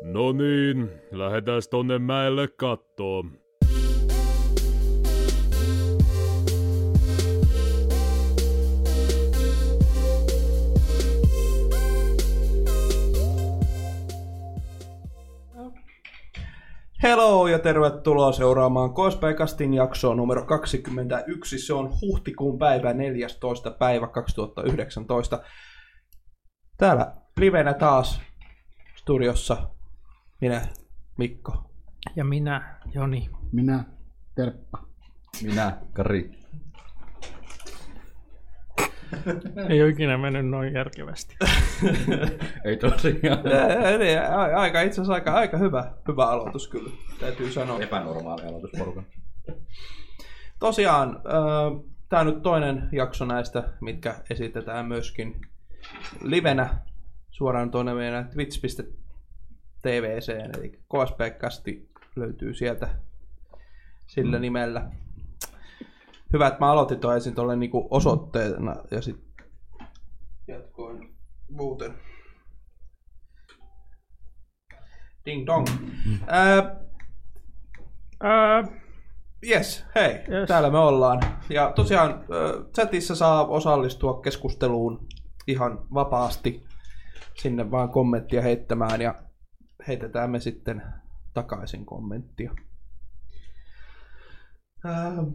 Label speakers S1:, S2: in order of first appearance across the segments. S1: No niin, lähdetään tonne mäelle kattoon.
S2: Hello ja tervetuloa seuraamaan Koospäikastin jaksoa numero 21. Se on huhtikuun päivä 14. päivä 2019. Täällä livenä taas studiossa minä, Mikko.
S3: Ja minä, Joni.
S4: Minä, Terppa.
S5: Minä, Kari.
S3: Ei ole ikinä mennyt noin järkevästi.
S5: Ei tosiaan.
S2: Ää, niin, a- Aika, itse asiassa aika, aika hyvä, hyvä aloitus kyllä, täytyy sanoa.
S5: Epänormaali aloitus porukan.
S2: Tosiaan, tämä on nyt toinen jakso näistä, mitkä esitetään myöskin livenä suoraan tuonne meidän twitch.tvc, eli KSP-kasti löytyy sieltä sillä nimellä. Hyvä, että mä aloitin tuon ensin tuolle niinku osoitteena ja sitten jatkoin muuten. Ding dong. Ää,
S3: Öö,
S2: Yes, hei, yes.
S3: Yes.
S2: täällä me ollaan. Ja tosiaan äh, chatissa saa osallistua keskusteluun ihan vapaasti. Sinne vaan kommenttia heittämään ja heitetään me sitten takaisin kommenttia. Ähm,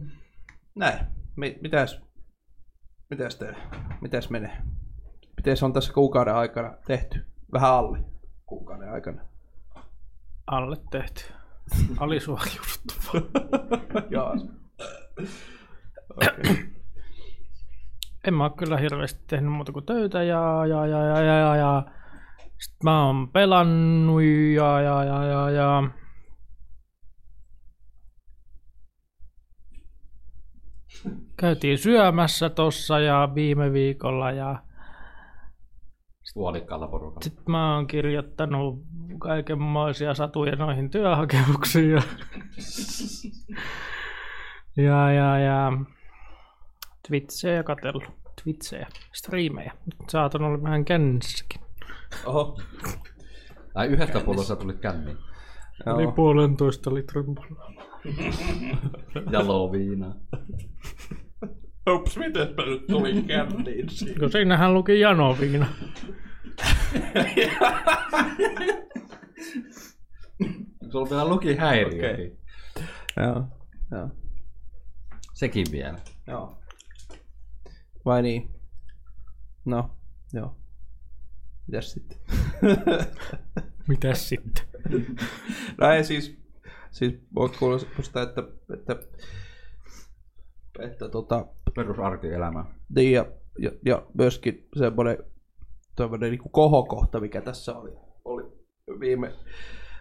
S2: näin, Mi- mitäs, mitäs teillä, mitäs menee? Mitäs on tässä kuukauden aikana tehty? Vähän alle kuukauden aikana.
S3: alle tehty. Alisuojuuduttu.
S2: Joo.
S3: En mä oo kyllä hirveästi tehnyt muuta kuin töitä ja ja ja ja ja ja. ja. Sitten mä oon pelannut ja ja ja ja ja. Käytiin syömässä tossa ja viime viikolla ja
S5: Puolikkaalla porukalla.
S3: Sitten mä oon kirjoittanut kaikenmoisia satuja noihin työhakemuksiin. Ja, ja, ja, ja Twitchejä katsellut. Twitchejä, striimejä. Nyt saatan olla vähän kännissäkin.
S2: Oho.
S5: Tai yhdestä pullosta tuli känni.
S2: Joo.
S3: Oli puolentoista litran pullo.
S5: Ja loviina.
S2: Ups, mitenpä nyt tuli känniin siitä.
S3: No siinähän luki janoviina.
S5: Sulla vielä luki häiriö.
S2: Okei. Joo. Joo.
S5: Sekin vielä.
S2: Joo. Vai niin? No, joo. Mitäs sitten?
S3: Mitäs sitten?
S2: no ei siis, siis voi kuulostaa, että, että, että tota,
S5: Perusarkielämä.
S2: niin ja, ja, ja myöskin semmoinen tämmöinen niin kohokohta, mikä tässä oli, oli viime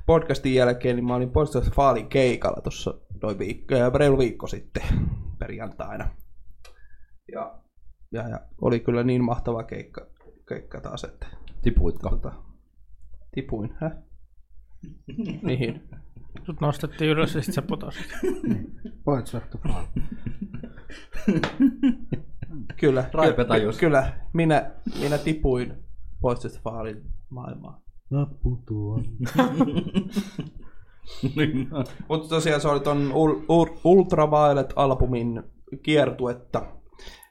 S2: podcastin jälkeen, niin mä olin poistunut Faalin keikalla tuossa noin viikko, äh, reilu viikko sitten perjantaina. Ja, ja, ja oli kyllä niin mahtava keikka, keikka taas, että
S5: Tipuitko?
S2: tota, tipuin, hä? Niin, Mihin?
S3: Sut nostettiin ylös ja sit sä putosit.
S4: Voit sattua vaan.
S2: Kyllä,
S5: Raipe
S2: ky-
S5: tajus.
S2: kyllä, minä, minä tipuin Poistotsfaalin maailmaan.
S4: Lappu tuo.
S5: niin.
S2: Mutta tosiaan se oli ton Ul- Ul- Ultraviolet-albumin kiertuetta.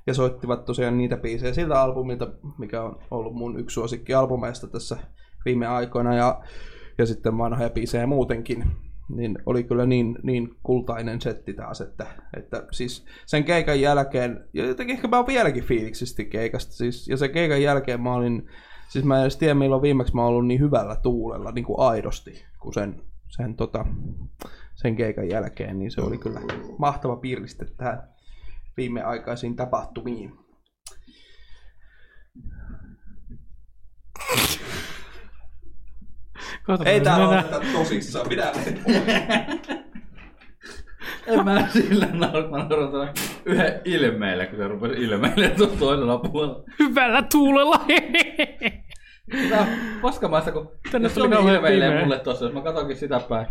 S2: Ja soittivat tosiaan niitä biisejä siltä albumilta, mikä on ollut mun yksi suosikkialbumeista tässä viime aikoina. Ja, ja sitten vanhoja biisejä muutenkin. Niin oli kyllä niin, niin kultainen setti taas, että, että siis sen keikan jälkeen, ja jotenkin ehkä mä oon vieläkin fiiliksisti keikasta, siis, ja sen keikan jälkeen mä olin, siis mä en edes tiedä milloin viimeksi mä oon ollut niin hyvällä tuulella, niin kuin aidosti, kun sen, sen tota, sen keikan jälkeen, niin se oli kyllä mahtava piiriste tähän viimeaikaisiin tapahtumiin.
S3: Kohta
S2: Ei
S3: mä
S2: tää
S3: menen-
S2: ole tosissaan, minä
S5: En mä sillä nauru, mä nauran tuolla yhden ilmeellä, kun se rupesi ilmeilemään tuolla toisella puolella.
S3: Hyvällä tuulella.
S5: Tää on paskamaista, kun
S3: Tänne
S5: Tänne
S3: tuli
S5: tuli
S3: kauhean
S5: ilmeilee
S3: pimeä.
S5: mulle tossa, jos mä katonkin sitä päin.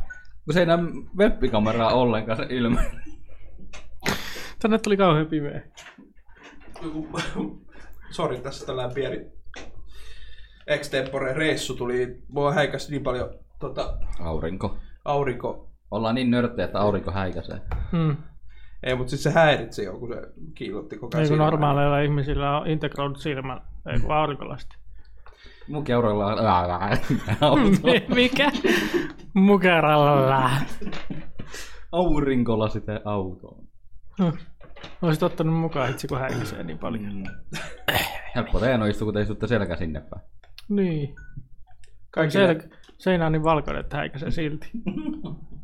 S5: Kun se ei näe webbikameraa ollenkaan se ilme.
S3: Tänne tuli kauhean pimeä.
S2: Sori, tässä tällainen pieni extempore reissu tuli. Mua häikäs niin paljon tota,
S5: Aurinko.
S2: aurinko.
S5: Ollaan niin nörttejä, että aurinko häikäisee.
S3: Mm.
S2: Ei, mutta siis se häiritsi jo, kun se kiillotti koko ajan
S3: Niin kuin
S2: silmää.
S3: normaaleilla ihmisillä on integroidut silmä, ei kun aurinkolasti.
S5: Mun keuralla on auto.
S3: Mikä? Mukeralla.
S5: Aurinkolla sitten autoon.
S3: Olisit ottanut mukaan hitsi, kun häikisee niin paljon.
S5: Helppo teeno istuu, kun te istutte selkä sinne päin.
S3: Niin.
S2: Kaikilla,
S3: Sel- seinä on niin valkoinen, että häikäisee silti.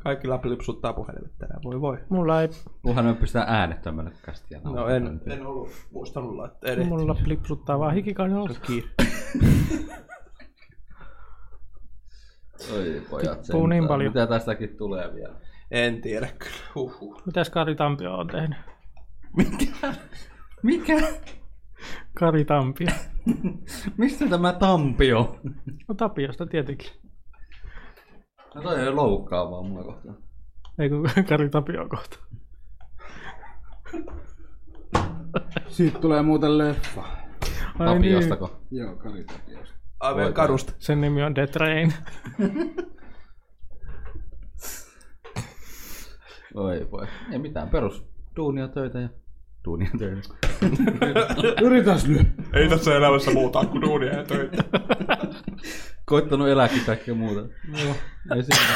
S2: kaikki läpi lipsuttaa puhelimet tänään. Voi voi.
S3: Mulla ei,
S5: Kunhan me pystytään äänettömälle kästiä.
S2: No en, en ollut muistanut laittaa edes.
S3: mulla plipsuttaa vaan hikikainen osa.
S5: Oi pojat,
S3: Tippuu niin
S5: sentään.
S3: paljon.
S5: Mitä tästäkin tulee vielä?
S2: En tiedä kyllä. Huhhuh.
S3: Mitäs Kari Tampio on tehnyt?
S5: Mikä?
S3: Kari Tampio.
S5: Mistä tämä Tampio?
S3: No Tapiosta tietenkin.
S5: No toi ei loukkaavaa mua kohtaan.
S3: Ei kun Kari Tapio kohta.
S4: Siitä tulee muuten leffa.
S3: Ai niin.
S5: Tapiostako?
S4: Joo, Kari Tapiosta.
S2: Aivan
S5: Voi
S2: kadusta.
S3: Sen nimi on The Train.
S5: Oi voi. Ei mitään, perus duunia töitä ja duunia töitä.
S4: Yritäs nyt.
S2: Ei tässä elämässä muuta kuin duunia ja töitä.
S5: Koittanut elääkin kaikkea muuta. Joo. Ei siinä.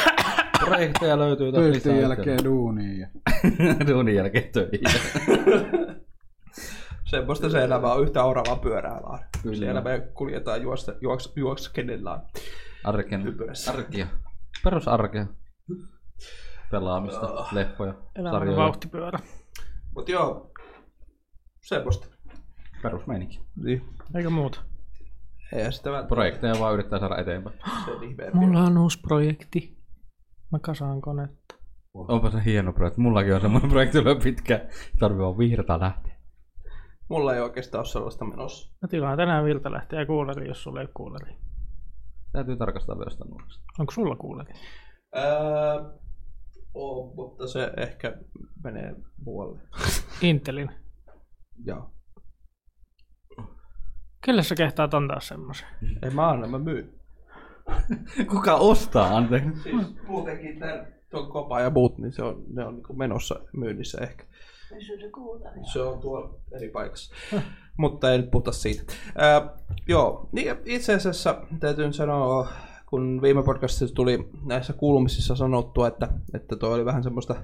S5: Projekteja löytyy taas
S4: Töiden
S5: lisää.
S4: jälkeen duuniin. ja-
S5: Duunin jälkeen töihin.
S2: Semmoista se elämä on yhtä oravaa pyörää vaan.
S5: Kyllä.
S2: Siellä me kuljetaan juosta, juoks, juoks kenellään.
S5: Arken.
S2: Hypössä.
S5: Arkia. Perus arkea. Pelaamista, leffoja,
S3: Elämän
S5: sarjoja.
S3: vauhtipyörä.
S2: Mut joo, semmoista.
S5: Perusmeininki.
S2: Niin.
S3: Eikä muuta.
S2: Ei sitä niin välttämättä
S5: Projekteja vaan yrittää saada eteenpäin.
S2: sen ihmeempiä.
S3: Mulla on uusi projekti. Mä kasaan konetta.
S5: Onpa se hieno projekti. Mullakin on semmoinen projekti ollut pitkään. Tarvii vaan virtaa lähteä.
S2: Mulla ei oikeastaan ole sellaista menossa.
S3: Mä tilaan tänään virtalähteä ja kuuleri, jos sulla ei ole kuuleri.
S5: Täytyy tarkastaa vielä sitä nuorista.
S3: Onko sulla kuuleri?
S2: Öö, on, mutta se ehkä menee muualle.
S3: Intelin.
S2: Joo.
S3: Kyllä sä kehtaat antaa semmoisen.
S2: Ei mä anna, mä myyn.
S5: Kuka ostaa, anteeksi?
S2: Siis muutenkin tän, tuon kopa ja muut, niin se on, ne on niinku menossa myynnissä ehkä. Se on tuolla eri paikassa. Mutta ei nyt puhuta siitä. Ää, joo, niin itse asiassa täytyy nyt sanoa, kun viime podcastissa tuli näissä kuulumisissa sanottua, että, että toi oli vähän semmoista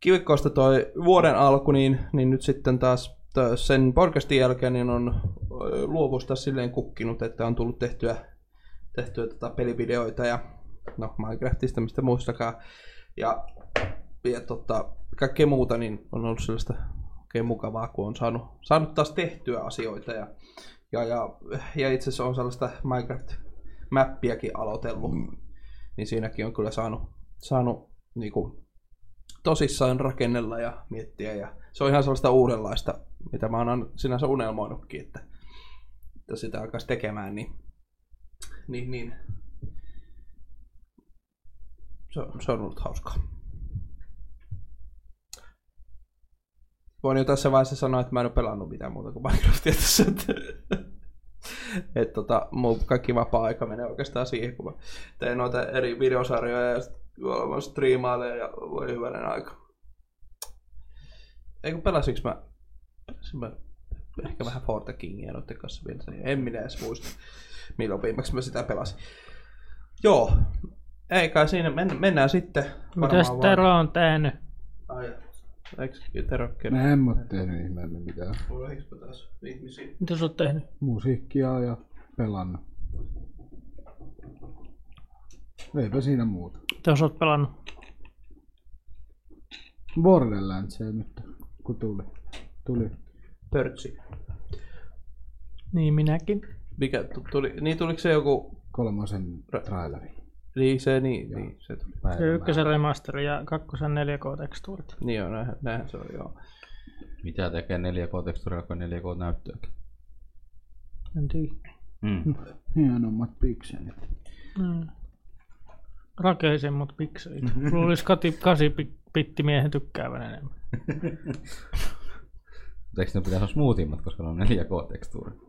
S2: kivikkoista toi vuoden alku, niin, niin nyt sitten taas tö- sen podcastin jälkeen niin on ö, luovuus taas silleen kukkinut, että on tullut tehtyä, tehtyä tota pelivideoita ja no Minecraftista mistä muistakaan. Ja, ja tota, kaikkea muuta niin on ollut sellaista oikein mukavaa, kun on saanut, saanut taas tehtyä asioita. Ja, ja, ja, ja itse asiassa on sellaista Minecraft-mäppiäkin aloitellut. Niin siinäkin on kyllä saanut, saanut niin kuin, tosissaan rakennella ja miettiä. Ja se on ihan sellaista uudenlaista, mitä mä oon aina sinänsä unelmoinutkin, että, että sitä alkaisi tekemään. Niin, niin, niin. Se, on- se on ollut hauskaa. voin jo tässä vaiheessa sanoa, että mä en ole pelannut mitään muuta kuin Minecraftia tässä. Että, et tota, mun kaikki vapaa-aika menee oikeastaan siihen, kun mä teen noita eri videosarjoja ja sit olevan striimailen ja voi hyvänen aika. Eikö pelasinko mä, pelasin mä ehkä vähän Forte Kingia noiden kanssa vielä. En minä edes muista, milloin viimeksi mä sitä pelasin. Joo, ei kai siinä, men- mennään sitten.
S3: Mitäs
S2: varmaan vaan-
S3: Tero on tehnyt?
S2: Ai, Eikö Tero kerran?
S4: Mä en mä oo tehnyt ihmeemmin mitään.
S2: Mulla hiispä taas ihmisiä.
S3: Mitä sä oot tehnyt?
S4: Musiikkia ja pelannut. Eipä siinä muuta.
S3: Mitä sä oot pelannut?
S4: Borderlands ei nyt, kun tuli. Tuli.
S2: Pörtsi.
S3: Niin minäkin.
S2: Mikä tu- tuli? Niin tuliko se joku...
S4: Kolmosen traileri.
S2: Niin se, niin, niin se tuli.
S4: Päivä.
S3: Ja ykkösen remasteri ja kakkosen 4K-tekstuurit.
S2: Niin joo, näinhän, näinhän se oli, joo.
S5: Mitä tekee 4K-teksturia, kun 4K-näyttöäkin?
S3: En tiedä.
S5: Mm.
S4: Hienommat pikselit.
S3: Mm. Rakeisemmat pikselit. Luulis kati, kasi pi- pittimiehen tykkäävän enemmän.
S5: Mutta eikö ne pitäisi olla smoothimmat, koska ne on 4K-tekstuuria?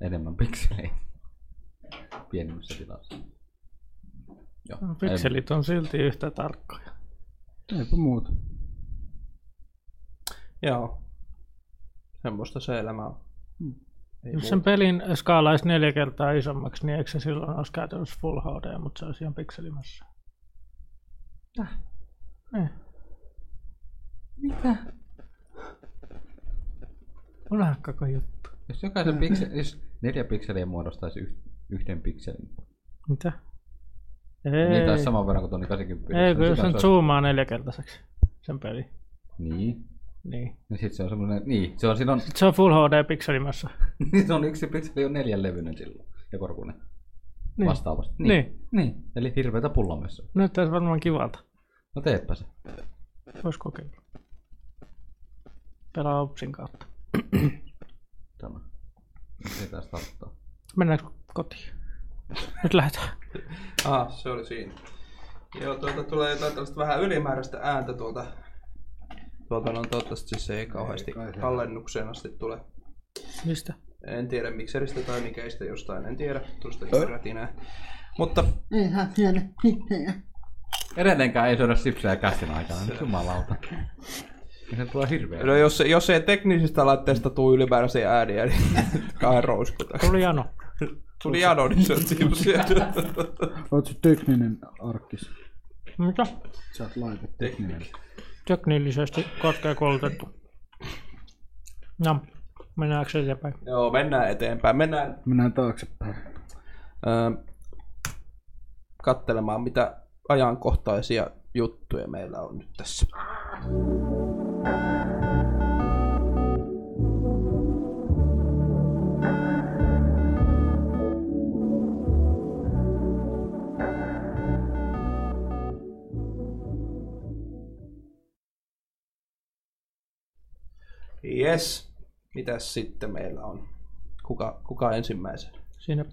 S5: Enemmän pikseleitä. Pienemmässä tilassa. Joo.
S3: Pikselit on silti yhtä tarkkoja.
S4: Eipä muuta.
S2: Joo. Semmoista se elämä on. Ei
S3: Jos
S2: muuta.
S3: sen pelin skaala olisi neljä kertaa isommaksi, niin eikö se silloin olisi käytännössä Full HD, mutta se olisi ihan pikselimässä. Täh. Eh.
S5: Mitä?
S3: Unohda koko juttu.
S5: Jos jokaisen piksel, jos neljä pikseliä muodostaisi yh, yhden pikselin,
S3: Mitä?
S5: Ei. Niin,
S3: Ei,
S5: taisi saman verran kuin tuonne 80.
S3: ei kun jos
S5: Sitä
S3: sen
S5: se olisi-
S3: zoomaa neljäkertaiseksi sen peli.
S5: Niin.
S3: Niin.
S5: Niin sit se on semmoinen, niin, se on silloin,
S3: Sitten se on Full HD pikselimässä.
S5: niin se on yksi pikseli on neljän levyinen silloin. Ja korkunen.
S3: Niin.
S5: Vastaavasti.
S3: Niin.
S5: niin. Eli hirveätä pulla myös.
S3: Näyttäisi varmaan kivalta.
S5: No teepä se.
S3: Voisi kokeilla. Pelaa Opsin kautta.
S5: Tämä. Mitä starttaa?
S3: Mennäänkö kotiin? Nyt lähdetään.
S2: Ah, se oli siinä. Joo, tuolta tulee jotain tällaista vähän ylimääräistä ääntä tuolta. Tuolta no toivottavasti siis se ei kauheasti
S4: kai se-
S2: tallennukseen asti tule.
S3: Mistä?
S2: En tiedä mikseristä tai mikäistä jostain, en tiedä. Tuosta rätinää. Mutta
S5: Edelleenkään ei syödä sipsejä käsin aikana. Nyt jumalauta. Ja se tulee hirveä.
S2: no, jos, jos ei teknisistä laitteista tule ylimääräisiä ääniä, niin kahden rouskuta.
S3: Tuli Jano.
S2: Tuli Jano, niin se on siipsiä.
S4: Oot sä tekninen arkkis?
S3: Mitä?
S4: Sä oot laitetekninen.
S3: Teknillisesti korkeakoulutettu. No, mennäänkö eteenpäin?
S2: Joo, mennään eteenpäin. Mennään
S4: Mennään taaksepäin.
S2: Öö, kattelemaan, mitä ajankohtaisia juttuja meillä on nyt tässä. Yes. Mitäs sitten meillä on? Kuka, kuka ensimmäisen?
S3: Siinä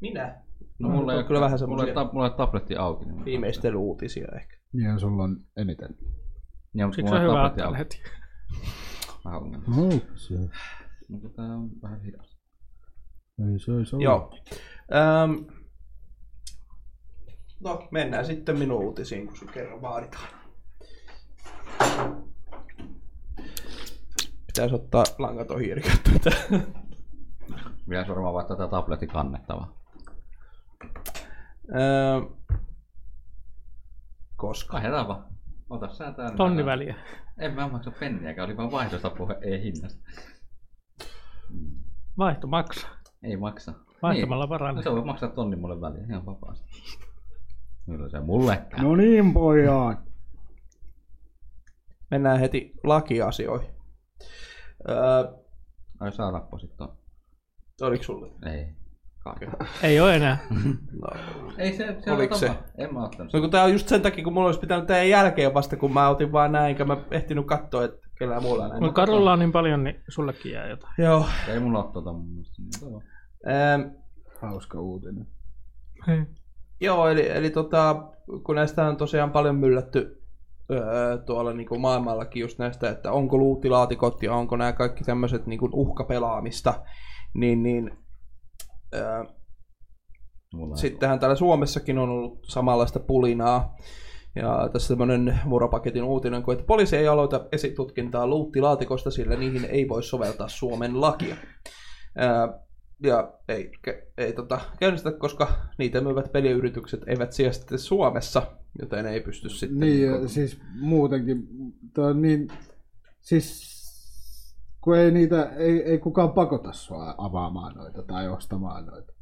S2: Minä.
S5: No mulla ei,
S2: on kyllä vähän
S5: mulla, ei,
S2: semmoisia
S5: ta- mulla ei tabletti auki. Niin mulla-
S2: viimeistelyuutisia ehkä.
S4: Niinhän sulla on eniten.
S5: Niin, mutta
S3: siksi
S5: mulla
S3: on
S5: ei
S3: hyvä
S5: tabletti
S3: ottaa
S5: auki.
S3: heti.
S5: Vähän ongelma.
S4: Oh, se,
S5: Mutta tää on vähän hidas.
S4: ei se olisi ollut.
S2: Joo. Öm, no, mennään sitten minun uutisiin, kun se kerran vaaditaan. Pitäisi ottaa langaton hiiri käyttöön.
S5: Pitäis varmaan vaihtaa tätä tabletti kannettavaa.
S2: Öm, koska?
S5: Kahdetaan vaan. Ota sä täällä.
S3: Tonni väliä.
S5: En mä maksa penniäkään, oli vaan vaihdosta puhe, ei hinnasta.
S3: Vaihto maksaa.
S5: Ei maksa.
S3: Vaihtamalla
S5: Niin. No
S3: paranee.
S5: se voi maksaa tonni mulle väliin, ihan vapaasti. Kyllä se mulle käy.
S4: No niin, pojat.
S2: Mennään heti lakiasioihin. Öö,
S5: Ai saa rappo sit on.
S2: oliko sulle?
S5: Ei. Kaikki.
S3: Ei ole enää.
S2: No.
S5: Ei se, se
S2: Oliko
S5: on
S2: se?
S5: tapa. En mä ottanut
S2: no
S5: sitä.
S2: kun tää on just sen takia, kun mulla olisi pitänyt tehdä jälkeen vasta, kun mä otin vaan näin, enkä mä ehtinyt katsoa, että kellään muulla näin.
S3: Mutta Karulla on niin paljon, niin sullekin jää jotain.
S2: Joo.
S5: Ei mulla ole tuota mun mielestä. Niin, tuo.
S2: Öö,
S4: Hauska uutinen.
S2: Joo, eli, eli tota, kun näistä on tosiaan paljon myllätty öö, tuolla niin kuin maailmallakin just näistä, että onko luutilaatikot ja onko nämä kaikki tämmöiset niin kuin uhkapelaamista, niin, niin öö,
S5: Mulla ei
S2: sittenhän täällä Suomessakin on ollut samanlaista pulinaa. Ja tässä tämmöinen vuoropaketin uutinen, kun että poliisi ei aloita esitutkintaa luuttilaatikosta, sillä niihin ei voi soveltaa Suomen lakia. Ää, ja ei, ke- ei tota, käynnistetä, koska niitä myyvät peliyritykset eivät sijaitse Suomessa, joten ei pysty sitten... niinku-
S4: Niin, ja
S2: kun-
S4: siis muutenkin, tää on niin, siis kun ei niitä, ei, ei kukaan pakota sua avaamaan noita tai ostamaan noita.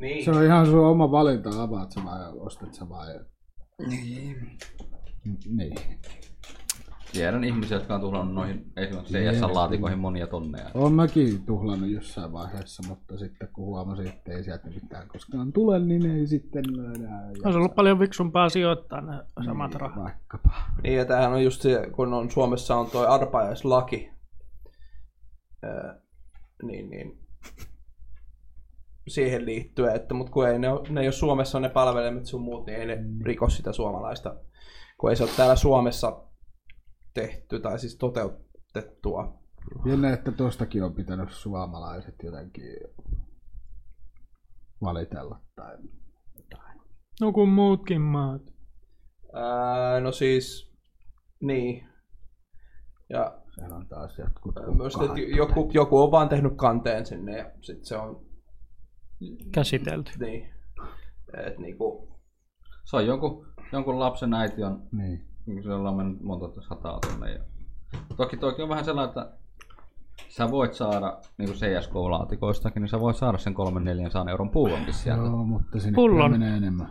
S2: niin.
S4: Se on ihan sun oma valinta, avaat sä vaan ja ostat sä vaan. Ja... Niin. Niin.
S5: Tiedän ihmisiä, jotka on tuhlannut noihin esimerkiksi CS-laatikoihin monia tonneja.
S4: Olen mäkin tuhlannut jossain vaiheessa, mutta sitten kun huomasin, että ei sieltä mitään koskaan tule, niin ei sitten löydä.
S3: Olisi ollut paljon viksumpaa sijoittaa ne samat
S4: niin,
S3: rahat.
S4: Vaikkapa.
S2: Niin, ja tämähän on just se, kun on, Suomessa on tuo arpajaislaki, öö, niin, niin siihen liittyen, että mut kun ei ne, oo- ne ei ole Suomessa ne palvelimet sun muut, niin ei ne riko sitä suomalaista, kun ei se ole täällä Suomessa tehty tai siis toteutettua.
S4: Jännä, että tostakin on pitänyt suomalaiset jotenkin valitella tai jotain.
S3: No kun muutkin maat.
S2: Ää, no siis, niin. Ja
S4: Sehän on taas jatkuu.
S2: myös, että joku, joku on vaan tehnyt kanteen sinne ja sitten se on,
S3: Käsitelty.
S2: niin. Et niinku,
S5: Se on jonkun, jonkun lapsen äiti on
S4: Niin.
S5: se on mennyt monta tuota sataa tonne. Ja... Toki toki on vähän sellainen, että sä voit saada, niin kuin CSK-laatikoistakin, niin sä voit saada sen 3-400 euron pullonkin sieltä.
S4: Joo, mutta sinne
S3: Pullon.
S4: Pullon. menee enemmän.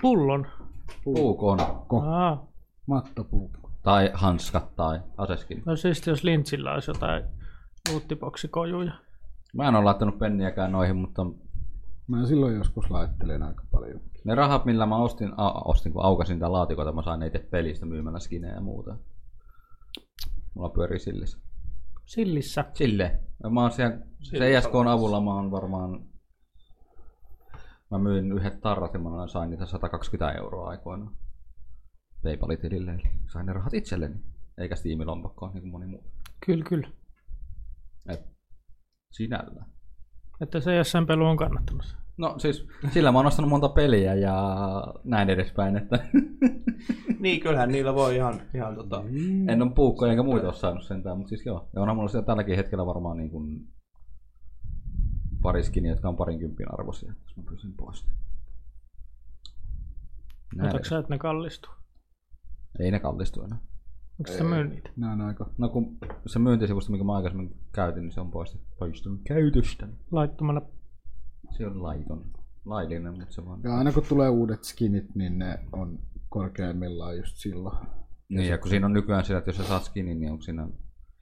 S3: Pullon.
S5: Puukon
S3: Aa,
S4: Mattopuu.
S5: tai hanskat tai aseskin.
S3: no siis jos lintsillä olisi jotain luuttipoksekojuja.
S5: Mä en ole laittanut penniäkään noihin, mutta
S4: Mä silloin joskus laittelin aika paljon.
S5: ne rahat, millä mä ostin, a, ostin kun aukasin tätä laatikoita, mä sain ne itse pelistä myymällä skinejä ja muuta. Mulla pyörii sillissä.
S3: Sillissä.
S5: Sille. Mä oon siellä CSKn avulla mä oon varmaan... Mä myin yhdet tarrat ja mä sain niitä 120 euroa aikoina. Paypal-tilille, eli sain ne rahat itselleni. Eikä Steam-lompakkoon, niin kuin moni muu.
S3: Kyllä, kyllä.
S5: Et, sinällä.
S3: Että se jossain pelu on kannattamassa.
S5: No siis, sillä mä oon ostanut monta peliä ja näin edespäin, että
S2: niin kyllähän niillä voi ihan, ihan tota,
S5: en ole puukkoja eikä muita ole saanut sentään, mutta siis joo. Ja onhan mulla sitä tälläkin hetkellä varmaan niin kuin pari skiniä, jotka on parinkympin arvoisia, jos mä pysyn pois. Näin
S3: Otatko sä, että ne kallistuu?
S5: Ei ne kallistu enää.
S3: Onko sä myy niitä?
S4: Ne on aika...
S5: No kun se myyntisivusto, mikä mä aikaisemmin käytin, niin se on poistettu. Poistunut käytöstä.
S3: Laittomana.
S5: Se on laiton. Laillinen, mutta se vaan...
S4: Ja aina kun tulee uudet skinit, niin ne on korkeimmillaan just silloin.
S5: Niin, ja kun siinä on nykyään sitä, että jos sä saat skinin, niin onko siinä...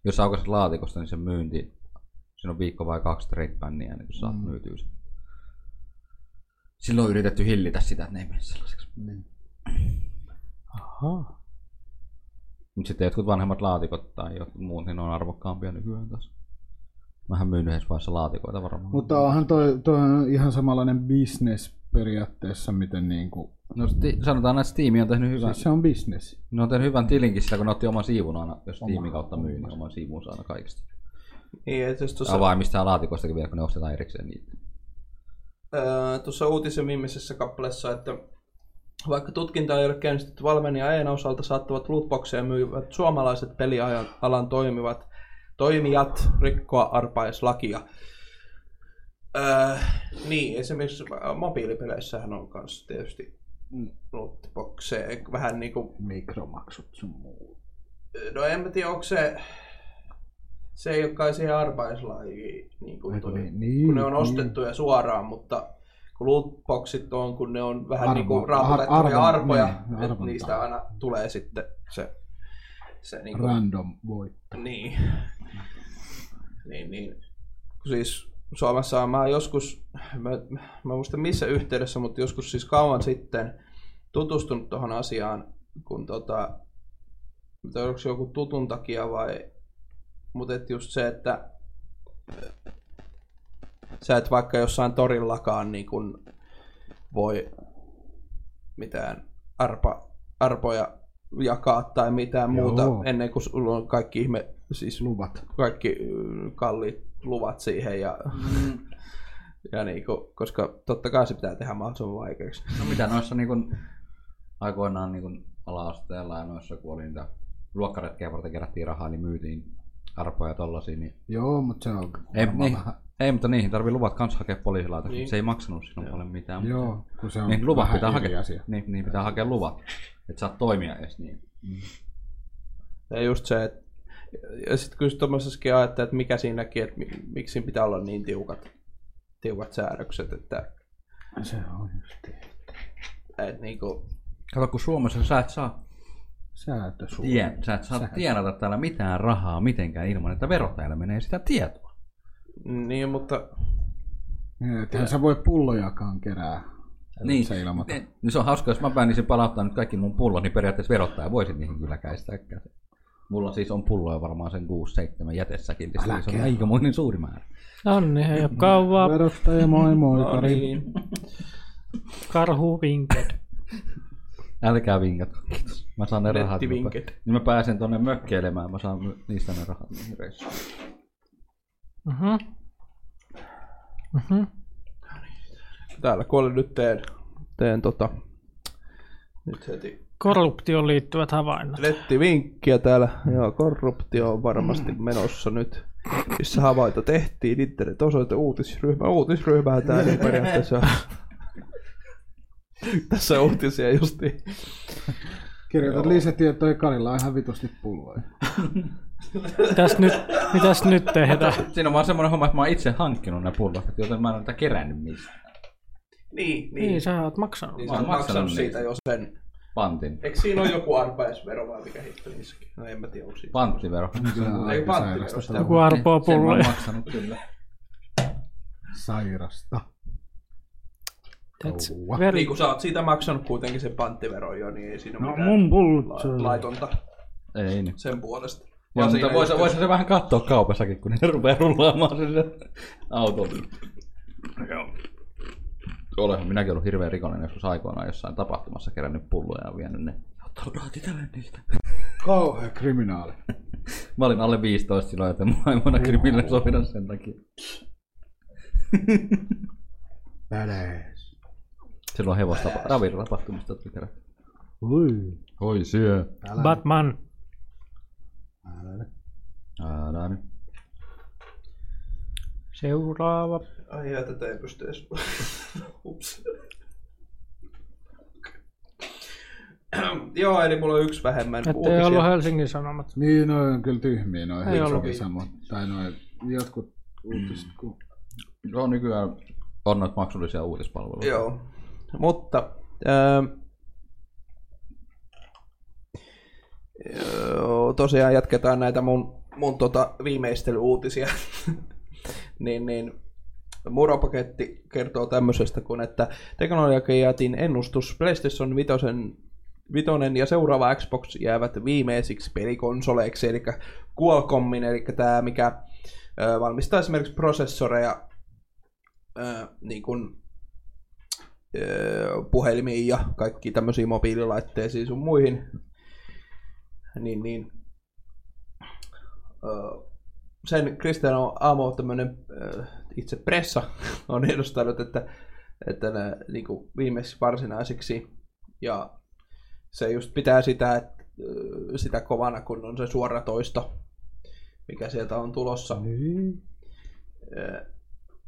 S5: Jos sä aukaset laatikosta, niin se myynti... Siinä on viikko vai kaksi trade bannia, niin kun sä saat mm. myytyä sen. Silloin on yritetty hillitä sitä, että ne ei mene sellaiseksi.
S4: Niin.
S3: Aha.
S5: Mutta sitten jotkut vanhemmat laatikot tai jotkut muut, niin ne on arvokkaampia nykyään taas. Mähän myyn yhdessä vaiheessa laatikoita varmaan.
S4: Mutta onhan toi, toi on ihan samanlainen business periaatteessa, miten niinku...
S5: No, sti- sanotaan, että Steam on tehnyt hyvän...
S4: Siis se on business.
S5: Ne on tehnyt hyvän tilinkin sillä, kun ne otti oman siivun aina, jos tiimin kautta myy, niin oman siivun aina kaikista.
S2: niin et jos tuossa
S5: Avaimista ja laatikoistakin vielä, kun ne ostetaan erikseen niitä.
S2: Öö, tuossa uutisen viimeisessä kappaleessa, että vaikka tutkinta ei ole käynnistetty Valven ja EA osalta, saattavat lootboxeja myyvät suomalaiset pelialan toimivat toimijat rikkoa arpaislakia. Öö, niin, esimerkiksi mobiilipeleissähän on myös tietysti
S4: Mm.
S2: lootboxeja, vähän niin kuin,
S4: Mikromaksut sun muu.
S2: no en mä tiedä, onko se, se ei ole kai siihen arpaislajiin niin kuin
S4: Eikö
S2: tuli
S4: niin? Niin,
S2: kun ne on
S4: niin.
S2: ostettuja suoraan, mutta kun lootboxit on, kun ne on vähän
S4: Arvo-
S2: niin kuin
S4: ar-
S2: raaputettavia
S4: arvo-
S2: arpoja,
S4: niin,
S2: niin, että
S4: arvontaa.
S2: niistä aina tulee sitten se, se niin kuin,
S4: Random voi.
S2: niin, niin, niin. Kun Siis Suomessa mä joskus, mä, mä muistan missä yhteydessä, mutta joskus siis kauan sitten tutustunut tuohon asiaan, kun tota, mitä onko se joku tutun takia vai, mutta et just se, että äh, sä et vaikka jossain torillakaan niin kun voi mitään arpa, arpoja jakaa tai mitään
S4: Joo.
S2: muuta ennen kuin sulla on kaikki ihme, siis
S4: Luvat.
S2: kaikki mm, kalliit luvat siihen ja, ja niinku, koska totta kai se pitää tehdä mahdollisimman vaikeaksi.
S5: No mitä noissa niin kun, aikoinaan niin kun ala-asteella ja noissa, kun oli niitä luokkaretkeä varten kerättiin rahaa, niin myytiin arpoja ja tollasia, niin...
S4: Joo, mutta se on
S5: Ei,
S4: varmaan
S5: niin,
S4: vähän-
S5: ei mutta niihin tarvii luvat kans hakea poliisilaitoksesta,
S2: Niin.
S5: niin. se ei maksanut silloin paljon mitään. mutta-
S4: Joo, kun se on
S5: Niin, luvat
S4: vähän
S5: pitää
S4: eri
S5: hakea.
S4: asia.
S5: Niin, niin, pitää hakea luvat, että saat toimia edes niin.
S2: Ja just se, että ja sitten kyllä tuommoisessakin ajattelee, että mikä siinäkin, että mi- miksi siinä pitää olla niin tiukat, tiukat säädökset, että
S4: Se on just niin.
S2: et niinku,
S5: Kato, kun Suomessa sä et saa
S4: säätösuoja.
S5: Tien, sä et saa
S4: Sähän-
S5: tienata täällä mitään rahaa mitenkään ilman, että verottajalle menee sitä tietoa.
S2: niin, mutta
S4: Niin, Ethän sä voi pullojakaan kerää.
S5: Niin,
S4: Se ilmoita.
S5: ne- niin se on hauska, jos mä päänisin palauttaa nyt kaikki mun pullot, niin periaatteessa verottaja voisi niihin kyllä käistääkään. Mulla siis on pulloja varmaan sen 6-7 jätessäkin,
S4: Älä
S5: se on
S4: kerro.
S5: aikamoinen suuri määrä.
S3: No niin, ei ole kauaa.
S4: Verottaja, moi moi,
S2: no
S4: Kari.
S2: niin,
S3: Karhu vinket.
S5: Älkää vinkatko, kiitos. Mä saan ne rahat.
S2: Nettivinkit.
S5: Mä pä- Niin mä pääsen tonne mökkeilemään, mä saan my- niistä ne rahat niihin reissuihin.
S3: Mm-hmm. Mhm. Mhm.
S2: täällä kuoli nyt teen, teen tota, nyt heti
S3: Korruptioon liittyvät havainnot.
S2: Nettivinkkiä täällä. Joo, korruptio on varmasti menossa nyt. Missä havainto tehtiin, internet-osoite, uutisryhmä. Uutisryhmää täällä ei periaatteessa Tässä on uutisia justiin.
S4: Kirjoitat lisätietoja, Karilla on ihan vitusti pulloja.
S3: Mitäs nyt, mitäs nyt tehdään?
S5: Siinä on vaan semmoinen homma, että mä oon itse hankkinut ne pullot, joten mä en ole niitä kerännyt mistään.
S2: Niin,
S3: Niin, sä oot maksanut.
S2: Niin
S5: sä oot maksanut siitä
S2: jo sen.
S5: Pantin.
S2: Eikö siinä ole joku arpaisvero vai mikä hitto niissäkin? No en mä tiedä, onko siitä.
S5: Pantivero.
S2: Ei panttivero, sitä
S4: sairasta.
S3: Joku arpoo
S5: Niin, Sen mä oon
S3: pulloja.
S5: maksanut kyllä.
S4: sairasta.
S3: That's
S4: Touhua.
S3: very-
S2: Niin kun sä oot siitä maksanut kuitenkin sen panttiveron jo, niin ei siinä ole
S3: No
S2: mitään
S3: mun pullut.
S2: la- laitonta
S5: Ei niin.
S2: sen puolesta.
S5: Ja,
S2: Vaan
S5: mutta
S2: siinä
S5: vois,
S2: just-
S5: vois se vähän katsoa kaupassakin, kun ne rupeaa rullaamaan sinne autolle. Joo. Olehan minäkin ollut hirveän rikollinen joskus aikoinaan jossain tapahtumassa kerännyt pulloja ja vienyt ne. Ottakaa tälle niistä.
S4: Kauhea kriminaali.
S5: Mä olin alle 15 silloin, joten mä en voinut krimille sopida sen takia.
S4: Välees.
S5: Silloin hevosta ravintatapahtumista tuli kerätty.
S4: Ui.
S5: Oi syö.
S4: Älä.
S3: Batman.
S4: Älä.
S5: Älä nyt.
S3: Seuraava.
S2: Ai jää, tätä ei pysty edes... Ups. Joo, eli mulla on yksi vähemmän
S3: Että ei
S2: uutisia.
S3: ollut Helsingin Sanomat.
S4: Niin, noin on kyllä tyhmiä noin
S3: Ei ollut.
S4: Helsingin samat. Tai noin jotkut uutiset. Kun...
S2: Mm.
S5: Joo, nykyään on noita maksullisia uutispalveluita.
S2: Joo, mutta... ähm, Ää, Joo, tosiaan jatketaan näitä mun, mun tota viimeistelyuutisia. niin, niin Muropaketti kertoo tämmöisestä kuin, että teknologiajätin ennustus PlayStation 5, vitonen ja seuraava Xbox jäävät viimeisiksi pelikonsoleiksi, eli Qualcommin, eli tämä mikä ö, valmistaa esimerkiksi prosessoreja ö, niin kuin, ö, öö, puhelimiin ja kaikki tämmöisiä mobiililaitteisiin sun muihin, niin, niin ö, sen Cristiano Amo tämmöinen ö, itse pressa on edustanut, että, että nämä, niin kuin viimeksi varsinaisiksi ja se just pitää sitä, että, ö, sitä kovana, kun on se suoratoisto, mikä sieltä on tulossa
S4: Niin.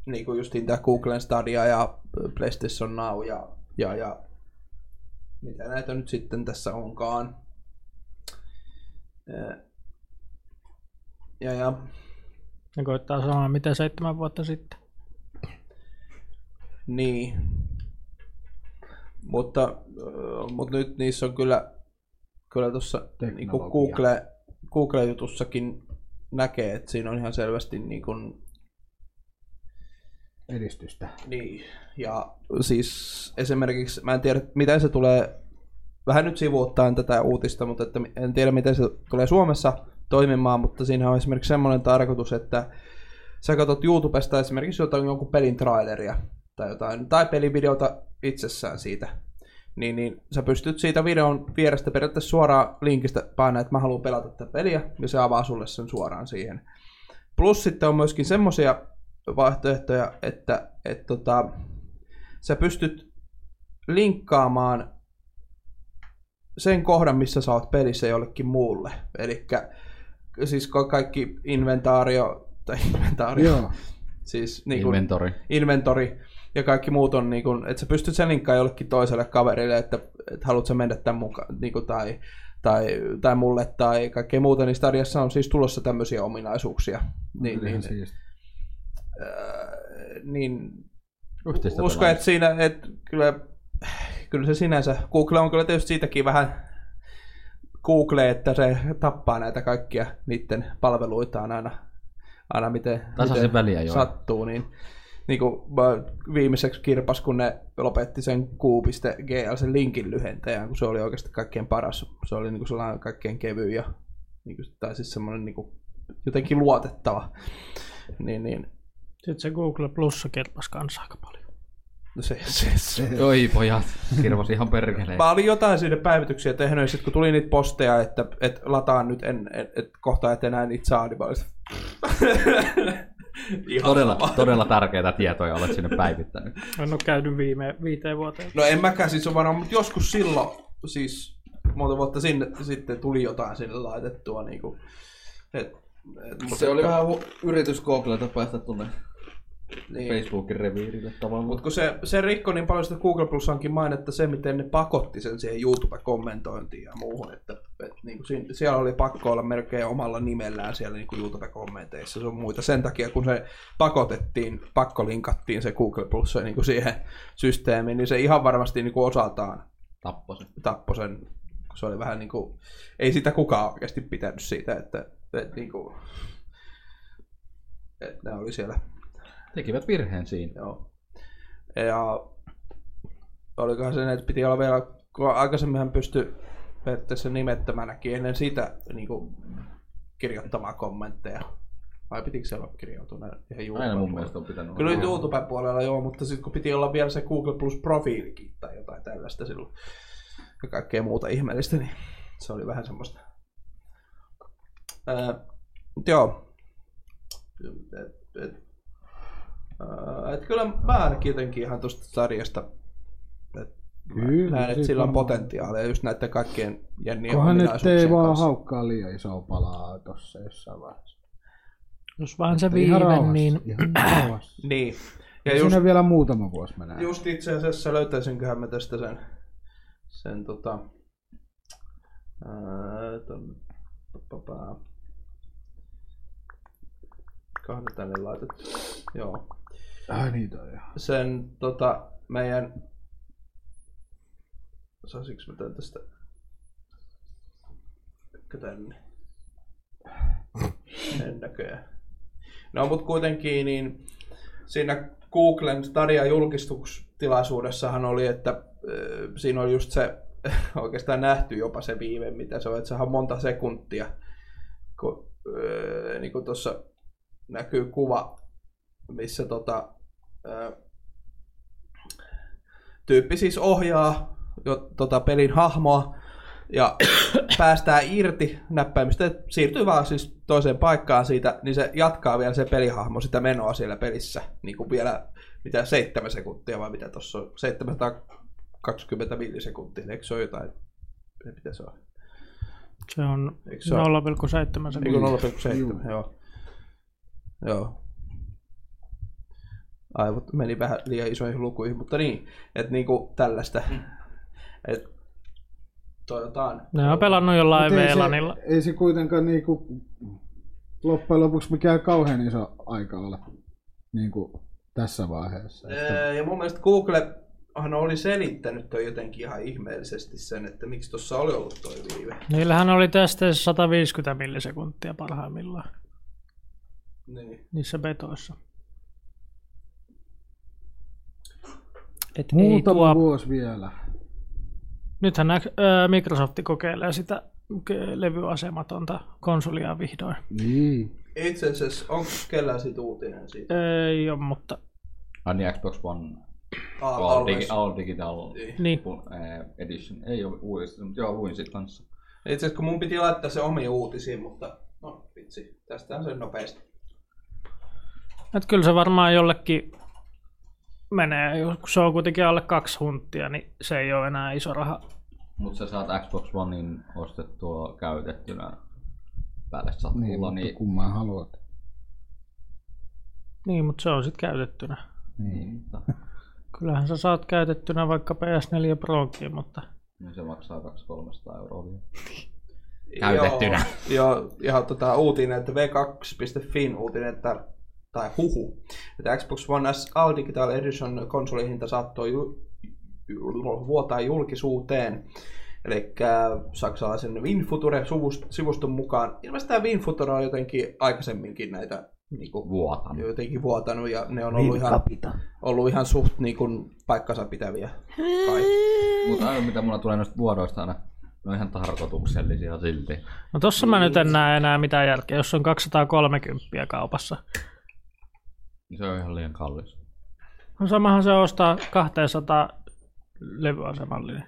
S2: niin kuin justiin tämä Googlen Stadia ja äh, PlayStation Now ja, ja, ja mitä näitä nyt sitten tässä onkaan. Ö, Ja, ja
S3: Ne koittaa sanoa, mitä seitsemän vuotta sitten.
S2: Niin. Mutta, äh, mutta nyt niissä on kyllä, kyllä tuossa niin
S4: Teknologia.
S2: Google, Google-jutussakin näkee, että siinä on ihan selvästi niin kuin,
S4: Edistystä.
S2: Niin, ja siis esimerkiksi, mä en tiedä, miten se tulee, vähän nyt sivuuttaen tätä uutista, mutta että en tiedä, miten se tulee Suomessa toimimaan, mutta siinä on esimerkiksi semmoinen tarkoitus, että sä katsot YouTubesta esimerkiksi jotain jonkun pelin traileria tai jotain, tai pelivideota itsessään siitä, niin, niin sä pystyt siitä videon vierestä periaatteessa suoraan linkistä painaa, että mä haluan pelata tätä peliä, ja se avaa sulle sen suoraan siihen. Plus sitten on myöskin semmoisia vaihtoehtoja, että et, tota, sä pystyt linkkaamaan sen kohdan, missä sä oot pelissä jollekin muulle. Eli siis ka- kaikki inventaario, tai inventaario,
S4: Joo.
S2: siis niin kuin,
S5: Inventori.
S2: inventori ja kaikki muut on, niin kuin, että sä pystyt sen linkkaamaan jollekin toiselle kaverille, että, että haluat sä mennä tämän mukaan, niin kuin, tai, tai, tai mulle tai kaikkea muuta, niin Stadiassa on siis tulossa tämmöisiä ominaisuuksia. Niin, niin,
S4: Kyllähän
S5: siis.
S4: siisti.
S2: äh, niin
S5: Yhteistä
S2: usko,
S5: pelaamista.
S2: että siinä, että kyllä, kyllä se sinänsä, Google on kyllä tietysti siitäkin vähän Google, että se tappaa näitä kaikkia niiden palveluitaan aina, aina miten,
S5: Tasaisin
S2: miten
S5: väliä, joo.
S2: sattuu, niin, niin kuin mä viimeiseksi kirpas, kun ne lopetti sen Q.gl, sen linkin lyhentäjän, kun se oli oikeasti kaikkein paras. Se oli niin kuin sellainen kaikkein kevyin ja niin kuin, tai siis semmoinen niin kuin, jotenkin luotettava. Niin, niin,
S3: Sitten se Google Plus kelpas kanssa aika paljon.
S2: no se, se, se,
S5: Oi pojat, kirvas ihan perkeleen.
S2: Mä olin jotain sinne päivityksiä tehnyt, ja sitten kun tuli niitä posteja, että, että lataan nyt, en, et, et kohta et enää niitä saa, niin mä olin, Ihan
S5: Todella,
S2: sama.
S5: todella tärkeitä tietoja olet sinne päivittänyt.
S3: En ole käynyt viime, viiteen vuoteen.
S2: No en mäkään siis ole varmaan, mutta joskus silloin, siis monta vuotta sinne sitten tuli jotain sinne laitettua. Niin kuin, et, et,
S6: Se oli vähän hu- yritys Googlelta päästä tuonne
S2: niin.
S5: Facebookin reviirille
S2: Mutta
S5: tavallaan.
S2: kun se, se rikkoi niin paljon sitä Google Plusankin mainetta se, miten ne pakotti sen siihen YouTube-kommentointiin ja muuhun, että, että niin kuin siinä, siellä oli pakko olla melkein omalla nimellään siellä niin kuin YouTube-kommenteissa sun muita. Sen takia, kun se pakotettiin, pakkolinkattiin se Google Plus niin kuin siihen systeemiin, niin se ihan varmasti niin kuin osaltaan
S5: Tapposen.
S2: tappoi sen, kun se oli vähän niin kuin, ei sitä kukaan oikeasti pitänyt siitä, että, että, niin kuin, että nämä oli siellä
S5: Tekivät virheen siinä.
S2: Joo. Ja olikohan se, niin, että piti olla vielä, kun aikaisemminhan pystyi periaatteessa nimettömänäkin ennen sitä niin kuin, kirjoittamaan kommentteja. Vai pitikö se olla kirjautuneena ihan
S5: Aina mun
S2: YouTube-puolella?
S5: mielestä on pitänyt
S2: Kyllä nyt
S5: olla.
S2: YouTuben puolella joo, mutta sitten kun piti olla vielä se Google Plus profiilikin tai jotain tällaista silloin ja kaikkea muuta ihmeellistä, niin se oli vähän semmoista. Ää, mut joo. Et, et, ää, et kyllä mä ainakin jotenkin ihan tuosta sarjasta
S4: Kyllä,
S2: näen, että
S4: siis
S2: sillä on
S4: varmaan.
S2: potentiaalia just näiden kaikkien jännien
S4: Kunhan nyt ei
S2: ominaisuuksien
S4: vaan
S2: kanssa.
S4: haukkaa liian isoa palaa tuossa jossain vaiheessa.
S3: Jos vähän se
S4: Ihan
S3: viive,
S4: rauhassa,
S3: niin
S4: Ihan rauhassa.
S2: Niin.
S4: Ja
S2: Ja just,
S4: Siinä vielä muutama vuosi menee.
S2: just itse asiassa löytäisinköhän mä tästä sen, sen tota, ää, ton, papapää. kahden tänne laitettu. Joo.
S4: Ai niin toi on.
S2: Sen tota, meidän... Saisinko mä tän tästä? Ehkä tänne. En näköjään. No mut kuitenkin niin siinä Googlen Stadia julkistustilaisuudessahan oli, että ö, siinä oli just se oikeastaan nähty jopa se viive, mitä se on, että sehän on monta sekuntia, kun, ö, niin kuin tuossa näkyy kuva, missä tota, ö, tyyppi siis ohjaa jo, tota, pelin hahmoa ja päästää irti näppäimistä, et siirtyy vaan siis toiseen paikkaan siitä, niin se jatkaa vielä se pelihahmo sitä menoa siellä pelissä, niin kuin vielä mitä seitsemän sekuntia vai mitä tuossa on, 720 millisekuntia, eikö se ole jotain, mitä se on,
S3: se on
S2: eikö se ole?
S3: 0,7
S2: Eikö
S3: sekuntia.
S2: 0,7, joo. Joo. Aivot meni vähän liian isoihin lukuihin, mutta niin, että niinku tällaista. Et toivotaan.
S3: Ne on pelannut jollain
S4: Mut ei se-
S3: VLANilla.
S4: Ei se kuitenkaan niinku loppujen lopuksi mikään kauhean iso aika ole niinku tässä vaiheessa. Että
S2: Öö, Ja mun mielestä Google oli selittänyt toi jotenkin ihan ihmeellisesti sen, että miksi tuossa oli ollut toi viive.
S3: Niillähän oli testeissä 150 millisekuntia parhaimmillaan
S2: Niin.
S3: niissä betoissa. Et ei
S4: muutama
S3: tuo...
S4: vuosi vielä.
S3: Nythän nää, ö, Microsoft kokeilee sitä äh, ke- levyasematonta konsolia vihdoin.
S4: Niin.
S2: Itse asiassa, onko kellään sit uutinen siitä?
S3: Ei ole, mutta
S5: Ai niin, Xbox One
S2: Ah,
S5: All,
S2: always.
S5: digi, all Digital
S2: Niin.
S3: niin.
S5: eh, Edition. Ei ole uudistettu, mutta joo, luin siitä kanssa.
S2: Itse asiassa kun mun piti laittaa se omiin uutisiin, mutta no vitsi, tästähän sen nopeasti.
S3: Et kyllä se varmaan jollekin menee, jos- kun se on kuitenkin alle kaksi huntia, niin se ei ole enää iso raha.
S5: Mutta sä saat Xbox Onein ostettua käytettynä päälle satulla,
S4: Niin,
S5: niin,
S4: niin. kun mä haluat.
S3: Niin, mutta se on sitten käytettynä.
S5: niin, mutta,
S3: Kyllähän sä saat käytettynä vaikka PS4 Prokin, mutta
S5: niin se maksaa 200-300 euroa vielä.
S2: Käytettynä. Joo, joo ihan tota uutinen, että V2.fin uutinen, että, tai huhu, että Xbox One S All Digital Edition konsolihinta saattoi ju, ju, vuotaa julkisuuteen. Eli saksalaisen Winfuture-sivuston mukaan. Ilmeisesti tämä Winfuture on jotenkin aikaisemminkin näitä niinku,
S5: Vuotan.
S2: jotenkin vuotanut ja ne on ollut ihan, ollut ihan suht niinku, paikkansa pitäviä. Kai.
S5: Mutta aina mitä mulla tulee noista vuodoista aina, ne on ihan tarkoituksellisia silti.
S3: No tossa mä nyt en näe enää mitään järkeä, jos on 230 kaupassa.
S5: Niin Se on ihan liian kallis.
S3: No samahan se ostaa 200 levyasemallinen.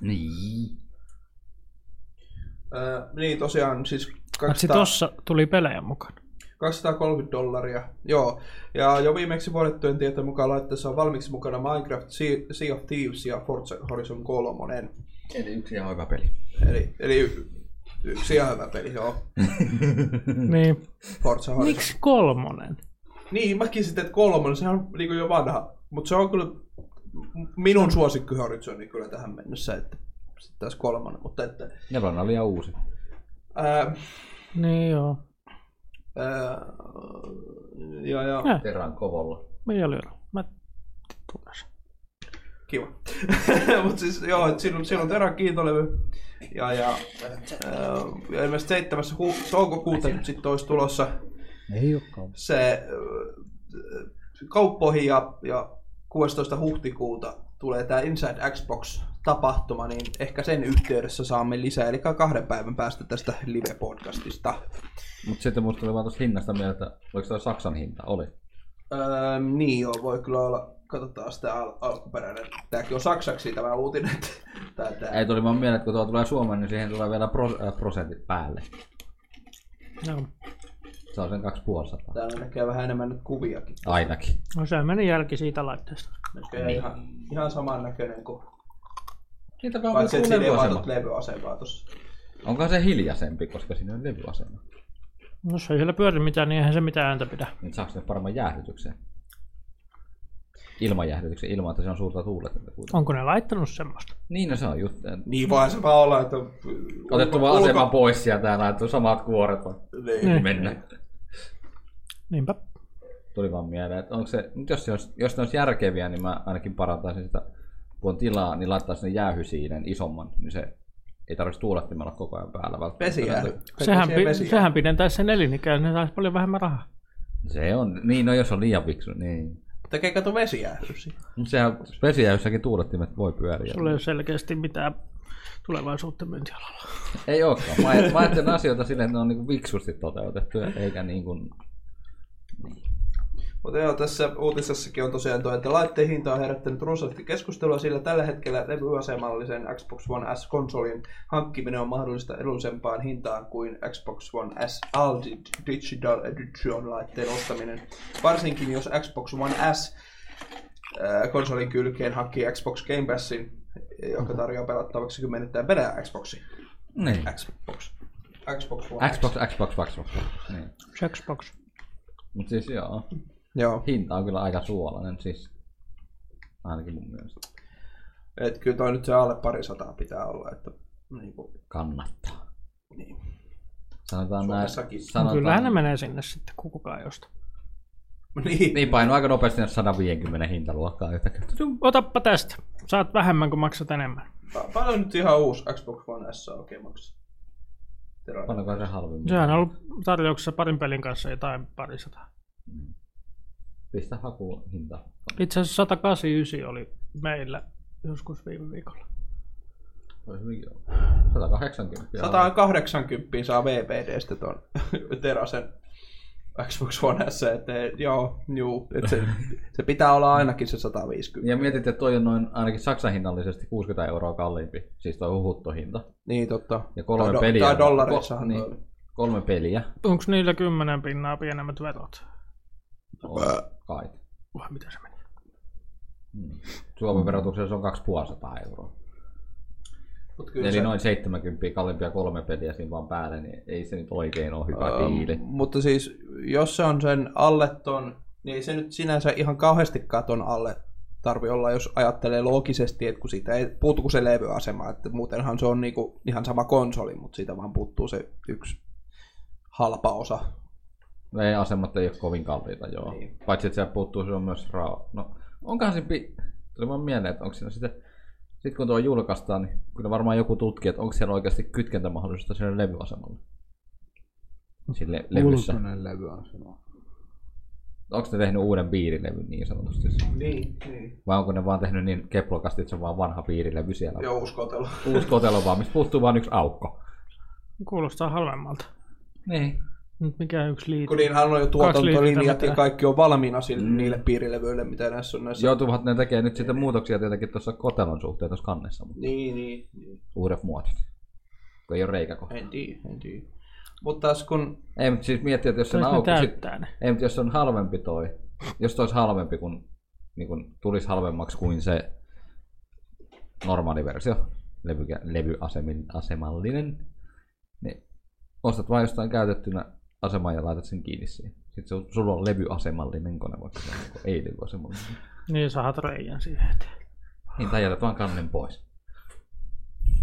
S5: Niin.
S2: Öö, niin tosiaan siis
S3: Paitsi
S2: 200,
S3: tossa tuli pelejä mukaan.
S2: 230 dollaria, joo. Ja jo viimeksi vuodettujen tietojen mukaan laitteessa on valmiiksi mukana Minecraft, Sea- Sea of Thieves ja Forza Horizon 3.
S5: Eli yksi ihan hyvä peli.
S2: Eli, eli y- yksi ihan hyvä peli, joo.
S3: Niin.
S2: Forza Horizon.
S3: Miksi kolmonen?
S2: Niin, mäkin sitten, että kolmonen, se on niinku jo vanha. Mutta se on kyllä m- minun suosikki Horizoni kyllä tähän mennessä, että sitten taas kolmonen. Mutta että,
S5: Ja on liian uusi.
S2: ää,
S3: Niin joo.
S2: ää, ja, ja,
S3: Äh.
S5: Terran kovolla.
S3: Mä ei ole. Mä tulen sen.
S2: kiva. Mutta siis joo, et siinä, on- siinä on terä kiitolevy. Ja, ja, ää, ja ilmeisesti 7. Hu- toukokuuta nyt sitten olisi tulossa
S4: Ei olekaan.
S2: se ää, kauppoihin ja, ja 16. huhtikuuta tulee tämä Inside Xbox-tapahtuma, niin ehkä sen yhteydessä saamme lisää, eli kahden päivän päästä tästä live-podcastista.
S5: Mutta sitten musta tuli vaan tuosta hinnasta mieleen, että oliko tuo Saksan hinta? Oli.
S2: Öö, niin joo, voi kyllä olla, katsotaan sitä al- alkuperäinen. Tämäkin on saksaksi tämä uutinen. Tää, tää.
S5: Ei tuli vaan mieleen, että kun tuo tulee Suomeen, niin siihen tulee vielä pro, äh, prosentit päälle.
S3: Joo.
S5: Se on sen 2500.
S2: Täällä näkee vähän enemmän nyt kuviakin.
S5: Ainakin.
S3: No se meni jälki siitä laitteesta.
S2: Näköjään ihan, ihan saman näköinen kuin...
S5: Niitä on
S2: Paitsi, että
S5: myös
S2: siinä ei
S5: levyasema.
S2: vaatut levyasemaa tossa.
S5: Onkohan se hiljaisempi, koska siinä on levyasema.
S3: Jos No ei siellä pyöri mitään, niin eihän se mitään ääntä pidä.
S5: Niin saako ne paremman jäähdytyksen? Ilman jäähdytyksen, ilman että se on suurta tuuletinta kuitenkin.
S3: Onko ne laittanut semmoista?
S5: Niin no se on juttu.
S2: Niin vaan se vaan olla, että...
S5: Otettu vaan asema pois sieltä ja laitettu samat kuoret vaan
S2: Niin.
S3: Niin.
S5: mennä.
S3: Niinpä.
S5: Tuli vaan mieleen, että onko se, nyt jos, se olisi, jos ne olisi järkeviä, niin mä ainakin parantaisin sitä kun on tilaa, niin laittaisin ne jäähysiinen isomman, niin se ei tarvitsisi tuulettimella koko ajan päällä. välttämättä.
S2: Vesijäähy.
S3: Sehän,
S2: Vesijäähy.
S3: pi- sehän pidentäisi sen elinikää, niin ne saisi paljon vähemmän rahaa.
S5: Se on, niin no jos on liian fiksu, niin.
S2: Tekee kato vesijäähy siihen.
S5: Mut Sehän vesijäähyssäkin tuulettimet voi pyöriä.
S3: Sulla ei ole selkeästi mitään tulevaisuutta myyntialalla.
S5: Ei olekaan. Mä, aj- mä ajattelen asioita silleen, että ne on niin viksusti toteutettu, eikä niin kuin...
S2: Mutta joo, tässä uutisessakin on tosiaan tuo, että laitteen hinta on herättänyt runsaasti keskustelua, sillä tällä hetkellä levyasemallisen Xbox One S-konsolin hankkiminen on mahdollista edullisempaan hintaan kuin Xbox One S All Digital Edition laitteen ostaminen. Varsinkin jos Xbox One S ää, konsolin kylkeen hankkii Xbox Game Passin, joka tarjoaa pelattavaksi kymmenittäin perää Xboxi.
S5: Niin.
S2: Xbox. Xbox One
S5: Xbox, Xbox, Xbox. Niin.
S3: Xbox.
S5: Mut siis joo,
S2: Joo.
S5: hinta on kyllä aika suolainen siis. Ainakin mun mielestä.
S2: Et kyllä toi nyt se alle parisataa pitää olla, että niinku,
S5: Kannattaa.
S2: niin.
S5: Sanotaan näin.
S2: Suomessakin.
S5: Sanotaan,
S3: Kyllähän ne No menee sinne sitten, kun kukaan ei osta.
S2: Niin.
S5: Niin painu aika nopeasti sinne 150 hintaluokkaa yhtäkkiä.
S3: Tu, Otappa tästä. Saat vähemmän kuin maksat enemmän.
S2: Pa- Paljon nyt ihan uusi Xbox One S on oikein maksaa? Tero-
S5: Paljonko se halvemmin?
S3: Sehän on ollut tarjouksessa parin pelin kanssa jotain parisataa.
S5: Pistä hakuun hinta.
S3: Itse asiassa 189 oli meillä joskus viime viikolla.
S5: Voi hyvinkin olla. 180.
S2: 180 saa VPDstä ton Terasen Xbox One S, että joo, juu, et se, se, pitää olla ainakin se 150.
S5: Ja mietit, että toi on noin ainakin Saksan hinnallisesti 60 euroa kalliimpi. Siis toi huhuttohinta.
S2: Niin totta.
S5: Ja kolme
S2: tai do-
S5: peliä.
S2: Tai dollarissahan
S5: Ko-
S2: niin.
S5: niin.
S2: toi.
S5: Kolme peliä.
S3: Onko niillä kymmenen pinnaa pienemmät verot?
S5: On kai.
S3: Vai miten se meni?
S5: Mm. Suomen verotuksessa on 2500 euroa.
S2: Mut kyllä
S5: Kyllä Eli
S2: se-
S5: noin 70 kalliimpia kolme peliä siinä vaan päälle, niin ei se nyt oikein ole hyvä
S2: Öö,
S5: um, diili.
S2: Mutta siis, jos se on sen alle ton, niin ei se nyt sinänsä ihan kauheasti ton alle tarvi olla, jos ajattelee loogisesti, että kun siitä ei puuttuu se levyasema, että muutenhan se on niinku ihan sama konsoli, mutta siitä vaan puuttuu se yksi halpa osa.
S5: No ei asemat ei ole kovin kalliita, joo.
S2: Niin.
S5: Niin. Paitsi että se puuttuu silloin myös rao. No, onkohan se... Pi- Tuli vaan mieleen, että onko siinä sitten... Sitten kun tuo julkaistaan, niin kyllä varmaan joku tutkii, että onko siellä oikeasti kytkentämahdollisuutta sinne levyasemalle. Sille levyssä.
S4: Ulkoinen levy on sanoa.
S5: Onko ne tehnyt uuden piirilevyn niin sanotusti?
S2: Niin, niin.
S5: Vai onko ne vaan tehnyt niin keplokasti, että se on vaan vanha piirilevy siellä?
S2: Joo, uskotella.
S5: Uusi kotelo vaan, mistä puuttuu vaan yksi aukko.
S3: Kuulostaa halvemmalta.
S5: Niin.
S3: Nyt mikä yksi
S2: Kun niin
S3: liite.
S2: niinhän on jo tuotantolinjat
S3: liitettä
S2: ja
S3: vetää.
S2: kaikki on valmiina sille,
S5: Mm.
S2: niille piirilevyille, mitä näissä on näissä.
S5: Joutuvat ne tekemään nyt sitten muutoksia tietenkin tuossa kotelon suhteen tuossa kannessa, mutta
S2: Niin, niin, niin.
S5: uudet muotit. Kun ei ole reikäkohta.
S2: En tiedä, en tiedä. Mutta taas kun...
S5: Ei, mutta siis miettiä, että jos sen
S3: Jos ne
S5: auki, sit,
S3: täyttää ne.
S5: ei, mutta jos se on halvempi toi, jos toi olisi halvempi, kun niin kun tulisi halvemmaksi kuin se normaali versio, levy, levyasemallinen, niin ostat vain jostain käytettynä asemaan ja laitat sen kiinni siihen. Sitten se, on- sulla on levyasemallinen kone, vaikka se on niinku ei levyasemallinen.
S3: Niin saat reijän siihen eteen.
S5: Niin, tai jätät vaan kannen pois.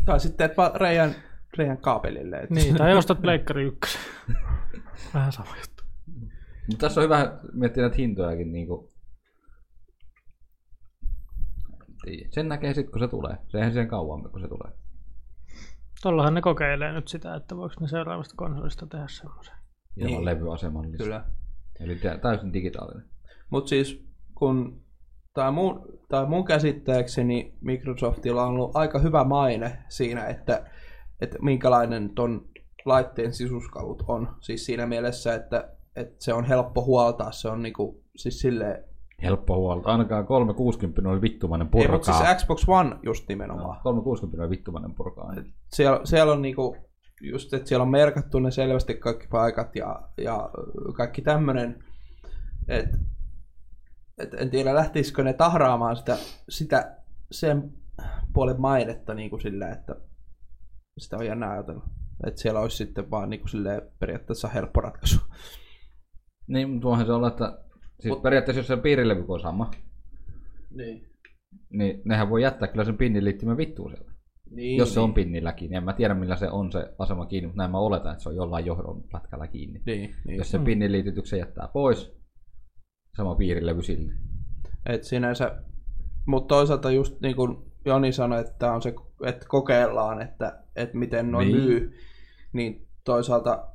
S2: Tai sitten teet vaan reijän, reijän kaapelille. Et...
S3: Niin, tai ostat pleikkari ykkösen. Vähän sama juttu.
S5: Mutta tässä on hyvä miettiä näitä hintojakin. Niin kuin... Sen näkee sitten, kun se tulee. Se eihän sen kauan, mene, kun se tulee.
S3: Tollahan ne kokeilee nyt sitä, että voiko ne seuraavasta konsolista tehdä semmoisen.
S5: Ilman
S2: Niin.
S5: niin. levyasemallista.
S2: Kyllä.
S5: Eli tä- täysin digitaalinen.
S2: Mutta siis kun, tai mun, tai mun käsittääkseni Microsoftilla on ollut aika hyvä maine siinä, että, että minkälainen ton laitteen sisuskalut on. Siis siinä mielessä, että, että se on helppo huoltaa, se on niinku, siis silleen,
S5: Helppo huolta. Ainakaan 360 oli vittumainen
S2: ei, mutta
S5: purkaa.
S2: siis Xbox One just nimenomaan.
S5: 360 oli vittumainen purkaa.
S2: Niin. Siellä, siellä on niinku, just, että siellä on merkattu ne selvästi kaikki paikat ja, ja kaikki tämmönen, että et en tiedä lähtisikö ne tahraamaan sitä, sitä sen puolen mainetta niin kuin sillä, että sitä on jännä ajatella. Että siellä olisi sitten vaan niin kuin silleen, periaatteessa helppo ratkaisu.
S5: Niin, mutta voihan se olla, että siis
S2: Mut-
S5: periaatteessa jos se piirilevy on sama,
S6: Niin.
S5: niin nehän voi jättää kyllä sen pinniliittymän vittuun siellä.
S6: niin.
S5: Niin, jos se on pinnilläkin. En mä tiedä, millä se on se asema kiinni, mutta näin mä oletan, että se on jollain johdon pätkällä kiinni.
S2: Niin, niin.
S5: Jos sen
S3: Mm.
S5: pinniliitityksen jättää pois, sama piirilevy silti.
S2: Et sinänsä, mutta toisaalta just niin kuin Joni sanoi, että tää on se, että kokeillaan, että, että miten noin
S5: Niin.
S2: myy, niin toisaalta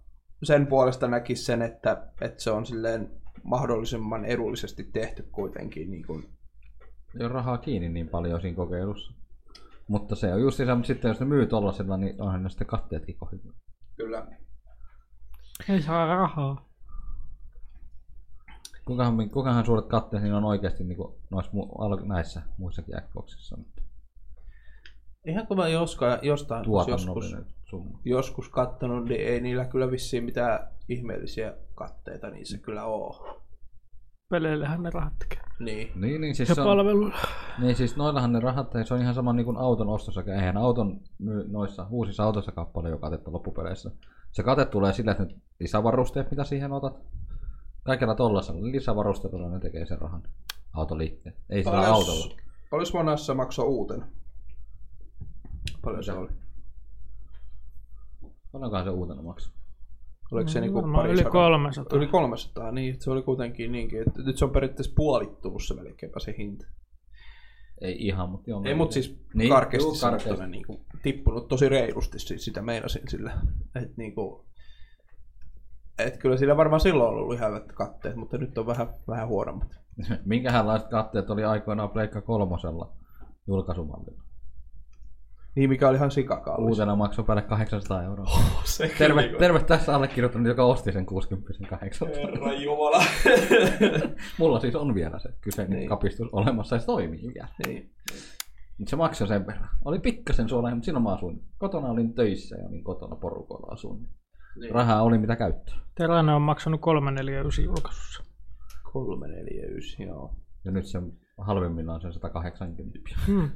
S2: sen puolesta näkisi sen, että, että se on silleen mahdollisimman edullisesti tehty kuitenkin. Niin kuin,
S5: Ei ole rahaa kiinni niin paljon siinä kokeilussa. Mutta se on just se, mutta sitten jos ne myy tollasella, niin onhan ne sitten katteetkin kohdilla.
S2: kyllä.
S3: Ei saa rahaa.
S5: Kukahan, kukahan suuret katteet niin on oikeasti niin noissa, mu- al- näissä muissakin Xboxissa on
S2: Ihan kun mä joska, jostain joskus,
S5: tuotannollinen summa.
S2: joskus kattonut, niin ei niillä kyllä vissiin mitään ihmeellisiä katteita niissä kyllä ole.
S3: Peleillähän ne rahat tekee.
S2: Niin.
S5: Niin, niin siis,
S3: Ja
S5: se on,
S3: palveluilla.
S5: niin siis noillahan ne rahat, ja se on ihan sama niin kuin auton ostossakin. Eihän auton myy noissa uusissa autossa paljon katetta loppupeleissä. Se kate tulee sillä, että ne lisävarusteet, mitä siihen otat. Kaikella tollasella lisävarusteella ne tekee sen rahan autoliitteen. Ei sillä autolla.
S2: Olis monessa maksaa uuten. Paljon se oli?
S5: Paljonkohan se uutena maksaa?
S2: Oliko se
S3: Mm,
S2: niinku
S3: varmaan
S2: pari
S3: yli
S2: sataa?
S3: 300.
S2: Yli 300, niin se oli kuitenkin niinkin, että nyt se on periaatteessa puolittunut se melkeinpä se hinta.
S5: Ei ihan, mutta joo.
S2: Ei, mutta siis niin,
S5: Niin,
S2: karkeasti
S5: juu, karkeasti.
S2: sanottuna niin kuin, tippunut tosi reilusti, siis sitä meinasin sillä. Että niin kuin, et kyllä sillä varmaan silloin on ollut ihan hyvät katteet, mutta nyt on vähän, vähän huonommat.
S5: Minkähänlaiset katteet oli aikoinaan Pleikka kolmosella julkaisumallilla?
S2: Niin, mikä oli ihan sikakaallis.
S5: Uutena maksoi päälle 800 euroa.
S2: Se
S5: Terve,
S2: kyllä,
S5: terve tässä allekirjoittanut, joka osti sen 60 800.
S2: Herra Jumala.
S5: Mulla siis on vielä se kyseinen
S2: Niin.
S5: niin. kapistus olemassa ja se toimii vielä.
S2: niin,
S5: Mut se maksoi sen verran. Oli pikkasen suolainen, mutta silloin mä asuin. Kotona olin töissä ja olin kotona porukoilla asuin.
S2: niin.
S5: Rahaa oli mitä käyttää.
S3: Terane on maksanut 349 julkaisussa.
S2: 349, joo.
S5: Ja nyt se on halvimmillaan sen 180.
S3: Hmm.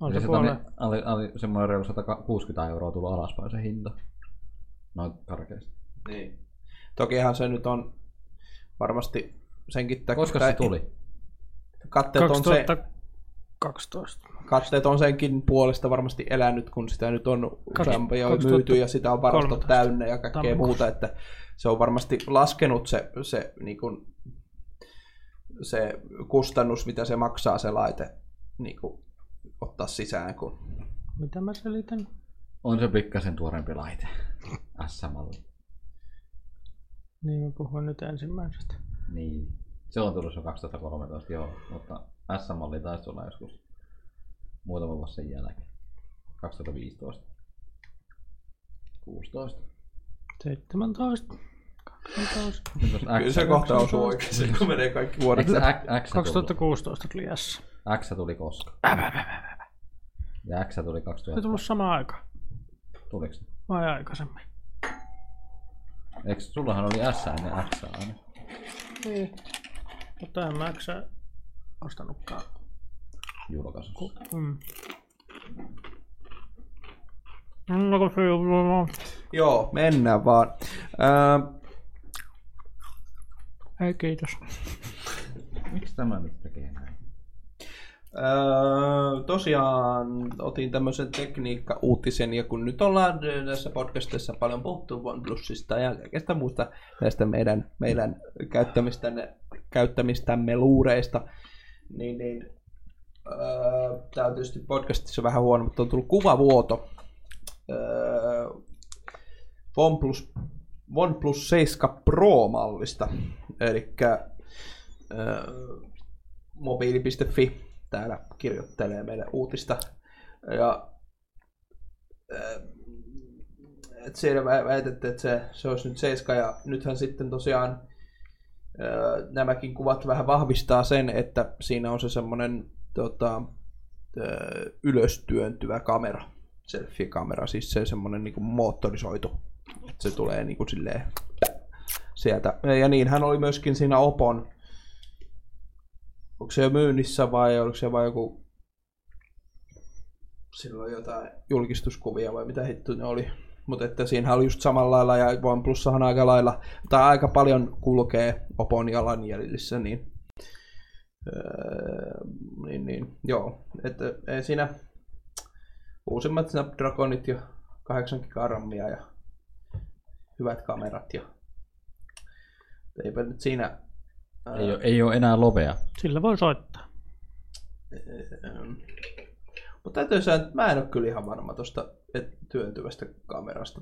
S3: On
S5: Eli
S3: se
S5: se
S3: puoleen.
S5: tonne, oli, oli semmoinen reilu 160 euroa tullut alaspäin se hinta. Noin karkeasti.
S2: Niin. Tokihan se nyt on varmasti senkin takia.
S5: Koska se tuli?
S2: Katteet on, se,
S3: 2012.
S2: katteet on senkin puolesta varmasti elänyt, kun sitä nyt on useampi ja
S3: 2013.
S2: myyty ja sitä on varastot täynnä ja kaikkea
S3: Tammikuussa.
S2: muuta, että se on varmasti laskenut se, se, niin kuin, se kustannus, mitä se maksaa se laite niin kuin, ottaa sisään, kun
S3: Mitä mä selitän?
S5: On se pikkasen tuorempi laite. S-malli.
S3: Niin mä puhun nyt ensimmäisestä.
S5: Niin. Se on tullut jo 2013, joo. Mutta S-malli taisi olla joskus muutama vuosi sen jälkeen. 2015. 16.
S3: 17. 12.
S2: kyllä se kohta osuu oikein, kun menee kaikki vuodet.
S5: Eikö se X, X, tullut?
S3: 2016 tuli S.
S5: X tuli koska? Ja X tuli
S3: Se
S5: 2000.
S3: tullut samaan aikaan.
S5: Tuliko se?
S3: Vai aikaisemmin?
S5: Eikö, sullahan oli S ennen X aina.
S3: Niin. Mutta en mä äksä ostanutkaan.
S5: Julkaisussa.
S3: Mm. No, kun se ei ollut-
S2: Joo, mennään vaan. Ää,
S3: Ei kiitos.
S5: Miksi tämä nyt tekee näin?
S2: Öö, tosiaan otin tämmöisen tekniikka-uutisen ja kun nyt ollaan tässä podcastissa paljon puhuttu OnePlusista ja kaikesta muusta näistä meidän, meidän käyttämistämme, käyttämistämme luureista, niin, niin öö, tämä on tietysti podcastissa vähän huono, mutta on tullut kuvavuoto. Öö, OnePlus, OnePlus 7 Pro-mallista, eli öö, mobiili.fi täällä kirjoittelee meille uutista. Ja, äh, et siellä vä- väitettiin, että se, se olisi nyt seiska ja nythän sitten tosiaan äh, nämäkin kuvat vähän vahvistaa sen, että siinä on se semmoinen tota, äh, ylöstyöntyvä kamera, selfie-kamera, siis se semmoinen niin moottorisoitu, että se tulee niin kuin silleen sieltä. Ja niinhän oli myöskin siinä Opon onko se jo myynnissä vai oliko se vai joku silloin jotain julkistuskuvia vai mitä hittu ne oli. Mutta että siinä oli just samalla lailla ja OnePlussahan aika lailla, tai aika paljon kulkee Opon jalanjäljissä, niin, öö, niin, niin joo, että ei siinä uusimmat Snapdragonit ja 8 gigarammia ja hyvät kamerat ja eipä nyt siinä öö, ää,
S5: Ei ole, ei ole enää lovea.
S3: Sillä voi soittaa.
S2: Ähm. Mutta täytyy sanoa, että mä en ole kyllä ihan varma tuosta työntyvästä kamerasta.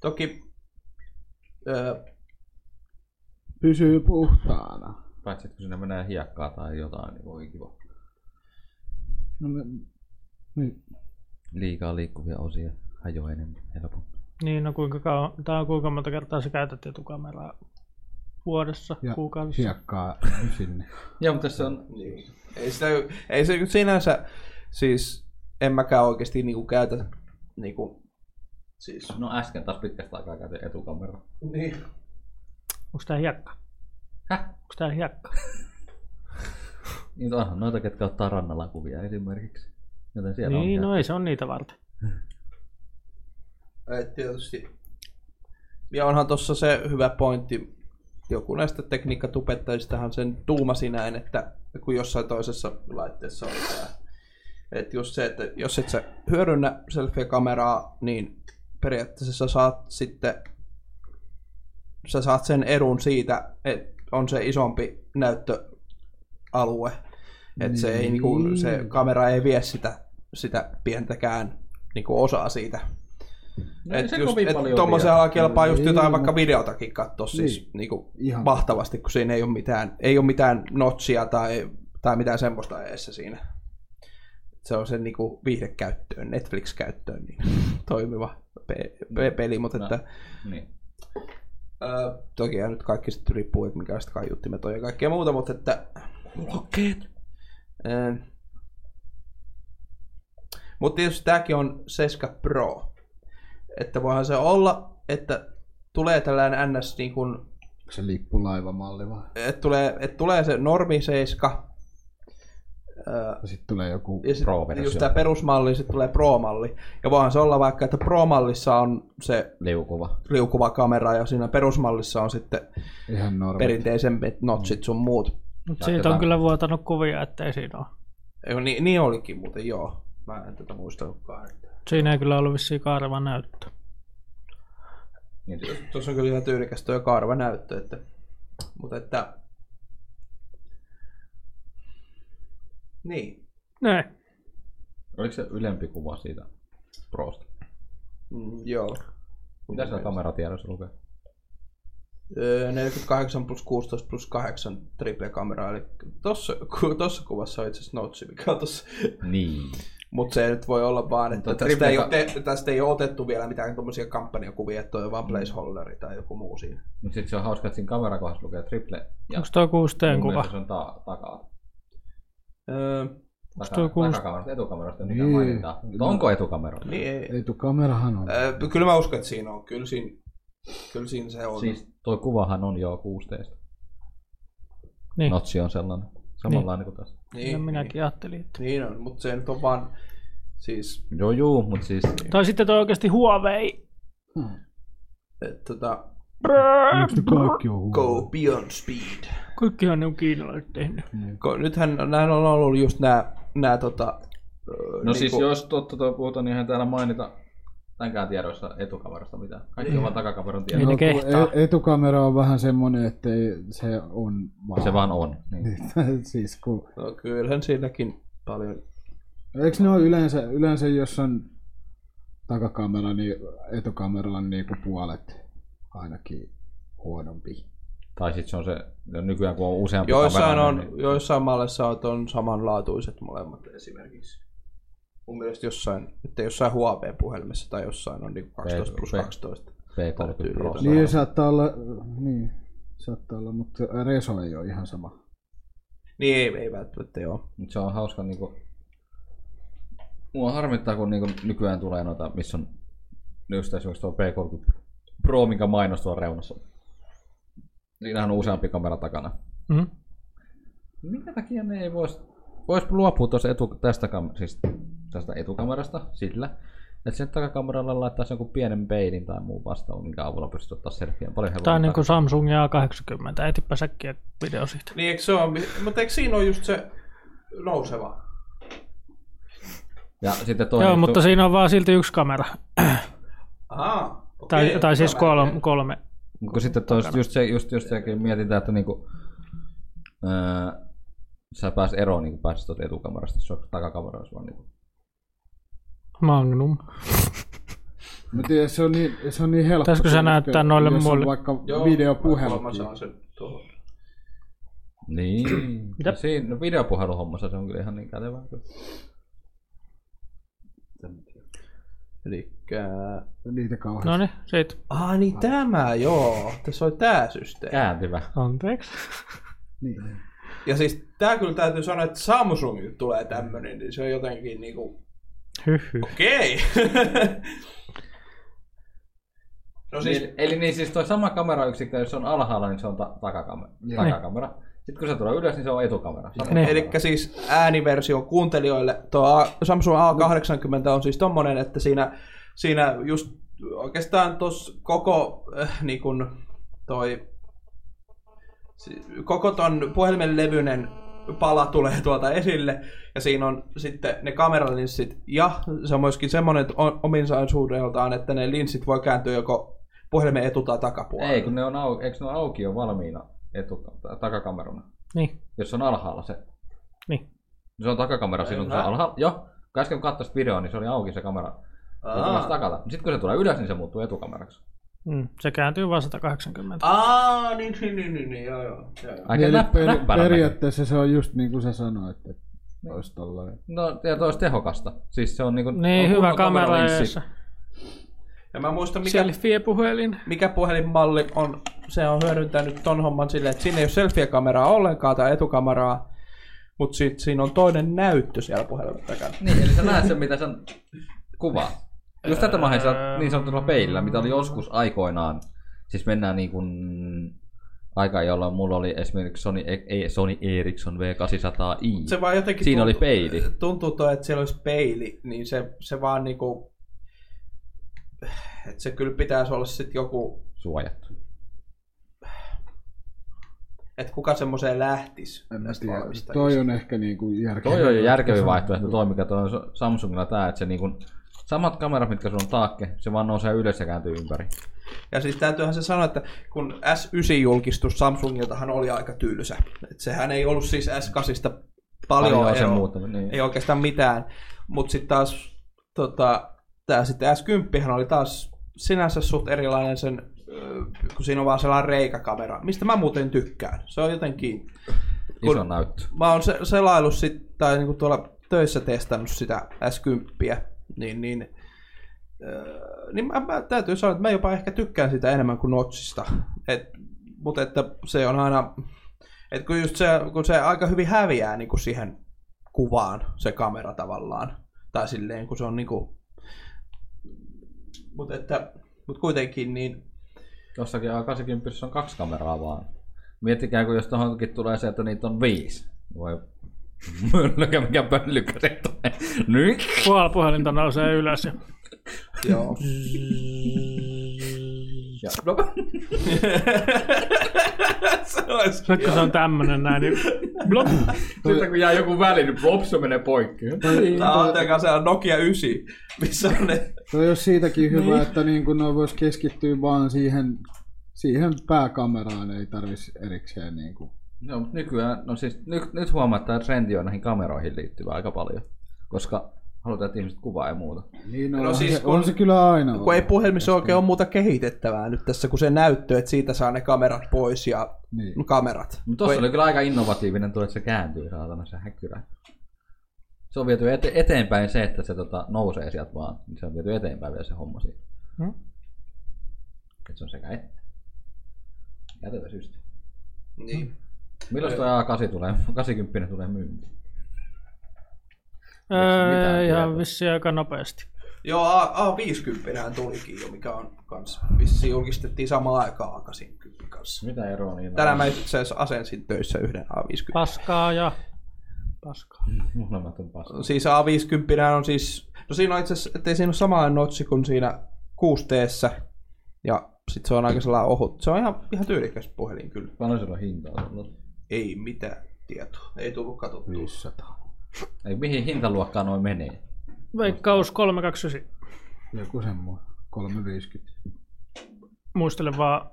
S2: Toki öö,
S4: Pysyy puhtaana.
S5: Paitsi, että kun sinne menee hiekkaa tai jotain, niin voi kiva.
S4: No, me, me,
S5: Liikaa liikkuvia osia hajoaa enemmän helpommin.
S3: Niin, no kuinka kauan, tää on kuinka monta kertaa sä käytät etukameraa vuodessa,
S4: Ja
S3: kuukaudessa.
S4: hiekkaa sinne.
S5: Joo, mutta se on...
S2: niin. ei, sitä, ei se nyt sinänsä, siis en mäkään oikeasti niinku käytä niinku, siis,
S5: No äsken taas pitkästä aikaa käytin etukamera.
S2: niin.
S3: Onks tää hiekka?
S5: Häh?
S3: Onks tää hiekka?
S5: Niin mutta onhan noita, ketkä ottaa rannalla kuvia esimerkiksi. Joten siellä
S3: niin,
S5: on
S3: no ei se on niitä varten.
S2: Et tietysti. Ja onhan tuossa se hyvä pointti, joku näistä tekniikkatubettajistahan sen tuumasi näin, että kun jossain toisessa laitteessa on tämä. Että just se, että jos et sä hyödynnä selfie-kameraa, niin periaatteessa sä saat sitten sä saat sen edun siitä, että on se isompi näyttöalue. Että se, ei, niinku, se
S4: Niin.
S2: kamera ei vie sitä, sitä pientäkään niinku, osaa siitä
S5: No ei
S2: et
S5: se
S2: just,
S5: kovin
S2: et
S5: paljon
S2: tommosen
S5: vie.
S2: ala kelpaa just
S4: Ei,
S2: jotain
S4: mut-
S2: vaikka videotakin katsoa siis
S4: Niin.
S2: niinku
S4: Ihan.
S2: mahtavasti, kun siinä ei ole mitään, ei ole mitään notsia tai, tai mitään semmoista eessä siinä. Se on sen niinku viihdekäyttöön, Netflix-käyttöön niin toimiva pe- pe- peli, mutta
S5: No.
S2: että
S5: Niin.
S2: Öö, toki nyt kaikki sitten riippuu, että minkälaiset kaiuttimet on ja kaikkea muuta, mutta että... Lokkeet! Öö, mutta tietysti tämäkin on 7 Pro. Että voihan se olla, että tulee tällainen NS niin kuin
S4: Onko se lippulaivamalli vai?
S2: että tulee, että tulee se normi 7, öö,
S4: Ja sitten tulee joku...
S2: ja sit
S5: Pro-versio.
S2: just tämä perusmalli, sitten tulee Pro-malli. Ja voihan se olla vaikka, että Pro-mallissa on se
S5: Liukuva.
S2: liukuva kamera ja siinä perusmallissa on sitten
S4: Ihan normaali.
S2: perinteisemmät notsit sun muut.
S3: Mut
S5: Ja
S3: siitä
S5: tätä-
S3: on kyllä vuotanut kuvia, ettei siinä oo.
S2: Joo, niin, niin olikin muuten, joo. Mä en tätä muistanutkaan.
S3: Siinä ei kyllä ollut vissiin kaareva näyttö.
S5: Niin, tietysti.
S2: Tuossa on kyllä ihan tyylikäs tuo kaareva näyttö, että... Mutta että... Niin.
S3: Näin.
S5: Oliko se ylempi kuva siitä Prosta?
S2: Mm, joo.
S5: Mitä siellä kameratiedossa lukee?
S2: Öö, 48 plus 16 plus 8 triple kamera, eli tossa, ku, tossa kuvassa on itse asiassa notsi, mikä on tossa.
S5: Niin.
S2: Mut se ei nyt voi olla vaan, että
S5: Mutta
S2: tästä ei,
S5: triple
S2: ole, te, tästä ei ole otettu vielä mitään tommosia kampanjakuvia, että toi on vaan placeholderi tai joku muu siinä.
S5: Mut sit se on hauska, että siinä kamerakohdassa lukee triple. Ja
S3: Onks tuo kuusteen
S5: mun
S3: kuva?
S5: mielestä se on ta- takaa.
S2: Öö,
S5: Taka,
S3: tuo kuusi-
S5: takakamerasta, etakamerasta ei ole mitään
S4: Niin.
S5: mainintaa. Mutta onko etukamera?
S2: niin ei,
S4: Etukamerahan on.
S2: Äh, Öö, kyllä mä uskon, että siinä on. Kyllä siinä Kyllä siinä se on.
S5: Siis tuo kuvahan on jo 16.
S3: Niin, no,
S5: Notsi on sellainen. Samanlainen kuin tässä.
S3: niin minäkin ajattelin. Että.
S2: Niin, niin on, mutta se nyt on vaan... Siis,
S5: Joo, juu, mutta siis
S3: Tai sitten toi oikeasti Huawei.
S4: Hmm.
S2: et, tota,
S4: Miksi ne kaikki on huono?
S2: go beyond speed.
S3: Kaikkihan ne on kiinalaiset tehnyt.
S2: Ko, nythän näillä on ollut just nää, nää tota... niinku-
S5: No niin siis kun... jos totta tuo puhutaan, niin eihän täällä mainita tämänkään tiedoissa etukavarasta mitään. Kaikki on vaan takakaveron
S3: Ei
S5: tiedossa.
S3: ne
S4: kun
S3: kehtaa.
S4: e- etukamera on vähän semmoinen, että se on vaan.
S5: No, Se vaan on. Niin.
S4: siis kun,
S2: No kyllähän siinäkin paljon...
S4: eikö ne ole yleensä, yleensä jos on takakamera, niin etukamera on niinku puolet ainakin huonompi.
S5: Tai sitten se on se, no nykyään kun on useampi
S2: Joissain,
S5: kamera,
S2: on,
S5: niin
S2: joissain malleissa on, on samanlaatuiset molemmat esimerkiksi. Mun mielestä jossain, että jossain Huawei-puhelimessa tai jossain on niinku 12 plus
S5: Ei, ei.
S2: 12.
S5: P30 Pro.
S4: Niin saattaa olla, niin, saattaa olla, mutta reso ei ole ihan sama.
S2: Niin ei, ei välttämättä joo.
S5: Mut se on hauska niinku... Mua harmittaa, kun niinku nykyään tulee noita, missä on just esimerkiksi tuo P30 Pro, minkä mainos tuolla reunassa. Siinähän on useampi kamera takana.
S3: Mm.
S5: Minkä takia ne ei voisi vois luopua tuosta etu, tästä, kam- siis tästä etukamerasta sillä, että sen takakameralla laittaa jonkun pienen peilin tai muun vastaavan, minkä avulla pystyy ottaa selfieä. Paljon
S3: Tää
S5: helpompaa.
S3: on niinku Samsung ja 80. Etipä säkkiä video siitä.
S2: Niin eikö se ole, mutta eikö siinä ole just se nouseva?
S5: Ja sitten
S3: Joo,
S5: toinen juttu-
S3: mutta siinä on vaan silti yksi kamera.
S2: Aha,
S3: Tai,
S2: okei,
S3: tai siis
S2: tämä
S3: kolme.
S2: tekee.
S3: kolme.
S5: Mut Kun sitten tois, just, se, just, just sekin mietitään, että niinku, öö, sä pääs eroon, niin pääsit tuolta etukamerasta, se on takakamera, olisi vaan niinku.
S3: Magnum.
S4: Mä tiedän, se on niin, se on niin helppo.
S3: Pitäisikö se näyttää noille
S4: jos on
S3: muille?
S4: vaikka
S2: Joo, mä
S4: videopuhelu.
S2: saan sen tuohon.
S5: Niin.
S3: Jep.
S5: Siinä no videopuheluhommassa se on kyllä ihan niin kätevää.
S2: Elikkä...
S4: Niitä kauheasti.
S3: No niin, siitä.
S2: Ah niin tämä, joo. Tässä oli tää systeemi.
S5: Kääntyvä.
S3: Anteeksi.
S4: Niin.
S2: Ja siis tää kyllä täytyy sanoa, että Samsung tulee tämmönen, niin se on jotenkin niinku...
S3: Hyhy.
S2: Okei! no siis...
S5: Eli, eli niin siis tuo sama kamerayksikkö, jos se on alhaalla, niin se on ta- takakamera. takakamera. Sitten kun se tulee ylös, niin se on etukamera. Sama
S3: Niin.
S2: Eli siis ääniversio kuuntelijoille, tuo A- Samsung A80 on siis tommonen, että siinä, siinä just oikeastaan tuossa koko äh, niin kun toi, si- koko ton puhelimen levyinen pala tulee tuolta esille ja siinä on sitten ne kameralinssit ja se on myöskin semmoinen ominsaisuudeltaan, että ne linssit voi kääntyä joko puhelimen etu- tai takapuolelle.
S5: Ei, kun ne on auki, eikö ne ole auki jo valmiina etuka- takakamerana?
S3: Niin.
S5: Jos se on alhaalla se.
S3: Niin.
S5: Se on takakamera silloin, kun se on alhaalla. Joo. Kun äsken katsoin sitä videoa, niin se oli auki se kamera.
S2: Aa.
S5: Aa. takata. Sitten kun se tulee ylös, niin se muuttuu etukameraksi.
S3: Mm, se kääntyy vaan 180.
S2: Aa, niin, niin, niin, niin, niin, joo, joo, joo. joo.
S5: Aika
S4: Eli
S5: näppä,
S4: per,
S5: näppärä näkö.
S4: periaatteessa se on just niin kuin sä sanoit, että olisi tollainen.
S5: No, ja toi olisi tehokasta. Siis se on niinku...
S3: Niin,
S5: on
S3: hyvä
S5: kunnon
S3: kamera
S5: kameralinssi.
S3: edessä.
S2: Ja mä muistan, mikä
S3: Selfie-puhelin.
S2: mikä puhelinmalli on, se on hyödyntänyt ton homman silleen, että siinä ei ole selfie-kameraa ollenkaan tai etukameraa, mutta sit siinä on toinen näyttö siellä puhelimen takana.
S5: Niin, eli sä näet sen, mitä sen kuvaa. Just tätä mä sä niin sanotulla peilillä, mitä oli joskus aikoinaan. Siis mennään niin kuin aika, jolloin mulla oli esimerkiksi Sony, E- ei, Sony Ericsson V800i.
S2: Se vaan jotenkin
S5: Siinä oli peili.
S2: Tuntuu toi, että siellä olisi peili, niin se, se vaan niinku, että se kyllä pitäisi olla sit joku,
S5: Suojattu.
S2: että kuka semmoiseen lähtisi
S4: En mä
S2: näistä
S4: tiedä.
S2: valmistajista.
S4: Toi on ehkä niin kuin järkevä.
S5: Toi on jo järkevin vaihtoehto, toi mikä toi on Samsungilla tää, että se niinku, samat kamerat, mitkä sulla on taakke, se vaan nousee ylös ja kääntyy ympäri.
S2: Ja siis täytyyhän se sanoa, että kun S9-julkistus Samsungiltahan oli aika tylsä. Et sehän ei ollut siis S8 paljon,
S5: Paljon on
S2: paljon
S5: sen
S2: eroa.
S5: muuttanut, niin.
S2: ei oikeastaan mitään. Mutta sitten taas tota, tämä sitten S10 hän oli taas sinänsä suht erilainen sen, öö, kun siinä on vaan sellainen reikäkamera, mistä mä muuten tykkään. Se on jotenkin,
S5: Iso näyttö.
S2: mä oon se, selaillut sit, tai niinku tuolla töissä testannut sitä S10, niin, niin, öö, niin mä, mä, täytyy sanoa, että mä jopa ehkä tykkään sitä enemmän kuin Notchista. Et, mutta että se on aina, että kun, just se, kun se aika hyvin häviää niin kuin siihen kuvaan se kamera tavallaan. Tai silleen, kun se on niinku... Mutta että, mut kuitenkin niin
S5: Jossakin A80 on kaksi kameraa vaan. Miettikää, kun jos tuohonkin tulee se, että niitä on viisi. Voi myllykä, mikä pöllykkä se tulee. Nyt.
S3: Puhal puhelinta nousee ylös. Ja...
S2: Joo.
S5: Ja, no,
S6: se olisi...
S3: Nyt kun se on tämmönen näin, niin blop,
S5: sitten kun jää joku väli, niin blop, se menee poikki.
S4: Niin,
S2: Tää on teikään siellä Nokia 9, missä on ne...
S4: Toi olisi No siitäkin hyvä, että niin kun ne voisi keskittyä vaan siihen, siihen pääkameraan, ei tarvitsisi erikseen niin kuin.
S5: No, mut nykyään, no siis nyt, nyt huomaa, että tämä trendi on näihin kameroihin liittyvä aika paljon, koska halutaan, että ihmiset kuvaa ja muuta.
S4: Niin no,
S2: No
S4: on,
S2: siis
S4: siis, se,
S2: kun-
S4: on, se kyllä aina
S2: Kun ei
S4: ollut.
S2: puhelimissa oikein ole muuta kehitettävää nyt tässä, kun se näyttö, että siitä saa ne kamerat pois ja
S4: Niin.
S2: kamerat.
S5: Mutta tuossa oli kyllä aika innovatiivinen tuo, että se kääntyy saatana se häkkyrä. Se on viety ete- eteenpäin se, että se tota, nousee sieltä vaan, niin se on viety eteenpäin vielä se homma siitä.
S3: Hmm.
S5: Et se on sekä että. Kätevä syystä.
S2: Niin.
S5: Milloin tuo A8 tulee, 80 tulee myyntiin?
S3: öö,
S5: Mitään
S3: ihan
S5: tietoa.
S3: vissiin aika nopeasti.
S2: Joo, A- A50 tulikin jo, mikä on kans, vissiin julkistettiin samaan aikaan A80 kanssa.
S5: Mitä eroa niin
S2: Tänään mä itse asiassa asensin töissä yhden A50.
S3: Paskaa ja paskaa.
S5: Molemmat on paska.
S2: Siis A50 on siis... No siinä on itse asiassa, ettei siinä ole sama notsi kuin siinä 6 Ja sit se on aika sellainen ohut. Se on ihan, ihan tyylikäs puhelin kyllä.
S5: Paljon sillä on hintaa No, tullut?
S2: Ei mitään tietoa. Ei tullut katsottua.
S4: Niin. 500.
S5: Ei, mihin hintaluokkaan noin menee?
S3: Veikkaus 329.
S4: Joku semmoinen. 350.
S3: Muistele vaan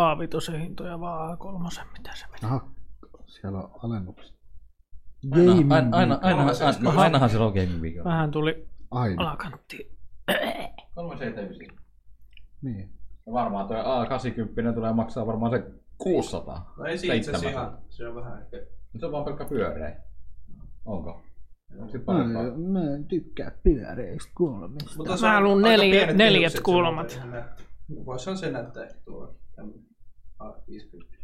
S3: A5 hintoja vaan A3, mitä se meni.
S4: Aha, siellä on alennukset.
S5: Aina,
S4: Gaming.
S5: aina, aina, aina, aina, ainahan se on gaming viikolla.
S3: Vähän tuli
S4: aina.
S3: alakanttiin.
S5: 379.
S4: Niin.
S5: Ja varmaan tuo A80 tulee maksaa varmaan se 600.
S2: No ei siitä se
S5: 700.
S2: ihan... Se on vähän ehkä...
S5: Nyt se on vaan pelkkä pyöreä. Onko? Onko se
S2: Mm,
S4: Mä,
S5: parempaa?
S4: mä en tykkää pyöreistä kulmista.
S2: Mutta
S3: Mä haluun
S2: aika
S3: neljä-
S2: pienet
S3: neljät
S2: kehykset, se on
S3: kulmat.
S2: ihan nätti. Voisihan se näyttää ehkä tuolla. tämmönen A50.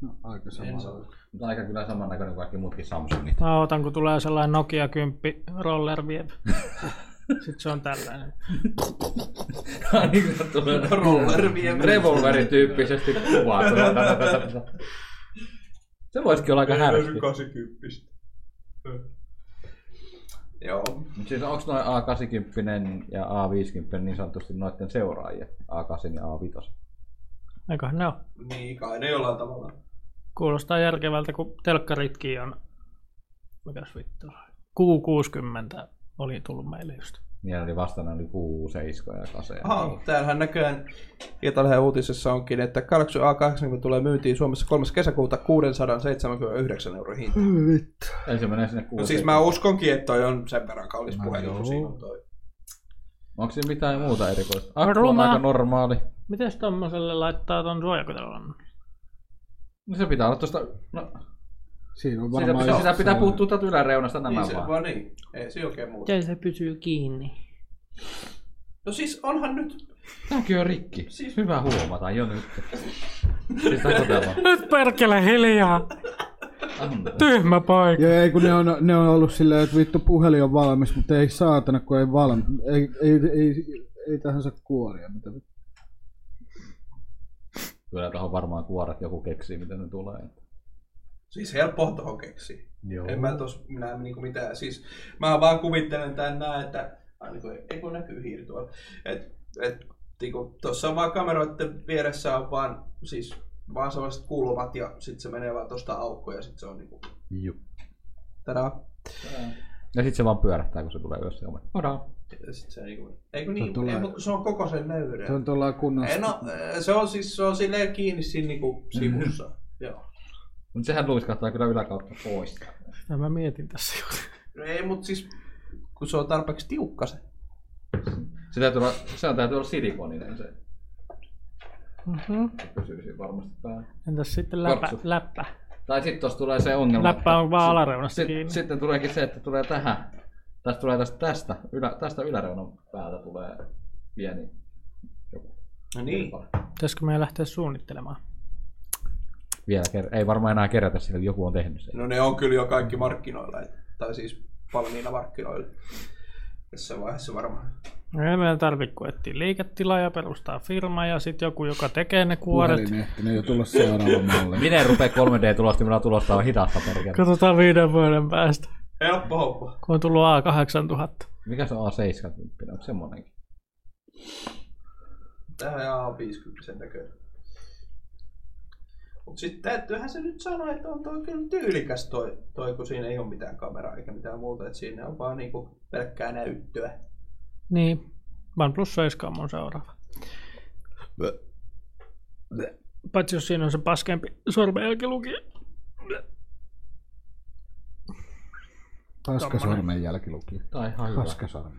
S4: No, aika
S2: En
S4: sama.
S2: saa.
S5: Mutta aika kyllä samannäköinen kuin kaikki muutkin Samsungit.
S3: Mä ootan, kun tulee sellainen Nokia 10 roller vieb. Sitten se on tällainen.
S5: niin kuin se tulee
S2: Roller vie
S5: revolverityyppisesti kuvaa. Se voisikin olla aika härski.
S2: 80. Joo.
S5: Mutta siis onko noin A80 ja A50 niin sanotusti noiden seuraajia? A8 ja A5.
S3: Eiköhän ne ole.
S2: Niin, kai ne jollain tavalla.
S3: Kuulostaa järkevältä, kun telkkaritkin on... Mikäs vittu? se oli? Q60 oli tullut meille just.
S5: Niillä oli vastana oli Q7 ja 8.
S2: Aha, täällähän näköjään Iltalehden uutisessa onkin, että Galaxy A80 tulee myyntiin Suomessa 3. kesäkuuta 679 euron hinta.
S5: Mm.
S4: Oi vittu.
S5: Eli se menee sinne 6
S2: No siis mä uskonkin, että toi on sen verran
S5: No
S2: kallis puhelin, kun siinä on toi.
S5: Onko siinä mitään muuta erikoista? Akku on
S3: Ruma.
S5: aika normaali.
S3: Mites tommoselle laittaa ton suojakotelon?
S5: No se pitää olla tuosta... No,
S4: Siinä on
S5: sitä,
S4: varmaan...
S5: pitää,
S4: just
S5: sitä pitää
S4: se-
S5: puuttua täältä yläreunasta nämä
S2: Niin se,
S5: niin vaan.
S2: vaan niin. Ei se oikein muuta.
S3: se pysyy kiinni?
S2: No siis onhan nyt...
S5: Tämäkin on rikki. Siis hyvä huomata jo nyt. siis tarkoitellaan.
S3: Nyt perkele hiljaa! Tyhmä poika!
S4: Joo, ei kun ne on, ne on ollut silleen, että vittu puhelin on valmis, mutta ei saatana, kun ei valmis. Ei, ei, ei, ei tähän saa kuoria. Mitä vittu.
S5: Kyllä tuohon varmaan kuoret joku keksii, miten ne tulee.
S2: Siis helppoa tohon keksiä.
S5: Joo.
S2: En mä tos näe niinku mitään. Siis mä vaan kuvittelen tän näin, että aina kun, ei kun näkyy hiiri tuolla. Et, et, niinku, tossa on vaan kameroiden vieressä on vaan siis vaan sellaiset kulmat ja sit se menee vaan tosta aukkoon ja sit se on niinku
S5: Joo.
S2: tadaa.
S5: Ja sit se vaan pyörähtää, kun se tulee ylös se Oda.
S2: Ja sit se niinku, ei kun niin,
S4: tulee-
S2: ei, mut kun se on koko sen nöyreä.
S4: Se on tuolla kunnossa.
S2: Ei, no, se on siis se on silleen kiinni siinä niinku sivussa. Joo.
S5: Mut sehän luiskahtaa kyllä yläkautta pois.
S3: Ja mä mietin tässä just.
S2: No ei, mut siis kun se on tarpeeksi tiukka se.
S5: Se täytyy olla, se on täytyy olla silikoninen se.
S3: Mm-hmm.
S5: Pysyy siinä varmasti päällä.
S3: Entäs sitten läppä?
S5: Kortsu.
S3: läppä?
S5: Tai sit tossa tulee se ongelma.
S3: Läppä on vaan
S5: sit-
S3: alareunasta
S5: Sitten,
S3: kiinni.
S5: sitten tuleekin se, että tulee tähän. Tästä tulee tästä, tästä, ylä, tästä yläreunan päältä tulee pieni.
S2: No niin.
S3: Pitäisikö meidän lähteä suunnittelemaan?
S5: Vielä ker- ei varmaan enää kerätä sillä, kun joku on tehnyt sen.
S2: No ne on kyllä jo kaikki markkinoilla, et- tai siis valmiina markkinoilla. Tässä vaiheessa varmaan.
S3: No Ei meidän tarvitse kun etsiä liiketilaa ja perustaa firma ja sitten joku, joka tekee ne kuoret.
S4: Puhelin ehtinyt jo tulla seuraava malli.
S5: Minä en rupea 3D-tulostimella tulostaa hidasta perkele.
S3: Katsotaan viiden vuoden päästä,
S2: Helppo hoppa.
S3: kun on tullut A8000.
S5: Mikä se on A70? Onko semmonenkin?
S2: Tähän ihan 50 näköinen. Mut sitten täytyyhän se nyt sanoa, että on toi kyllä tyylikäs toi, toi kun siinä ei ole mitään kameraa eikä mitään muuta, että siinä on vaan niinku pelkkää näyttöä.
S3: Niin, OnePlus 7 on mun seuraava. Paitsi jos siinä on se paskempi sormenjälkiluki.
S4: Paska
S3: Tommonen.
S4: sormen jälkiluki.
S5: Tää on ihan hyvä.
S4: Paska sormen.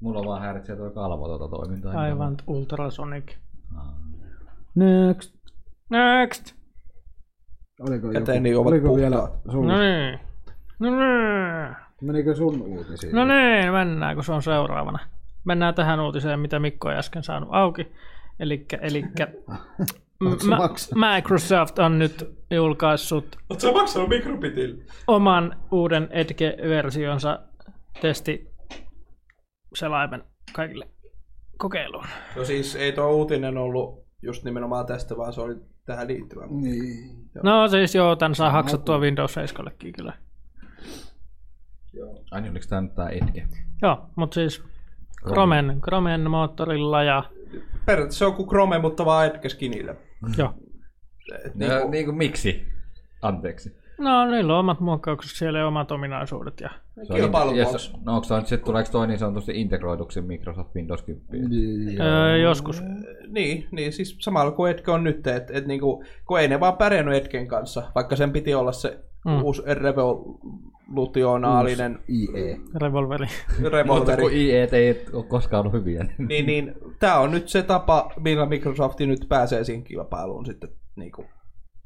S5: Mulla vaan häiritsee tuo kalvo tuota toimintaa.
S3: Aivan ultrasonic.
S4: Next.
S3: Next!
S4: Oliko,
S2: Käteeni
S4: joku,
S2: ovat
S4: oliko
S2: puhtaat.
S4: vielä sun,
S3: No niin. No niin.
S4: menikö sun uutisiin?
S3: No niin, mennään, kun se on seuraavana. Mennään tähän uutiseen, mitä Mikko on äsken saanut auki. Elikkä, elikkä
S4: Maksa,
S3: Ma-
S4: maksa.
S3: Microsoft on nyt julkaissut
S2: Oot sä maksanut mikrobitille?
S3: oman uuden Edge-versionsa testi selaimen kaikille kokeiluun.
S2: No siis ei tuo uutinen ollut just nimenomaan tästä, vaan se oli tähän liittyvä.
S4: Niin.
S3: No siis joo, tämän saa haksattua Windows 7 kyllä.
S5: Ai niin, oliko tää nyt tää etke?
S3: Joo, mutta siis Chromen, Chromen moottorilla ja
S2: Periaatteessa se on kuin Chrome, mutta vaan etkäskinillä.
S3: joo.
S5: No,
S2: niinku
S5: niin kuin miksi? Anteeksi.
S3: No niillä on omat muokkaukset siellä ja omat ominaisuudet ja
S5: Se on
S2: Kilpailu
S5: in- jos- No onko se nyt sitten tuleeko toi niin sanotusti integroiduksi Microsoft Windows 10?
S3: öö, joskus.
S2: Niin, niin, siis samalla kuin Etke on nyt, että et niinku, kun ei ne vaan pärjännyt Etken kanssa, vaikka sen piti olla se
S3: Mm.
S2: mm. uusi revolutionaalinen
S4: IE.
S3: Revolveri.
S5: Mutta kun
S2: revolveri.
S5: IET ei ole koskaan ollut hyviä. niin-
S2: Niin, niin tämä on nyt se tapa, millä Microsoft nyt pääsee siihen kilpailuun sitten. Niinku,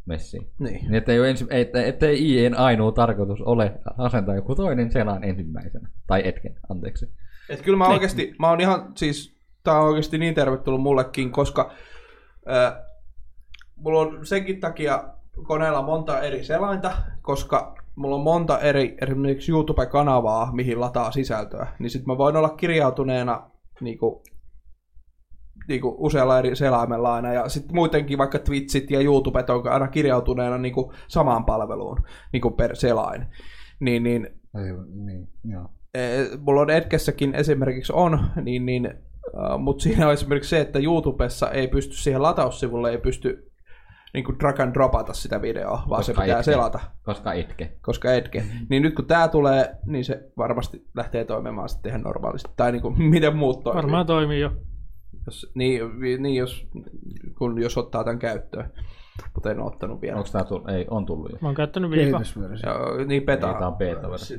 S5: Messi.
S2: niin.
S5: Niin, ettei, ole ensi, ettei, ettei IEn ainoa tarkoitus ole asentaa joku toinen selan ensimmäisenä. Tai etken, anteeksi.
S2: Et kyllä mä oikeasti, mä oon ihan, siis tää on oikeasti niin tervetullut mullekin, koska ää, mulla on senkin takia koneella monta eri selainta, koska mulla on monta eri esimerkiksi YouTube-kanavaa, mihin lataa sisältöä, niin sit mä voin olla kirjautuneena niinku, niinku usealla eri selaimella aina, ja sitten muutenkin vaikka Twitchit ja YouTubet on aina kirjautuneena niinku samaan palveluun niinku per selain. Niin, niin
S4: Ei, niin, joo.
S2: Eh, mulla on Edgessäkin esimerkiksi on, niin, niin, äh, mutta siinä on esimerkiksi se, että YouTubessa ei pysty siihen lataussivulle, ei pysty niin kuin drag and dropata sitä videoa, vaan se
S5: Koska Mm-hmm.
S2: pitää
S5: etke.
S2: selata,
S5: Koska etke.
S2: koska etke. Niin nyt kun tämä tulee, niin se varmasti lähtee toimimaan sitten ihan normaalisti. Tai niin kuin, miten muut toimii.
S3: Varmaan toimii jo.
S2: Jos, niin, vi- niin jos, kun, jos ottaa tämän käyttöön, mutta en ole ottanut vielä.
S5: Onko tää tullut? Ei, on tullut jo.
S3: Mä oon käyttänyt viikon.
S4: Kehitysversio.
S2: Ja, niin beta.
S5: Ei, tää on beta-versio.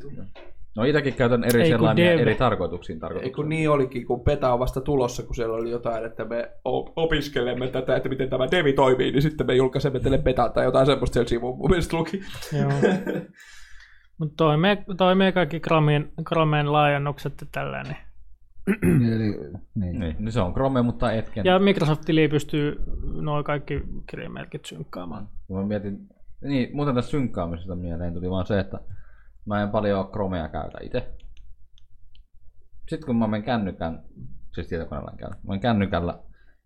S5: No itäkin käytän eri
S3: Ei, kun
S5: selaimia
S3: dev.
S5: eri tarkoituksiin
S2: Ei kun
S5: tarkoituksiin.
S2: niin olikin, kun PETA on vasta tulossa, kun siellä oli jotain, että me o- opiskelemme tätä, että miten tämä Devi toimii, niin sitten me julkaisemme teille PETA tai jotain semmoista siellä sivuun mun mielestä luki.
S3: Joo. Mutta toimii, toimii kaikki Chromen, Chromen laajennukset ja tällainen.
S4: Niin, eli, niin.
S5: Niin, niin se on Chrome, mutta etken.
S3: Ja Microsoft Tili pystyy nuo kaikki kirjamerkit synkkaamaan.
S5: Kun mä mietin, niin muuten tästä synkkaamisesta mieleen tuli vaan se, että mä en paljon Chromea käytä itse. Sitten kun mä menen kännykän, siis tietokoneella en käytä, mä menen kännykällä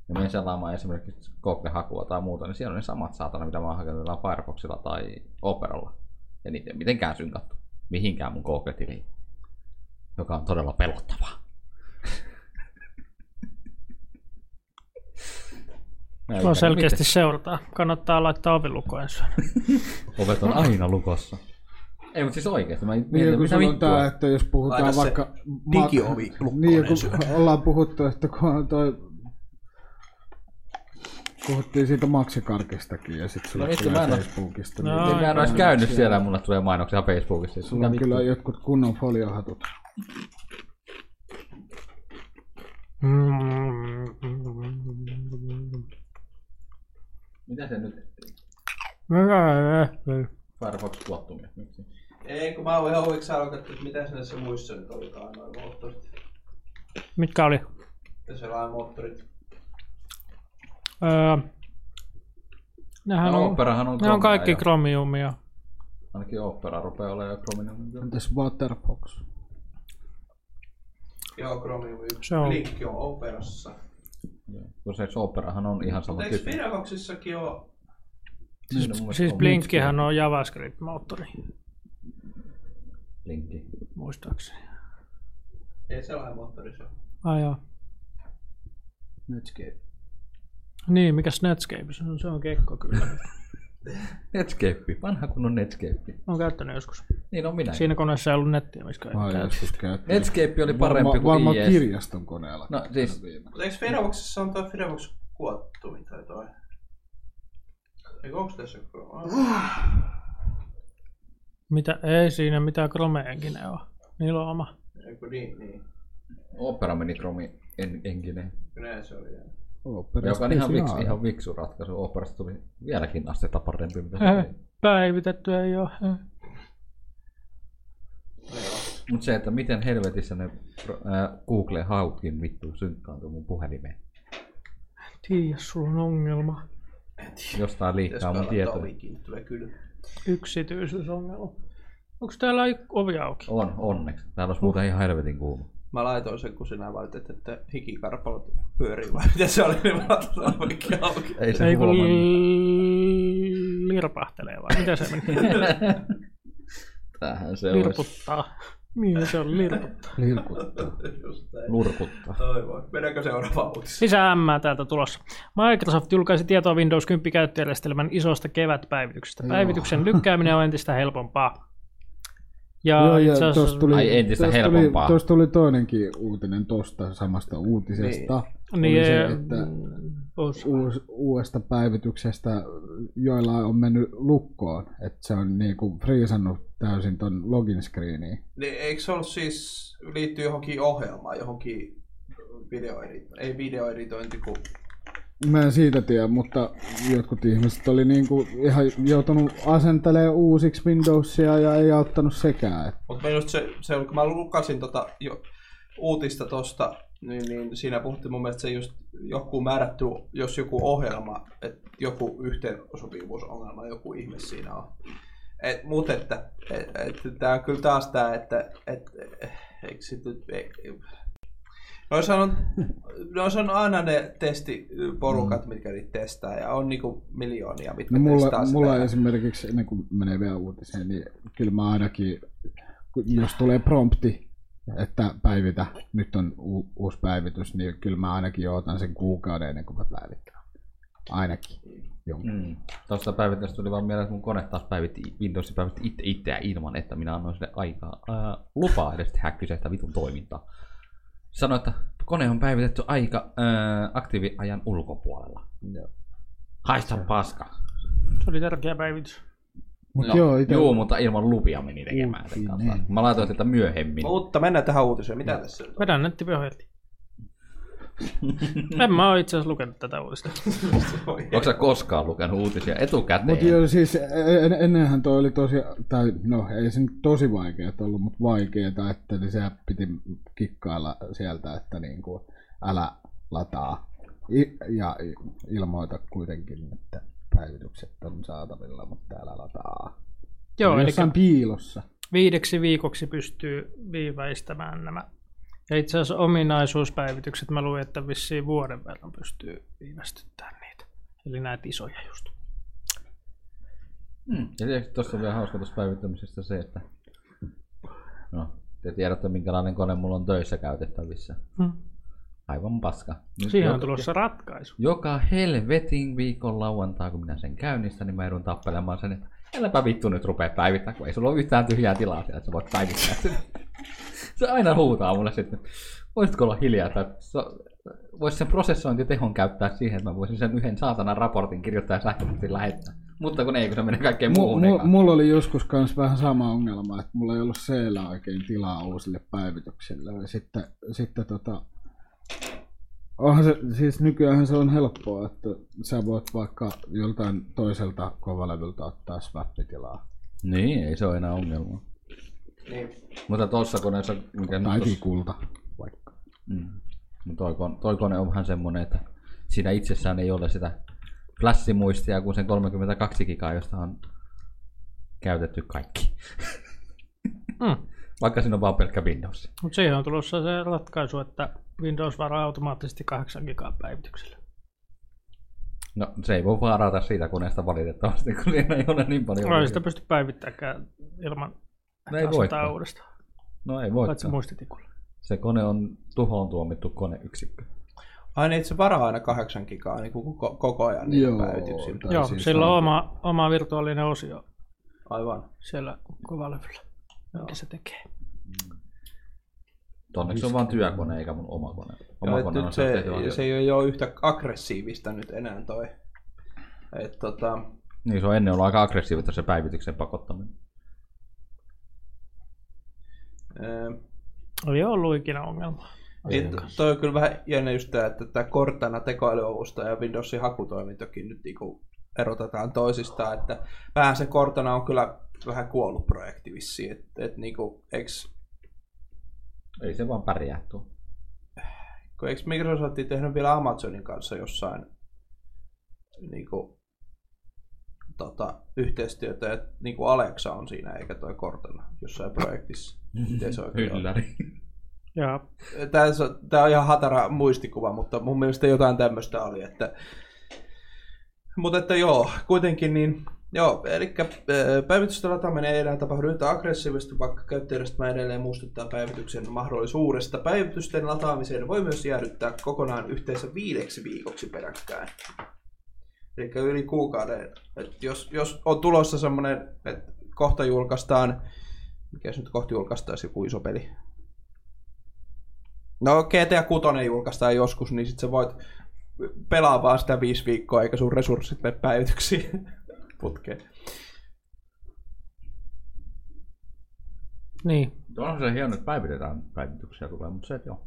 S5: ja menen selaamaan esimerkiksi Google-hakua tai muuta, niin siellä on ne samat saatana, mitä mä oon hakenut jollain Firefoxilla tai Operalla. Ja niitä ei ole mitenkään synkattu mihinkään mun Google-tiliin, joka on todella pelottavaa. Mä
S3: Tuo
S5: en ymmärrä, miten-
S3: selkeästi seurataan. Kannattaa laittaa ovilukko ensin.
S5: Ovet on aina lukossa. Ei, mutta siis oikeesti. Mä mietin,
S4: Niin, kun
S5: mitä
S4: sulla on
S5: vittua.
S4: tää, että jos puhutaan
S2: Laita se
S4: vaikka...
S2: digiovi lukkoon
S4: Niin, kun
S2: ensin.
S4: ollaan puhuttu, että kun on toi... Puhuttiin siitä maksikarkistakin ja sit sulla
S5: No vittu,
S4: tulee
S5: mä en oo-
S4: Facebookista.
S3: No,
S4: niin
S5: En mä en ois käynyt siellä ja mulle tulee mainoksia Facebookissa. siis
S4: sulla
S5: Mitä
S4: on kyllä
S5: vittua?
S4: jotkut kunnon foliohatut.
S5: Mitä se nyt? Firefox siis? tuottumia. Miksi?
S2: Ei, kun mä oon ihan oikein alkanut, että mitä näissä muissa nyt olikaan noin moottorit
S3: Mitkä oli?
S2: ja selainmoottorit.
S3: Öö, nehän
S5: No,
S3: on,
S5: Operahan on
S3: ne on
S5: Chromea
S3: kaikki
S5: ja-
S3: Chromiumia.
S5: Ainakin Opera rupeaa olemaan jo Chromin.
S4: Entäs Waterbox?
S2: Joo, Chromium 1.
S3: Se on-
S2: Link on Operassa.
S5: Kun se Operahan on ihan sama
S2: Mutta eikö
S5: tyyppi.
S2: Firefoxissakin ole
S5: Siinä on mun mielestä
S3: Siis
S5: on
S3: Blinkkihän on JavaScript-moottori,
S5: Linkki.
S3: muistaakseni.
S2: Ei sellainen moottori se ole.
S3: Ai joo.
S4: Netscape.
S3: Niin, mikä Netscape? Se on, se on kekko kyllä.
S5: Netscape, vanha kunnon Netscape.
S3: Mä oon käyttänyt joskus.
S5: Niin on minä.
S3: Siinä koneessa ei ollut nettiä, missä
S4: Mä oon joskus käyttänyt.
S5: Netscape oli parempi
S4: Varma-
S5: kuin
S4: Varmaan
S5: IES.
S4: kirjaston koneella.
S5: No, siis-
S4: käyttänyt viime.
S2: Mutta eikö Firefoxissa on toi Firefox kuottumi tai toi? Eikö onks tässä Chrome?
S3: Mitä, ei siinä mitään Chromeenkin ei ole. Niillä on oma.
S2: Eikö niin, niin.
S5: Opera meni Chromi en, enkinen,
S2: Kyllä se oli.
S4: Operasta
S5: joka on ihan,
S4: ei
S5: viksu,
S4: saa.
S5: ihan viksu ratkaisu. Operasta tuli vieläkin astetta parempi, mitä se oli.
S3: Päivitetty ei ole.
S5: Mutta se, että miten helvetissä ne äh, Google hautkin vittu synkkaantui mun puhelimeen.
S3: Tiiä, sulla on ongelma.
S5: Jostain liikkaa mun tietoja.
S2: Tovikin, tulee kylmä.
S3: Yksityisyysongelma. Onko täällä ik- ovi auki?
S5: On, onneksi. Täällä olisi muuten ihan helvetin kuuma.
S2: Mä laitoin sen, kun sinä valitit, että hikikarpalot pyörii vai mitä se oli, niin mä laitoin oikein auki.
S5: Ei se
S3: Ei kun
S5: huomannut.
S3: li- lirpahtelee vai? Mitä se meni?
S5: Tähän se olisi.
S3: Lirputtaa. Niin se on lirputtaa.
S4: Lirkuttaa.
S2: Just näin.
S5: Lurkuttaa.
S2: Toivoin. Mennäänkö seuraavaan uutiseen?
S3: Lisää ämmää Siis täältä tulossa. Microsoft julkaisi tietoa Windows 10 käyttöjärjestelmän isosta kevätpäivityksestä. Päivityksen lykkääminen on entistä helpompaa. Ja,
S4: Joo, ja
S3: itse asiassa-
S4: tossa tuli,
S5: Ai entistä
S4: tossa
S5: helpompaa.
S4: Tuli, tossa tuli toinenkin uutinen tosta samasta uutisesta. Niin.
S3: niin,
S4: Oli se,
S3: eh,
S4: että
S3: os-
S4: uus, uudesta päivityksestä joilla on mennyt lukkoon. Että se on niinku friisannut täysin ton login screeniin.
S2: Niin, eikö se ollut siis, liittyy johonkin ohjelmaan, johonkin videoeditointi, ei videoeditointi, kun
S4: Mä en siitä tiedä, mutta jotkut ihmiset oli niinku ihan joutunut asentelemaan uusiksi Windowsia ja ei auttanut sekään. Et
S2: Mutta just se, se, kun mä lukasin tota jo, uutista tosta, niin, niin, siinä puhuttiin mun mielestä se just joku määrätty, jos joku ohjelma, että joku yhteensopivuusongelma joku ihme siinä on. Et, mut että, et, et, tää on kyllä taas tää, että et, eh, eikö sit, nyt- e, Noissa on, noissa on aina ne testiporukat, mm. mitkä niitä testaa, ja on niinku miljoonia, mitkä
S4: No mulla,
S2: testaa
S4: mulla
S2: sitä.
S4: esimerkiksi, ennen kuin menee vielä uutiseen, niin kyllä mä ainakin, kun- jos tulee prompti, että päivitä, nyt on u- uusi päivitys, niin kyllä mä ainakin jo otan sen kuukauden ennen kuin mä päivitän. Ainakin. Jonkun.
S5: Mm. Tuosta päivittäistä tuli vaan mieleen, että mun kone taas päivitti Windowsin päivitti itse itseään ilman, että minä annoin sille aikaa ää, lupaa edes tehdä kyseistä vitun toimintaa. Sanoi, että kone on päivitetty aika ää, aktiiviajan ulkopuolella.
S4: Joo.
S5: Haista paska.
S3: se oli tärkeä päivitys.
S4: Mut joo, ite-
S5: Juu, mutta ilman lupia meni tekemään. sen
S4: Uutinen.
S5: kanssa. Mä laitoin sitä myöhemmin.
S2: Mutta mennään tähän uutiseen. Mitä tässä nyt on?
S3: Vedän nettipihan irti. en mä oo itse asiassa lukenut tätä uutista.
S5: Onko sä koskaan lukenut uutisia etukäteen?
S4: Mutta joo, siis en, ennenhän toi oli tosi, tai no ei se nyt tosi vaikeaa ollut, mutta vaikeaa, että niin sehän piti kikkailla sieltä, että niin kuin, älä lataa I, ja ilmoita kuitenkin, että päivitykset on saatavilla, mutta älä lataa.
S3: Joo, eli
S4: Jossain piilossa.
S3: viideksi viikoksi pystyy viiväistämään nämä. Ja itse asiassa ominaisuuspäivitykset, mä luin, että vissiin vuoden verran pystyy viivästyttämään niitä. Eli näitä isoja just. Hmm.
S5: Mm. Ja tietysti tuossa on vielä hauska tuossa päivittämisestä se, että no, te tiedätte minkälainen kone mulla on töissä käytettävissä.
S3: Hmm.
S5: Aivan paska. Nyt
S3: Siihen on
S5: joka-
S3: tulossa ratkaisu.
S5: Joka helvetin viikon lauantaa, kun minä sen käynnistän, niin mä joudun tappelemaan sen, että äläpä vittu nyt rupee päivittää, kun ei sulla ole yhtään tyhjää tilaa siellä, että sä voit päivittää sitä. Se aina huutaa mulle sitten, voisitko olla hiljaa, tai voisi sen prosessointitehon käyttää siihen, että mä voisin sen yhden saatanan raportin kirjoittaa ja sähköpostin lähettää. Mutta kun ei, kun se menee kaikkeen muuhun.
S4: Mu- mu-
S5: eka.
S4: mulla oli joskus myös vähän sama ongelma, että mulla ei ollut seellä oikein tilaa uusille päivityksille. Ja sitten, sitten tota, onhan se, siis nykyään se on helppoa, että sä voit vaikka joltain toiselta kovalevyltä ottaa swap-tilaa.
S5: Niin, ei se ole enää ongelma.
S2: Niin.
S5: Mutta tuossa koneessa, mikä nyt
S4: Tai
S5: tossa,
S4: vikulta vaikka.
S5: mm, no toi, kone, toi kone on vähän semmoinen, että siinä itsessään ei ole sitä flassimuistia kuin sen 32 gigaa, josta on käytetty kaikki.
S3: Mm.
S5: Vaikka siinä on vaan pelkkä Windows.
S3: Mutta siihen on tulossa se ratkaisu, että Windows varaa automaattisesti 8 gigaa päivityksellä.
S5: No se ei voi vaarata siitä koneesta valitettavasti, kun siinä ei ole niin paljon.
S3: No ei sitä pysty päivittämään ilman
S5: No
S3: että
S5: ei
S3: asetetaan
S5: voikaan.
S3: uudestaan,
S5: no ei
S3: paitsi
S5: voikaan.
S3: muistitikulla.
S5: Se kone on tuhoon tuomittu koneyksikkö.
S2: Aina itse niin, varaa aina kahdeksan gigaa niin kuin koko, koko ajan niitä
S4: Joo.
S2: päivityksiä.
S4: Tai
S3: Joo,
S4: siis
S3: sillä on
S4: on-
S3: oma, oma virtuaalinen osio
S2: Aivan.
S3: siellä kovalevyllä, minkä se tekee.
S5: Onneksi se on vaan työkone eikä mun oma kone. Oma
S2: Joo, et
S5: kone
S2: nyt
S5: on
S2: se,
S5: tehty vaan-
S2: se ei ole yhtä aggressiivista nyt enää toi. Et, tota,
S5: Niin se on ennen ollut aika aggressiivista se päivityksen pakottaminen.
S2: ö,
S3: Ei ole ollut ikinä ongelmaa.
S2: Niin, to- eh, toi on kyllä vähän jännä just tää, että tämä Cortana tekoälyavusta ja Windowsin hakutoimintokin nyt niinku erotetaan toisistaan, että vähän se Cortana on kyllä vähän kuollut projekti vissiin, että et niinku, eiks,
S5: Ei se vaan pärjää tuo.
S2: kun eiks Microsoft tehnyt vielä Amazonin kanssa jossain niinku, tota, yhteistyötä, että niinku Alexa on siinä eikä toi Cortana jossain projektissa. Miten se oikein on?
S5: Ylläri.
S3: Ja
S2: Tämä on ihan hatara muistikuva, mutta mun mielestä jotain tämmöistä oli. Että... Mutta että joo, kuitenkin niin... Joo, eh, eli päivitystä lataaminen ei enää tapahdu yhtä aggressiivisesti, vaikka käyttäjärjestelmä edelleen muistuttaa päivityksen mahdollisuudesta. Päivitysten lataamiseen voi myös jäädyttää kokonaan yhteensä viideksi viikoksi peräkkäin. Eli yli kuukauden. Et jos, jos on tulossa semmoinen, että kohta julkaistaan, mikä nyt kohta julkaistaisi joku iso peli, No GTA 6 julkaistaan joskus, niin sit sä voit pelaa vaan sitä viisi viikkoa, eikä sun resurssit mene päivityksiin putkeen.
S3: niin,
S5: Onhan se hieno, että päivitetään päivityksiä tulee, mutta se ei ole.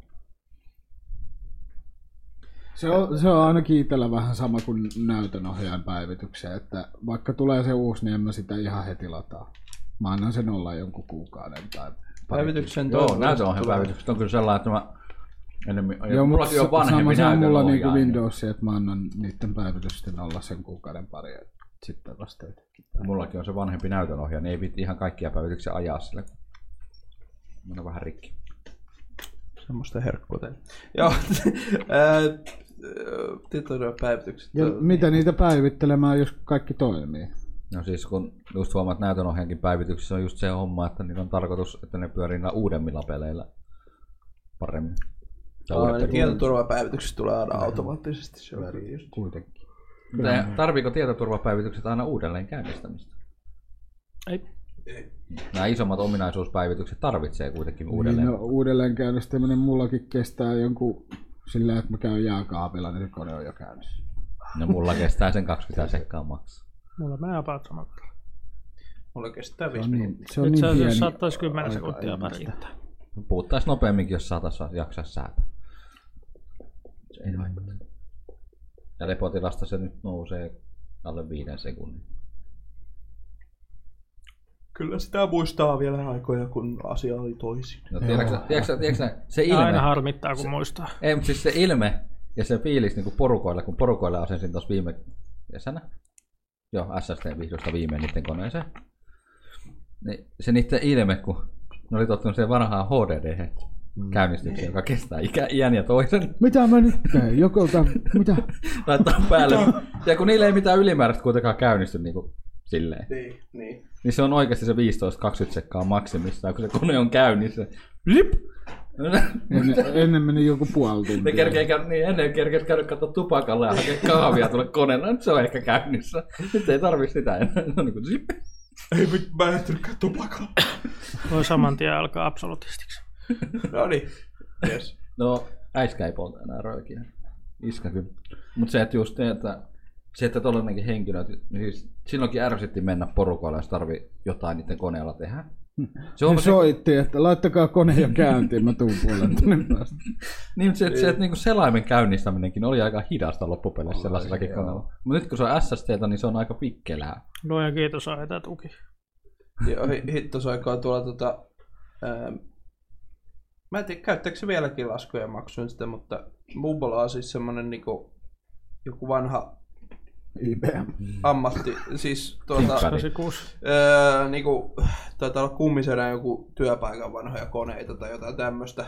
S4: Se on, se on ainakin itsellä vähän sama kuin näytönohjaajan päivitykseen, että vaikka tulee se uusi, niin en mä sitä ihan heti lataa. Mä annan sen olla jonkun kuukauden tai pari.
S2: Päivityksen
S5: Joo,
S2: toivottavasti
S5: näytön
S2: tulee.
S5: päivitykset on kyllä sellainen, että mä enemmän,
S4: Joo, mutta
S5: mullakin on vanhempi
S4: sama se on mulla niinku
S5: näytönohjaaja. niin-
S4: Windowsia, että mä annan niiden päivitysten olla sen kuukauden pari ja sitten vasta jotenkin.
S5: Mullakin on se vanhempi näytönohjaaja, niin ei viitti ihan kaikkia päivityksiä ajaa sillä. Mä on vähän rikki.
S2: Semmoista herkkua teillä. Joo, ää, tituloiden päivitykset.
S4: Ja mitä
S5: niin.
S4: niitä päivittelemään, jos kaikki toimii?
S5: No siis kun just huomaat näytönohjaajankin päivityksissä on just se homma, että niillä on tarkoitus, että ne pyörii niillä uudemmilla peleillä paremmin. Tai uudet
S2: Aina
S5: pelit.
S2: tietoturvapäivitykset tulee aina automaattisesti. Se on kyllä just-
S4: Kuitenkin. Niin
S5: Mutta Tarviiko tietoturvapäivitykset aina uudelleen käynnistämistä?
S3: ei,
S5: Nämä isommat ominaisuuspäivitykset tarvitsee kuitenkin
S4: Uudelleen.
S5: uudelleen.
S4: Niin, no, uudelleen käynnistäminen mullakin kestää jonkun sillä, että mä käyn jääkaapilla, niin se kone on jo käynnissä.
S5: No mulla kestää sen 20 sekkaa maksaa.
S3: mulla menee about sama verran.
S2: Mulla kestää
S4: Se
S2: viisi
S4: on
S2: minuuttia.
S4: niin, se on
S3: Itse
S4: niin
S3: asiassa
S4: pieni.
S3: saattaisi 10 sekuntia
S4: aika
S3: pärjätä.
S5: Puhuttaisiin nopeamminkin, jos saataisiin jaksaa säätää. Se ei haittaa. Ja lepotilasta se nyt nousee alle viiden sekunnin.
S2: Kyllä sitä muistaa vielä aikoja, kun asia oli toisin.
S5: No tiedätkö, tiedätkö, tiedätkö, se ilme,
S3: Aina harmittaa, kun muistaa.
S5: ei, mutta siis se ilme ja se fiilis niin kuin porukoilla, kun porukoilla asensin tuossa viime kesänä, joo, SST vihdoista viimein niiden koneeseen, niin se niiden ilme, kun ne oli tottunut siihen vanhaan HDD käynnistykseen, joka kestää ikä, iän ja toisen,
S4: Mitä mä nyt teen? Jokolta, mitä?
S5: laittaa päälle. ja kun niillä ei mitään ylimääräistä kuitenkaan käynnisty niin kuin silleen,
S2: Niin, niin.
S5: niin se on oikeasti se 15-20 sekkaa maksimissaan, kun se kone on käynnissä. Lip!
S4: Ennen, ennen meni joku puoli
S5: Ne
S4: tuntia.
S5: kerkee, käy- niin ennen kerkes käydä katsoa tupakalla ja hakea kahvia tuolle koneella. Nyt se on ehkä käynnissä. Nyt ei tarvi sitä enää. No niin kuin zip.
S2: Ei, mit- mä en ehtinytkään tupakaa.
S3: Voi saman tien alkaa absolutistiksi.
S2: No niin. Yes.
S5: No, äiskä ei polta enää röökiä. Iskä kyllä. Mutta se, että just ne, että se, että tollanenkin henkilö, että siis silloinkin ärsytti mennä porukoilla, jos tarvii jotain niiden koneella tehdä. Se
S4: Ne
S5: on se,
S4: soitti, että laittakaa kone jo käyntiin, mä tuun puolen tunnin päästä.
S5: niin, se, se, että niinku selaimen käynnistäminenkin oli aika hidasta loppupeleissä sellaisellakin koneella. Mutta nyt kun se on SSTltä, niin se on aika pikkelää.
S3: No ja kiitos aita tuki.
S2: Joo, hi- hitto soikaa tuolla tota... Ää, mä en tiedä, käyttääkö se vieläkin laskujen maksuun sitä, mutta Mubolla on siis semmonen niinku, joku vanha
S4: IBM.
S2: ammatti, siis tuota,
S5: Kikkari.
S3: 86.
S2: öö, niinku, taitaa olla kummisenä joku työpaikan vanhoja koneita tai jotain tämmöistä.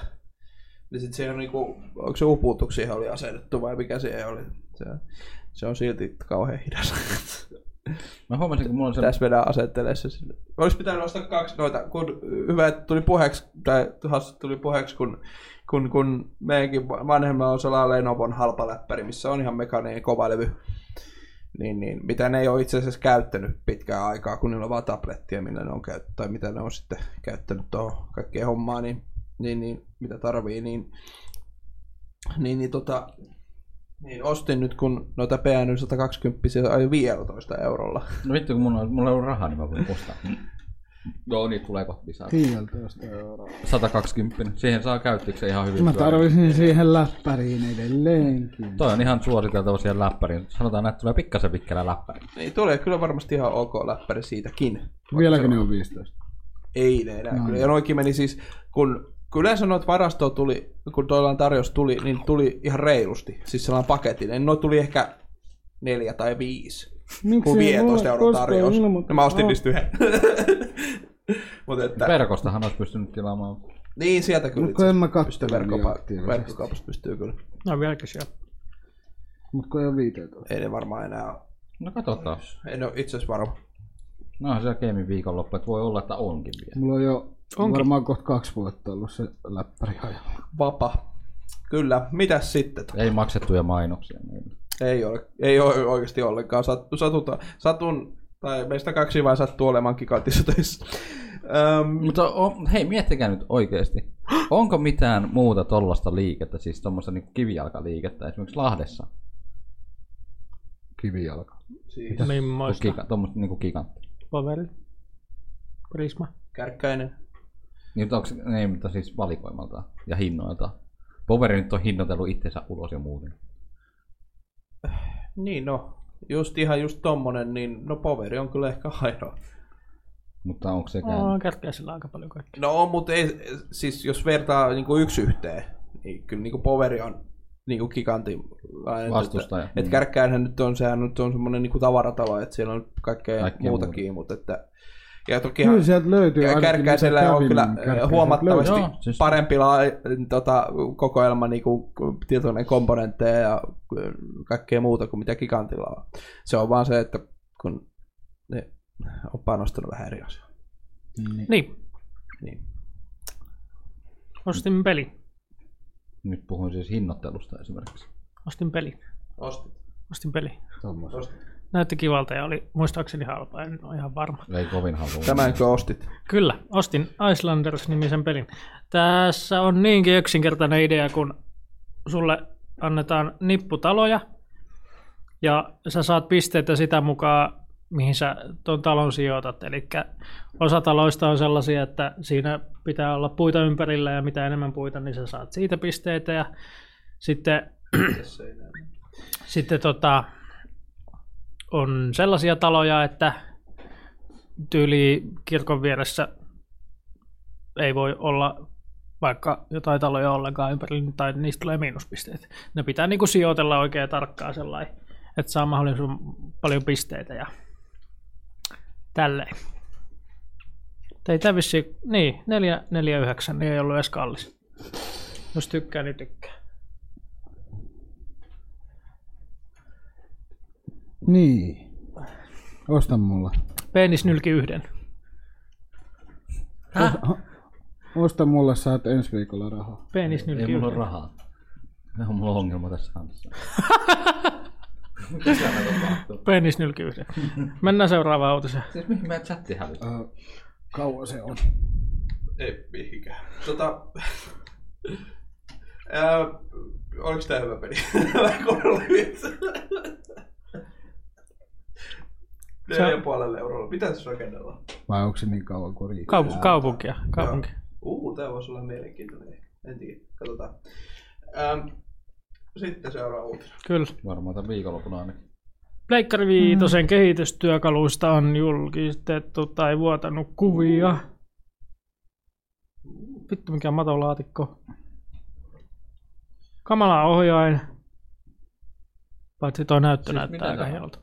S2: Niin sit siihen on niinku, onko se uputus siihen oli asennettu vai mikä siihen oli? Se, se on silti kauhean hidas.
S5: Mä huomasin, kun mulla on se...
S2: Pitäis mennä asettelee se sinne. Olisi pitänyt ostaa kaksi noita, kun hyvä, että tuli puheeksi, tai Hassu tuli puheeksi, kun, kun, kun meidänkin vanhemmalla on sellainen Lenovon halpa läppäri, missä on ihan mekaaninen kovalevy. Niin, niin, mitä ne ei ole itse asiassa käyttänyt pitkään aikaa, kun niillä on vaan tablettia, millä ne on käyttänyt, tai mitä ne on sitten käyttänyt tuohon kaikkeen hommaan, niin, niin, niin mitä tarvii, niin, niin, niin tota, niin ostin nyt, kun noita PN 120 ai 15 eurolla.
S5: No vittu, kun mulla, on- mulla ei ollut rahaa, niin mä voin ostaa. Joo, niitä tulee kohta lisää.
S4: Tieltä josta euroa.
S5: 120. Siihen saa käyttiksen ihan hyvin.
S4: Mä
S5: pyöriä.
S4: tarvisin siihen läppäriin edelleenkin.
S5: Toi on ihan suositeltava siihen läppäriin. Sanotaan, että tulee pikkasen pitkällä läppäri.
S2: Niin tulee kyllä varmasti ihan ok läppäri siitäkin.
S4: Vieläkö ne on 15?
S2: Ei ne enää.
S4: No
S2: No, kyllä.
S4: niin.
S2: Ja noikin meni siis, kun, kun yleensä noita varastoa tuli, kun toillaan tarjous tuli, niin tuli ihan reilusti. Siis sellainen paketinen. No tuli ehkä neljä tai viisi.
S4: Miksi
S2: Kun
S4: ei
S2: 15
S4: voi
S2: euron
S4: koskaan
S2: tarjous. No
S4: ilmoittaa?
S2: mä ostin
S4: Ah,
S2: niistä yhden. Mut että,
S5: Verkostahan olisi pystynyt tilaamaan.
S2: niin sieltä kyllä.
S4: Mut
S2: itse
S4: kun en mä
S2: asiassa pystyy
S4: katsele niin
S2: verkkopa-
S4: aktiivisesti.
S2: Verkkokaupasta pystyy kyllä.
S3: Ne on vieläkin siellä.
S4: Mut kun ei ole 15.
S2: Ei ne varmaan enää ole.
S5: No katsotaan.
S2: En ole itse asiassa varma.
S5: No onhan siellä Gamin viikonloppu, että voi olla, että onkin vielä.
S4: Mulla on jo
S3: Onkin.
S4: varmaan kohta kaksi vuotta ollut se läppäri hajalla.
S2: Vapa. Kyllä. Mitäs sitten?
S5: Ei maksettuja mainoksia. niin.
S2: Ei ole, ei ole oikeasti ollenkaan. Satu, satuta, satun, tai meistä kaksi vain sattuu olemaan gigantissa töissä. Öm,
S5: Mutta on, hei, miettikää nyt oikeasti. Onko mitään muuta tollasta liikettä, siis tuommoista niin kivijalkaliikettä esimerkiksi Lahdessa?
S4: Kivijalka.
S2: siis
S3: Mimmoista?
S5: Tuommoista niin gigantti.
S3: Poveri? Prisma?
S2: kärkkäinen.
S5: Niin, mutta onko, niin, mutta siis valikoimalta ja hinnoilta. Poveri nyt on hinnoitellut itsensä ulos ja muuten.
S2: Niin no, just ihan just tommonen, niin no poveri on kyllä ehkä ainoa.
S5: Mutta onko sekään...
S3: Oh, kärkkäisillä aika paljon kaikkea.
S2: No, mutta ei, siis jos vertaa niinku yksi yhteen, niin kyllä niinku poveri on niinku gigantin aina,
S5: Vastustaja. Niin,
S2: Että, et kärkkäinhän nyt on, sehän nyt on semmoinen niinku tavaratalo, että siellä on kaikkea
S5: Kaikkea
S2: Kaikki muutakin, mutta että... Ja toki ihan-
S4: Kyllä sieltä löytyy
S2: Ja
S4: ainakin
S2: Kärkkäisellä
S4: mitä
S2: on kyllä
S4: kävin, Kärkkäiseltä
S2: huomattavasti
S5: löytyy. Joo, siis-
S2: parempi la- tota, kokoelma niin kuin, tietoinen komponentteja ja mm, kaikkea muuta kuin mitä Gigantilla on. Se on vaan se, että kun ne on panostanut vähän eri asioihin.
S4: Niin.
S3: Niin,
S2: Niin.
S3: ostin peli.
S5: Nyt puhuin siis hinnoittelusta esimerkiksi.
S3: Ostin peli.
S2: Ostit.
S3: Ostin peli.
S4: Tommoset.
S3: Näytti kivalta ja oli muistaakseni halpa, en ole ihan varma.
S5: Ei kovin halua.
S2: Tämänkö ostit?
S3: Kyllä, ostin Icelanders-nimisen pelin. Tässä on niinkin yksinkertainen idea, kun sulle annetaan nipputaloja, ja sä saat pisteitä sitä mukaan, mihin sä tuon talon sijoitat. Eli osa taloista on sellaisia, että siinä pitää olla puita ympärillä, ja mitä enemmän puita, niin sä saat siitä pisteitä, ja sitten sitten tota, on sellaisia taloja, että tyyli kirkon vieressä ei voi olla vaikka jotain taloja ollenkaan ympärillä, niin tai niistä tulee miinuspisteet. Ne pitää niinku sijoitella oikein tarkkaan sellainen, että saa mahdollisimman paljon pisteitä ja tälleen. Ei tämä vissiin, niin, 449, niin ei ollut edes kallis. Jos tykkää, niin tykkää.
S4: Niin. Osta mulla.
S3: Penis nylki yhden.
S4: Osta mulle, saat ensi viikolla rahaa.
S3: Penis
S5: Ei
S3: nylki
S5: mulla
S3: yhden.
S5: ole rahaa. Ne on mulla on ongelma tässä kanssa.
S3: Penis nylki yhden. Mennään seuraavaan uutiseen.
S5: Siis mihin meidän chatti hävisi?
S4: Ö, kauan se on.
S2: Ei mihinkään. Tota... Ää, oliko tää hyvä peli? Mä korvailin vitsi. Neljän puolelle eurolla. Mitä se rakennellaan?
S4: Vai onko se niin kauan kuin riittää?
S3: Kaup- kaupunkia. kaupunki.
S2: Uu, tämä voisi olla mielenkiintoinen. En tiedä, katsotaan. Äm, sitten seuraava uutinen.
S3: Kyllä.
S5: Varmaan tämän viikonlopuna ainakin.
S3: Pleikkari Viitosen kehitystyökaluista on julkistettu tai vuotanut kuvia. Vittu mikä matolaatikko. Kamala ohjain. Paitsi toi näyttö siis
S5: Siis
S3: näyttää
S5: mitä
S3: aika
S5: tää on?
S3: hienolta.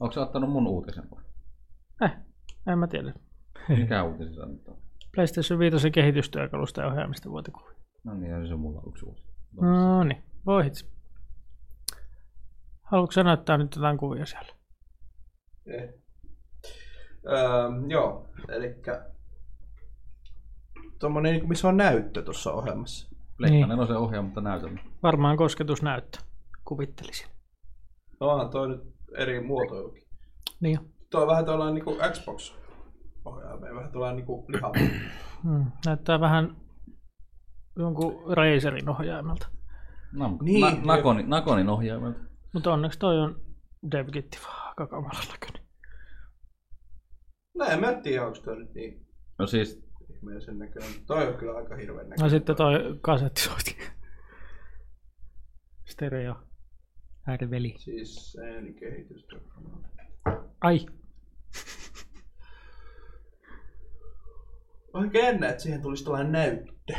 S5: Onko sä ottanut mun uutisen vai?
S3: En mä tiedä.
S5: Mikä uutisen sä nyt on?
S3: PlayStation 5 kehitystyökalusta ja ohjaamista voitte kuvia.
S5: No niin, se on mulla yksi uutinen.
S3: No niin, voi hitsi. Haluatko sä näyttää nyt jotain kuvia siellä?
S2: Öö, joo, eli tuommoinen, niin missä on näyttö tuossa ohjelmassa.
S5: Pleikka
S3: Niin.
S5: niin. se ohjaa, mutta näytelmä.
S3: Varmaan kosketusnäyttö, kuvittelisin.
S2: No onhan toi nyt eri muotoilukin.
S3: Niin.
S2: Tuo on vähän tuollainen niinku Xbox ohjaamme, vähän tuollainen niinku lihava.
S3: Hmm. Näyttää vähän jonkun Razerin ohjaimelta.
S5: No,
S2: Niin,
S5: niin, na-
S2: joo.
S5: Nakonin, Nakonin ohjaimelta.
S3: Mutta onneksi toi on DevKitti vaan aika kamalan näköinen.
S2: no en mä tiedä, onko toi nyt niin
S5: No siis,
S2: ihmeellisen näköinen. Toi on kyllä aika hirveän näköinen.
S3: No sitten toi kasetti soitti. Stereo. Härveli.
S2: Siis sen kehitystä.
S3: Ai,
S2: Oikein jännä, että siihen tulisi tällainen näyttö.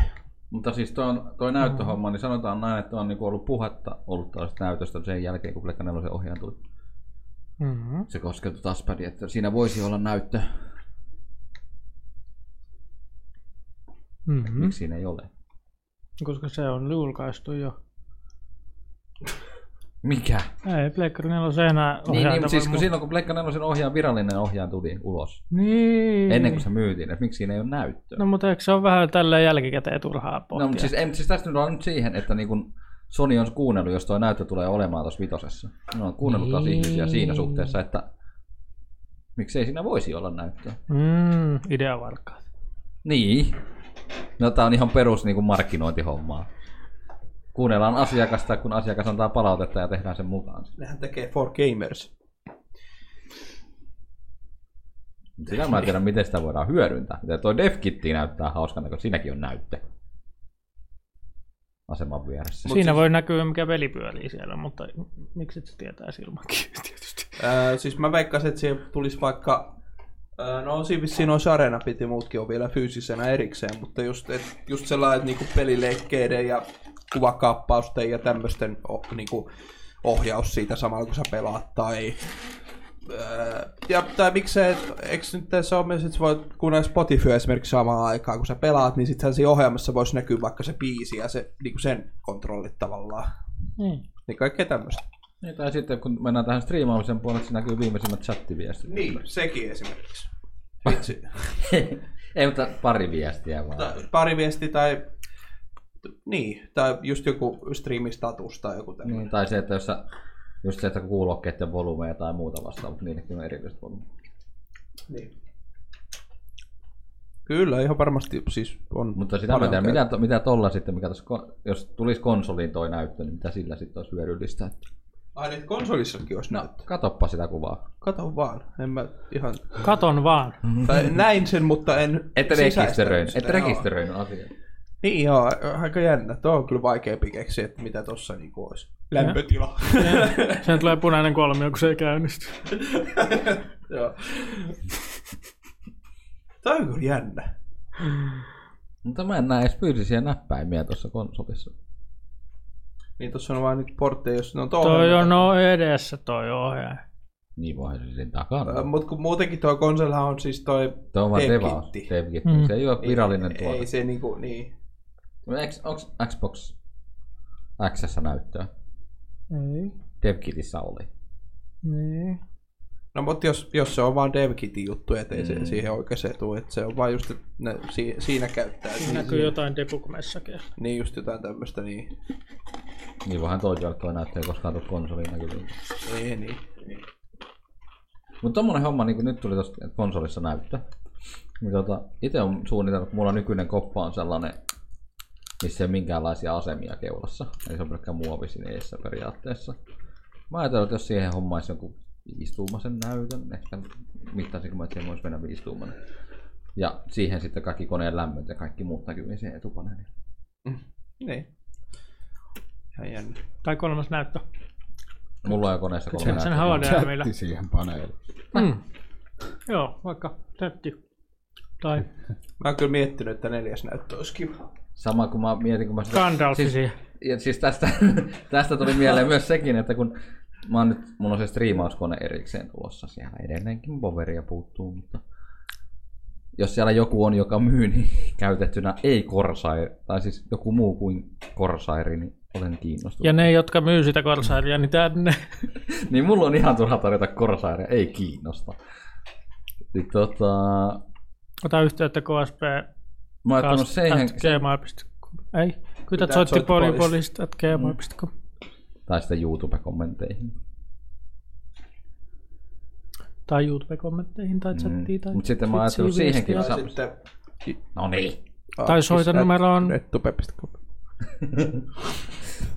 S5: mutta siis toi, on, toi näyttöhomma,
S3: Mm.
S5: niin sanotaan näin, että on niinku ollut puhetta ollut tällaista näytöstä sen jälkeen, kun Pleikka 4 ohjaan tuli.
S3: mm-hmm.
S5: Se koskettu touchpadi, että siinä voisi olla näyttö.
S3: Mm-hmm.
S5: Miksi siinä ei ole?
S3: koska se on julkaistu jo.
S5: Mikä?
S3: Ei, Pleikkari 4 enää
S5: Niin,
S3: ohjailta
S5: niin, siis kun
S3: varmaan-
S5: silloin kun Pleikka 4 ohjaan virallinen ohjaan tuli ulos,
S3: niin.
S5: ennen kuin se myytiin, että miksi siinä ei ole näyttöä.
S3: No mutta eikö se ole vähän tällä jälkikäteen turhaa pohtia?
S5: No, mutta siis, ei, mutta siis tästä nyt on nyt siihen, että niin kun Sony on kuunnellut, jos tuo näyttö tulee olemaan tuossa vitosessa. Ne on kuunnellut taas
S3: Niin.
S5: ihmisiä siinä suhteessa, että miksei siinä voisi olla näyttöä.
S3: Mm, idea varkaat.
S5: Niin. No tää on ihan perus niin kuin markkinointihommaa. Kuunnellaan asiakasta, kun asiakas antaa palautetta ja tehdään sen mukaan.
S2: Nehän tekee For Gamers.
S5: Mut Sitä mä en tiedä, miten sitä voidaan hyödyntää. Ja toi DevKitti näyttää hauskan näköistä. Siinäkin on näyttö. Aseman vieressä.
S3: Siinä voi näkyä, mikä peli pyörii siellä, mutta miksi et se tietää silmäkin tietysti.
S2: Öö, siis mä veikkasin, että siihen tulisi vaikka... Öö, no siinä vissiin noissa areenapiti muutkin on vielä fyysisenä erikseen, mutta just, et, just sellainen että niinku pelileikkeiden ja kuvakaappausten ja tämmöisten o, niinku, ohjaus siitä samalla kun sä pelaat tai... Öö, ja, tai miksei, et, eikö nyt tässä ole myös, että sä voit kuunnella Spotify esimerkiksi samaan aikaan kun sä pelaat, niin sittenhän siinä ohjelmassa voisi näkyä vaikka se biisi ja se, niinku sen kontrollit tavallaan.
S3: Niin.
S2: Niin kaikkea tämmöistä.
S5: Niin, tai sitten kun mennään tähän striimaamisen puolelle, se näkyy viimeisimmät chattiviestit.
S2: Niin, sekin esimerkiksi. Vitsi.
S5: Ei, mutta pari viestiä vaan.
S2: tai pari viesti tai niin, tai just joku striimistatus tai joku tämmöinen.
S5: Niin, tai se, että jos sä, just se, että kuulokkeiden volumeja tai muuta vastaavaa, mutta niillekin on erilaiset volumeja.
S2: Niin. Kyllä, ihan varmasti siis on
S5: Mutta sitä mä en tiedä,
S2: paljon
S5: mitä, to- mitä tolla sitten, mikä tossa, ko- jos tulisi konsoliin toi näyttö, niin mitä sillä sitten olisi hyödyllistä?
S2: käyttöä. Ai niin, konsolissakin olisi näyttö.
S5: Katoppa sitä kuvaa.
S2: Kato vaan, en mä ihan...
S3: Katon vaan.
S2: tai näin sen, mutta en
S5: Että
S2: sisäistänyt
S5: rekisteröin,
S2: sitä,
S5: että
S2: joo.
S5: rekisteröin asia.
S2: Niin joo, aika jännä. Tuo on kyllä vaikeampi keksiä, että mitä tossa niinku olisi. Lämpötila.
S3: Sen tulee punainen kolmio, kun se ei käynnisty.
S2: joo. Tämä on kyllä jännä.
S5: Mutta mä en näe edes fyysisiä näppäimiä tuossa konsolissa.
S2: Niin tuossa on vaan nyt portteja, jos ne on tuohon.
S3: Toi
S2: mutta-
S3: on no edessä toi ohjaaja.
S5: Niin voihan se sen takana.
S2: Ö, Mut kun muutenkin tuo konsolihan on siis toi...
S5: Tuo on vaan
S2: Dev
S5: devaus.
S2: Kitti.
S5: DevKitti.
S3: Mm.
S5: Se ei ole virallinen tuote.
S2: Ei se niinku, niin.
S5: Onko Xbox X näyttöä?
S3: Ei.
S5: DevKitissä oli.
S3: Niin.
S2: No mutta jos, jos se on vaan DevKitin juttu, et ei se
S5: Mm.
S2: siihen oikeaseen tuu, että se on vaan just, että ne, si, siinä käyttää. siis
S3: Siinä näkyy jotain debugmessakin.
S2: Niin just jotain tämmöistä, niin
S5: Niin voihan toikin olla, että toi näyttö ei koskaan tule konsoliin näkyviin.
S2: ei niin.
S5: Mutta tommonen homma, niin kuin nyt tuli tuosta konsolissa näyttö. Niin tota, itse on suunnitellut, kun mulla nykyinen koppa on sellainen, missä ei ole minkäänlaisia asemia keulassa. Eli se on pelkkä muovi siinä edessä periaatteessa. Mä ajattelin, että jos siihen hommaisi joku viistuumaisen näytön, ehkä mittaisinko mä, että siihen voisi mennä viistuumainen. Ja siihen sitten kaikki koneen lämmöt ja kaikki muut näkyviin siihen etupaneeliin.
S2: Niin. Ihan jännä.
S3: Tai kolmas näyttö.
S5: Mulla on jo koneessa kolme
S3: Sen, sen
S5: näyttöä.
S3: HDMillä.
S4: Chatti siihen paneeli.
S3: Mm. Joo, vaikka chatti. Tai
S2: Mä oon kyllä miettinyt, että neljäs näyttö olisi kiva.
S5: Sama kun mä mietin, kun mä sitä
S3: Gandalf
S5: Siis-
S3: siihen.
S5: Ja siis tästä, tästä tuli mieleen myös sekin, että kun Mä oon nyt, mulla on se striimauskone erikseen tulossa. Siellä edelleenkin poveria puuttuu, mutta jos siellä joku on, joka myy, niin käytettynä ei Corsair, tai siis joku muu kuin Corsair, niin olen kiinnostunut.
S3: Ja ne, jotka myy sitä korsaaria, niin tänne.
S5: Niin mulla on ihan turha tarjota Corsairia, ei kiinnosta. Niin tota,
S3: Ota yhteyttä KSP.
S5: mä oon ottanut siihen,
S3: gmail.com. Ei, kyllä
S2: Pitää
S3: soitti
S2: soittaa poliisille.
S3: polipolista at gmail.com.
S5: tai sitten YouTube-kommentteihin.
S3: Tai YouTube-kommentteihin tai chattiin tai
S5: Mm. Mut sitten mä ajattelin
S3: Twitchiin
S5: siihenkin
S3: viestiä.
S5: saa-
S2: Tai sitten siis
S5: No niin.
S3: Tai soita numeroon.
S2: Nettupepistä.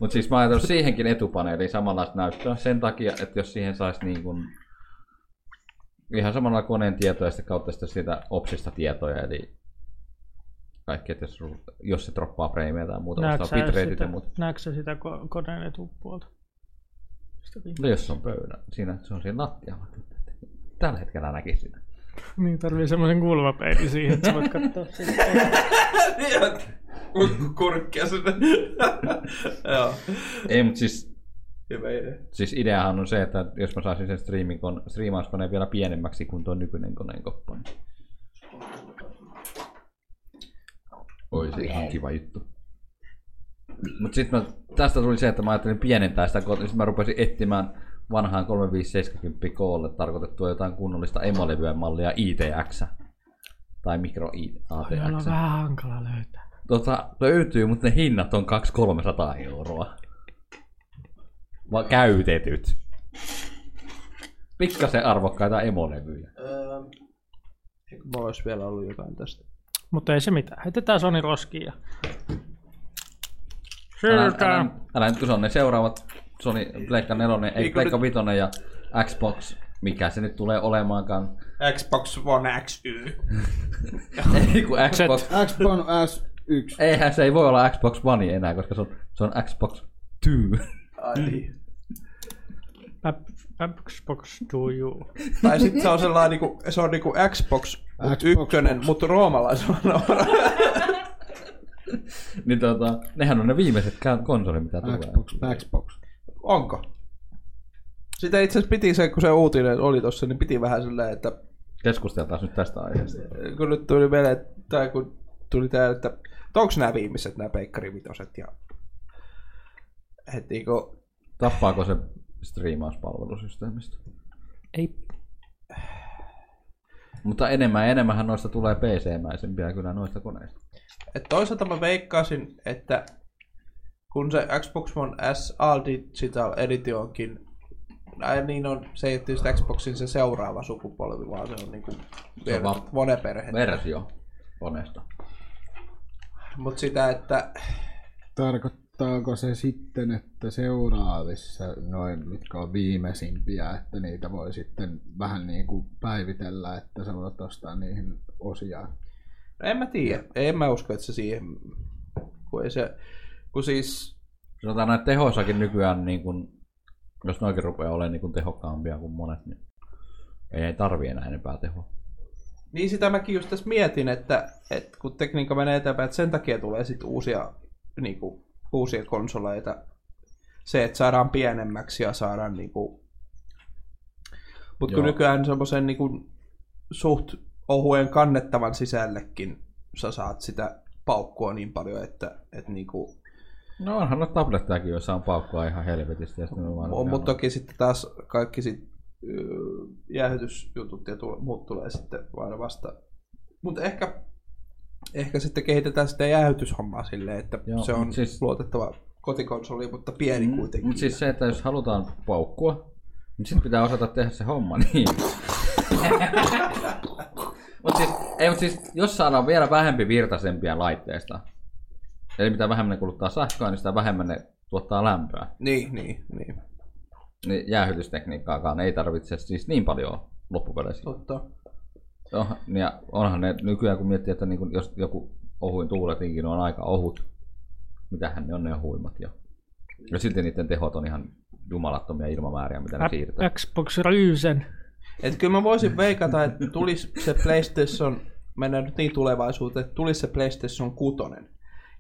S5: Mutta siis mä ajattelin siihenkin etupaneeliin samanlaista näyttöä sen takia, että jos siihen saisi niin kuin ihan samalla koneen tietoja ja sitten kautta sitten siitä OPSista tietoja, eli kaikki, että jos, ru- jos se droppaa preimejä tai muuta,
S3: Näetkö
S5: vastaa
S3: sä
S5: bitrateit
S3: sitä,
S5: ja muuta.
S3: näetkö sä sitä ko- koneen etupuolta? Sitä vi-
S5: No jos se on pöydä, siinä se on siinä lattialla. Tällä hetkellä näkisin sitä.
S3: Niin, tarvii semmoisen kulmapeili siihen, että sä voit katsoa sitä.
S2: Kurkkia sinne. Joo,
S5: Ei, mutta siis,
S2: hyvä idea.
S5: siis ideahan on se, että jos mä saisin sen striimin, kon, striimauskoneen vielä pienemmäksi kuin tuo nykyinen koneen koppa. niin- Olisi ihan kiva juttu. Mutta sitten tästä tuli se, että mä ajattelin pienentää sitä, sitten mä rupesin etsimään vanhaan 3570 koolle tarkoitettua jotain kunnollista emolevyä mallia ITX tai micro
S3: Jolla on
S5: ATX.
S3: vähän hankala löytää.
S5: Tota, löytyy, mutta ne hinnat on 200-300 euroa. Va- käytetyt. Pikkasen arvokkaita emolevyjä.
S2: Mulla olisi vielä ollut jotain tästä.
S3: Mutta ei se mitään. Heitetään Sony roskiin ja...
S5: Älä, älä,
S3: Siirrytään.
S5: älä nyt kun se on ne seuraavat Sony Pleikka 4, ei
S2: Eikö
S5: Pleikka 5 ja Xbox, mikä se nyt tulee olemaankaan.
S2: Xbox One XY.
S5: Ei kun Xbox,
S4: Xbox S1.
S5: eihän se ei voi olla Xbox One enää, koska se on, se on Xbox 2.
S2: Ai niin.
S3: App- Xbox do you.
S2: Tai sitten se on sellainen, niinku, se on niinku Xbox, mut
S4: Xbox,
S2: ykkönen, mutta roomalaisella on.
S5: Niin tota, nehän on ne viimeiset kä- konsolit, mitä tulee.
S4: Xbox, Xbox.
S2: Onko? Sitä itse asiassa piti se, kun se uutinen oli tossa, niin piti vähän silleen, että
S5: Keskusteltaas nyt tästä aiheesta.
S2: kun nyt tuli meille, tai kun tuli tää, että että onks nämä viimeiset nämä peikkarivitoset ja niinku, heti kun
S5: Tappaako se striimauspalvelusysteemistä?
S3: Ei.
S5: Mutta enemmän ja enemmän noista tulee PC-mäisempiä kyllä noista koneista.
S2: Et toisaalta mä veikkaasin, että kun se Xbox One S All Digital Editionkin, ai niin on, se ei ole tietysti Xboxin se seuraava sukupolvi, vaan se on niinku
S5: Se on vaan-
S2: voneperhe.
S5: Versio koneesta.
S2: Mutta sitä, että
S4: Tarkoittaako se sitten, että seuraavissa noin, mitkä on viimeisimpiä, että niitä voi sitten vähän niin kuin päivitellä, että sä voit ostaa niihin osia.
S2: no en mä tiedä, en mä usko, että se siihen, kun ei se, kun siis,
S5: Sanotaan näin, että tehoissakin nykyään, niin kun, jos noikin rupeaa olemaan niin kun tehokkaampia kuin monet, niin ei, ei tarvi enää enempää tehoa.
S2: niin sitä mäkin just tässä mietin, että, että kun tekniikka menee eteenpäin, että sen takia tulee sitten uusia, niinku, uusia konsoleita, se, että saadaan pienemmäksi ja saadaan niinku, Mutta kun
S5: Joo.
S2: nykyään semmoisen niinku suht ohuen kannettavan sisällekin sä saat sitä paukkua niin paljon, että et niinku,
S5: No onhan noita tablettejakin, joissa on paukkua ihan helvetisti. Ja sitten ne vaan-
S2: on, mutta toki sitten taas kaikki sit, öö, jäähytysjutut ja tule, muut tulee sitten aina vasta. Mutta ehkä, ehkä sitten kehitetään sitä jäähytyshommaa silleen, että
S5: Joo,
S2: se on
S5: mut siis-
S2: siis... luotettava kotikonsoli, mutta pieni kuitenkin.
S5: Mutta siis se, että jos halutaan paukkua, niin sitten pitää osata tehdä se homma niin. mutta siis, ei, mut siis, jos saadaan vielä vähempi virtaisempia laitteista, eli mitä vähemmän ne kuluttaa sähköä, niin sitä vähemmän ne tuottaa lämpöä.
S2: Niin, niin, niin.
S5: Niin jäähytystekniikkaakaan ei tarvitse siis niin paljon loppupeleissä.
S2: Totta.
S5: Oh, ja onhan ne nykyään, kun miettii, että niin kun, jos joku ohuin tuuletinkin on aika ohut, mitähän ne on ne ohuimmat jo. Ja silti niiden tehot on ihan jumalattomia ilmamääriä, mitä ne siirtää.
S3: App- Xbox Ryzen.
S2: Et kyllä mä voisin veikata, että tulisi se PlayStation, mennään nyt niin tulevaisuuteen, että tulisi se PlayStation 6.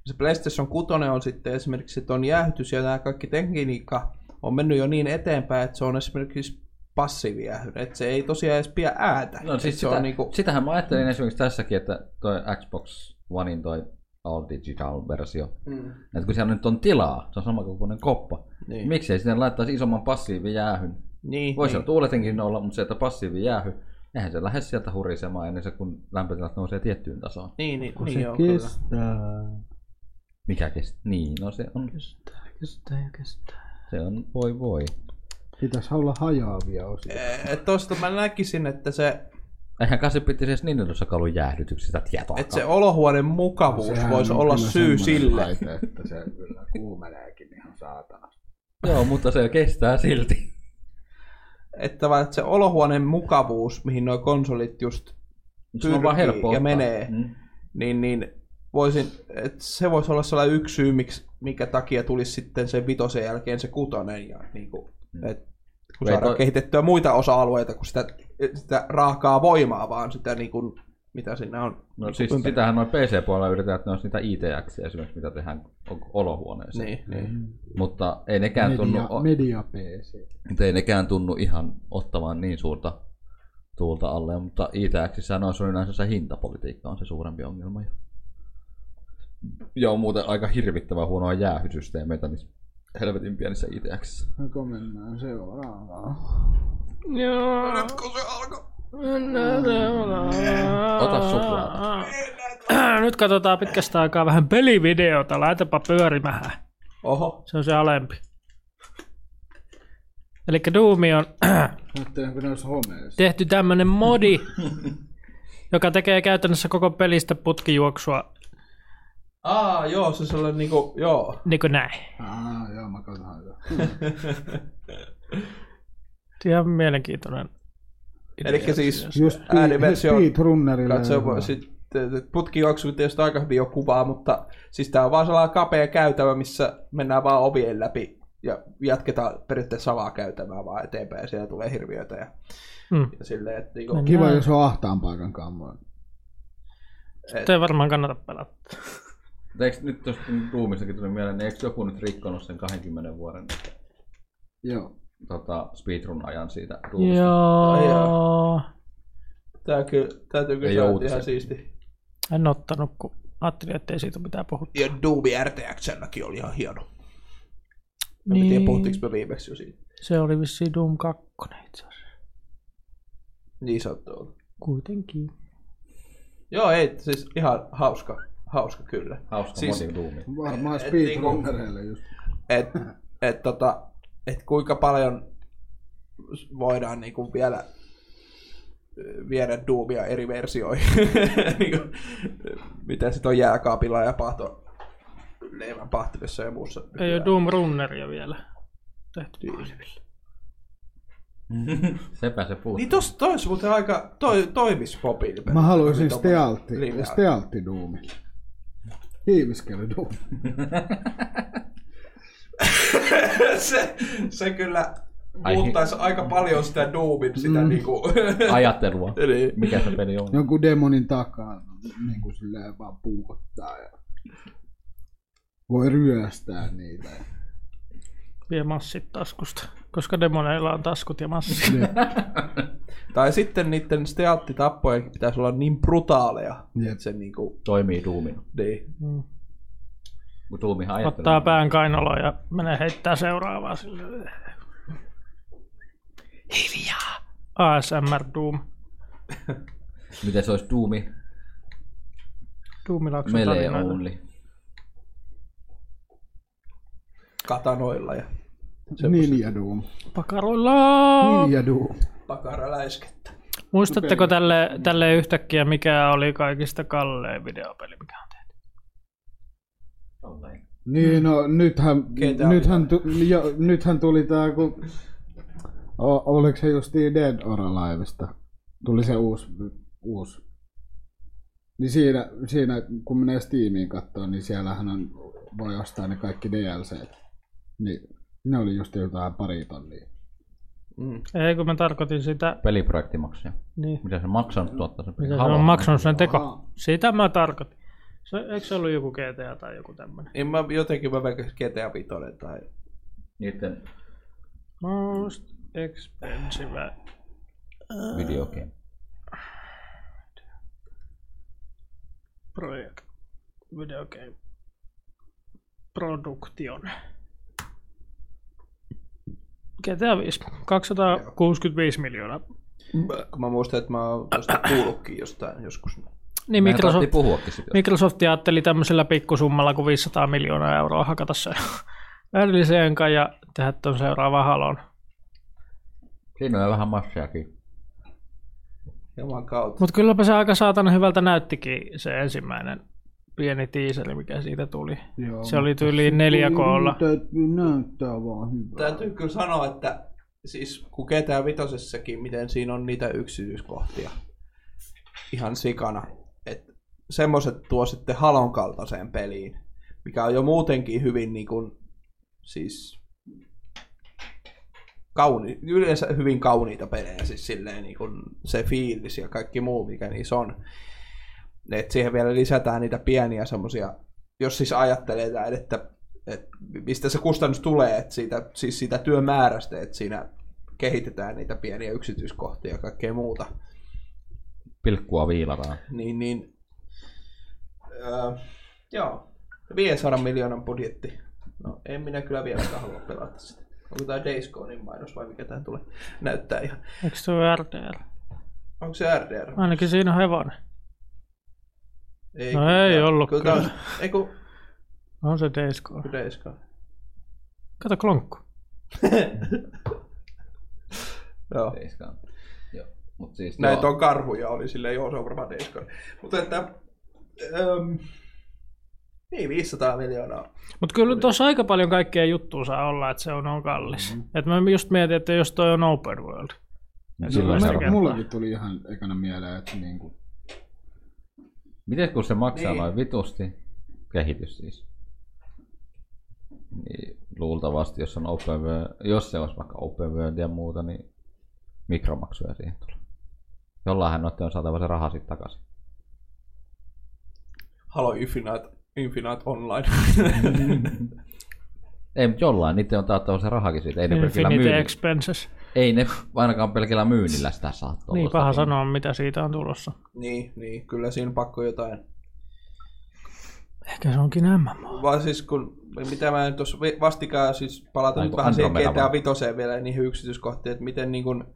S2: Ja Se PlayStation 6 on sitten esimerkiksi, että on jäähdytys ja nämä kaikki tekniikka on mennyt jo niin eteenpäin, että se on esimerkiksi passiiviähdyne, että se ei tosiaan edes pidä ääntä.
S5: No
S2: Että
S5: siis
S2: se
S5: sitä,
S2: on niinku,
S5: sitähän mä ajattelin esimerkiksi tässäkin, että toi Xbox Onein toi All Digital-versio,
S2: mm,
S5: että kun siellä nyt on tilaa, se on sama kokoinen koppa,
S2: niin.
S5: niin. miksei sinne laittaisi isomman passiivijäähyn?
S2: niin,
S5: Voisi niin.
S2: niin.
S5: tuuletenkin olla, mutta se, että passiivijäähy, eihän se lähde sieltä hurisemaan ennen se, kun lämpötilat nousee tiettyyn tasoon.
S2: Niin, niin,
S4: Kun
S2: niin
S4: se
S2: joo, kyllä.
S4: kestää.
S5: Mikä kestää? Niin, no se on,
S3: Kestää, kestää ja kestää.
S5: se on voi voi.
S4: Pitäisi olla hajaavia osia.
S2: Eh, Et tosta mä näkisin, että se,
S5: Eihän kai se piti siis Nintendossakaan ollut jäähdytyksistä tietoa.
S2: että se olohuoneen mukavuus
S4: Ah. Sehän
S2: voisi
S4: on
S2: olla
S4: kyllä
S2: syy
S4: semmoinen
S2: sille.
S4: Laite, että se kyllä kuumeneekin ihan saatana.
S5: Joo, mutta se kestää silti.
S2: Että, vaan, että se olohuoneen mukavuus, mihin nuo konsolit just
S5: Se on vaan
S2: Pyrkii ja
S5: helppo ottaa.
S2: menee.
S5: Mm.
S2: niin, niin voisin, et se voisi olla sellainen yksi syy, miksi, mikä takia tulisi sitten sen vitosen jälkeen se kutonen. Ja, niin kuin, et, kun
S5: Ei
S2: saadaan
S5: toi-
S2: kehitettyä muita osa-alueita kuin sitä, sitä raakaa voimaa, vaan sitä niin kuin, mitä siinä on.
S5: No
S2: niin
S5: siis
S2: kuin ympärillä.
S5: sitähän noin PC-puolella yritetään, että ne olisi niitä ITX esimerkiksi, mitä tehdään o- olohuoneeseen.
S2: Niin, niin.
S5: Mutta ei nekään, tunnu,
S4: Media, media PC.
S5: Nyt ei nekään tunnu ihan ottamaan niin suurta tuulta alle, mutta ITXissä on se yleensä se hintapolitiikka on se suurempi ongelma. jo. Joo, muuten aika hirvittävän huonoa jäähysysteemeitä niissä helvetin pienissä ITXissä.
S4: No mennään seuraavaan.
S3: Joo.
S2: Kun se alkoi,
S5: Ota suklaata.
S3: Nyt katsotaan pitkästä aikaa vähän pelivideota. Laitapa pyörimään.
S2: Oho,
S3: Se on se alempi. Eli Doom on
S4: Ajattelin, kun ne olisi homeessa.
S3: tehty tämmönen modi, joka tekee käytännössä koko pelistä putkijuoksua
S2: aa joo, se sellainen niin kuin, joo.
S3: niin kuin näin.
S4: Ah, joo, mä katsoin sitä.
S3: Ihan mielenkiintoinen. idea
S2: Eli siis
S3: sinänsä.
S4: Just
S2: ääniversio-
S4: speedrunnerille.
S2: Katso, siis- sitten putkijuoksu tietysti aika hyvin jo kuvaa, mutta siis tää on vaan sellainen kapea käytävä, missä mennään vaan ovien läpi ja jatketaan periaatteessa samaa käytävää vaan eteenpäin ja siellä tulee hirviöitä ja,
S3: Mm.
S2: ja silleen, että niinku,
S3: Mennään.
S4: Kiva, jos on ahtaan paikan kammoin.
S3: Sitä ei varmaan kannata pelata.
S5: Mutta Eikö nyt tuosta Doomistakin tuli mieleen, niin eikö joku nyt rikkonut sen 20 vuoden
S4: Joo.
S5: tota, speedrun-ajan siitä Doomista?
S2: Ai
S3: Joo.
S2: tää kyllä, täytyy kyllä
S5: Ei
S2: sanoa, että
S5: uutisia.
S2: ihan siisti.
S3: En ottanut, kun ajattelin, ettei siitä mitään puhuttu.
S2: Ja Doomi RTX-lläkin oli ihan hieno. Niin. En tiedä, puhuttiinko me viimeksi jo siitä.
S3: Se oli vissiin Doom 2 itse asiassa.
S2: Niin saattoi olla.
S3: Kuitenkin.
S2: Joo, ei, siis ihan hauska, hauska kyllä.
S5: Hauska
S2: Siis-
S5: siis... modi Doomi.
S4: Varmaan
S2: Et niinku-
S4: speedrunnerille just.
S2: et, et, tota, et kuinka paljon voidaan niinku vielä ö, viedä Doomia eri versioihin. niinku, mitä sitten on jääkaapilla ja pahto leivän pahtivissa ja muussa.
S3: Ei ole Doom Runneria vielä tehty.
S5: Sepä se puuttuu.
S2: Niin tos, tois muuten aika toi, toimis mobiilipeli.
S4: Mä haluaisin
S2: Tommonen
S4: stealthi,
S2: lineaarinen.
S4: stealthi duumi. Hiiviskely duumi.
S2: se, se kyllä
S5: Ai-
S2: muuttaisi aika paljon sitä Doomin sitä mm. niinku...
S5: Ajattelua.
S2: Eli,
S5: Mikä se peli on?
S4: Jonkun demonin takaa, niin kuin silleen vaan puukottaa ja voi ryöstää niitä.
S3: Vie massit taskusta. Koska demoneilla on taskut ja massit.
S2: tai sitten niiden stealttitappojen pitäisi olla niin brutaaleja,
S4: Jep.
S2: että se niinku...
S5: Toimii Doomina.
S2: Niin.
S3: Mm.
S5: Kun Doomihan ajattelee.
S3: Ottaa pään kainaloon ja menee heittää seuraavaa sille. Hiljaa! ASMR Doom.
S5: Miten se olisi Doomi?
S3: Doomilla onko se
S5: Melee
S3: tarinoita?
S5: only.
S2: katanoilla ja
S4: Nilja duum.
S3: Pakaroilla!
S4: Nilja duum.
S2: pakaraläiskettä.
S3: Muistatteko tälle, tälle yhtäkkiä, mikä oli kaikista kallein videopeli, mikä on tehty?
S4: Niin, no nythän,
S2: Mm. Ketä
S4: nythän, tu, jo, nythän tuli tää, kun... O, oliko se justiin Dead or Aliveista? Tuli se uusi... uusi. Niin siinä, siinä, kun menee Steamiin kattoon, niin siellähän on, voi ostaa ne kaikki DLC. Niin, ne oli just jotain pari tonnia.
S2: Mm.
S3: Ei, kun mä tarkoitin sitä,
S5: Peliprojekti maksaa.
S3: niin,
S5: Mitä se maksaa nyt tuottaa se peli?
S3: mitä se
S5: Haloo.
S3: on maksanut sen teko.
S4: Aa.
S3: Sitä mä tarkoitin. Se, eikö se ollut joku GTA tai joku tämmönen?
S2: En mä jotenkin mä veikkaan GTA 5 tai...
S5: Niiden
S3: Most expensive.
S5: Video game.
S3: Project. Video game. Production. GTA 5. 265 miljoonaa.
S2: Kun mä muistan, että mä oon tästä kuullutkin jostain joskus.
S3: Niin
S5: Meidän
S3: Microsoft,
S5: tarvittiin puhuakin sit jostain.
S3: Microsoft ajatteli tämmöisellä pikkusummalla kuin 500 miljoonaa euroa hakata se edelliseen kanssa ja tehdä tuon seuraavan halon.
S5: Siinä on vähän massiakin.
S2: Juman kautta.
S3: Mutta kylläpä se aika saatana hyvältä näyttikin se ensimmäinen pieni tiiseri, mikä siitä tuli.
S4: Joo,
S3: Se oli tyyliin 4K.
S4: Täytyy näyttää vaan hyvää.
S2: Täytyy kyllä sanoa, että siis kun ketään vitosessakin, miten siinä on niitä yksityiskohtia ihan sikana. Että semmoset tuo sitten halon kaltaiseen peliin, mikä on jo muutenkin hyvin niin kuin, siis kauni, yleensä hyvin kauniita pelejä, siis silleen niin kuin se fiilis ja kaikki muu, mikä niissä on. Et siihen vielä lisätään niitä pieniä semmoisia, jos siis ajattelee, näin, että, että mistä se kustannus tulee, että siitä, siis siitä työmäärästä, että siinä kehitetään niitä pieniä yksityiskohtia ja kaikkea muuta,
S5: Pilkkua viilataan.
S2: niin, niin öö, joo, 500 miljoonan budjetti. No, en minä kyllä vieläkään halua pelata sitä. Onko tämä Days Gonein mainos vai mikä tämä tulee? Näyttää ihan.
S3: Eikö se ole RDR?
S2: Onko se RDR?
S3: Ainakin siinä on hevonen.
S2: Ei,
S3: No
S2: kun
S3: ei
S2: tää-
S3: ollut
S2: tää on-
S3: kyllä.
S2: Ei kun
S3: On se Days Gone.
S2: Days Gone.
S3: Kato klonkku.
S2: Joo.
S5: Seiskaan. Joo. Mut siis
S2: Näitä
S5: joo,
S2: on karhuja, oli silleen, joo, se on varmaan Days Gone. Mutta että, äm, niin 500 miljoonaa.
S3: Mutta kyllä tuossa aika paljon kaikkea juttua saa olla, että se on, on kallis. Mm-hmm. Et mä just mietin, että jos toi on open world.
S5: niin
S3: Silloin
S5: silloin
S3: se
S5: se
S3: on
S5: on.
S3: kertaa.
S4: Mullakin tuli ihan ekana mieleen, että niinku,
S5: Miten kun se maksaa
S2: Niin.
S5: niin. noin vitusti? Kehitys siis. Niin luultavasti, jos, on open world, jos se olisi vaikka open world ja muuta, niin mikromaksuja siihen tulee. Jollainhan noiden on saatava se raha sitten takaisin.
S2: Halo Infinite, Infinite Online.
S5: Ei, mutta jollain. Niiden on taattava se rahakin siitä. Ei ne, pelkillä
S3: Infinity
S5: myynnillä.
S3: Expenses.
S5: Ei ne ainakaan pelkillä myynnillä sitä saa
S3: Niin
S5: tuollaista.
S3: paha sanoa, mitä siitä on tulossa.
S2: niin, niin, kyllä siinä pakko jotain.
S3: Ehkä se onkin MMO.
S2: Vaan siis kun, mitä mä nyt tuossa vi- vastikään, siis palata
S5: Ai,
S2: nyt
S5: kun
S2: vähän siihen
S5: Andromeda
S2: GTA
S5: vaan.
S2: Vitoseen vielä ja niihin yksityiskohtiin, että miten niin kun,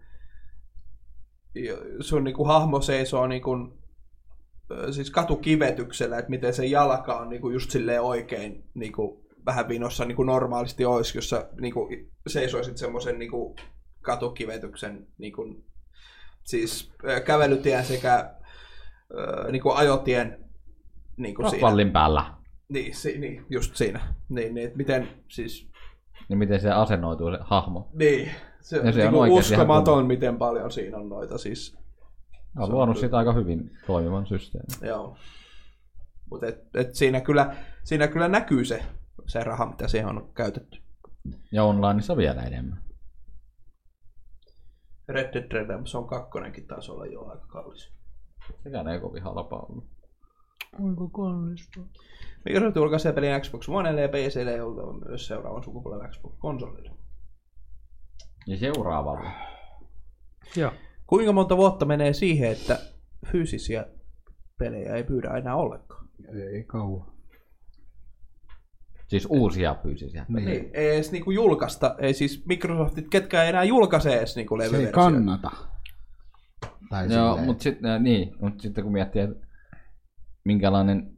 S2: sun niin kun hahmo seisoo niin kun, ö, siis katukivetyksellä, että miten se jalka on niin kun just silleen oikein niin kun, vähän vinossa niin kun normaalisti olisi, jos sä niin kun, seisoisit semmoisen niin kun, katukivetyksen niin kun, siis ö, kävelytien sekä ö, niin kun, ajotien niin kun siinä.
S5: Pallin päällä.
S2: Niin, si- niin, just siinä. Niin, niin, että miten siis...
S5: Niin miten se asennoituu se hahmo?
S2: Niin, se on,
S5: Ja se on
S2: niinku
S5: oikeasti ihan
S2: uskomaton, miten paljon siinä on noita siis.
S5: Ne on
S2: Se on
S5: luonut
S2: kyllä.
S5: sitä aika hyvin toimivan systeemin.
S2: Joo. Mutta et, et siinä, kyllä, siinä kyllä näkyy se, se raha, mitä siihen on käytetty.
S5: Ja onlineissa vielä enemmän.
S2: Red Dead Redemption 2 taisi olla jo aika kallis.
S5: Sekään ei kovin halpa ollut.
S3: Kuinka kallistuu?
S2: Microsoft julkaisee pelin Xbox Onelle ja PClle ja oltava myös seuraavan sukupolven Xbox-konsolille.
S5: Ja seuraavalla.
S3: Joo.
S2: Kuinka monta vuotta menee siihen, että fyysisiä pelejä ei pyydä enää ollenkaan?
S4: ei kauan.
S5: Siis uusia fyysisiä.
S4: Niin.
S2: Niin, ei edes niinku julkaista, ei siis Microsoftit, ketkä ei enää julkaise edes niinku
S4: Se ei
S2: levyversioita.
S4: kannata. Tai
S5: Joo,
S4: silleen.
S5: mutta sitten, niin, mut sitten kun miettii, että minkälainen,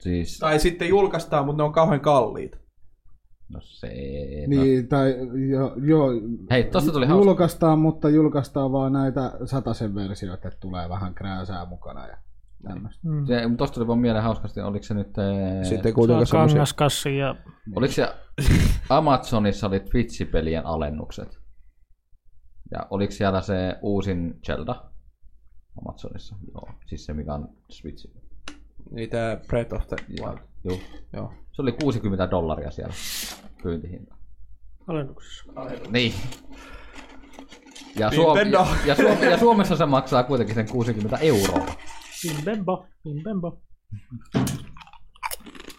S5: siis,
S2: Tai sitten julkaistaan, mutta ne on kauhean kalliit.
S5: no se, no.
S4: Niin, tai joo, joo
S5: Hei, tosta tuli hauska.
S4: julkaistaan, mutta julkaistaan vaan näitä sataisen versioita, että tulee vähän krääsää mukana ja
S5: Niin.
S4: tämmöistä.
S3: Mm.
S5: no Se, mut tosta tuli vaan mieleen hauskasti, oliko se nyt, äh, ee,
S2: Sitten
S3: Saa
S2: kuitenkin semmoisia.
S3: kangaskassi ja
S5: oliko se Amazonissa oli Twitch-pelien alennukset? Ja oliko siellä se uusin Zelda? Amazonissa, joo. Siis se, mikä on Switch.
S2: Niitä Breath of the
S5: Joo.
S2: Wild.
S5: Joo.
S2: Joo.
S5: Se oli 60 dollaria siellä pyyntihinta.
S3: alennuksessa.
S5: Niin. Ja, Suom-
S2: Nintendo.
S5: ja, ja, Suom- ja, Suomessa se maksaa kuitenkin sen 60 euroa.
S3: Bimbembo, bimbembo.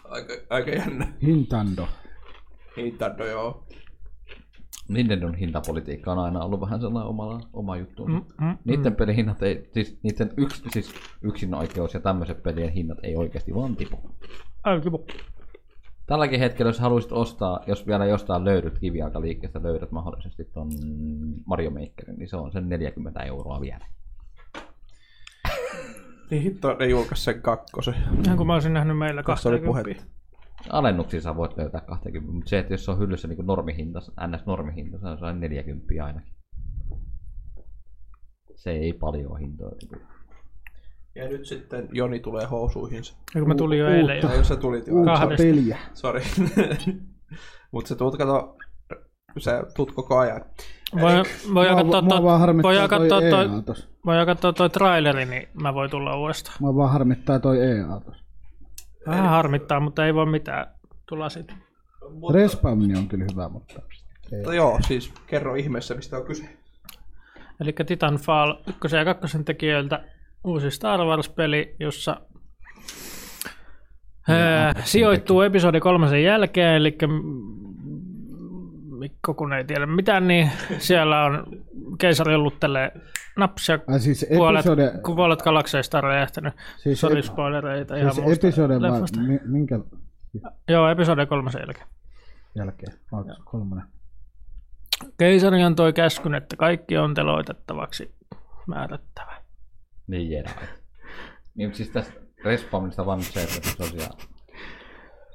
S2: Aika, aika jännä.
S4: Hintando.
S2: Nintendo, joo.
S5: Nintendon hintapolitiikka on aina ollut vähän sellainen oma, oma juttu. Mm,
S3: mm,
S5: niiden pelihinnat ei, siis niiden yks, siis yksinoikeus ja tämmöiset pelien hinnat ei oikeasti vaan tipu.
S3: Ai, kipu.
S5: Tälläkin hetkellä, jos haluaisit ostaa, jos vielä jostain löydyt kiviaikaliikkeestä, löydät mahdollisesti ton Mario Makerin, niin se on sen 40 euroa vielä.
S2: Niin hitto, ne julkaisi sen kakkosen.
S3: Ihan kun mä olisin nähnyt meillä
S2: Tässä oli
S3: 20.
S2: puhetta.
S5: Alennuksia sä voit löytää 20, mutta se, että jos se on hyllyssä niin normihinta, NS-normihinta, se on sellainen 40 ainakin. Se ei paljon niin hintoa. tipu.
S2: Ja nyt sitten Joni tulee housuihinsa.
S3: Ja kun mä tulin jo eilen. Jo.
S2: Tai jos sä tulit jo.
S4: Uutta
S3: Kahdesta.
S4: peliä.
S2: Sori. Mutta se tuut kato, sä tuut koko ajan.
S3: Voi, voi
S4: Mua-
S3: katsoa
S4: mua
S3: toi,
S4: vaan harmittaa
S3: voi
S4: toi
S3: katsoa toi,
S4: EA tos.
S3: voi katsoa toi traileri, niin mä voin tulla uudestaan.
S4: Mua vaan harmittaa toi EA tos.
S3: Vähän harmittaa, mutta ei voi mitään. Tulla sitten.
S4: Respawn on kyllä hyvä, mutta...
S2: Mutta joo, siis kerro ihmeessä, mistä on kyse.
S3: Eli Titanfall 1 ja 2 tekijöiltä uusi Star Wars-peli, jossa ää, sijoittuu episodi kolmasen jälkeen, eli Mikko kun ei tiedä mitään, niin siellä on keisari luttelee napsia,
S4: Ai siis
S3: puolet,
S4: episode...
S3: kun puolet galakseista on räjähtänyt.
S4: Siis
S3: Sori
S4: ep-
S3: spoilereita ihan
S4: Siis
S3: muusta
S4: episode vai
S3: leffasta.
S4: mi- minkä
S3: Joo, episode kolmasen jälkeen.
S4: jälkeen? Onko kolmonen?
S3: Keisari antoi käskyn, että kaikki on teloitettavaksi määrättävä.
S5: Niin jedi. Niin mutta siis tässä Respawnista vaan nyt se, että se tosiaan...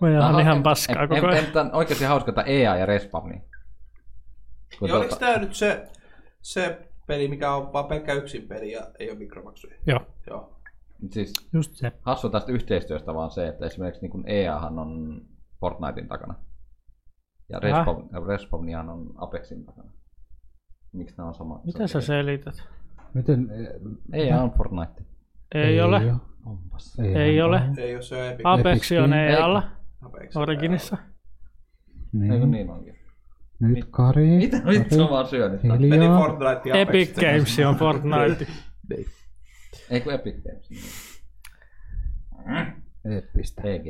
S3: Meillä
S5: Tää
S3: on ihan
S5: en-
S3: paskaa
S5: en-
S3: koko
S5: en-
S3: ajan.
S5: en- tää on oikeasti hauska, että EA ja Respawni. Kun
S2: Ja oliko
S5: tota-
S2: tää nyt se, se peli, mikä on vaan pelkkä yksin peli ja ei ole mikromaksuja?
S3: Joo,
S2: Joo.
S5: Siis
S3: just se.
S5: hassu tästä yhteistyöstä vaan se, että esimerkiksi niin kun EAhan on Fortnitein takana. Ja
S3: Häh?
S5: Respawn, Respawnihan on Apexin takana. Miksi nämä on sama?
S3: Mitä sä selität?
S4: Miten?
S5: EA on Fortnite.
S3: Ei, ole.
S5: Onpas.
S3: Ei, ole.
S2: Ei ole se Epic
S3: Apex on
S4: Epic
S3: EAlla,
S2: Apex.
S3: Originissa.
S5: Ei kun
S4: Niin.
S5: niin onkin.
S4: Nyt Kari.
S5: Mitä nyt sä vaan syönyt?
S2: Peli
S4: Hiljaa.
S2: Fortnite ja Apex.
S3: Epic Games on Fortnite.
S5: Ei kun Epic Games.
S4: Eppistä.
S5: EG.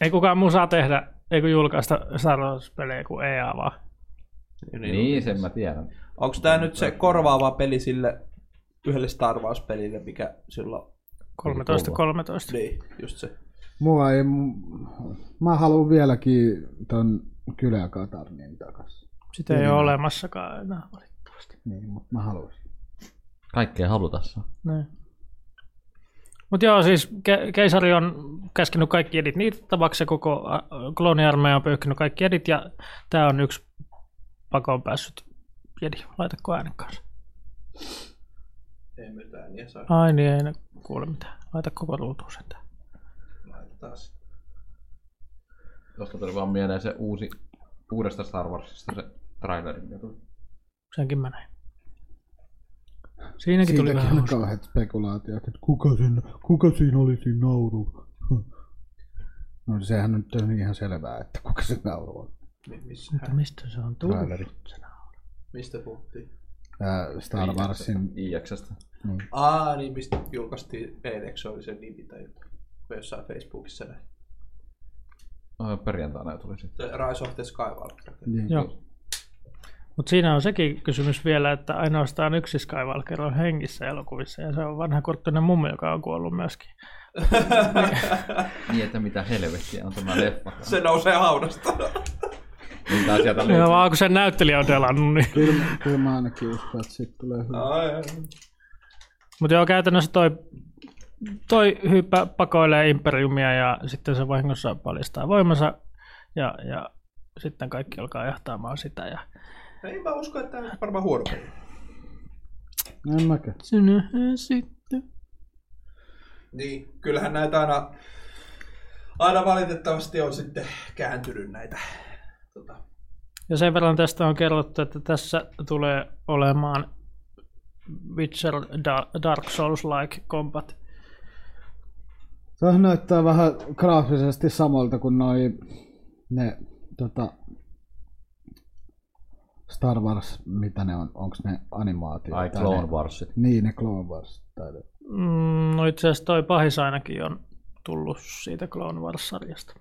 S3: Ei kukaan muu saa tehdä, ei kun julkaista Star Wars-pelejä kuin EA vaan.
S5: Niin, niin sen mä tiedän.
S2: Onko tämä nyt se korvaava peli sille yhdelle Star Wars-pelille, mikä silloin...
S3: 13, 13.
S2: Niin, just se.
S4: Mua ei... Mä haluan vieläkin ton Kylä Katarnin takas.
S3: Sitä ei ole olemassakaan enää. valitettavasti.
S4: Niin, mutta mä haluaisin.
S5: Kaikkea halutassa.
S3: Näin. Mut joo, siis ke- keisari on käskenyt kaikki edit niitettäväksi, ja koko ä, klooniarmeija on pyyhkinyt kaikki edit, ja tää on yksi pakoon päässyt jedi. Laitatko äänen kanssa?
S2: Ei mitään, niin saa
S3: Ai niin, ei ne kuule mitään. Laita koko ruutuun sentään.
S2: laittaa sitä.
S5: Tuosta tuli vaan mieleen se uusi, uudesta Star Warsista se traileri, mikä tuli.
S3: Senkin mä näin. Siinäkin tuli vähän
S4: Siitäkin on
S3: hauska.
S4: kauheat spekulaatiot, että kuka siinä, kuka siinä oli siinä nauru. No sehän nyt on ihan selvää, että kuka se nauru on.
S2: Mi- missä-
S3: Mutta mistä se on tullut?
S4: Traileri.
S2: Mistä puhuttiin?
S4: Ää, Star Warsin
S5: IX-stä.
S2: Aa, niin mistä julkaistiin eilen, se oli se nimi tai jotain. Mä Jossain Facebookissa näin.
S5: No, perjantaina tuli sitten.
S2: Se Rise of the Skywalker.
S4: niin,
S3: Joo. Mutta siinä on sekin kysymys vielä, että ainoastaan yksi Skywalker on hengissä elokuvissa ja se on vanha korttinen mummi, joka on kuollut myöskin.
S5: Niin, että mitä helvettiä on tämä leffa.
S2: Se nousee haudasta.
S5: Mitä sieltä
S3: Ja
S5: löytyy?
S3: vaan kun sen näyttelijä on delannut, niin
S4: Kyllä, kyllä mä ainakin uskon, että siitä tulee hyvä.
S2: Ai, ai.
S3: Mutta joo, käytännössä toi, toi hyppä pakoilee imperiumia ja sitten se vahingossa paljastaa voimansa ja, ja sitten kaikki alkaa jahtaamaan sitä. Ja...
S2: Ei mä usko, että tämä on varmaan huono peli.
S4: No En mäkään.
S3: Se nähdään sitten.
S2: Niin, kyllähän näitä aina, aina valitettavasti on sitten kääntynyt näitä. Tota,
S3: Ja sen verran tästä on kerrottu, että tässä tulee olemaan Witcher Da- Dark Souls-like combat.
S4: Tuohon näyttää vähän graafisesti samalta kuin noi ne tota, Star Wars, mitä ne on, onko ne animaatio?
S5: Ai
S4: tai
S5: Clone
S4: ne-
S5: Warsit.
S4: Niin, ne Clone Wars. Tai ne.
S3: Mm, no itse asiassa toi pahis ainakin on tullut siitä Clone Wars-sarjasta.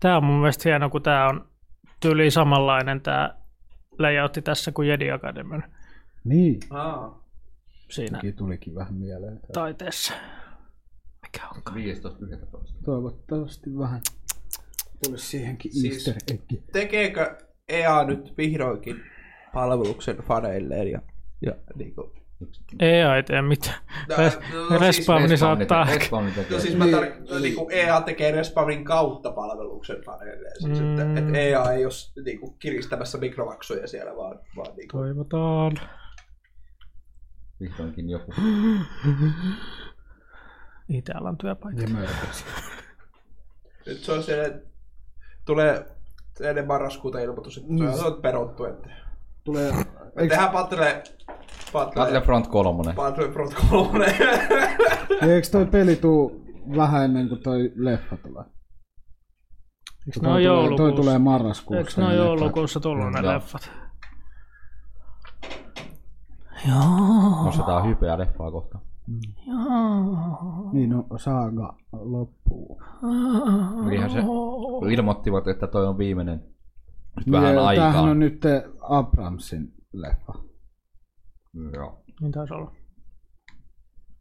S3: Tämä on mun mielestä hieno, kun tämä on tyyli samanlainen tämä layoutti tässä kuin Jedi Academyn
S4: Niin,
S2: Aa.
S3: siinä
S4: sekin tulikin vähän mieleen.
S3: taiteessa. Mikä onkaan?
S5: 15.11.
S4: Toivottavasti vähän tulisi siihenkin
S2: Siis-
S4: easter eggi.
S2: Tekeekö EA nyt vihdoinkin palveluksen faneilleen ja, ja niin kuin,
S3: EA ei tee mitään.
S2: No,
S3: Res-
S2: no, siis
S3: Respawn niin saattaa...
S2: No siis mä tarkoitan, niin kuin EA tekee Respawnin kautta palveluksen faneille. Siis, mm.
S3: Mm.
S2: että, että EA ei ole niin kuin, kiristämässä mikromaksuja siellä, vaan, vaan niin kuin,
S3: Toivotaan.
S5: Vihdoinkin joku.
S3: Itä-alan työpaikka.
S4: Ja mörkös.
S2: nyt se on se, tulee ennen marraskuuta ilmoitus, että
S4: Mm.
S2: mm. se on peruttu. Että,
S4: Tulee...
S2: Eiks...
S4: Eikö,
S2: Tehdään Battle, Battle,
S5: Battlefront 3.
S2: Battlefront 3.
S4: eikö toi peli tuu vähän ennen kuin toi leffa tulee?
S3: Eikö
S4: Kun
S3: ne
S4: toi
S3: ole
S4: tulee- Toi
S3: joulukuussa?
S4: tulee marraskuussa. niin
S3: Eikö ne ole
S4: leffat.
S3: joulukuussa tullut ne
S5: Joo.
S3: leffat? Joo,
S5: Nostetaan hypeä leffaa kohta.
S3: joo.
S4: Niin, no saaga loppuu.
S5: Niinhän se ilmoittivat, että toi on viimeinen. Nyt
S4: Niin,
S5: vähän
S4: ja
S5: aikaa.
S4: Tämähän on nyt eh, Abramsin leffa.
S5: Joo.
S3: Niin taisi olla.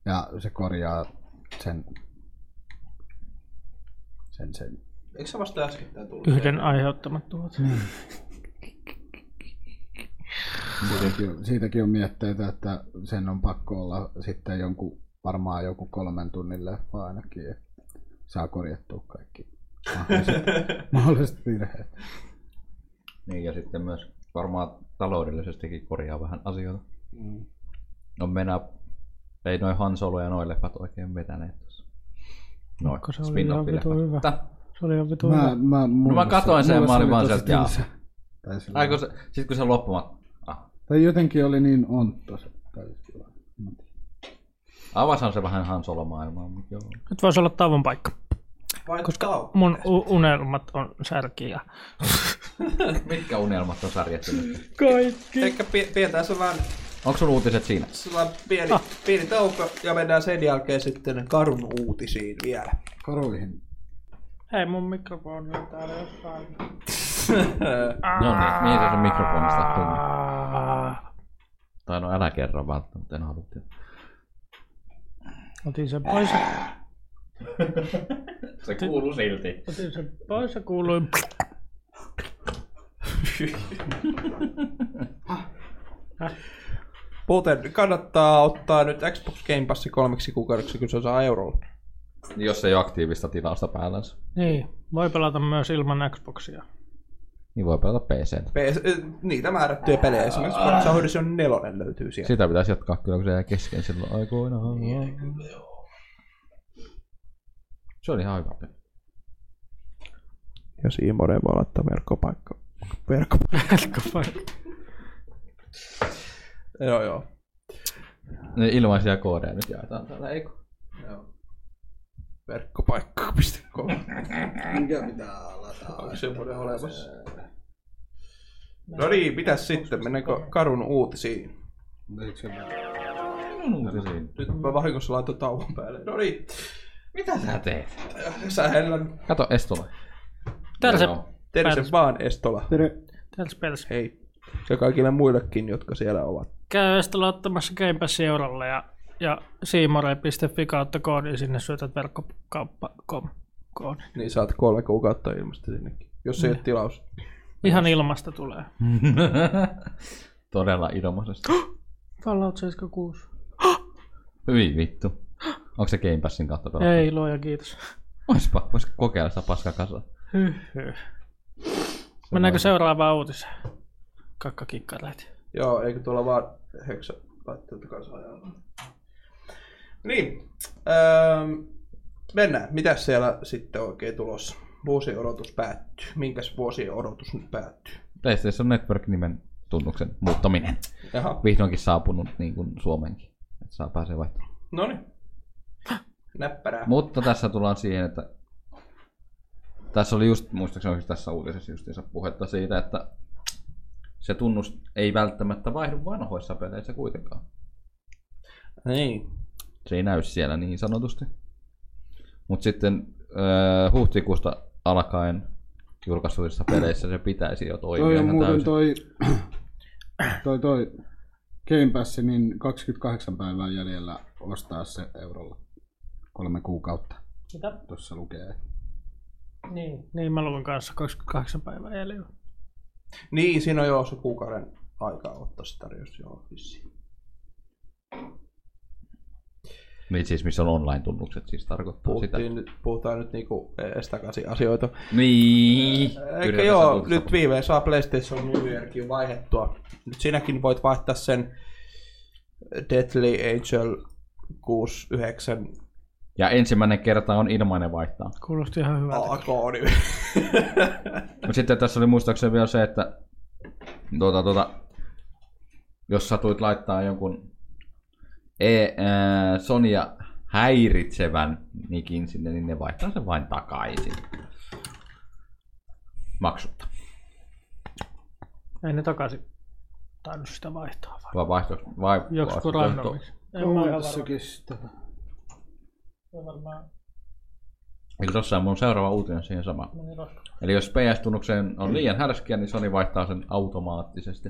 S4: Ja se korjaa sen... Sen sen.
S2: Eikö se vasta äskettäin tullut?
S3: Yhden aiheuttamat tuhot.
S5: Hmm.
S4: Siitäkin, on- siitäkin on mietteitä, että sen on pakko olla sitten jonkun, varmaan joku kolmen tunnin leffa ainakin. että Saa korjattua kaikki mahdolliset, mahdolliset virheet.
S5: Niin ja sitten myös varmaan taloudellisestikin korjaa vähän asioita.
S2: Mm.
S5: No mennä, ei noin Han Solo ja noin leffat oikein vetäneet tuossa. No, Noin,
S3: Onko se oli
S5: spin
S3: ihan vitu hyvä? Se oli ihan vitu
S4: Mä,
S3: hyvä.
S4: mä, mulla
S5: No mä katoin
S4: se-
S5: sen,
S4: mulla
S5: mä olin
S4: oli
S5: vaan
S4: tosi
S5: sieltä, jaa.
S4: tylsä. Tai sillä-
S5: Ai kun se, sit kun se loppumat... Ah.
S4: Tai jotenkin oli niin ontto se. Tai sillä-
S5: Avashan se vähän Han Solo maailmaa, mutta joo.
S3: Nyt voisi olla tauon paikka.
S2: Vai koska
S3: Mun u- unelmat on särkiä.
S5: Mitkä unelmat on sarjattu nyt?
S3: Kaikki.
S2: Ehkä pi- pidetään sellainen,
S5: Onko sun uutiset siinä?
S2: sellainen pieni, ah. pieni tauko ja mennään sen jälkeen sitten karun uutisiin vielä.
S4: Karuihin.
S3: Hei, mun mikrofoni on täällä jossain.
S5: No niin, mihin se sun mikrofonista tuli? Tai no älä kerro vaan, mutta en halua tietää.
S3: Otin sen pois.
S5: Se kuuluu silti.
S3: Otin sen pois ja kuului.
S2: Muuten kannattaa ottaa nyt Xbox Game Pass kolmeksi kuukaudeksi, kun se saa eurolla.
S5: Jos ei ole aktiivista tilausta päällänsä,
S3: Niin, voi pelata myös ilman Xboxia.
S5: niin voi pelata pc
S2: PS, eh, niitä määrättyjä pelejä, esimerkiksi Forza Horizon 4 löytyy sieltä.
S5: Sitä pitäisi jatkaa kyllä, kun se jäi kesken silloin aikoinaan. Se oli ihan hyvä peli.
S2: Ja Siimonen voi laittaa verkkopaikka. Verkkopaikka. joo, joo.
S5: Ne ilmaisia koodeja nyt jaetaan täällä, eikö?
S2: Verkkopaikka.com
S4: Mikä pitää lataa?
S2: Onko semmoinen olemassa? No niin, mitäs sitten? Mennäänkö Karun uutisiin?
S4: Eikö se
S2: Nyt mä vahingossa laitoin tauon päälle. No niin,
S5: Mitä sä teet?
S2: sä Helen.
S5: Kato Estola.
S3: Täällä se,
S5: Joo.
S2: Terse vaan Estola.
S4: Tere.
S3: täällä se pelsi.
S2: Hei. Ja kaikille muillekin, jotka siellä ovat.
S3: Käy Estola ottamassa Game Passin eurolle ja, ja siimore.fi kautta koodi sinne syötät verkkokauppa.com koodi.
S2: Niin saat kolme kuukautta ilmasta sinnekin, jos ei ole tilaus.
S3: Ihan ilmasta tulee.
S5: Todella ilmaisesti.
S3: Fallout 76.
S5: Hyi vittu. Onko se Game Passin kautta pelattu?
S3: Ei, luoja kiitos.
S5: Oispa, vois kokeilla sitä paskakasaa.
S3: Hyh, hyh. Mennäänkö seuraavaan uutiseen? Kakkakikkareet.
S2: Joo, eikö tuolla vaan heksä laitteelta kanssa ajalla. Niin, öö, mennään. Mitäs siellä sitten oikein tulossa? Vuosiodotus päättyy. Minkäs vuosiodotus nyt päättyy?
S5: PlayStation Network-nimen tunnuksen muuttaminen.
S2: Jaha,
S5: Vihdoinkin saapunut niin kuin Suomenkin. Et saa pääsee vaihtamaan.
S2: no niin. Näppärää.
S5: Mutta tässä tullaan siihen, että tässä oli just, muistaakseni oliko tässä uutisessa justiinsa puhetta siitä, että se tunnus ei välttämättä vaihdu vanhoissa peleissä kuitenkaan.
S2: Niin.
S5: se ei näy siellä niin sanotusti. Mutta sitten äh, huhtikuusta alkaen julkaisuissa peleissä se pitäisi jo
S4: Toi
S5: toimia
S4: on
S5: ihan
S4: muuten
S5: täysin.
S4: toi, toi, toi Game Pass, niin 28 päivää jäljellä ostaa se eurolla. Kolme kuukautta
S3: Mitä?
S4: tuossa lukee.
S3: Niin. Niin mä luin kanssa 28 päivää jäljellä.
S2: Niin, siinä on jo se kuukauden aikaa ottaa se tarjous. Joo, vissiin.
S5: Niin siis missä on online-tunnukset siis tarkoittaa sitä.
S2: Puhuttiin nyt, puhutaan nyt niinku estakaisin asioita.
S5: Niin.
S4: Äh,
S2: Eikä
S5: Yritän
S2: joo,
S5: satusta.
S2: nyt viimein saa PlayStation New Yearkin vaihettua. Nyt sinäkin voit vaihtaa sen Deadly Angel 69
S5: Ja ensimmäinen kerta on ilmainen vaihtaa.
S3: Kuulosti ihan hyvältä.
S2: A-koodi.
S5: Mutta sitten tässä oli muistaakseni vielä se, että tuota, tuota, jos satuit laittaa jonkun e, ää, Sonia häiritsevän nikin sinne, niin ne vaihtaa sen vain takaisin. Maksutta.
S3: Ei ne takaisin tainnut sitä vaihtaa vaan.
S5: Vai vaihtoiko? Vai,
S3: Joksi
S5: vaihtoiko-
S3: kun randomiksi. Ei mä ihan varma.
S4: sitä.
S3: Ei varmaan
S5: Eikö tossain mun seuraava uutinen siihen sama?
S3: meni roskaan.
S5: Eli jos PS-tunnukseen on liian härskiä, niin Sony vaihtaa sen automaattisesti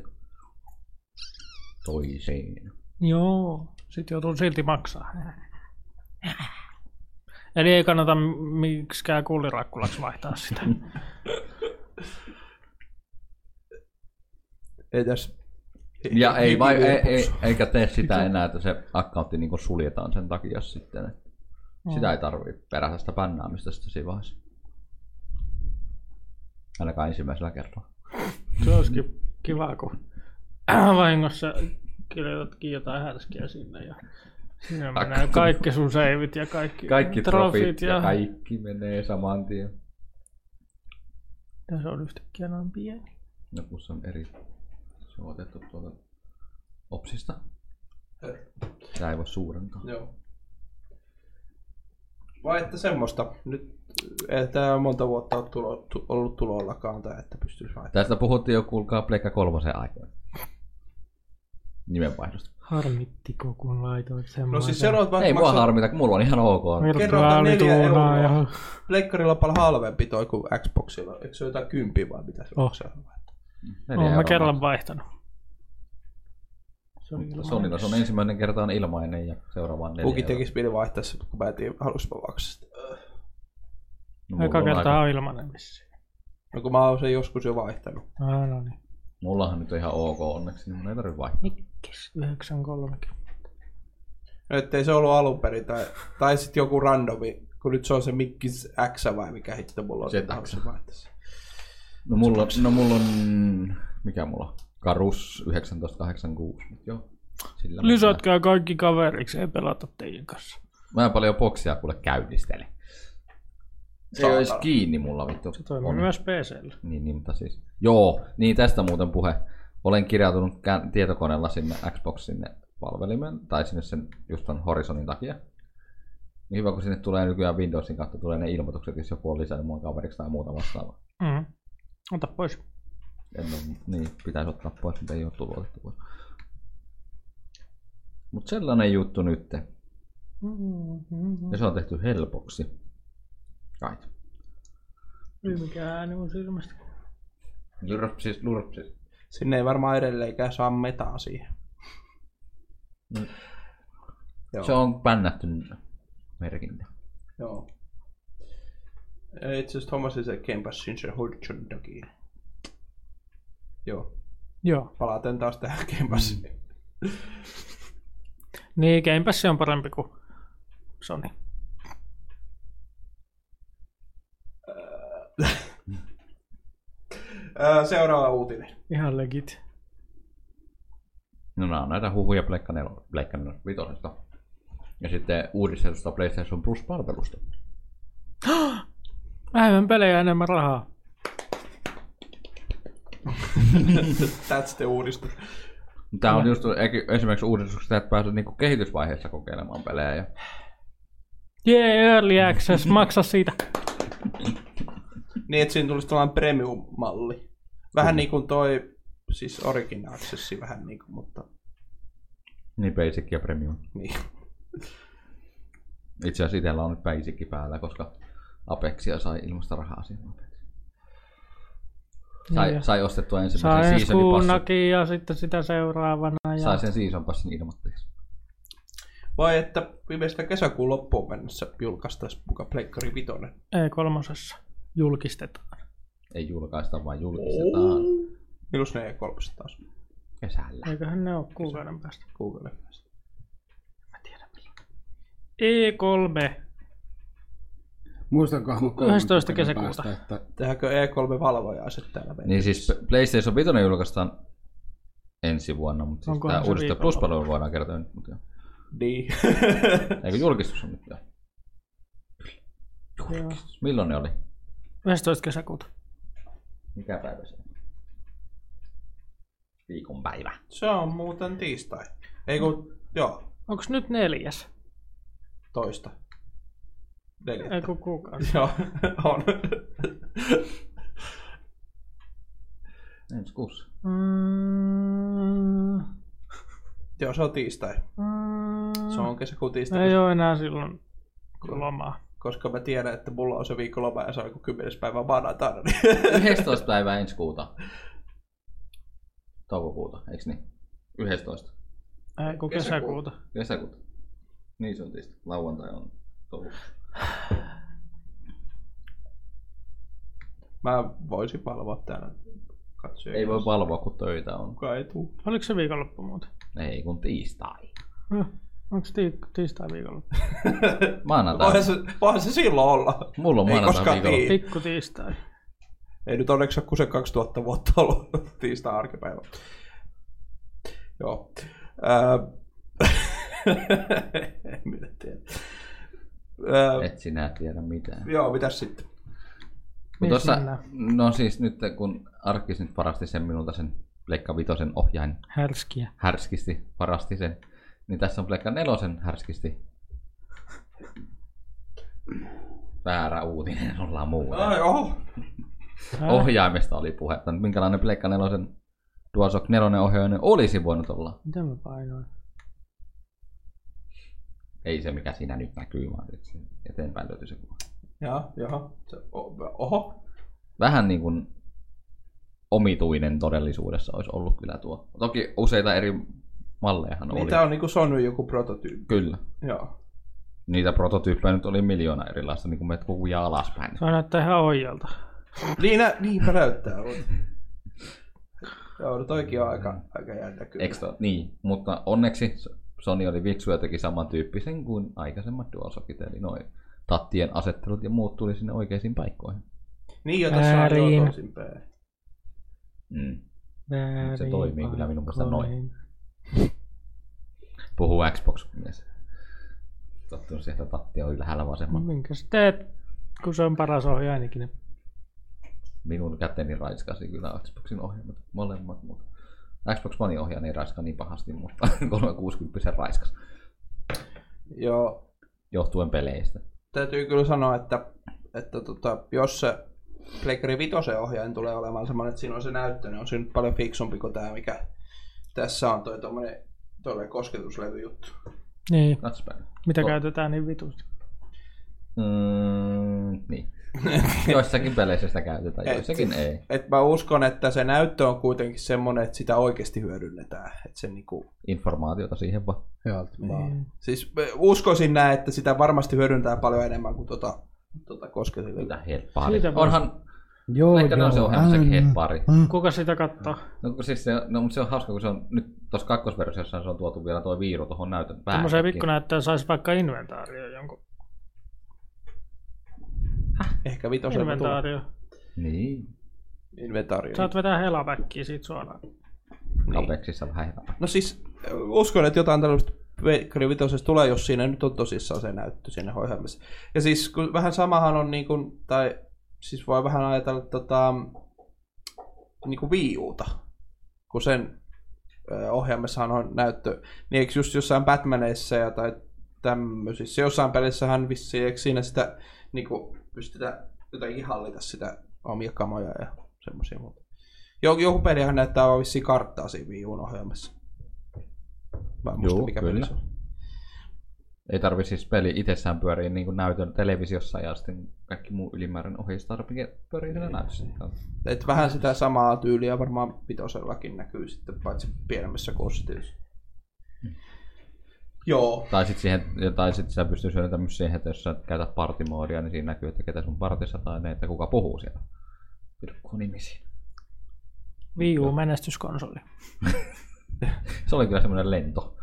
S5: toiseen.
S3: Joo, sit joutuu silti maksaa. Eli ei kannata miksikään kullirakkulaksi vaihtaa sitä.
S2: ei tässä...
S5: Ja ei, vai, ei, ei,
S2: hikivirpuksu.
S5: eikä tee sitä enää, että se accountti niin suljetaan sen takia sitten. että Sitä ei tarvii perätä sitä bännäämistä sitten siinä vaiheessa. Ainakaan ensimmäisellä kerralla.
S3: Se olisikin kivaa, kun vahingossa kirjoitatkin jotain härskiä sinne ja sinne
S5: Hakkaat
S3: menee kaikki sun seivit ja kaikki,
S5: Kaikki trofit ja kaikki menee saman tien.
S3: ja se on yhtäkkiä noin pieni.
S5: No kun se on eri. Se on otettu tuolta Opsista. Sitä ei voi suurentaa.
S2: Joo. Vai että semmoista. Nyt ei tämä monta vuotta ole tulo, tu, ollut tulollakaan, tää, että pystyisi vaihtamaan.
S5: Tästä puhuttiin jo, kuulkaa, Pleikka kolmosen aikoina. Nimenvaihdosta.
S3: Harmittiko, kun laitoit semmoisen?
S2: No siis sanoit vaan,
S5: Ei
S2: että
S5: mua
S2: maksaa
S5: harmita, kun mulla on ihan ok.
S2: kerrotaan neljä
S3: virtuaalituunaa ja...
S2: euroa. Pleikkarilla on paljon halvempi toi kuin Xboxilla. Eikö se ole jotain kympiä vai mitä se
S3: Oh.
S2: maksaa?
S5: Neljä
S3: Olen mä
S5: euroa
S3: kerran vaihtanut. Se oli
S5: Mutta
S3: ilmainen.
S5: Niin, Sonilla se on ensimmäinen kerta on ilmainen ja seuraava on neljä.
S2: Kukin
S5: euroa.
S2: tekisi mieli vaihtaa se, kun mä en tiedä, haluaisin mä maksaa sitä.
S5: No, mulla
S3: Eka
S5: on
S3: kertaa on ilmainen vissiin.
S2: No kun mä oon sen joskus jo vaihtanut.
S3: Ah, no niin.
S5: Mullahan nyt on ihan ok onneksi, niin mun ei tarvitse vaihtaa.
S3: Mikkis 930.
S2: No, ettei se ollut alun perin, tai, tai sitten joku randomi, kun nyt se on se Mikkis X vai mikä hitto mulla on.
S5: Se
S2: että haluaisin vaihtaa sen.
S5: No mulla, no mulla on, mikä mulla on? Karus 1986. Mut Joo. Sillä mennään.
S3: Lisätkää kaikki kaveriksi, ei pelata teidän kanssa.
S5: Mä en paljon boksia kuule käynnistele. Se ei
S2: Saatana.
S5: ole edes kiinni mulla vittu.
S3: Se toimii
S5: On.
S3: myös PCllä.
S5: Niin, niin, mutta siis. Joo, niin tästä muuten puhe. Olen kirjautunut kä- tietokoneella sinne Xbox sinne palvelimen, tai sinne sen just ton Horizonin takia. Niin hyvä, kun sinne tulee nykyään Windowsin kautta tulee ne ilmoitukset, jos joku on lisännyt mua kaveriksi tai muuta vastaavaa.
S3: Mm. Ota pois.
S5: En ole, niin, pitäisi ottaa pois, mutta ei ole tullut otettu pois. Mut sellainen juttu nyt.
S3: Mm-hmm.
S5: Ja se on tehty helpoksi. Kai.
S3: Ei mikään ääni mun silmästä.
S5: Lurpsis, lurpsis.
S2: Sinne ei varmaan edelleenkään saa metaa siihen.
S5: Mm.
S2: Joo,
S5: Se on pännätty merkintä.
S2: joo. Eh, Itse asiassa hommasin se Game Passin sen Hudson Dogiin. Joo,
S3: Joo.
S2: palaten taas tähän Game Passiin.
S3: Niin, Game Pass on parempi kuin Sony.
S2: Ö, Seuraava uutinen.
S3: Ihan legit.
S5: No nämä on näitä huhuja Pleikka 4, Pleikka 4 vitosesta. Ja sitten uudistetusta PlayStation Plus-palvelusta.
S3: Vähemmän pelejä, enemmän rahaa.
S2: That's the uudistus.
S5: Tämä on just ek- esimerkiksi uudistuksesta, että pääset niinku kehitysvaiheessa kokeilemaan pelejä. Ja
S3: Jee, yeah, Early Access, maksa siitä.
S2: Niin, että siinä tulisi tällainen premium-malli. Vähän niin kuin toi, siis Origin Accessi vähän niin kuin, mutta
S5: niin Basic ja Premium.
S2: niin.
S5: Itse asiassa itsellä on nyt Basic päällä, koska Apexia sai ilmasta rahaa siihen. Sai,
S3: Joo.
S5: sai ostettua ensimmäisen
S3: Saa ensi
S5: seasonin
S3: kuun
S5: passin.
S3: nakin ja sitten sitä seuraavana. Ja...
S5: Sai sen season passin ilmoitteeksi.
S2: Vai että viimeistään kesäkuun loppuun mennessä julkaistaisiin muka Pleikkari Vitoinen.
S3: Ei E kolmosessa julkistetaan.
S5: Ei julkaista, vaan julkistetaan
S2: Milloin ne ei kolmesta E taas?
S5: kesällä.
S3: Eiköhän ne ole kuukauden päästä.
S2: Google.
S3: E E3.
S4: Muistankohan mä
S3: 11
S4: kolmen
S3: kesäkuuta.
S4: päästä, että
S2: Tehdäänkö E3-valvoja sitten täällä meillä?
S5: Niin siis PlayStation 5 julkaistaan ensi vuonna, mutta siis
S3: Onkohan
S5: tämä
S3: se
S5: uudistettu
S3: viikolla?
S5: pluspalvelu voidaan kertoa nyt. Mutta joo.
S2: Niin.
S5: Eikö julkistus on nyt jo?
S3: Joo.
S5: Milloin ne oli?
S3: 11. kesäkuuta.
S5: Mikä päivä se on? Viikonpäivä.
S2: Se on muuten tiistai. Ei kun, joo,
S3: Onko nyt neljäs?
S2: toista. Neljättä.
S3: Ei kun kuukausi.
S2: Joo, on.
S5: Ensi kuussa.
S3: Mm,
S2: joo, se on tiistai.
S3: mm,
S2: Se on kesäkuun tiistai,
S3: Ei
S2: koska-
S3: ole enää silloin lomaa.
S2: koska mä tiedän, että mulla on se viikonloma ja se on joku kymmenes päivä maanantaina. Niin
S5: 11. päivää ensi kuuta. Toukokuuta, eikö niin? 11.
S3: Ei kun
S2: Kesäkuuta.
S3: kesäkuuta.
S5: Kesäkuuta. Niin se on tietysti. Lauantai on toukokuuta.
S2: mä voisin valvoa täällä. Katsoja.
S5: Ei voi valvoa, kun töitä on.
S2: Kuka ei tuu.
S3: Oliko se viikonloppu muuten?
S5: Ei, kun tiistai.
S3: Onko ti- tiistai viikonloppu?
S5: Maanantai.
S2: Voihan se, voihan se silloin olla.
S5: Mulla on
S2: No Ei
S5: maanantai
S2: koskaan
S5: viikolla.
S2: tiedä.
S3: Pikku tiistai.
S2: Ei nyt onneksi ole kuin se 2000 vuotta ollut tiistai arkipäivä. Joo. Ää... en minä tiedä. Ää...
S5: Et sinä tiedä mitään.
S2: Joo, mitäs sitten?
S5: Mut tossa,
S3: mennään?
S5: no siis nyt kun Arkis nyt varasti sen minulta sen Pleikka Vitosen ohjain
S3: Härskiä.
S5: härskisti, varasti sen, niin tässä on Pleikka Nelosen härskisti. Väärä uutinen ollaan
S2: Ah,
S5: muuta.
S2: joo.
S5: Ohjaimesta oli puhetta. nyt Minkälainen Pleikka Nelosen DualShock 4 ohjainen olisi voinut olla?
S3: Mitä mä painoin?
S5: Ei se mikä siinä nyt näkyy, vaan nyt se eteenpäin löytyy se kuva.
S2: Joo, joo. Se, o, oho.
S5: vähän niin kuin omituinen todellisuudessa olisi ollut kyllä tuo. Toki useita eri mallejahan oli.
S2: Niitä on niinku Sony joku prototyyppi.
S5: Kyllä.
S2: Joo.
S5: Niitä prototyyppejä nyt oli miljoona erilaista, niin kuin meidät kuvia alaspäin.
S3: Se näyttää ihan oijalta.
S2: Niin, nä, niinpä näyttää. joo, no toikin on aika, aika jännä kyllä.
S5: Eikö to- Niin, mutta onneksi Sony oli fiksu ja teki samantyyppisen kuin aikaisemmat DualShockit, eli noin tattien asettelut ja muut tuli sinne oikeisiin paikkoihin.
S2: Niin jo, tässä on
S3: Väärin.
S2: joo toisinpäin.
S5: Mm.
S3: Väärin
S5: Se toimii kyllä minun mielestä
S3: paikkoihin.
S5: Puhuu Xbox-mies. Tottunut siihen, että tatti on ylhäällä
S3: No
S5: vasemmalla.
S3: minkäs teet, kun se on paras ohjaaja ikinä.
S5: minun käteni raiskasi kyllä Xboxin ohjelmat molemmat, mutta Xbox One ohjaan ei raiska niin pahasti, mutta 360 raiskas
S2: Joo,
S5: johtuen peleistä.
S2: täytyy kyllä sanoa, että, että tota, jos se Pleikkari Vitosen ohjaajan tulee olemaan semmoinen, että siinä on se näyttö, niin on se nyt paljon fiksumpi kuin tämä, mikä tässä on, toi tommonen tuolle kosketuslevy juttu.
S3: Niin,
S5: Touchpad.
S3: mitä
S5: Oh.
S3: käytetään niin vitusti.
S5: Mm, niin. Joissakin peleissä sitä käytetään,
S2: Et-
S5: joissakin ei.
S2: Et mä uskon, että se näyttö on kuitenkin semmoinen, että sitä oikeasti hyödynnetään. Et se niinku,
S5: Informaatiota siihen vaan.
S4: health bar.
S2: siis mä uskoisin näin, että sitä varmasti hyödynnetään paljon enemmän kuin tota, tota kosketuslevy.
S5: Mitä headbari?
S3: Siitä vaan.
S5: Onhan
S4: Joo,
S5: Pleikka
S4: joo,
S5: se ohjelmassakin
S4: älä.
S5: headbari.
S3: Kuka sitä katsoo?
S5: No, kun siis se, no, mutta se on hauska, kun se on nyt tuossa kakkosversiossa se on tuotu vielä tuo viiru tuohon näytön päälle.
S3: Tämmöiseen pikkunäyttöön saisi vaikka inventaario jonkun.
S2: Ehkä Vitosen
S3: Inventaario.
S5: Niin.
S2: inventaario.
S3: Saat vetää helapäkkiä siitä suoraan.
S2: Niin.
S5: Apexissa vähän herätä.
S2: No siis uskon, että jotain tällaista Veikkari Vitosesta tulee, jos siinä nyt on tosissaan se näyttö siinä ohjelmassa. Ja siis kun vähän samahan on niin kuin, tai siis voi vähän ajatella tota, niin kuin viiuuta, kun sen ö, ohjaimessahan on näyttö. Niin eikö just jossain Batmaneissa ja tai tämmöisissä, jossain pelissähän vissiin, eikö siinä sitä niin kuin pystytä jotenkin hallita sitä omia kamoja ja semmoisia muuta. Joku, joku pelihän näyttää vaan vissiin karttaa siinä viivun ohjelmassa. Mä en muista,
S5: Joo,
S2: mikä
S5: kyllä.
S2: peli se on.
S5: Ei tarvi siis peli itsessään pyörii niin kuin näytön televisiossa ja sitten kaikki muu ylimääräinen ohjeistarvike pyörii siinä näytössä.
S2: Et vähän sitä samaa tyyliä varmaan pitosellakin näkyy sitten, paitsi pienemmissä kostyymissä. Joo,
S5: Tai sitten siihen, tai sit sä pystyy syödään myös siihen, että jos sä käytät partimoodia, niin siinä näkyy, että ketä sun partissa tai ne, että kuka puhuu siellä. Pilkku nimisiin.
S3: Wii U menestyskonsoli.
S5: Se oli kyllä semmoinen lento.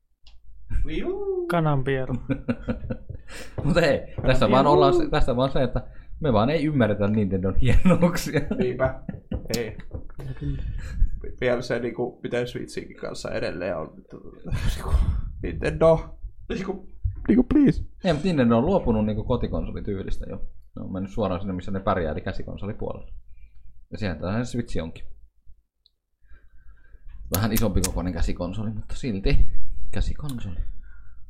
S2: Viu.
S3: Kananpieru.
S5: Mutta hei, tässä vaan, ollaan se, tässä vaan se, että me vaan ei ymmärretä Nintendon hienouksia.
S2: Niinpä. Ei. Vielä se, niinku, miten Switchinkin kanssa edelleen on. Niinku, Nintendo. Niinku, niinku please.
S5: Ei, mutta Nintendo on luopunut niin kotikonsolityylistä jo. Ne on mennyt suoraan sinne, missä ne pärjää, eli käsikonsolipuolella. Ja sehän tällainen Switch onkin. Vähän isompi kokoinen käsikonsoli, mutta silti käsikonsoli,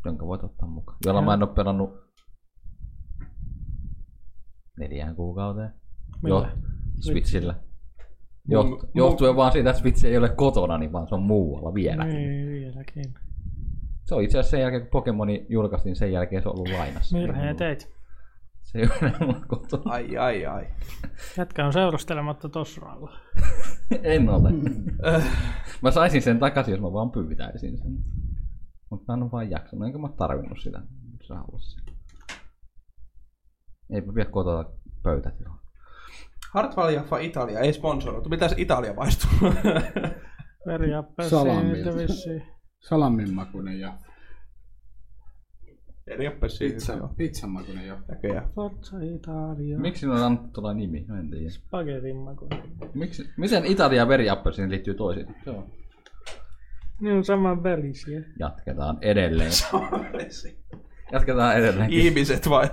S5: jonka voit ottaa mukaan. Jolla mä en ole pelannut neljään kuukauteen.
S3: Millä?
S5: Switchillä. Joht- johtuen vaan siitä, että Switch ei ole kotona, niin vaan se on muualla vielä.
S3: Niin, vieläkin.
S5: Se on itse asiassa sen jälkeen, kun Pokemoni julkaistiin, sen jälkeen se on ollut lainassa.
S3: Virheen teit.
S5: Se ei ole enää kotona.
S2: Ai, ai, ai.
S3: Jätkä on seurustelematta tosralla.
S5: En ole. mä saisin sen takaisin, jos mä vaan pyytäisin sen. Mutta mä en ole vaan jaksanut, enkä mä oo tarvinnut sitä. jos Sä haluat sitä. Eipä pidä kotona pöytätilaa.
S2: Hartwall Jaffa Italia, ei sponsoroitu. Mitäs Italia maistuu?
S3: Veri ja pössi
S4: Salamilta.
S3: niitä vissiin.
S4: Salamin makuinen ja
S2: Eli joppe siitä.
S4: pizza, pizzan makuinen ja
S2: Näköjään.
S3: Forza Italia.
S5: Miksi ne on annettu tuolla nimi? Mä en tiedä.
S3: Spagetin maku.
S5: Miksi, miten Italia ja veriappelsiin liittyy toisiin? Joo.
S3: Ne Niin on saman välisiä.
S5: Jatketaan edelleen. Jatketaan edelleen.
S2: Ihmiset vai?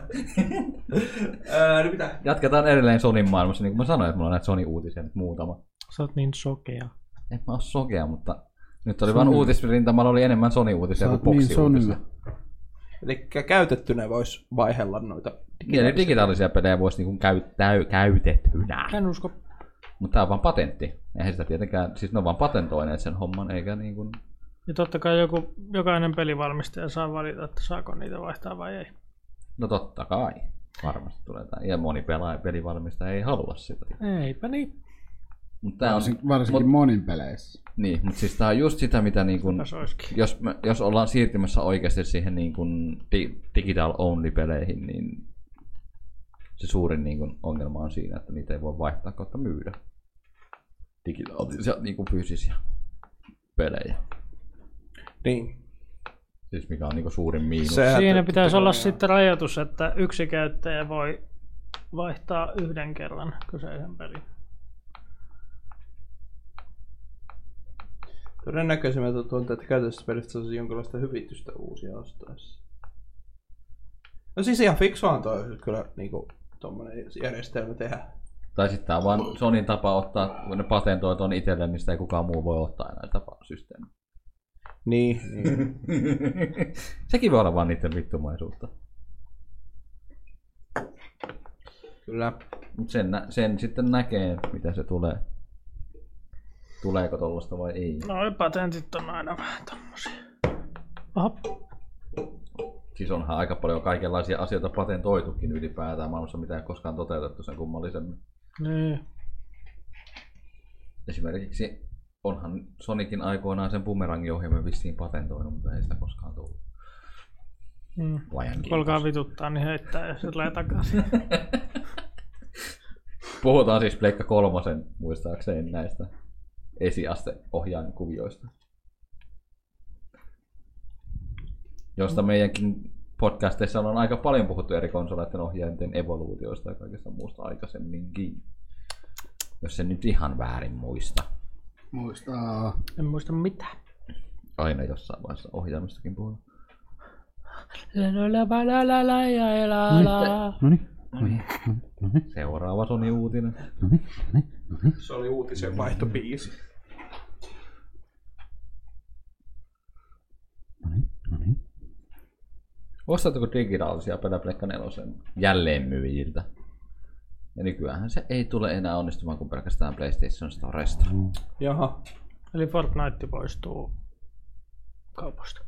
S2: Öö, no mitä?
S5: Jatketaan edelleen Sonin maailmassa. Niin kuin mä sanoin, että mulla on näitä Sony-uutisia nyt muutama.
S3: Sä oot niin sokea.
S5: En mä oo sokea, mutta nyt oli vaan uutisrintamalla oli enemmän Sony-uutisia
S4: sä
S5: kuin
S4: oot niin
S5: Boxi-uutisia.
S4: sonilla.
S2: Eli käytettynä voisi vaihella noita.
S5: Niin, eli digitaalisia pelejä voisi niinku käyttää, käytettynä.
S3: En usko.
S5: Mutta tämä on vaan patentti. Eihän sitä tietenkään, siis ne on vaan patentoineet sen homman, eikä niinku...
S3: Ja totta kai joku, jokainen pelivalmistaja saa valita, että saako niitä vaihtaa vai ei.
S5: No totta kai. Varmasti tulee tämä. Ja moni pelaaja, pelivalmistaja ei halua sitä.
S3: Eipä niin.
S5: Mutta tämä on,
S4: Varsinkin- Varsinkin
S5: mut,
S4: monin peleissä.
S5: niin, mutta siis tämä on just sitä, mitä niinku...
S3: Jos olisikin.
S5: Jos, me, jos ollaan siirtymässä oikeasti siihen niinku di, digital only peleihin, niin se suurin niinku ongelma on siinä, että niitä ei voi vaihtaa kautta myydä. Digitaalisia niinku fyysisiä pelejä.
S2: Niin.
S5: Siis mikä on niinku suurin miinus. Se...
S2: Sehän
S3: Siinä
S2: te-
S3: pitäisi
S2: te-
S3: olla
S2: te-
S3: sitten rajoitus, että yksi käyttäjä voi vaihtaa yhden kerran kyseisen pelin.
S2: Todennäköisimmät on tuntuu, että käytössä pelistä saisi jonkinlaista hyvitystä uusia ostaessa. No siis ihan fiksuahan toi kyllä niinku tommonen järjestelmä tehdä.
S5: Tai sitten tämä on vaan Sonin tapa ottaa, kun ne patentoi ton itselleen, niin sitä ei kukaan muu voi ottaa enää sitä vaan systeemiä.
S2: Niin, niin.
S5: Sekin voi olla vaan niiden vittumaisuutta.
S2: kyllä.
S5: Mut sen, nä- sen sitten näkee, mitä se tulee. Tuleeko tollasta vai ei.
S3: No patentit on aina vähän tommosia. Aha,
S5: Siis onhan aika paljon kaikenlaisia asioita patentoitukin ylipäätään maailmassa, mitä ei koskaan toteutettu sen kummallisemmin.
S3: niin.
S5: Esimerkiksi onhan Sonicin aikoinaan sen bumerangin ohjelman vissiin patentoinut, mutta ei sitä koskaan tullut.
S3: Mm.
S5: Vajan kiitos.
S3: Kun alkaa vituttaa, niin heittää ja se tulee takaisin.
S5: Puhutaan siis Pleikka kolmosen muistaakseni näistä esiasteohjaajan kuvioista. Josta meidänkin podcasteissa on aika paljon puhuttu eri konsoleiden ohjaajien evoluutioista ja kaikesta muusta aikaisemminkin. Jos se nyt ihan väärin muista.
S4: Muistaa.
S3: En muista mitään.
S5: Aina jossain vaiheessa ohjaamistakin puhutaan.
S4: No niin.
S5: Seuraava Sony uutinen.
S2: Se oli
S4: Niin.
S2: uutisen vaihtobiisi.
S5: Ostatteko digitaalisia pelejä Pleikka 4 jälleenmyyjiltä? Ja nykyäänhän se ei tule enää onnistumaan kuin pelkästään PlayStation Storesta.
S2: Jaha.
S3: Eli Fortnite poistuu kaupasta.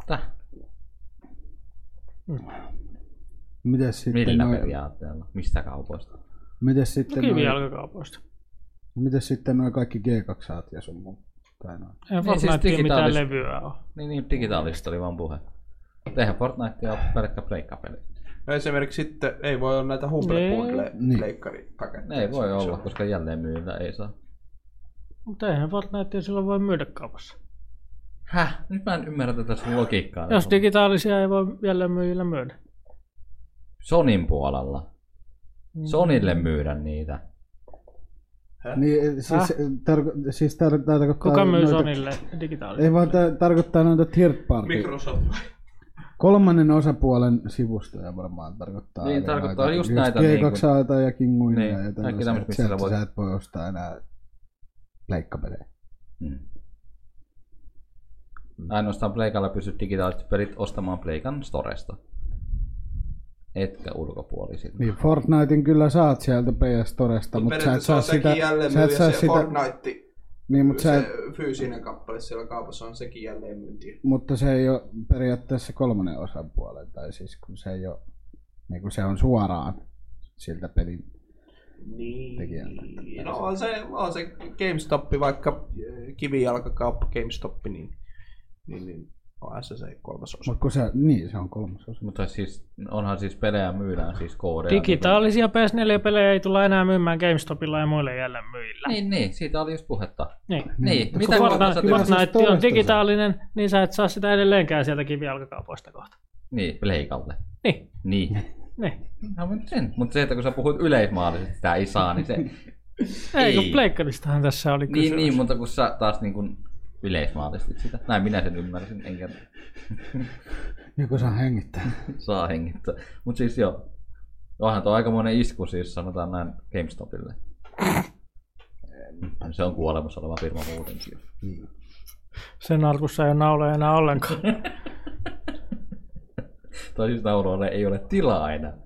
S5: Että?
S4: Mites sitten,
S5: Millä
S4: noi-
S5: periaatteella? Mistä kaupoista?
S4: mites
S3: No
S4: sitten, noi,
S3: Kivijalkakaupoista.
S4: mites sitten noi kaikki G2 ja sun muut? Tai noin.
S3: Ei
S5: siis
S3: Fortnite siis mitään
S5: digitaalista.
S3: levyä ole.
S5: Niin, niin digitaalista oli vaan puhe. Mutta Eihän Fortnite ole pelkkä pleikkapeli.
S2: No esimerkiksi sitten ei voi olla näitä
S3: Niin.
S4: Niin.
S2: Humble-leikkari-paketteja.
S5: Ei voi olla, koska jälleen myyjillä ei saa.
S3: Mutta eihän Fortnitea silloin voi myydä kaupassa.
S5: Häh? Nyt mä en ymmärrä tätä sun logiikkaa.
S3: Jos digitaalisia ei voi jälleen myyjillä myydä.
S5: Sonin puolella.
S4: Mm.
S3: Mm.
S5: Sonille myydä niitä.
S4: Niin, siis,
S3: Häh?
S4: tarko- siis tar- tarkoittaa...
S3: Kuka myy
S4: noita-
S3: Sonille digitaalisia?
S4: Ei vaan tar- tarkoittaa noita third party.
S2: Microsoft.
S4: Kolmannen osapuolen sivustoja varmaan tarkoittaa.
S5: Niin,
S4: aina
S5: tarkoittaa
S4: noita-
S5: just näitä
S4: G2
S5: niin
S4: ja Kinguina
S5: Niin,
S4: ja
S5: kaikki
S4: tällaisia.
S5: tämmöset,
S4: että
S5: mistä sä
S4: Sieltä
S5: voit-
S4: sä et voi ostaa enää leikkapelejä.
S5: Mm. Ainoastaan Pleikalla pystyt digitaaliset pelit ostamaan Pleikan storesta. Etkä ulkopuolisilta.
S4: Niin, Fortnitein kyllä saat sieltä PS Storesta, mutta sä et saa sitä... Sä et saa
S2: se
S4: sitä
S2: Fortnite,
S4: niin, mutta, sä
S2: se
S4: et,
S2: fyysinen kappale siellä kaupassa on sekin jälleen myyntiä.
S4: mutta se ei ole periaatteessa kolmannen osapuolen, tai siis kun se ei ole... Niin kun se on suoraan siltä pelin tekijältä.
S2: Niin. No on se, on se GameStop, vaikka äh, kivijalkakauppa GameStop, niin, niin, niin onhan se se kolmas osa.
S4: Mutta kun se, niin, se on kolmas osa.
S5: Mutta siis, onhan siis pelejä myydään siis koodeja.
S3: Digitaalisia PS4-pelejä ei tulla enää myymään GameStopilla ja muille jälleenmyyjillä.
S5: Niin, niin, siitä oli just puhetta.
S3: Niin.
S5: Niin,
S4: mutta
S5: mitä
S4: kun
S5: kohta
S4: Fortnite-
S5: sä
S3: Fortnite,
S4: Kyllä
S5: teet?
S4: se
S3: Fortnite
S4: toista
S3: on
S4: se.
S3: digitaalinen, niin sä et saa sitä edelleenkään sieltä kivijalkakaupoista kohta.
S5: Niin, Pleikalle.
S3: Niin,
S5: Niin.
S3: niin.
S5: No, mutta sen. Mut se, että kun sä puhut yleismaallisesti, sitä ei saa, niin se...
S3: Ei, kun
S5: Ei.
S3: Pleikkaristahan tässä oli kysymys.
S5: niin, niin, mutta kun sä taas niin kun yleismaallistit sitä. Näin minä sen ymmärsin, enkä
S4: Joku saa Niin hengittää.
S5: saa hengittää. Mutta siis joo, onhan tuo aikamoinen isku siis sanotaan näin GameStopille. Ehm, Se on kuolemassa oleva firma muutenkin.
S3: Sen arkussa ei ole nauloja enää ollenkaan.
S5: Tai siis nauroille ei ole tilaa enää.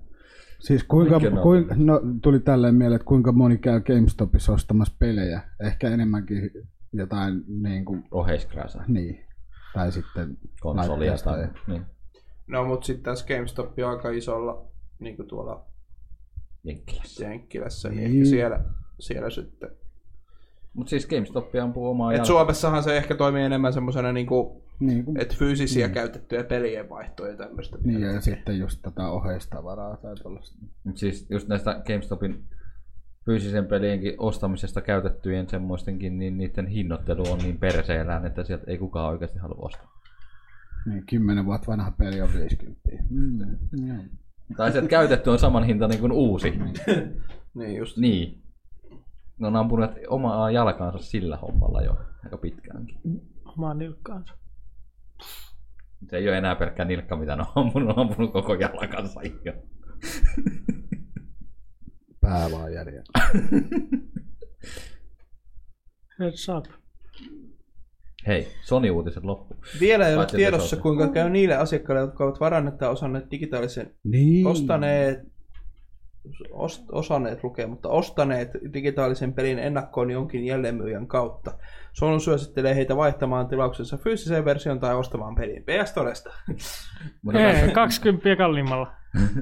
S4: Siis kuinka,
S5: Mikä ne on?
S4: kuin, no, tuli tälleen mieleen, että kuinka moni käy GameStopissa ostamassa pelejä. Ehkä enemmänkin jotain niin kuin,
S5: Oheiskräsä,
S4: niin. Tai sitten
S5: konsolia
S4: laitteesta
S5: tai...
S4: ja-
S5: Niin,
S2: No mut sitten taas GameStop on aika isolla, niin kuin tuolla
S5: Jenkkilässä.
S2: Jenkkilässä, niin,
S4: Niin.
S2: ehkä siellä, siellä sitten
S5: Mutta siis GameStop ampuu
S4: No
S5: omaa
S2: Et Suomessahan se ehkä toimii enemmän semmoisena niinku,
S4: Niin, kuin,
S2: et fyysisiä käytettyjä pelien vaihtoja ja tämmöistä.
S4: niin ja sitten just tätä oheistavaraa tai tuollaista.
S5: Mut siis just näistä GameStopin fyysisen pelienkin ostamisesta käytettyjen semmoistenkin, niin niiden hinnoittelu on niin perseellään, että sieltä ei kukaan oikeasti halua ostaa.
S4: Niin, 10 vuotta vanha peli on 50. Mm, joo.
S5: Tai se, että käytetty on saman hinta niin kuin uusi.
S2: Niin just.
S5: Niin. Ne on ampuneet omaa jalkaansa sillä hommalla jo aika pitkäänkin.
S3: Omaa nilkkaansa.
S5: Se ei ole enää pelkkä nilkka, mitä ne on ampunut, ne on ampunut koko jalkansa jo.
S4: Pää vaan järjellä.
S3: Heads up.
S5: Hei, Sony-uutiset loppu.
S2: Vielä ei ole
S5: Paitsi
S2: tiedossa,
S5: Resolve.
S2: kuinka käy niille asiakkaille, jotka ovat varanneet tai osanneet digitaalisen,
S4: Niin.
S2: ostaneet, ost, osanneet lukea, mutta ostaneet digitaalisen pelin ennakkoon jonkin jälleenmyyjän kautta. Suomen suosittelee heitä vaihtamaan tilauksensa fyysiseen versioon tai ostamaan pelin PS Storesta.
S5: Mutta
S3: Ei, 20 kalliimmalla.
S5: tästä-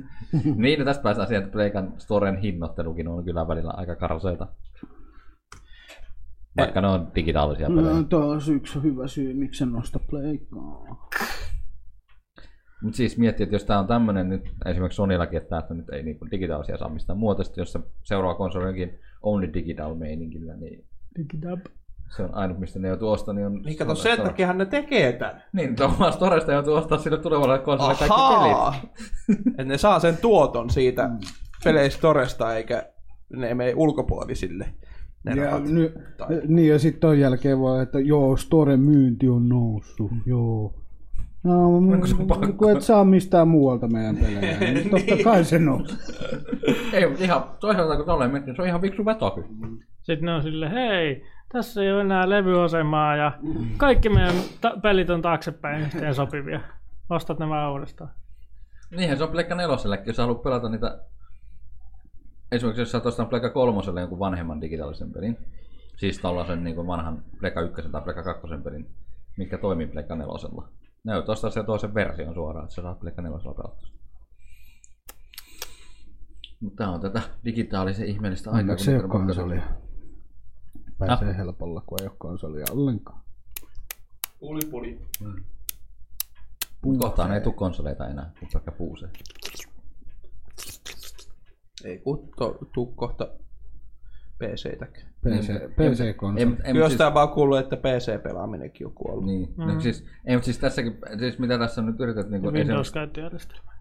S5: niin, no tästä päästään siihen, että Pleikan Storen hinnoittelukin on kyllä välillä aika karseita.
S2: Eh.
S5: Vaikka ne on digitaalisia pelejä.
S4: No, taas yksi hyvä syy, miksi en osta pleikkaa.
S5: Mutta siis miettii, että jos tämä on tämmöinen nyt, esimerkiksi Sonyllakin, että, että nyt ei niinku digitaalisia saa mistään muuta, sitten jos se seuraa konsolinkin only digital meiningillä, niin
S3: Digidab.
S5: se on ainut, mistä ne joutuu ostamaan. Niin, on
S2: Niin kato,
S5: Store-
S2: sen takiahan ne tekee tän.
S5: Niin, Thomas Storesta joutuu ostaa sille tulevalle konsolille kaikki pelit.
S2: Ahaa! Mm. Et ne saa sen tuoton siitä peleistoresta, eikä ne mene ulkopuolisille. Ne
S4: Ja,
S2: rahat.
S4: ny,
S2: Tai-
S4: niin ja sitten ton jälkeen voi, että joo, Storen myynti on noussut, joo. No,
S5: Onko se pakko?
S4: kun et saa mistään muualta meidän pelejä, niin totta kai se nousee.
S5: Ei, mutta ihan toisaalta kun tolleen miettii, se on ihan fiksu veto kyllä.
S3: Sitten ne on sille, hei, tässä ei ole enää levyasemaa ja kaikki meidän ta- pelit on taaksepäin yhteen sopivia. Ostat ne vaan uudestaan.
S5: Niinhän se on Pleikka nelosellekin, jos sä haluat pelata niitä... Esimerkiksi jos sä tuosta Pleikka kolmoselle jonkun vanhemman digitaalisen pelin, niinku siis tällaisen niin kuin vanhan Pleikka ykkösen tai Pleikka kakkosen pelin, mikä toimii Pleikka nelosella, No joo, tosta se toisen version suoraan, että se saa Pleikka 4 pelattua.
S6: Mutta tää on tätä digitaalisen ihmeellistä aikaa.
S4: Onneksi
S6: kun
S4: ei ole
S6: niitä ratkaisu-
S4: konsolia. Pääsee helpolla, kun ei ole konsolia ollenkaan.
S2: Puli puli.
S5: Mut kohtaan ei tule konsoleita enää, kun pelkkä puusee.
S2: Ei kun to, tuu kohta PC-täkään.
S4: PC, PC-konsoli.
S5: Ei,
S2: Kyllä
S5: ei, mut
S2: siis...
S5: siis,
S2: tämä vaan kuuluu, että PC-pelaaminenkin on kuollut. Niin.
S5: niin, mm-hmm. siis, ei, mut siis tässäkin, siis mitä tässä nyt yrität, niin kuin,
S3: Windows-käyttöjärjestelmä.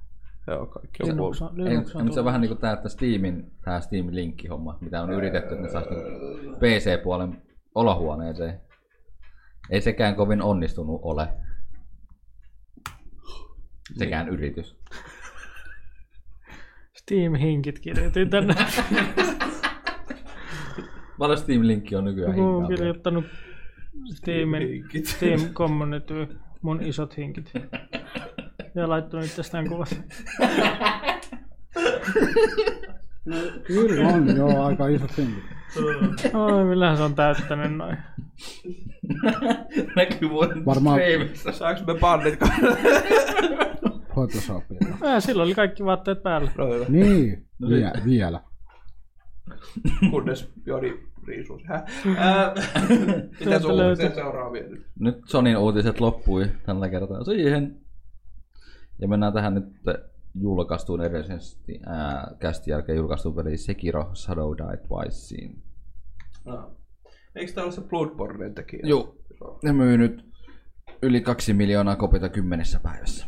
S2: Joo, kaikki on
S3: Linux
S2: kuollut.
S3: on,
S5: Ei,
S3: Linux on
S5: mutta se on
S3: tullut.
S5: vähän niinku tää, että Steamin, tää Steam-linkkihomma, mitä on yritetty, että ne saisi niinku PC-puolen olohuoneeseen. Ei sekään kovin onnistunut ole. Sekään
S3: Niin.
S5: yritys.
S3: Steam-hinkit kirjoitin tänne.
S5: Paljon Steam-linkki on nykyään
S3: Joku on
S5: hintaa?
S3: kirjoittanut Steamin, Steam Community, mun isot hinkit. Ja laittanut itsestään kuvat.
S4: Kyllä on, joo, aika iso sinki.
S3: Oi, millähän se on täyttänyt noin.
S5: Näkyy vuoden
S4: Varmaan-
S5: streamissä.
S2: Saanko me bannit kanssa?
S4: Photoshopilla.
S3: Äh, silloin oli kaikki vaatteet päällä.
S2: No hyvä,
S4: Niin, vie, vielä.
S2: kunnes Joni riisuu sen. Häh? Ää, Mitä
S3: Täältä
S2: sun
S3: löytyy.
S2: uutisia seuraavia nyt?
S5: Nyt Sonin uutiset loppui tällä kertaa siihen. Ja mennään tähän nyt julkaistuun edellisen ää, kästin jälkeen julkaistuun peliin Sekiro Shadow Die Twiceen.
S2: No. Eikö tää ole se Bloodbornen tekijä?
S5: Joo. Ne myy nyt yli kaksi miljoonaa kopita kymmenessä päivässä.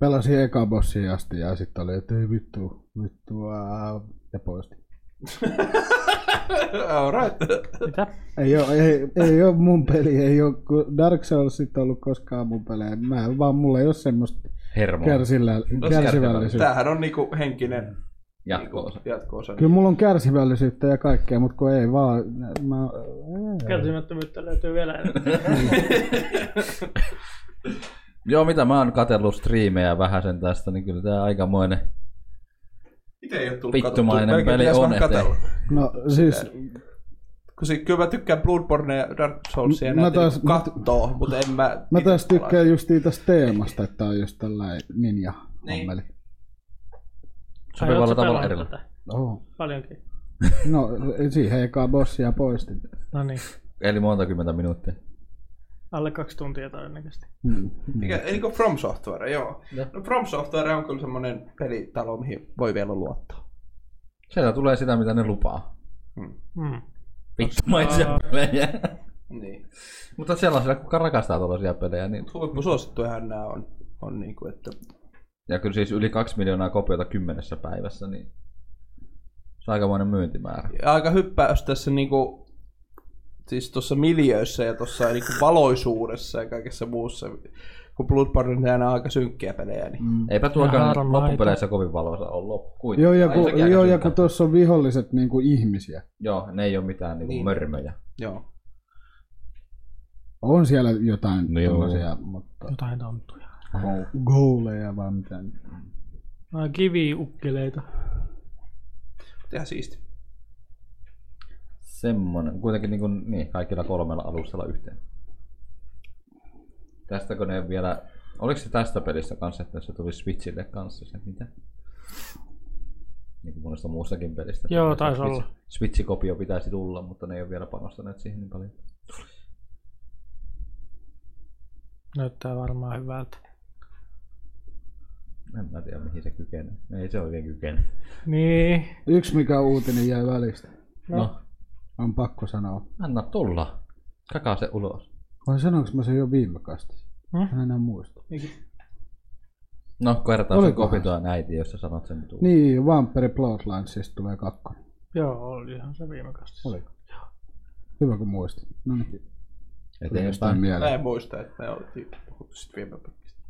S4: Pelasin eka bossiin asti ja sitten oli, että ei vittu, vittu, ää, ja poisti.
S2: All right.
S3: Mitä?
S4: Ei oo, ei, ei oo mun peli, ei oo ku- Dark Soulsit ollut koskaan mun pelejä. Mä vaan, mulla ei oo semmoista
S5: Hermo.
S4: kärsillä, kärsivällisyyttä.
S2: Tämähän on niinku henkinen
S5: Jatko.
S2: jatko-osa.
S4: Kyllä mulla on kärsivällisyyttä ja kaikkea, mutta kun ei vaan, mä,
S3: Kärsimättömyyttä löytyy vielä enemmän.
S5: Joo, mitä mä oon katsellut striimejä vähän sen tästä, niin kyllä tää aikamoinen.
S2: Itse ei ole tullut
S5: Vittumainen
S2: katsottua. Melkein
S5: peli
S2: pitäisi
S5: on,
S2: vähän
S5: ettei-
S2: katella.
S4: no siis
S2: Kun si- kyllä mä tykkään Bloodborne ja Dark Soulsia
S4: Mä
S2: näitä
S4: taas-
S2: niinku kattoo, mutta en mä...
S4: Mä
S2: itse
S4: taas
S2: pelaa.
S4: tykkään just tästä teemasta, että on just tällainen ninja hommeli.
S5: Sopivalla
S3: Ai, ootko
S5: tavalla
S3: pelannut
S5: erilainen.
S3: tätä?
S4: Oh.
S3: Paljonkin.
S4: No siihen ekaa bossia poistin.
S3: No niin,
S5: Eli monta kymmentä minuuttia.
S3: alle kaksi tuntia todennäköisesti.
S4: Mm.
S2: Mikä, ei niinku From Software, joo. No From Software on kyllä semmonen pelitalo, mihin voi vielä luottaa.
S5: Sieltä tulee sitä, mitä ne lupaa.
S3: Mm.
S5: Vittumaisia pelejä.
S2: Niin.
S5: Mutta sellaisilla, kuka rakastaa tällaisia pelejä, niin...
S2: Huippusuosittujahan nää on, on niinku, että...
S5: Ja kyllä siis yli kaksi miljoonaa kopiota kymmenessä päivässä, niin... Se on aikamoinen myyntimäärä.
S2: Ja Aika hyppäys tässä niinku... Siis tuossa miljöissä ja tuossa niinku valoisuudessa ja kaikessa muussa. Kun Bloodborne on aika synkkiä pelejä,
S4: Mm.
S2: niin...
S5: Eipä
S3: Ja
S5: tuokaan
S3: haaran
S5: loppupeleissä kovin valoisa ole loppu.
S4: Joo, ja
S5: Ai,
S4: kun,
S5: sekin aika
S4: joo, ja
S5: synkkä.
S4: kun tuossa on viholliset niin kuin ihmisiä.
S5: Joo, ne ei ole mitään niinku
S2: Niin.
S5: niin. mörmöjä.
S2: Joo.
S4: On siellä jotain
S5: No
S4: no
S5: joo.
S4: tuollaisia, mutta
S3: Jotain tonttuja.
S4: goaleja vaan mitään.
S3: Ai, kiviukkeleita.
S2: Ihan siisti.
S5: Semmonen. Kuitenkin niin, kuin, niin kaikilla kolmella alustalla yhteen. Tästäkö ne vielä... Oliko se tästä pelistä kanssa, että se tuli Switchille kanssa se mitä? Niin kuin monesta muustakin pelistä.
S3: Joo,
S5: Että
S3: taisi
S5: Switch-
S3: olla.
S5: Switch-kopio pitäisi tulla, mutta ne ei ole vielä panostaneet siihen niin paljon.
S3: Näyttää varmaan hyvältä.
S5: En mä tiedä, mihin se kykenee. Ei se oikein kykene.
S3: Niin.
S4: Yksi mikä uutinen jäi välistä,
S5: No, no
S4: on pakko sanoa.
S5: anna tulla. Kakaa se ulos.
S4: Vai sanoinko mä sen jo viime kastissa?
S3: Hmm?
S4: Mä en enää muista.
S5: No, kertaa se
S4: Olikohan
S5: kopitoa äiti, jos sä sanot sen tulla.
S4: Niin, Vampire Bloodlines siis tulee kakkonen.
S3: Joo, olihan se viime kastissa.
S4: Oliko? Hyvä kun muistin. No niin, tuli jostain
S5: Eteenpäin.
S2: Mä
S4: mieleen.
S2: en muista, että me oltiin puhuttu sit viime päivästä.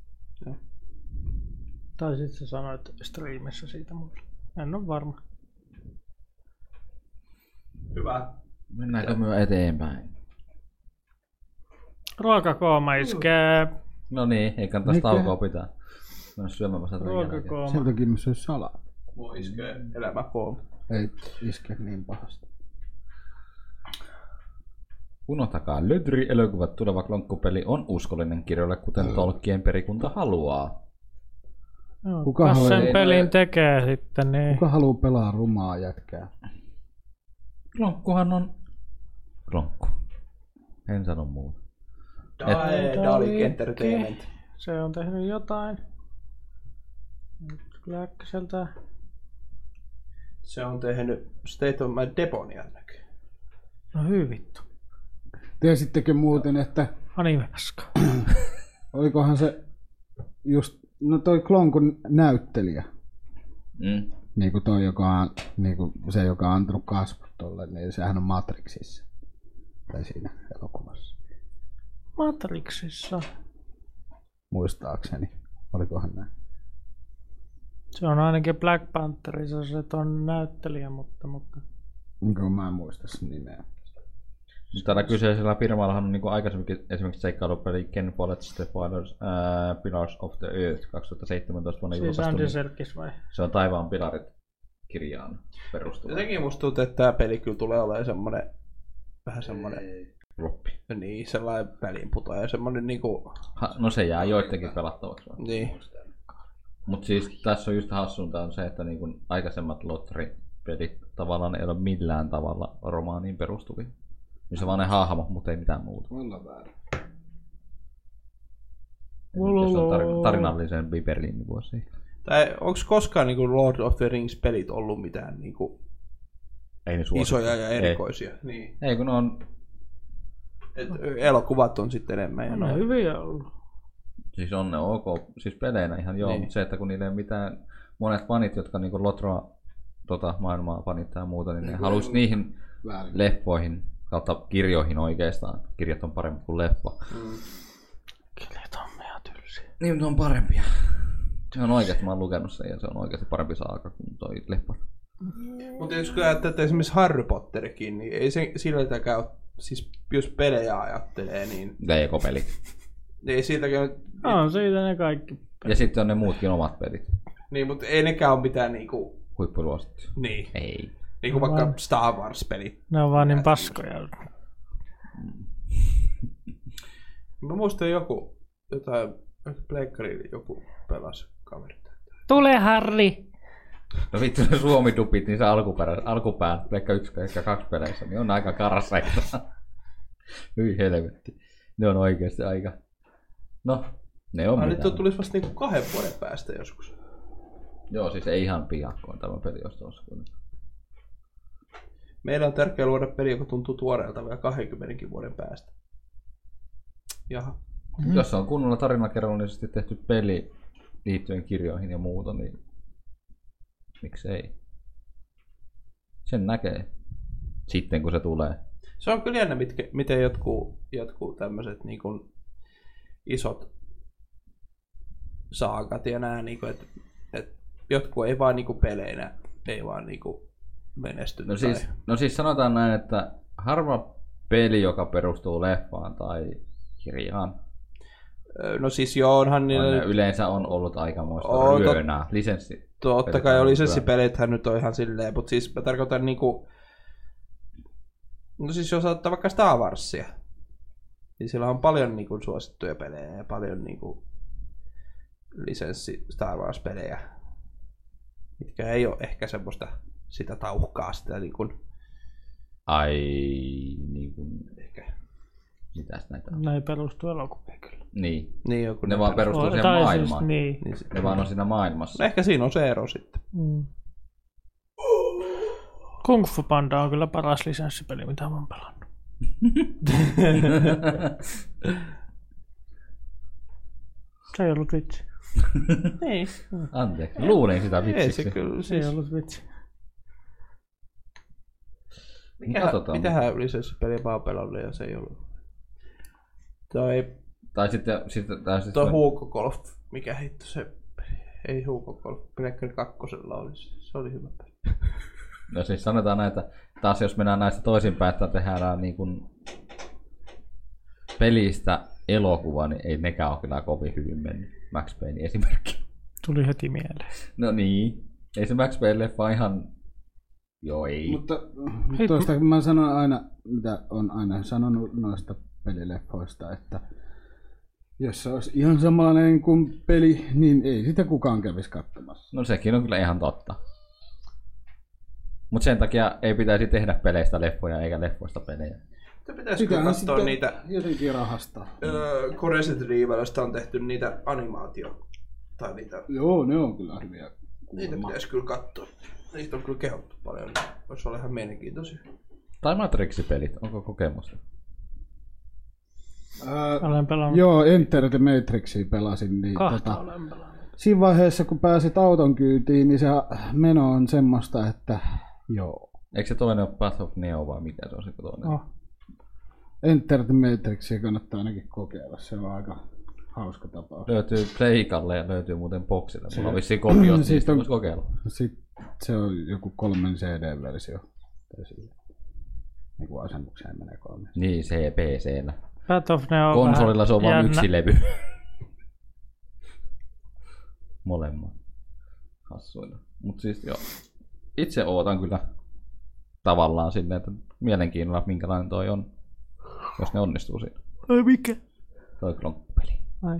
S3: Tai sit sä sanoit striimissä siitä mulle. En ole varma.
S2: Hyvä.
S5: Mennäänkö myö eteenpäin?
S3: Ruokakooma iskee.
S5: No niin, ei kannata
S4: Mikä?
S5: taukoa pitää. Mennä syömään vasta tämän jälkeen.
S3: Ruokakooma.
S4: Sieltäkin mä söin salaa.
S2: Mua iskee elämä koon.
S4: Ei iske niin pahasti.
S5: Unohtakaa, Lydry elokuvat tuleva klonkkupeli on uskollinen kirjoille, kuten Tolkien perikunta haluaa.
S3: Joo,
S4: Kuka
S3: kas sen
S4: haluaa-
S3: pelin tekee sitten, niin
S4: Kuka haluaa pelaa rumaa jätkää?
S5: Klonkkuhan on... Klonkku. En sano muuta.
S2: Dae, Dalik Entertainment.
S3: se on tehnyt jotain. Nyt Kyllä äkkiseltä.
S2: Se on tehnyt State of My Deponia näkyy.
S3: No hyvin vittu.
S4: Tiesittekö muuten, että
S3: Anime paskaa.
S4: olikohan se just, no toi Klonkun näyttelijä,
S6: Mm.
S4: niin kuin toi, joka on, niin kuin se, joka on antanut kasvot tolle, niin sehän on Matrixissa. Tai siinä elokuvassa,
S3: Matrixissa.
S4: muistaakseni. Olikohan näin?
S3: Se on ainakin Black Pantherissa se on näyttelijä, mutta, mutta
S4: Onko mä en muista sen nimeä?
S5: Mutta Tällä kyseisellä firmallahan on niin aikaisemminkin esimerkiksi seikkailupeli Ken Follett's The Pillars, ää, Pillars of the Earth 2017 vuonna
S3: siis
S5: julkaistu.
S3: Andy
S5: niin
S3: Serkis vai?
S5: Se on Taivaan pilarit kirjaan perustuva.
S2: Jotenkin musta tuntuu, että tämä peli kyllä tulee olemaan semmonen vähän semmonen,
S5: Floppi.
S2: niin sellainen väliinputoaja, semmonen niinku,
S5: Ha, no se jää joidenkin pelattavaksi. vaan.
S2: niin.
S5: Mutta siis tässä on just hassunta on se, että niin kun aikaisemmat Lotri-pelit tavallaan ei ole millään tavalla romaaniin perustuvia. Niin se vaan ne hahmo, mutta ei mitään muuta.
S4: Voi olla väärä.
S5: Ja nyt Jos on tar- tarinallisempi peli, niin voi se.
S2: Tai onko koskaan niinku Lord of the Rings pelit ollut mitään niinku
S5: Ei ne suosittu.
S2: isoja ja erikoisia? Ei. Niin.
S5: Ei, ei kun ne on
S2: Et elokuvat on sitten enemmän ja
S3: No
S2: näin.
S3: hyviä ollut.
S5: Siis on ne ok, siis peleinä ihan joo,
S2: Niin.
S5: niin. mutta se, että kun niillä ei ole mitään, monet fanit, jotka niinku Lotroa tota, maailmaa fanittaa ja muuta, niin ne
S4: Niin,
S5: halusi
S4: joo.
S5: niihin
S4: Väärin.
S5: leffoihin kautta kirjoihin oikeastaan. Kirjat on parempi kuin leffa.
S2: Mm.
S3: Kyllä tommia tylsiä.
S5: Niin, mutta ne on parempia. Se on oikeasti, mä oon lukenut sen ja se on oikeasti parempi saaka kuin toi leffa.
S2: Mutta jos kyllä ajattelee, että esimerkiksi Harry Potterikin, niin ei se sillä takään ole, siis jos pelejä ajattelee, niin
S5: Lego-peli.
S2: ei siitäkään,
S3: On siitä ne kaikki.
S5: Ja sitten on ne muutkin omat pelit.
S2: niin, mutta ei nekään ole mitään niinku,
S5: Huippuluosittu.
S2: niin,
S5: Ei.
S2: niinku vaikka Star Wars-pelit.
S3: Ne on vaan niin paskoja.
S2: Mä muistan joku, jotain, pleikkarilla joku pelasi kaverita.
S3: Tule Harri!
S5: No vittu ne suomidupit niissä alkuperä, alkupään, pleikka yksi, pleikka kaksi peleissä, niin on aika karseita. Hyi helvetti. Ne on oikeasti aika... No, ne on
S2: Ah, nyt
S5: mitä.
S2: tuo tulisi vasta niinku kahden vuoden päästä joskus.
S5: Joo, siis ei ihan piakkoon tämä peli, jos tuossa kun...
S2: Meillä on tärkeää luoda peli, joka tuntuu tuoreelta vielä 20 vuoden päästä. Jaha.
S5: Mm. Jos on kunnolla tarinakerronnallisesti tehty peli liittyen kirjoihin ja muuta, niin miksei? Sen näkee sitten, kun se tulee.
S2: Se on kyllä jännä, mitkä, miten jotkut, jotkut tämmöiset niin kuin isot saakat ja nämä, niin kuin, että, että jotkut ei vaan niin kuin peleinä, ei vaan niin kuin menestynyt.
S5: No siis,
S2: tai,
S5: no siis sanotaan näin, että harva peli, joka perustuu leffaan tai kirjaan,
S2: Ö, no siis joo, onhan
S5: niin, on,
S2: niillä,
S5: yleensä on ollut aikamoista
S2: Oo,
S5: oh, ryönää. Lisenssi.
S2: totta
S5: pelit
S2: kai
S5: on
S2: oli
S5: hyvä.
S2: sessipelithän nyt on ihan silleen, mutta siis mä tarkoitan niin kuin, no siis jos ottaa vaikka Star Warsia, niin sillä on paljon niin kuin suosittuja pelejä ja paljon niin kuin lisenssi Star Wars-pelejä, mitkä ei ole ehkä semmoista sitä tauhkaa, sitä niin kuin,
S5: Ai, niin kuin,
S2: ehkä,
S5: mitäs näitä on?
S3: Ne ei perustu elokuviin kyllä.
S5: Niin,
S2: niin joku
S5: ne vaan perustuu siihen
S3: tai
S5: maailmaan.
S3: Siis,
S5: Siis, niin.
S3: niin.
S2: Niin, se-
S5: Ne vaan on siinä maailmassa.
S2: no ehkä siinä on se ero sitten.
S3: Mm. Kung Fu Panda on kyllä paras lisenssipeli, mitä mä oon pelannut. Se ei ollut vitsi.
S2: Niin,
S5: Anteeksi, luulin sitä
S2: ei se
S5: vitsiksi.
S2: kyllä.
S3: Se ei
S2: Siis,
S3: ollut vitsi.
S2: mitähän,
S5: Katsotaan.
S2: mitähän lisenssipeliä mä oon pelannut, jos ei ollut. Toi
S5: Tai sitten, sitten, tai siis sitten
S2: Tuo Huuko Golf, mikä hitto se, ei Huuko Golf, Blacker kakkosella oli, se se oli hyvä peli.
S5: no siis sanotaan näitä, taas jos mennään näistä toisinpäin, että tehdään niin kuin pelistä elokuva, niin ei nekään ole kyllä kovin hyvin mennyt. Max Payne esimerkki.
S3: Tuli heti mieleen.
S5: No niin. Ei se Max Payne leffa ihan Joo, ei.
S4: Mutta äh, toista mä sanon aina, mitä on aina sanonut noista pelileffoista, että jos se olisi ihan samanlainen kuin peli, niin ei sitä kukaan kävisi katsomassa.
S5: No sekin on kyllä ihan totta. Mutta sen takia ei pitäisi tehdä peleistä leffoja eikä leffoista pelejä.
S2: Mutta Pitäisikö katsoa niitä
S4: jotenkin rahastaa.
S2: Öö, Resident Evilistä on tehty niitä animaatio. Tai niitä,
S4: Joo, ne on kyllä hyviä
S2: niitä
S4: kuulemma.
S2: pitäisi kyllä katsoa. Niitä on kyllä kehottu paljon. Voisi olla ihan mielenkiintoisia.
S5: Tai Matrix-pelit, onko kokemusta?
S4: Öö,
S3: Olen pelannut.
S4: Joo, Enter the Matrixia pelasin. Niin
S3: Kahta
S4: tota,
S3: olen pelannut.
S4: siinä vaiheessa, kun pääsit auton kyytiin, niin se meno on semmoista, että joo.
S5: Eikö se toinen ole Path of Neo vai mikä se on se toinen?
S3: Oh.
S4: Enter the Matrixia kannattaa ainakin kokeilla, se on aika hauska tapaus.
S5: Löytyy Pleikalle ja löytyy muuten boksille. Mulla on vissiin kopiot,
S4: Siis
S5: niistä
S4: on-
S5: voisi kokeilla.
S4: Sitten se on joku kolmen CD-versio. Tai sillä. Niin kuin asennukseen menee kolme.
S5: Niin, cpc
S3: Path of Neo on
S5: Konsolilla
S3: vähän
S5: se on vain
S3: jännä.
S5: yksi levy. Molemmat. Hassuina. Mut siis joo. Itse ootan kyllä tavallaan silleen, että mielenkiinnolla minkälainen toi on. Jos ne onnistuu siinä.
S3: Ai mikä?
S5: Toi klonkkupeli.
S3: Ai.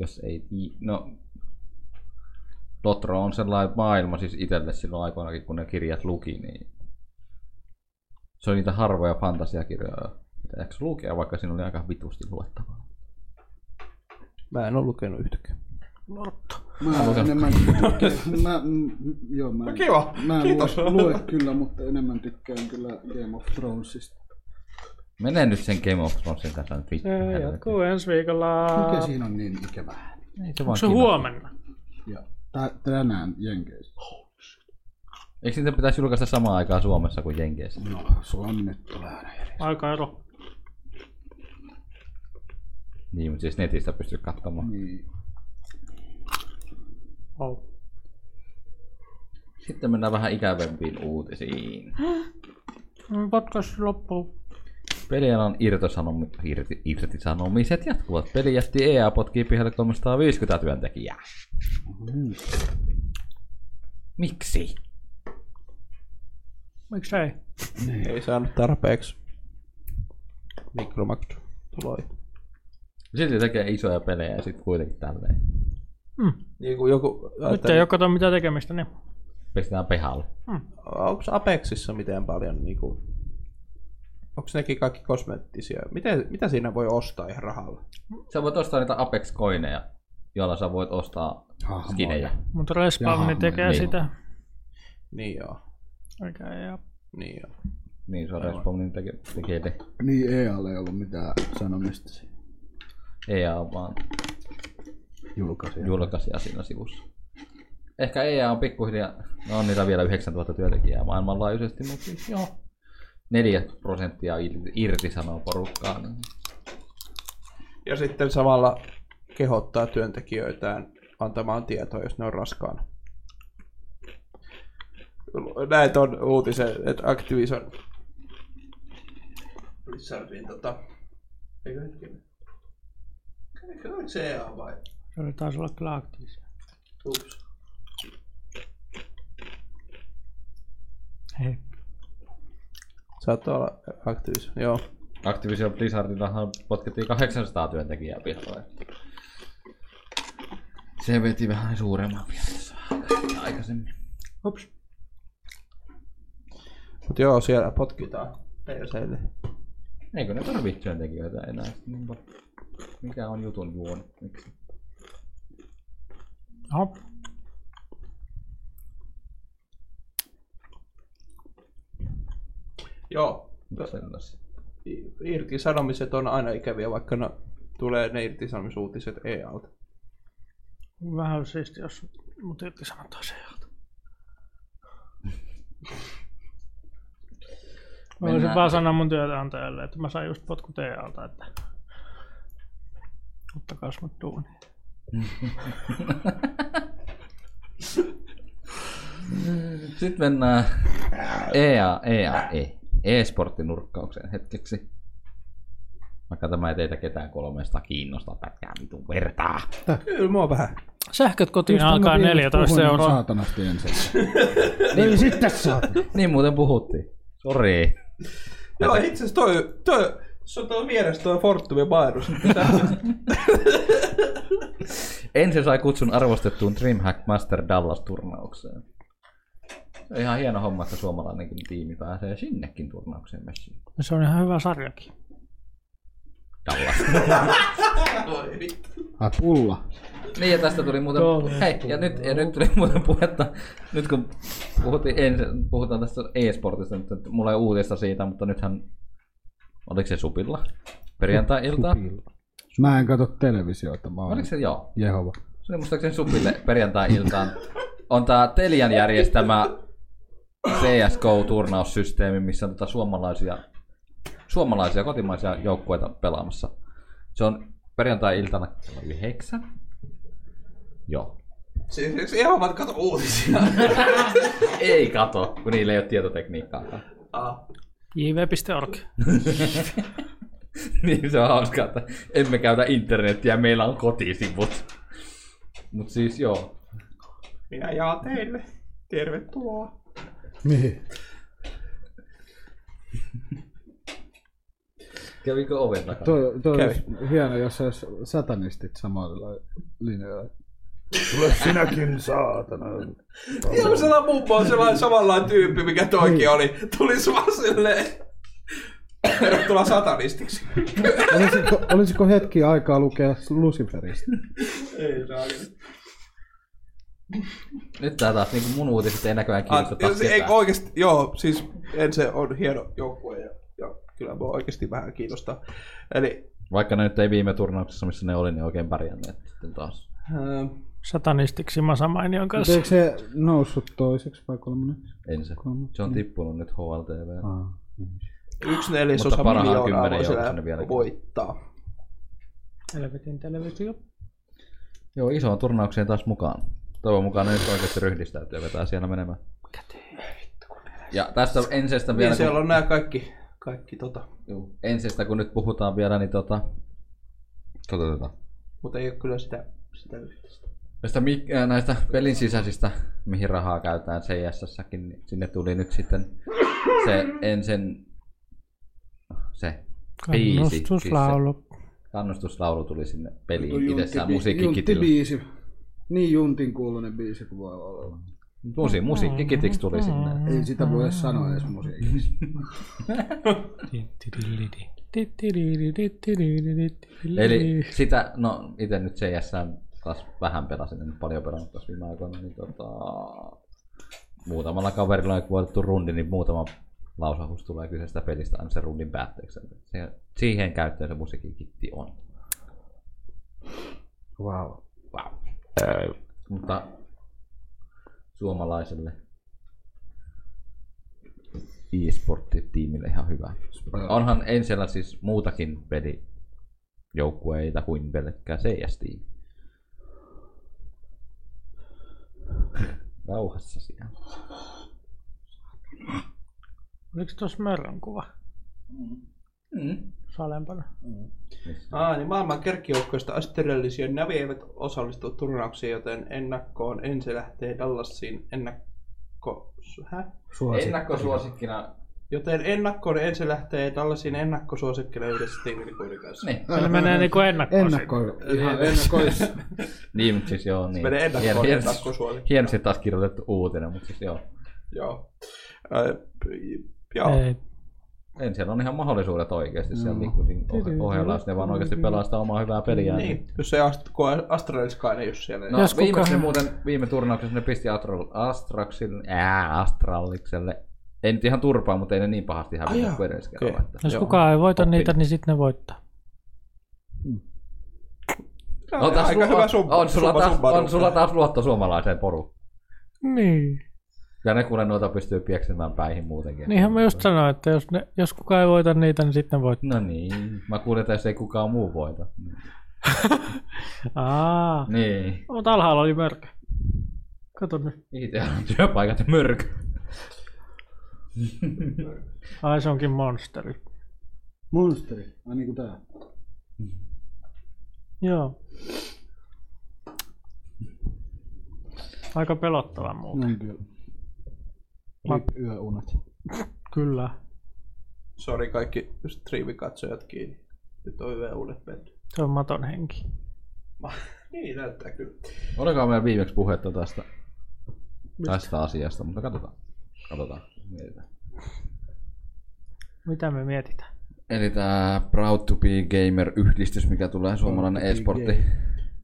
S5: Jos ei... i- No... Lotro on sellainen maailma siis itselle silloin aikoinakin, kun ne kirjat luki, niin... Se on niitä harvoja fantasiakirjoja, mitä jakso lukea, vaikka siinä oli aika vitusti luettavaa.
S2: Mä en ole lukenut yhtäkään.
S4: Mä enemmän tykkään, mä, mm, joo, mä,
S2: No Kiva!
S4: mä en
S2: Kiitos!
S4: Lue, lue, kyllä, mutta enemmän tykkään kyllä Game of Thronesista.
S5: Mene nyt sen Game of Thronesin kanssa nyt vittu.
S3: Se
S5: helvetti.
S3: jatkuu ensi viikolla.
S4: Mikä siinä on niin ikävää?
S5: siis- Ei se vaan
S3: Onko se
S5: kiinnosta.
S3: huomenna?
S4: Ja tä- tänään Jenkeissä.
S5: Eikö niitä pitäisi julkaista samaan aikaan Suomessa kuin Jenkeissä?
S4: No, Suomi nyt tulee aina eri.
S3: Aika ero.
S5: Niin, mutta siis netistä pystyy katsomaan.
S4: Niin.
S3: Oh.
S5: Sitten mennään vähän ikävämpiin uutisiin.
S3: No, Podcast loppuu.
S5: Pelialan irtosanomi, irti, irtisanomiset jatkuvat. E Pelijätti EA potkii pihalle 350 työntekijää. Miksi?
S3: Miksei?
S2: Ei saanut tarpeeksi. Mikromaksu. Tuloi.
S5: Silti tekee isoja pelejä ja sitten kuitenkin tälleen.
S2: Niin kuin joku...
S3: Nyt ei ole kato mitä tekemistä, niin.
S5: Pistetään pihalle.
S2: Onko Apexissa miten paljon niinku... Onko nekin kaikki kosmettisia? Miten, mitä siinä voi ostaa ihan rahalla?
S5: Sä voit ostaa niitä Apex-koineja, joilla sä voit ostaa
S4: Hahmoja.
S5: skinejä.
S3: Mutta Respawni
S4: Jaha,
S3: tekee
S5: niin.
S3: sitä.
S2: Niin joo.
S3: Eikä EA.
S2: Niin joo.
S5: Niin, se on Respawnin teke- tekee te.
S4: Niin EAlle ei ollut mitään sanomista siinä.
S5: EA on E vaan
S4: Julkaisija.
S5: julkaisija siinä sivussa. Ehkä EA on pikkuhiljaa, no on niillä vielä 9000 työntekijää maailmanlaajuisesti, mutta siis joo. 4 prosenttia il- irtisanoo porukkaa. Niin.
S2: Ja sitten samalla kehottaa työntekijöitään antamaan tietoa, jos ne on raskaana. Näitä on uutisen, että Activision Blizzardin tota... Eikö hetkinen? Eikö noin CA vai?
S3: Se oli taisi olla kyllä aktiivisia.
S2: Ups.
S3: Hei.
S2: Saattaa olla Activision, joo.
S5: Activision Blizzardillahan potkettiin 800 työntekijää pihalle.
S6: Se veti vähän suuremman vielä tässä vähän aikaisemmin.
S3: Ups.
S2: Mut joo, siellä potkitaan perseille.
S5: Eikö ne tarvii työntekijöitä enää? Niinpä. Mikä on jutun juoni? Miksi?
S3: Oho.
S2: Joo,
S5: Miksi sellaisia?
S2: i- irtisanomiset on aina ikäviä, vaikka ne tulee ne irtisanomisuutiset EAlta.
S3: Vähän siisti, jos mut irti sanotaan se EAlta. Mä voisin
S6: Mennään.
S3: vaan sanoa mun työnantajalle, että mä sain just potkut EAlta, että ottakaa mut duuniin.
S5: Sitten mennään EA, EA, E. E-sportin nurkkaukseen hetkeksi. Vaikka tämä ei teitä ketään kolmesta kiinnosta pätkää vitun vertaa.
S2: Kyllä mua vähän.
S3: Sähköt kotiin alkaa 14 euroa.
S4: niin saatanasti ensin. niin sitten saatana.
S5: Niin muuten puhuttiin. Sori.
S2: Joo, itse asiassa toi, toi, se on tuolla vieressä tuo Fortumin bairus.
S5: Ensin sai kutsun arvostettuun Dreamhack Master Dallas-turnaukseen. Se on Ihan hieno homma, että suomalainenkin tiimi pääsee sinnekin turnaukseen messiin.
S3: Se on ihan hyvä sarjakin.
S5: Dallas.
S4: Ai pulla.
S5: niin ja tästä tuli muuten...
S3: Dallas
S5: Hei, ja nyt, ja nyt tuli muuten puhetta, nyt kun puhuttiin ensin, puhutaan tästä e-sportista, nyt, että mulla ei uutista siitä, mutta nythän... Oliko se supilla? Perjantai-ilta?
S4: Mä en katso televisiota, mä oon
S5: Oliko se joo?
S4: Jehova.
S5: Se oli muistaakseni supille perjantai-iltaan. On tää Telian järjestämä CSGO-turnaussysteemi, missä on tota suomalaisia, suomalaisia kotimaisia joukkueita pelaamassa. Se on perjantai-iltana kello yhdeksän. Joo.
S2: siis, siis ihan vaan kato uutisia.
S5: Ei kato, kun niillä ei ole tietotekniikkaa.
S2: Ah.
S3: jv.org.
S5: niin se on hauskaa, että emme käytä internetiä, meillä on kotisivut. Mut siis joo,
S2: Minä jaan teille. Tervetuloa.
S4: Mihin?
S5: kävikö oven takana?
S4: Toi, toi
S2: Kävi.
S4: olisi hieno, jos olisi satanistit samalla linjalla.
S2: Joo, sellainen mummo on sellainen samanlainen tyyppi, mikä toikin oli. Tuli sua silleen. Tervetuloa satanistiksi.
S4: Olisiko, olisiko hetki aikaa lukea Luciferista?
S2: Ei saakeli.
S5: Nyt tää taas niinku mun uutiset ei näköjään
S2: Ah,
S5: kiinnosta
S2: se- ei
S5: ketään.
S2: oikeasti, joo, siis en se on hieno joukkue ja, ja kyllä mua oikeasti vähän kiinnostaa. Eli
S5: Vaikka ne nyt ei viime turnauksessa, missä ne oli, niin oikein pärjänneet sitten taas.
S2: äh,
S3: Satanistiksi Masa Mainion
S4: Mut
S3: kanssa.
S4: Eikö se noussut toiseksi vai kolmanneksi?
S5: En se. Se
S2: Mm.
S5: on tippunut nyt
S2: Ah.
S5: HLTV.
S4: Aa.
S2: yksi neljäsosa
S5: parhaan
S2: miljoonaa
S5: kymmenen
S2: voi
S5: joukossa
S2: siellä
S5: ne vieläkin.
S2: voittaa. Niin,
S3: Helvetin televisio.
S5: Joo, isoon turnaukseen taas mukaan. Toivon mukaan ne nyt oikeasti ryhdistäytyy ja vetää siellä menemään. Ja tästä ensestä vielä,
S2: Niin,
S5: kun,
S2: siellä on nämä kaikki, kaikki tota,
S5: Juu, ensestä kun nyt puhutaan vielä, niin tota... Tota, tota.
S2: mutta ei ole kyllä sitä, sitä yhteistä.
S5: Tästä, mik- äh, näistä pelin sisäisistä, mihin rahaa käytetään CS-säkin, niin sinne tuli nyt sitten se ensin se biisi. siis se-
S3: Kannustuslaulu.
S5: kannustuslaulu tuli sinne
S4: Tuo
S5: peliin
S4: Juntti
S5: itsessään
S4: bi-
S5: musiikkikitillä.
S4: Juntti-biisi. Niin juntin kuuluinen biisi kuin voi olla.
S5: Musi,
S3: Mm.
S5: musiikkikitiksi tuli sinne.
S4: Ei sitä voi edes sanoa edes musiikiksi.
S3: Tittidillidi. Tittidillidi.
S5: Eli
S3: niin.
S5: sitä, no itse nyt CS taas vähän pelasin, en paljon pelannut tässä viime aikoina, niin tota, muutamalla kaverilla on voitettu rundi, niin muutama lausahus tulee kyseisestä pelistä aina sen rundin päätteeksi. Se, siihen käyttöön se musiikkikitti on.
S4: Wow.
S5: Mutta suomalaiselle e-sport-tiimille ihan hyvä. Onhan Ensellä siis muutakin pelijoukkueita kuin pelkkää CS-tiimi. Rauhassa siellä.
S3: Oliko tuossa Mörrön kuva?
S5: Mm.
S3: Salempana.
S2: Ah, niin maailman kärkijoukkoista asterellisia navi eivät osallistu turnauksiin, joten ennakkoon ensi lähtee Dallasiin ennakko... Häh?
S5: Ennakkosuosikkina.
S2: Joten ennakkoon ensi lähtee tällaisiin ennakkosuosikkina yhdessä tiimilikuiden kanssa.
S5: Niin.
S3: Eli menee niinku ennakkoon.
S4: Ennakko, ihan ennakois.
S5: niin, mutta siis joo. Niin.
S2: Menee ennakkoon
S5: Hien-
S2: ennakkosuosikki.
S5: Hienosti taas kirjoitettu uutinen, mutta siis joo.
S2: Joo. Ö, p- joo.
S3: Ei.
S5: Ensellä on ihan mahdollisuudet oikeasti siellä
S4: Joo.
S5: Liquidin ohe- ohella, jos ne vaan oikeasti pelaa sitä omaa hyvää peliään. niin-
S2: Niin, jos se ast- kun Astralis ei ole siellä.
S5: No
S2: No.
S3: Jos
S5: Jos viimeksi
S3: kukaan-
S5: ne muuten viime turnauksessa ne pisti Astral, Astraxin, ää, Astralikselle. Ei nyt ihan turpaa, mutta ei ne niin pahasti hävitä
S2: jaa,
S5: kuin edes
S2: okei.
S5: kerralla. että-
S3: Jos
S2: Joo.
S3: kukaan ei voita
S5: Oppii.
S3: niitä, niin sitten ne voittaa.
S5: On, taas,
S2: aika
S5: lu-
S2: hyvä
S5: on,
S2: summa.
S5: No, on, sulla
S2: summa
S5: taas,
S2: summarum.
S5: on sulla taas luotto suomalaiseen porukkaan.
S3: Niin.
S5: Ja ne kuule noita pystyy pieksemään päihin muutenkin.
S3: Niinhän mä just sanoin, että jos, ne, jos kukaan ei voita niitä, niin sitten ne voittaa.
S5: No niin. Mä kuulin, että jos ei kukaan muu voita.
S3: Aa.
S5: Niin.
S3: Mutta alhaalla oli mörkö. Kato nyt.
S5: Itse on työpaikat ja mörkö.
S3: Ai se onkin monsteri.
S4: Monsteri. Ai niinku tää.
S3: Joo. Aika pelottava muuten.
S4: Niin kyllä.
S3: Mä-
S4: Yö- Yöunet.
S3: Kyllä.
S2: Sori kaikki striivikatsojat kiinni. Nyt on yhä uudet mennyt.
S3: Se on maton henki.
S2: Niin näyttää kyllä.
S5: Olikaa meillä viimeksi puhetta tästä, tästä asiasta, mutta katsotaan. Katsotaan. Mietitään.
S3: Mitä me mietitään?
S6: Eli tämä Proud to be Gamer-yhdistys, mikä tulee suomalainen e-sportti.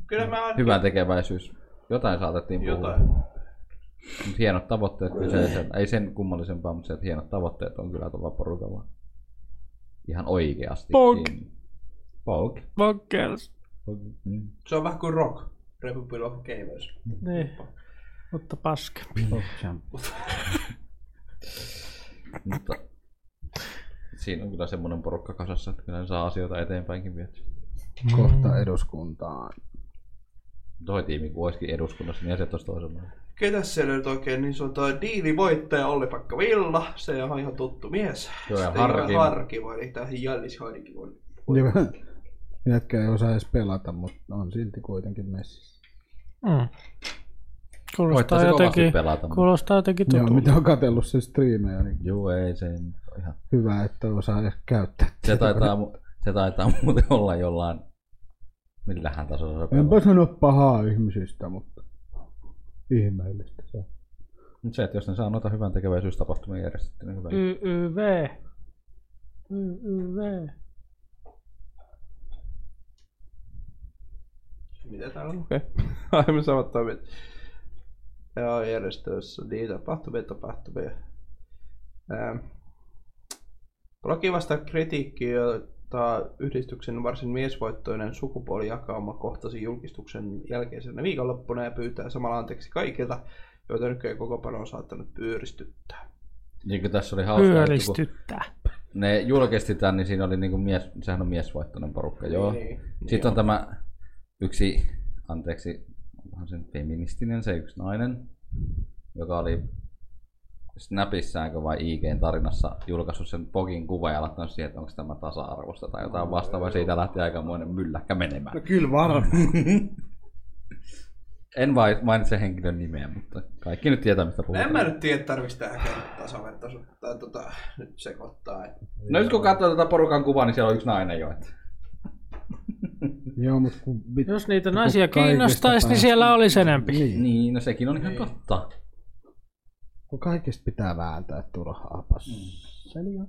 S2: Kyllä mä oon
S5: Hyvä tekeväisyys. Jotain saatettiin puhua.
S2: jotain.
S5: Mut hienot tavoitteet kyseisen. Ei sen kummallisempaa, mutta se, että hienot tavoitteet on kyllä tuolla porukalla. Ihan oikeasti. Niin.
S3: Pog.
S5: Pog.
S3: Buggers.
S5: Pog. Mm.
S2: Se on vähän kuin rock. Republic of Gamers.
S3: Niin. Mutta paska.
S5: Mutta siinä on kyllä semmoinen porukka kasassa, että kyllä ne saa asioita eteenpäinkin vietyä.
S3: Mm.
S4: Kohta eduskuntaan.
S5: Toi tiimi, kun olisikin eduskunnassa, niin asiat olisi toisenlainen.
S2: Ketäs siellä nyt oikein? Niin se on toi diilivoittaja Olli Pakka Villa. Se on ihan tuttu mies. niin
S5: Joo, ja
S2: Sitten Joel
S5: Harkimo.
S2: Harkimo, eli tämä Jallis Harkimo.
S4: Joka- Jätkä ei osaa edes pelata, mutta on silti kuitenkin messissä.
S3: Mm. Kuulostaa
S5: Koittaa se kovasti
S3: jotenkin,
S5: pelata, mutta
S3: kuulostaa jotenkin
S4: Joo,
S3: tutulta.
S4: mitä on katsellut se striimejä, niin
S5: juu ei se nyt ole ihan.
S4: hyvä, että osaa edes käyttää.
S5: Se taitaa, mu- se taitaa muuten olla jollain, millähän tasolla se pelaa.
S4: Enpä sano pahaa ihmisistä, mutta ihmeellistä se. on.
S5: Mut se, että jos ne saa noita hyvän tekeväisyystapahtumia järjestetty, niin hyvä. Mm.
S3: YYV. YYV.
S2: Mitä täällä on? Okei. Okay. Aivan samat toimet. Joo, järjestöissä niin niitä tapahtumia, tapahtumia. Ähm. Blogi vastaa kritiikki, jota yhdistyksen varsin miesvoittoinen sukupuolijakauma kohtasi julkistuksen jälkeisenä viikonloppuna ja pyytää samalla anteeksi kaikilta, joita nykyään koko on saattanut pyöristyttää.
S5: Niin kuin tässä oli hauska, että kun
S3: Pyöristyttää.
S5: ne julkisti tämän, niin siinä oli niin kuin mies, sehän on miesvoittoinen porukka, joo.
S2: Niin,
S5: Sitten on tämä yksi, anteeksi, onkohan sen feministinen, se yksi nainen, joka oli Snapissäänkö vai IGn tarinassa julkaissut sen pogin kuva ja laittanut siihen, että onko tämä tasa-arvosta tai jotain vastaavaa. Siitä lähti aikamoinen mylläkkä menemään.
S4: No Kyllä varmaan.
S5: En vai- mainitse henkilön nimeä, mutta kaikki nyt tietää, mistä
S2: No
S5: puhutaan.
S2: en mä nyt tiedä, tarvitsisi tähän tasavertaisuutta tota, nyt sekoittaa. että-
S5: No nyt kun katsoo tätä porukan kuvaa, niin siellä on yksi nainen jo. Että...
S4: Joo, mutta kun mit...
S3: Jos niitä
S4: kun
S3: naisia
S4: kaikesta
S3: kiinnostaisi, niin
S4: pääsee-
S3: siellä olisi enempi.
S4: Niin,
S5: Niin, no sekin on ihan totta.
S4: kun kaikesta pitää vääntää turhaa
S3: Mm.
S4: passelia.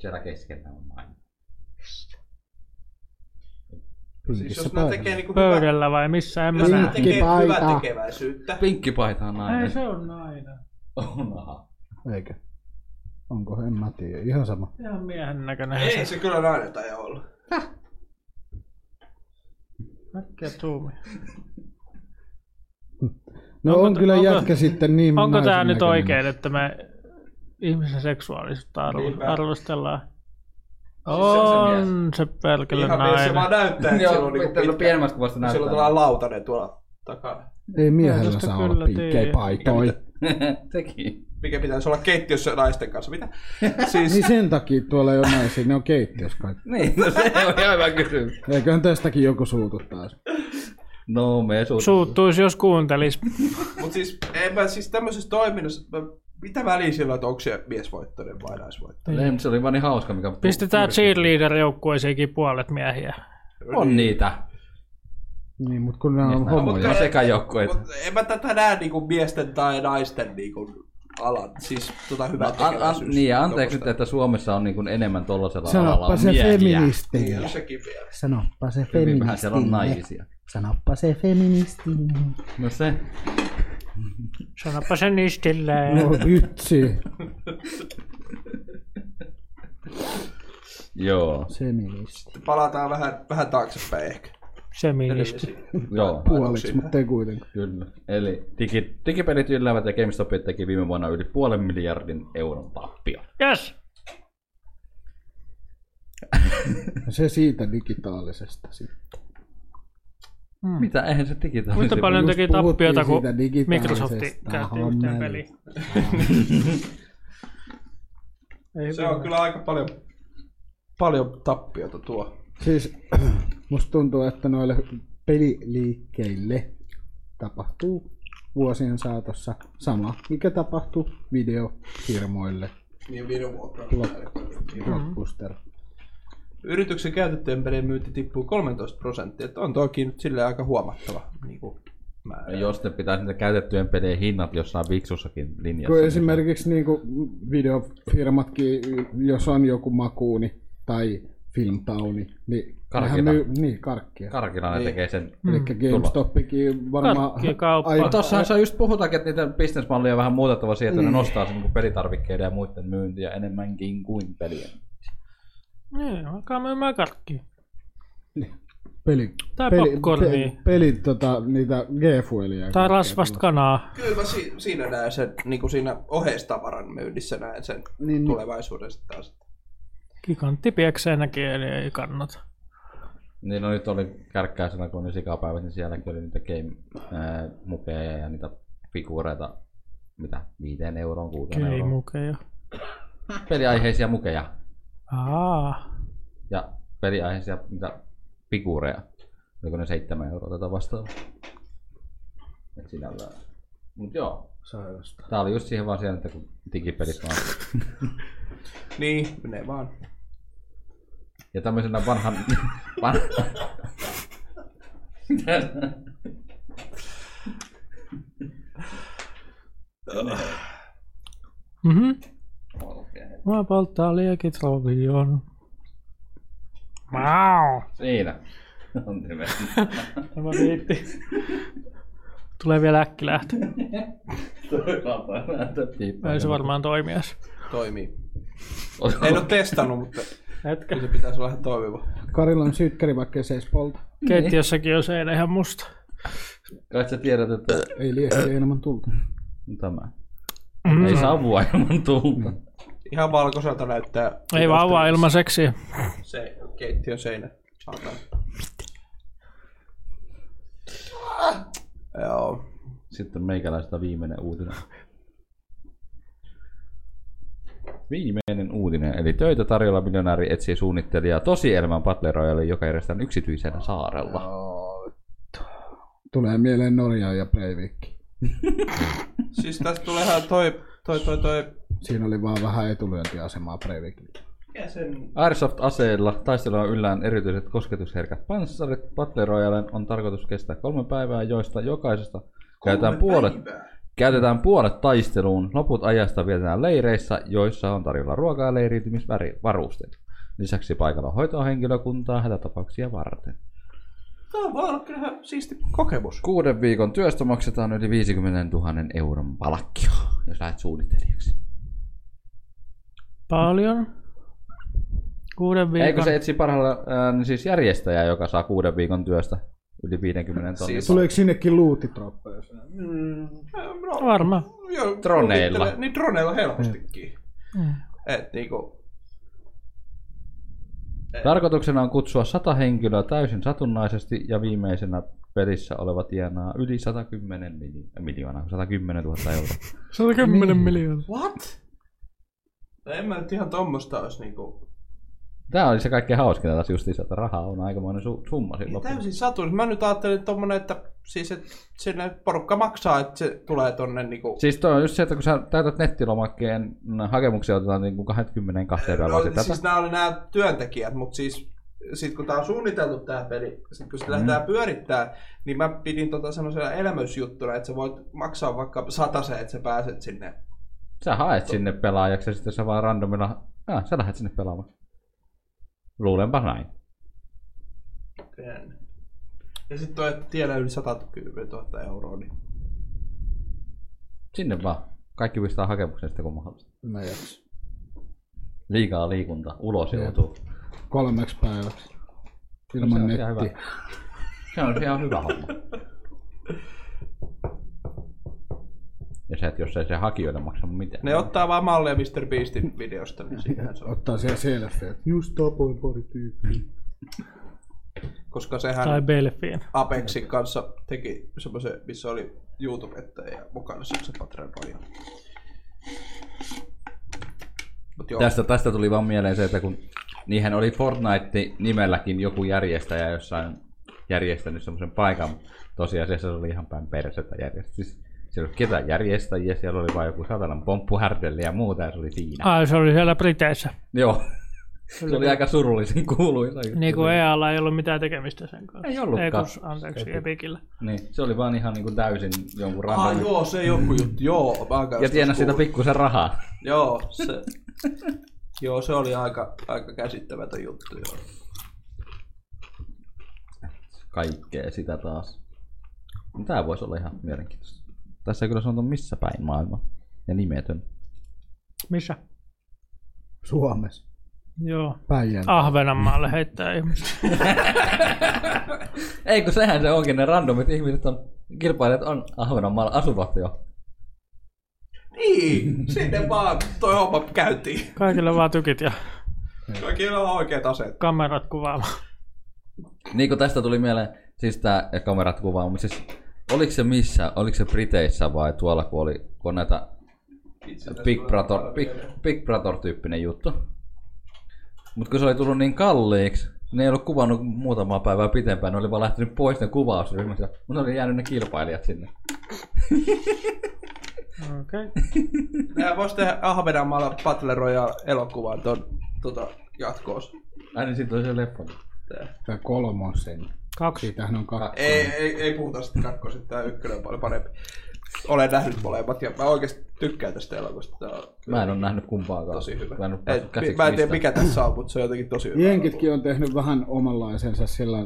S5: Siellä keskellä on nainen.
S2: Siis jos ne tekee niinku hyvää
S3: Pöydällä vai missä, en mä
S2: Jos ne
S3: näe.
S4: Linkki
S2: Niin, tekee hyvää
S4: paita.
S2: tekeväisyyttä,
S5: Pinkki paita on
S3: Ei
S5: nainen.
S3: se on nainen.
S5: Onhan.
S4: Eikä. Onko, en mä tiedä. Ihan sama.
S3: Ihan miehen näköinen.
S2: ei se kyllä nainen tai olla.
S3: Äkkiä tuumi.
S4: No
S3: Onko
S4: on
S3: t-
S4: kyllä
S3: onko-
S4: jätkä sitten niin
S3: Onko
S4: naisen
S3: tämä nyt
S4: näköinen.
S3: oikein, että me ihmisen seksuaalisuutta arvo-
S2: Niinpä.
S3: arvostellaan?
S5: se on se mies.
S3: On se pelkälle
S2: Ihan mies se vaan
S3: nainen.
S2: näyttää, että siellä on niinku
S5: Joo,
S2: pitkä.
S5: pienemmästä kuvasta
S2: Siellä on
S5: näyttää.
S2: tällainen lautanen tuolla takana,
S4: Ei miehellä
S3: Tästä
S4: saa
S3: kyllä
S4: olla pinkkejä
S3: tiedän.
S4: paitoi.
S5: Sekin.
S2: mikä pitäisi olla keittiössä naisten kanssa. Mitä? Siis,
S4: Niin sen takia tuolla ei ole naisia, ne on keittiössä kaikki.
S5: Niin, no se on ihan hyvä kysymys.
S4: Eiköhän tästäkin joku suutu taas.
S5: No me suut.
S3: Suuttuisi, jos kuuntelis.
S2: mut siis, en mä siis tämmöisessä toiminnassa, mä- mitä väliä sillä on, että onko se miesvoittoinen vai naisvoittoinen?
S5: Niin, se oli vaan niin hauska, mikä...
S3: Pistetään cheerleader-joukkueeseenkin puolet miehiä.
S5: On niitä.
S4: Niin, mutta kun nämä
S5: Niin,
S4: on
S5: mä-
S4: homoja.
S5: No sekä joukkueet.
S2: No, Mut en mä tätä näe niinku miesten tai naisten niinku alan, siis tota hyvää
S5: An, an,
S2: tekeväisyyttä.
S5: niin, ja anteeksi nyt, että Suomessa on niin kuin enemmän tollasella
S4: Sanoppa
S5: alalla
S4: se
S5: miehiä.
S4: feministille.
S2: Niin, Sekin vielä.
S4: Sanoppa se
S5: Hyvin vähän siellä on
S4: feministille.
S5: naisia.
S4: Sanoppa se feministille.
S5: No se.
S3: Sanoppa sen istille.
S4: No vitsi.
S5: Joo.
S4: Feministi.
S2: Palataan vähän, vähän taaksepäin ehkä.
S3: Feministi.
S5: Joo.
S4: Puoliksi, mutta ei kuitenkaan.
S5: Kyllä. Eli digi, digipelit ylläävät ja GameStop teki viime vuonna yli puolen miljardin euron tappio.
S3: Yes!
S4: No Se siitä digitaalisesta sitten.
S5: Mitä? Eihän se Siis digitaalisesti...
S3: Kuinka paljon
S4: Just
S3: teki
S4: puhuttiin
S3: tappiota, kun
S4: siitä digitaalisesta
S3: Microsoft käytti yhteen
S4: hommeli.
S3: peliin? Ei
S2: Se on
S3: vielä.
S2: kyllä aika paljon, paljon tappiota tuo.
S4: Siis musta tuntuu, että noille peliliikkeille tapahtuu vuosien saatossa. Sama, mikä tapahtuu videofirmoille.
S2: Niin viiden vuotta.
S4: Blockbuster.
S2: Yrityksen käytettyjen pelien myynti tippuu 13 prosenttia, että on toki nyt sille aika huomattava. Niin kuin, mä,
S5: Ja Jos ne pitäisi niitä käytettyjen pelien hinnat jossain viksussakin linjassa.
S4: Kun
S5: niin-
S4: esimerkiksi niin kuin videofirmatkin, jos on joku makuuni tai filmtauni, niin
S5: Karkita.
S4: nehän myy, niin, karkkia.
S5: Karkina ne
S2: Niin.
S5: tekee sen.
S4: Eli GameStopikin varmaan...
S3: Karkkikauppa.
S4: Ai, to-
S5: Tuossahan se just puhutaankin, että niitä bisnesmallia on vähän muutettava siihen, että ne nostaa sen niin pelitarvikkeiden ja muiden myyntiä enemmänkin kuin peliä.
S3: Niin, alkaa myymään karkkia.
S4: peli,
S3: Tai
S4: peli,
S3: popcornia.
S4: pe- pelit tota, niitä G-fuelia.
S3: Tai rasvasta kanaa.
S2: Kyllä mä si- siinä näen sen, niin kuin siinä oheistavaran myynnissä näen sen
S4: Niin, niin.
S2: tulevaisuudessa taas.
S3: Gigantti piekseenäkin, eli ei kannata.
S5: Niin no nyt oli kärkkäisenä, kun oli sikapäivät, niin sielläkin oli niitä game ää, mukeja ja niitä figuureita, mitä, viiteen euroon, kuuteen
S3: Ei
S5: euroon.
S3: mukeja.
S5: Peliaiheisia mukeja
S3: Aa,
S5: ja peliaiheisia niitä figuureja. Oliko ne seitsemän euroa tätä vastaan? Et sinällään. Mut joo,
S4: Sairasta.
S5: tää oli just siihen vaan siihen, että kun digipelit vaan
S2: Niin, menee vaan.
S5: Ja tämmöisenä vanhan... Van...
S3: Mhm. Mä polttaa liekit rovion. Mau!
S5: Siinä. On hyvä.
S3: Tämä riitti. Tulee vielä äkkilähtö. Ei se varmaan toimi edes.
S2: Toimii. En ole testannut, mutta
S3: Hetkä.
S2: kyllä se pitäisi olla ihan toimiva.
S4: Karilla on sytkäri, vaikka se edes polta.
S3: Keittiössäkin on seinä ihan musta.
S5: Kai sä tiedät, että
S4: Ei liehti ilman tulta.
S5: tämä.
S3: Mm.
S5: Ei savua ilman tulta.
S2: Ihan valkoiselta näyttää.
S3: Ei vaan vaan ilman seksiä.
S2: Se keittiön seinä. Saatana. Joo.
S5: Sitten meikäläistä viimeinen uutinen. Viimeinen uutinen, eli töitä tarjolla miljonääri etsii suunnittelijaa tosielämän Battle Royale, joka järjestetään yksityisellä saarella.
S4: Tulee mieleen Norja ja Breivik.
S2: Siis tästä tulee ihan toi, toi, toi, toi.
S4: Siinä oli vaan vähän etulyöntiasemaa Breivikille.
S2: Mikä sen?
S5: Airsoft-aseilla taistellaan yllään erityiset kosketusherkät panssarit. Battle Royalen on tarkoitus kestää kolme päivää, joista jokaisesta käytetään puolet, käytetään puolet taisteluun. Loput ajasta vietetään leireissä, joissa on tarjolla ruokaa ja leiriytymisvarusteet. Lisäksi paikalla on hoitohenkilökuntaa hätätapauksia varten.
S2: Tämä voi olla kyllä ihan siisti kokemus.
S5: Kuuden viikon työstä maksetaan yli 50 000 euron palkkio, jos lähdet suunnittelijaksi.
S3: Paljon. Kuuden
S5: Eikö
S3: viikon.
S5: se etsi parhaalla ää, niin siis järjestäjää, joka saa kuuden viikon työstä yli 50 tonnin
S2: Siis-
S5: palkkion?
S4: Tuleeko sinnekin luutitroppeja?
S2: Mm, no,
S3: Varmaan.
S2: joo,
S5: Droneilla.
S2: kuvittele- Niin droneilla helpostikin.
S3: Mm.
S2: Et niinku,
S5: Tarkoituksena on kutsua sata henkilöä täysin satunnaisesti ja viimeisenä pelissä oleva tienaa yli 110 miljo- miljoonaa, 110 000 euroa.
S3: 110 miljoonaa.
S2: what? No en mä nyt ihan tommosta olisi niinku.
S5: Tämä oli se kaikkein hauskinta tässä justiinsa, että rahaa on aikamoinen su- summa siinä
S2: Niin
S5: lopussa.
S2: täysin satun. Mä nyt ajattelin että tommonen, että siis et sinne porukka maksaa, että se tulee tonne niinku.
S5: Siis toi on just se, että kun sä täytät nettilomakkeen, n- hakemuksia otetaan niin kuin 22 päivää
S2: No,
S5: no,
S2: siis nämä oli nämä työntekijät, mutta siis sit kun tää on suunniteltu tää peli, sit kun sitä lähdetään pyörittää, niin mä pidin tota semmoisena elämysjuttuna, että sä voit maksaa vaikka sataseen, että sä pääset sinne.
S5: Sä haet sinne pelaajaksi ja sitten sä vaan randomilla, ah, sä lähdet sinne pelaamaan. Luulenpa näin.
S2: Ja sitten toi, että tiellä yli 110 000 euroa, niin
S5: Sinne vaan. Kaikki pistää hakemuksen sitten kun mahdollista.
S4: Mä en jaksa.
S5: Liikaa liikunta, ulos joutuu.
S4: Kolmeksi päiväksi.
S5: No Se
S4: Ilman
S5: on ihan
S4: nettiä.
S5: Se on ihan hyvä homma. Ja se, että jos ei se hakijoille maksa mitään.
S2: ne ottaa vaan mallia Mr. Beastin videosta, niin siinähän se on.
S4: Ottaa siellä selfie. että Just tapoin pari tyyppiä.
S2: Koska sehän
S3: Tai Belfiin.
S2: Apexin kanssa teki semmoisen, missä oli YouTube-ettäjä ja mukana se Patreon paljon. Mut joo,
S5: Tästä, tästä tuli vaan mieleen se, että kun niihin oli Fortnite-nimelläkin joku järjestäjä jossain järjestänyt semmoisen paikan, tosiasiassa se oli ihan päin persettä järjestä. Siis Siellä ei ollut ketään järjestäjiä, siellä oli vain joku satanan pomppuhärdelle ja muuta, ja se oli siinä.
S3: Ai, se oli siellä Briteissä.
S5: Joo. Se oli aika surullisen kuuluisa. juttu.
S3: Niin kuin EAlla ei ollut mitään tekemistä sen kanssa.
S5: Ei ollutkaan.
S3: Ei kun, anteeksi, Epikillä.
S5: Niin, se oli vaan ihan niin kuin täysin jonkun
S2: Ah,
S5: randomin.
S2: joo, se joku juttu. Joo, aika
S5: ja tienasi siitä pikkusen rahaa.
S2: Joo, se... joo, se oli aika, aika käsittämätön juttu. Joo.
S5: Kaikkea sitä taas. Tämä voisi olla ihan mielenkiintoista. Tässä ei kyllä sanota missä päin maailma. Ja nimetön.
S3: Missä?
S4: Suomessa.
S3: Joo.
S4: Päijän.
S5: Ah.
S3: Ahvenanmaalle heittää ihmistä.
S5: Ei kun sehän se onkin, ne randomit ihmiset on, kilpailijat on Ahvenanmaalla asuvat jo.
S2: Niin, sinne vaan toi homma käytiin.
S3: Kaikille vaan tykit ja
S2: Kaikilla on oikeat aseet.
S3: kamerat kuvaamaan.
S5: Niin kuin tästä tuli mieleen, siis tämä kamerat kuvaa, mutta siis oliko se missä, oliko se Briteissä vai tuolla kun oli, kun on näitä Big Brother, Big, Big Brother tyyppinen juttu. Mutta kun se oli tullut niin kalliiksi, ne ei ollut kuvannut muutamaa päivää pitempään, ne oli vaan lähtenyt pois ne kuvausryhmästä, mutta ne oli jäänyt ne kilpailijat sinne.
S3: Okei.
S2: Nehän vois tehdä Ahvenanmaalla Battle Royale elokuvan ton tota, jatkoos.
S5: Ai niin, sitten on se leffa.
S4: Tai kolmosen.
S3: Kaksi.
S4: Siitähän on kaksi.
S2: Ei,
S5: Mm.
S2: ei, ei puhuta sitten kakkosesta, tää ykkönen on paljon parempi. Olen nähnyt molemmat ja mä oikeesti tykkään tästä elokuvasta. Tää on
S5: Mä en ole nähnyt kumpaakaan.
S2: tosi hyvä.
S5: Mä en, ole
S2: Et,
S5: päässyt käsiksi
S2: mä en tiedä mikä
S5: mistään.
S2: tässä on, mutta se on jotenkin tosi hyvä.
S4: Jenkitkin on tehnyt vähän omanlaisensa sillä,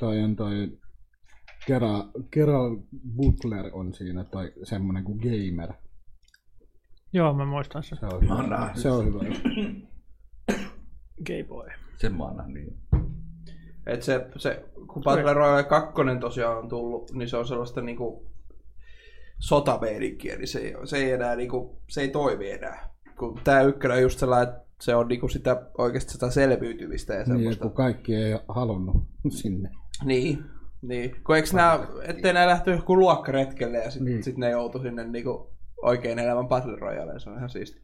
S4: toi on toi Kera, Gerald Butler on siinä, toi semmonen kuin gamer.
S3: Joo, mä muistan sen.
S4: Se on hyvä. Se on hyvä.
S3: Gay boy.
S5: Sen mä oon nähnyt.
S2: Et se, se, kun Battle Royale 2 tosiaan on tullut, niin se on sellaista niinku sotameininkiä, niin se, ei- se ei enää niinku, se ei toimi enää. Kun tää ykkönen on just sellainen, että se on niinku sitä oikeasti sitä selviytymistä ja
S4: Niin,
S2: semmoista.
S4: kun kaikki ei halunnut sinne.
S2: Niin, niin. Kun eikö nää, ettei nää lähty joku luokkaretkelle ja sitten
S4: Niin.
S2: niin. sit ne joutu sinne niinku oikein elämän Battle Royaleen, se on ihan siisti.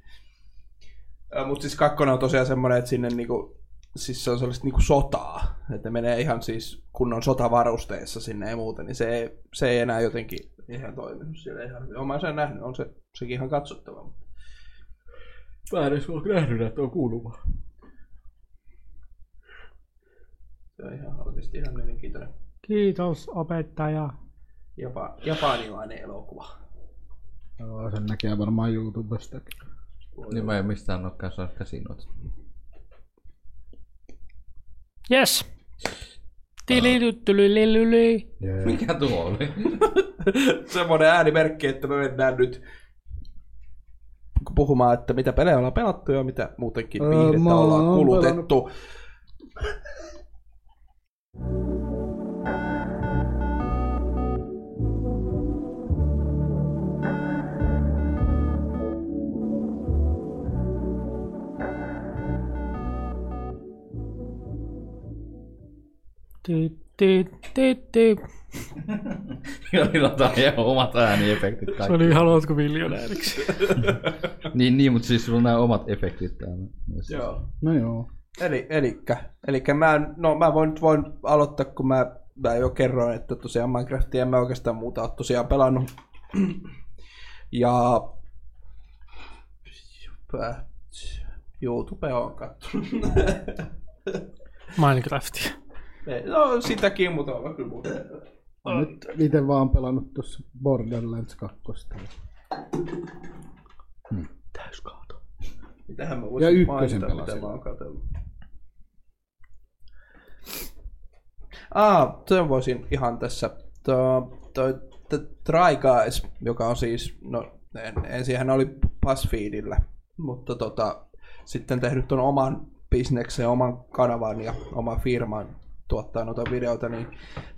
S2: Mutta siis kakkonen on tosiaan semmoinen, että sinne niinku, siis se on sellaista niinku sotaa, että ne menee ihan siis kunnon sotavarusteissa sinne ja muuta, niin se ei, se ei enää jotenkin ihan toiminut siellä ihan hyvin. Olen sen nähnyt, on se, sekin ihan katsottava. mutta-
S5: Mä en edes ole nähnyt, että on kuuluva.
S2: Se on ihan oikeasti ihan mielenkiintoinen
S3: Kiitos opettaja.
S2: Japa, japanilainen elokuva.
S4: Joo, sen näkee varmaan YouTubestakin.
S5: Niin mä en mistään ole käynyt käsinot.
S3: Yes. Tililyttylylilyly.
S5: Mikä tuo oli?
S2: semmoinen äänimerkki, että me mennään nyt puhumaan, että mitä pelejä ollaan pelattu ja mitä muutenkin
S4: Öö,
S2: viihdettä
S4: mä oon
S2: ollaan kulutettu.
S3: Ti, ti, ti, ti.
S5: Joilla on ihan omat ääniefektit
S3: Se
S5: kaikki.
S3: oli haluatko miljonääriksi.
S5: Niin, niin, mutta siis sulla on nämä omat efektit täällä.
S2: Joo.
S4: No joo.
S2: Eli, elikkä, elikkä mä, en- no, mä voin, nyt- voin aloittaa, kun mä, mä jo kerroin, että tosiaan Minecraftia en mä oikeastaan muuta ole tosiaan pelannut. Ja Pää- YouTube on kattonut.
S3: Minecraftia.
S2: Ei, No sitäkin, mutta on mä kyllä muuten.
S4: Nyt itse vaan pelannut tuossa Borderlands 2.
S2: Täyskaato. Mitähän mä
S4: Ja
S2: voisin
S4: ykkösen
S2: mainita, mitä
S4: pelasin.
S2: mä oon katsellut. Ah, sen voisin ihan tässä. Tuo, toi, t- Try Guys, joka on siis, no en, ensinhän oli BuzzFeedillä, mutta tota, sitten tehnyt ton oman bisneksen, oman kanavan ja oman firman tuottaa noita videoita, niin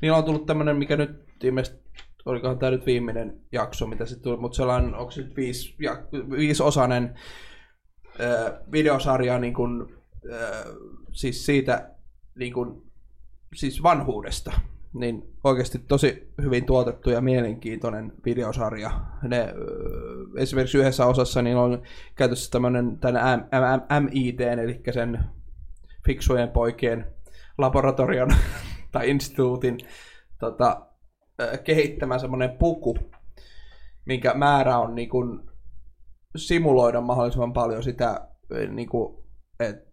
S2: niillä on tullut tämmönen, mikä nyt ilmeisesti, olikohan tämä nyt viimeinen jakso, mitä sitten tuli, mutta sellainen, onko se nyt viisi, ja, viisiosainen ö, videosarja niin kuin, ö, siis siitä niin kuin, siis vanhuudesta. Niin oikeasti tosi hyvin tuotettu ja mielenkiintoinen videosarja. Ne, ö, esimerkiksi yhdessä osassa niin on käytössä tämmöinen tämän M- M- MIT, eli sen fiksujen poikien laboratorion tai instituutin tota, ö, kehittämä semmoinen puku, minkä määrä on niin kuin simuloida mahdollisimman paljon sitä, eh, niin kuin, et,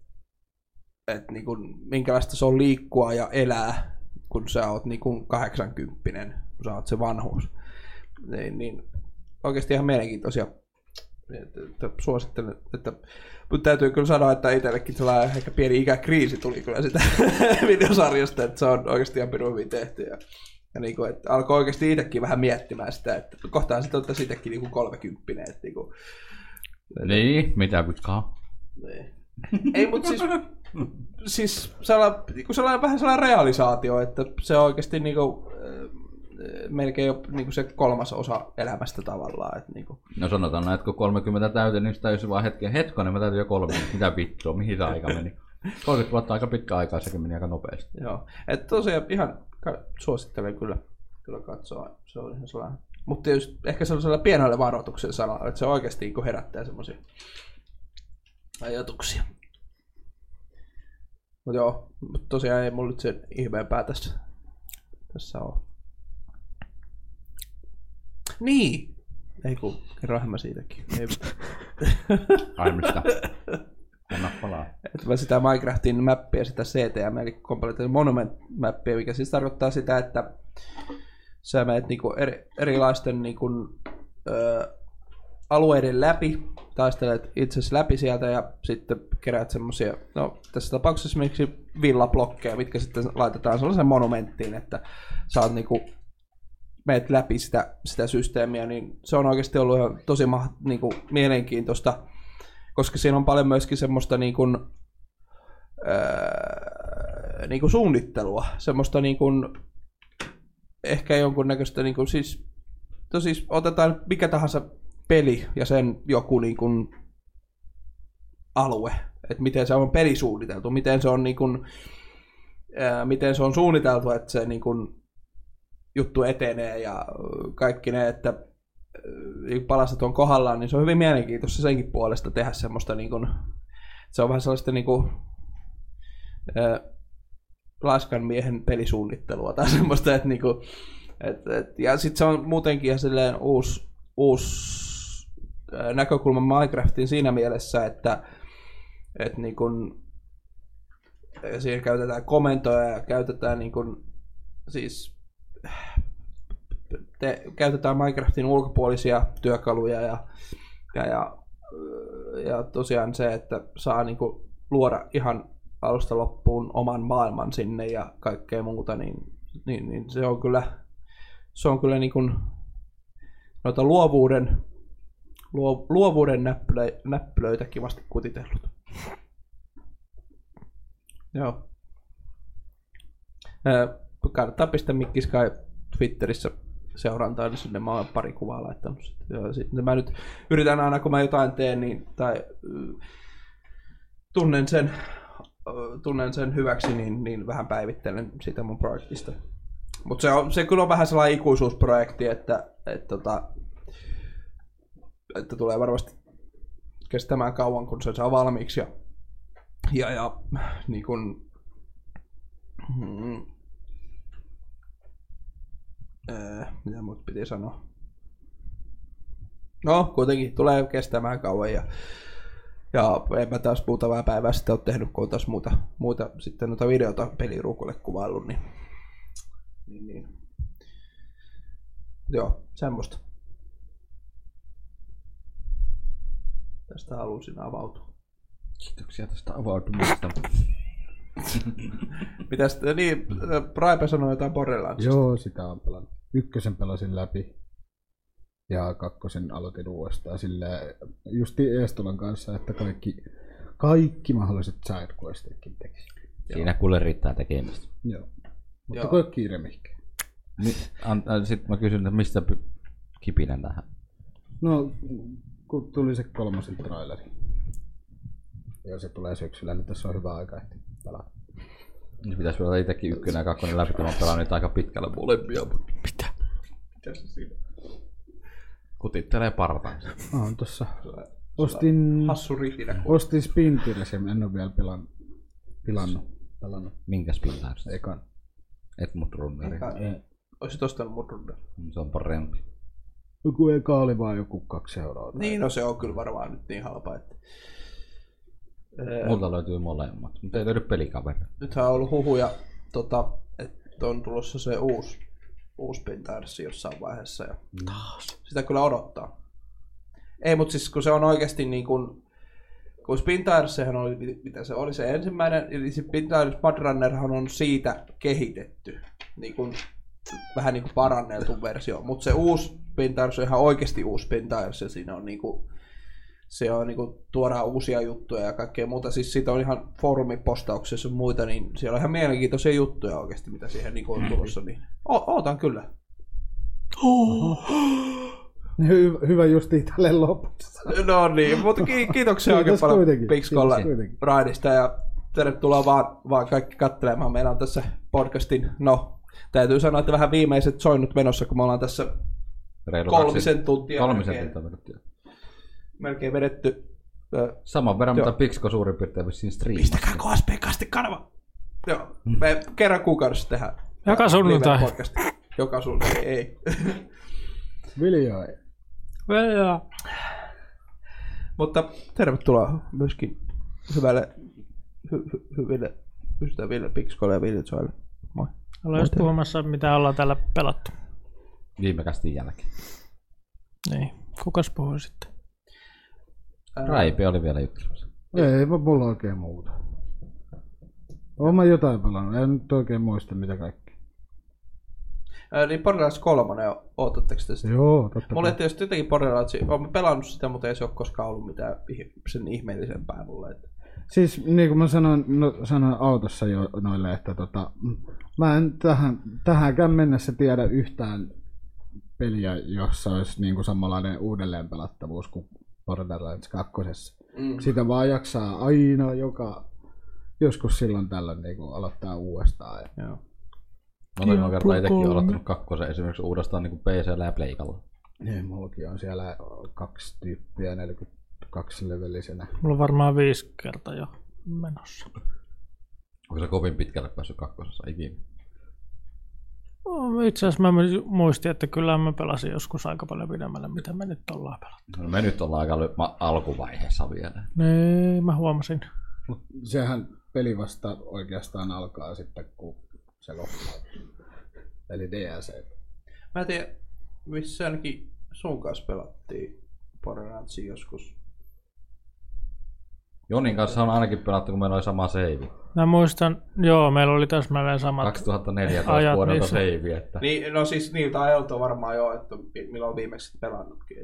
S2: et niin kuin, minkälaista se on liikkua ja elää, kun sä oot niin kuin 80, kun sä oot se vanhuus. Niin, niin oikeasti ihan mielenkiintoisia. Että, että suosittelen, että, mutta täytyy kyllä sanoa, että itsellekin sellainen ehkä pieni ikäkriisi tuli kyllä sitä videosarjasta, että se on oikeasti ihan pirun hyvin tehty. Ja, ja niin kuin, että alkoi oikeasti itsekin vähän miettimään sitä, että kohtaan sitten oltaisiin itsekin niin kuin kolmekymppinen. Että niin kuin,
S5: Niin, mitä vikaa.
S2: niin. Ei, mutta siis, siis sellainen, niinku sellainen, vähän sellainen realisaatio, että se on oikeasti niin kuin, melkein jo niin kuin se kolmas osa elämästä tavallaan. Että niin kuin,
S5: No sanotaan näin, että kun 30 täytin, niin sitä jos vaan hetken, hetkonen, mä täytin jo kolme, mitä vittua, mihin tämä aika meni. 30 vuotta on aika pitkä aika, sekin meni aika nopeasti.
S2: Joo. Et tosiaan ihan ka- suosittelen kyllä, kyllä katsoa. Se on ihan sellainen. Mutta tietysti ehkä sellaisella pienellä varoituksen sanalla, että se oikeasti niin herättää semmoisia ajatuksia. Mutta joo, mut tosiaan ei mulla nyt sen ihmeempää tässä, tässä on. Niin! Ei kun, kerroinhan mä siitäkin. Ei,
S5: Ai mistä? Anna palaa.
S2: että mä sitä Minecraftin mappia, sitä CTM, eli Completed Monument mappia, mikä siis tarkoittaa sitä, että sä menet niinku eri, erilaisten niinku, ö, alueiden läpi, taistelet itsesi läpi sieltä ja sitten keräät semmosia, no tässä tapauksessa esimerkiksi villablokkeja, mitkä sitten laitetaan sellaiseen monumenttiin, että sä oot niinku meet läpi sitä, sitä systeemiä, niin se on oikeasti ollut ihan tosi maht, niin kuin, mielenkiintoista, koska siinä on paljon myöskin semmoista niin kuin, öö, niin kuin suunnittelua, semmoista niin kuin, ehkä jonkunnäköistä, niin kuin, siis, no siis otetaan mikä tahansa peli ja sen joku niin kuin, alue, että miten se on peli suunniteltu, miten se on niin kuin, öö, miten se on suunniteltu, että se niin kuin, juttu etenee ja ö, kaikki ne, että ö, palaset on kohdallaan, niin se on hyvin mielenkiintoista senkin puolesta tehdä semmoista niin kuin, se on vähän sellaista niin kuin, äh, laiskan miehen pelisuunnittelua tai semmoista, että niin kuin, et, et, ja sitten se on muutenkin ihan silleen uusi, uusi ö, näkökulma Minecraftiin siinä mielessä, että et niin kuin, siihen käytetään komentoja ja käytetään niin kuin, siis te, käytetään Minecraftin ulkopuolisia työkaluja ja, ja, ja, ja tosiaan se, että saa niinku luoda ihan alusta loppuun oman maailman sinne ja kaikkea muuta, niin, niin, niin se on kyllä, se on kyllä niinku noita luovuuden, luo, luovuuden näppylö, näppylöitä kivasti kutitellut. Joo. Ö, kannattaa pistää Mikki Sky Twitterissä seurantaa, niin sinne mä oon pari kuvaa laittanut. sit. Ja sitten mä nyt yritän aina, kun mä jotain teen, niin, tai mm, tunnen sen, ö, tunnen sen hyväksi, niin, niin vähän päivittelen sitä mun projektista. Mutta se, on, se kyllä on vähän sellainen ikuisuusprojekti, että, et, tota, että tulee varmasti kestämään kauan, kun se saa valmiiksi. Ja, ja, ja niin kun, mm, Öö, mitä mut piti sanoa? No, kuitenkin tulee kestämään kauan ja, ja en mä taas muutamaa päivää sitten ole tehnyt, kun on taas muuta, muuta sitten noita videota peliruukulle kuvaillut, niin, niin, niin. Joo, semmoista. Tästä halusin avautua.
S5: Kiitoksia tästä avautumisesta.
S2: Mitäs, niin, äh, Raipe sanoi jotain Borderlandsista.
S4: Joo, sitä on pelannut. Ykkösen pelasin läpi ja kakkosen aloitin uudestaan sillä justi Eestolan kanssa, että kaikki, kaikki mahdolliset sidequestitkin tekisi.
S5: Siinä kuule riittää tekemistä.
S4: Joo. Mutta
S2: Joo.
S4: kun ei ole kiire mihinkään.
S5: Sitten äh, mä kysyn, että mistä py- kipinän tähän?
S4: No, kun tuli se kolmosen traileri. Ja se tulee syksyllä, niin tässä on hyvä aika ehtiä pelata.
S5: Nyt pitäisi olla itsekin ykkönen ja kakkonen läpi, kun mä pelaan niitä aika pitkällä molempia. mutta Mitä? Kutittelee partansa.
S4: Mä oon tossa. Ostin,
S2: Hassu ritinä.
S4: ostin Spintiresin, en ole vielä pelannut. Pilannut. Pelannut.
S5: Minkäs pitää?
S4: Ekan.
S5: Et mut runneri.
S2: Olisit ostanut mun runnan.
S5: Se on parempi.
S4: Joku eka oli vaan joku kaksi euroa. tai-
S2: Niin, no se on kyllä varmaan nyt niin halpa, että... Ee,
S5: Multa löytyy molemmat, mutta ei löydy pelikaveri.
S2: nythän on ollut huhuja, tota, että on tulossa se uusi, uusi pintaärssi jossain vaiheessa. Ja Sitä kyllä odottaa. Ei, mutta siis kun se on oikeasti niin kuin, kun Spintairsehän oli, mit- mitä se oli se ensimmäinen, eli se Spintair Speedrunnerhan on siitä kehitetty, niin kuin, vähän niin kuin paranneltu versio, mutta se uusi Spintair on ihan oikeasti uusi Spintair, ja siinä on niin kuin, se on niinku, tuodaan uusia juttuja ja kaikkea muuta. Siis siitä on ihan foorumipostauksessa ja muita, niin siellä on ihan mielenkiintoisia juttuja oikeasti, mitä siihen niinku on tulossa. Niin. O- ootan kyllä.
S4: Hy- hyvä justi tälle lopussa.
S2: No niin, mutta ki- kiitoksia oikein
S4: Kiitos
S2: paljon
S4: kuitenkin.
S2: Pixcolle
S4: Kiitos kuitenkin.
S2: raidista ja tervetuloa vaan, vaan kaikki katselemaan. Meillä on tässä podcastin, no täytyy sanoa, että vähän viimeiset soinnut menossa, kun me ollaan
S4: No
S2: tässä
S5: Reilu
S2: kolmisen
S5: kaksi-
S2: tuntia
S5: Kolmisen
S2: melkein,
S5: tuntia minuuttia.
S2: melkein vedetty. Ö,
S5: Saman verran,
S2: Joo.
S5: mitä Pixko suurin piirtein vissiin striimasi.
S2: Pistäkää KSP-kasti kanava. Joo, me kerran kuukaudessa tehdään.
S3: Mm. Joka sunnuntai.
S2: live-podcast. Joka sunnuntai, ei.
S4: Viljaa. ei.
S2: Niin.
S3: Velja.
S2: Mutta tervetuloa myöskin hyvälle, hy, hy, hyville ystäville, Pixkolle ja Viljoille. Moi.
S3: Ollaan just puhumassa, mitä ollaan täällä pelattu.
S5: Viime kästin jälkeen.
S3: Niin. Kukas puhuu sitten?
S5: Raipe oli vielä juttelemassa.
S4: Ei mu- mulla oikein muuta. Oon mä jotain pelannut, en nyt oikein muista mitä kaikki.
S2: Ää, niin Borderlands 3, ootatteko te sitä?
S4: Joo, totta
S2: Mulle
S4: kai.
S2: ei tietysti jotenkin Borderlands, olen pelannut sitä, mutta ei se ole koskaan ollut mitään ih- sen ihmeellisempää mulle. Että.
S4: Siis niin kuin mä sanoin, no, sanoin autossa jo noille, että tota, mm, mä en tähän, tähänkään mennessä tiedä yhtään peliä, jossa olisi niin kuin samanlainen uudelleen pelattavuus kuin Borderlands 2.
S2: Mm.
S4: Sitä vaan jaksaa aina joka, joskus silloin tällöin niin kuin aloittaa uudestaan. Ja
S2: Joo.
S5: Monella kertaa itsekin aloittanut kakkosen esimerkiksi uudestaan niin PCllä ja Pleikalla.
S4: niin, mullakin on siellä kaksi tyyppiä 42 levelisenä.
S3: Mulla on varmaan viisi kertaa jo menossa.
S5: Onko se kovin pitkälle päässyt kakkosessa ikinä?
S3: Oh, Itse asiassa mä myös muistin, että kyllä mä pelasin joskus aika paljon pidemmälle, mitä me nyt ollaan pelattu.
S5: No me nyt ollaan aika ly- ma- alkuvaiheessa vielä.
S3: Niin, mä huomasin.
S4: Sehän peli vasta oikeastaan alkaa sitten, kun se loppuu. Eli DLC.
S2: Mä en tiedä, missä ainakin sun kanssa pelattiin Borderlandsia joskus.
S5: Jonin kanssa on ainakin pelattu, kun meillä oli sama save.
S3: Mä muistan, joo, meillä oli täsmälleen samat.
S5: 2014
S3: Ajat
S5: vuodelta
S3: niissä.
S5: save, että
S2: Niin, no siis niiltä ajoilta varmaan jo, että mi- milloin viimeksi pelannutkin.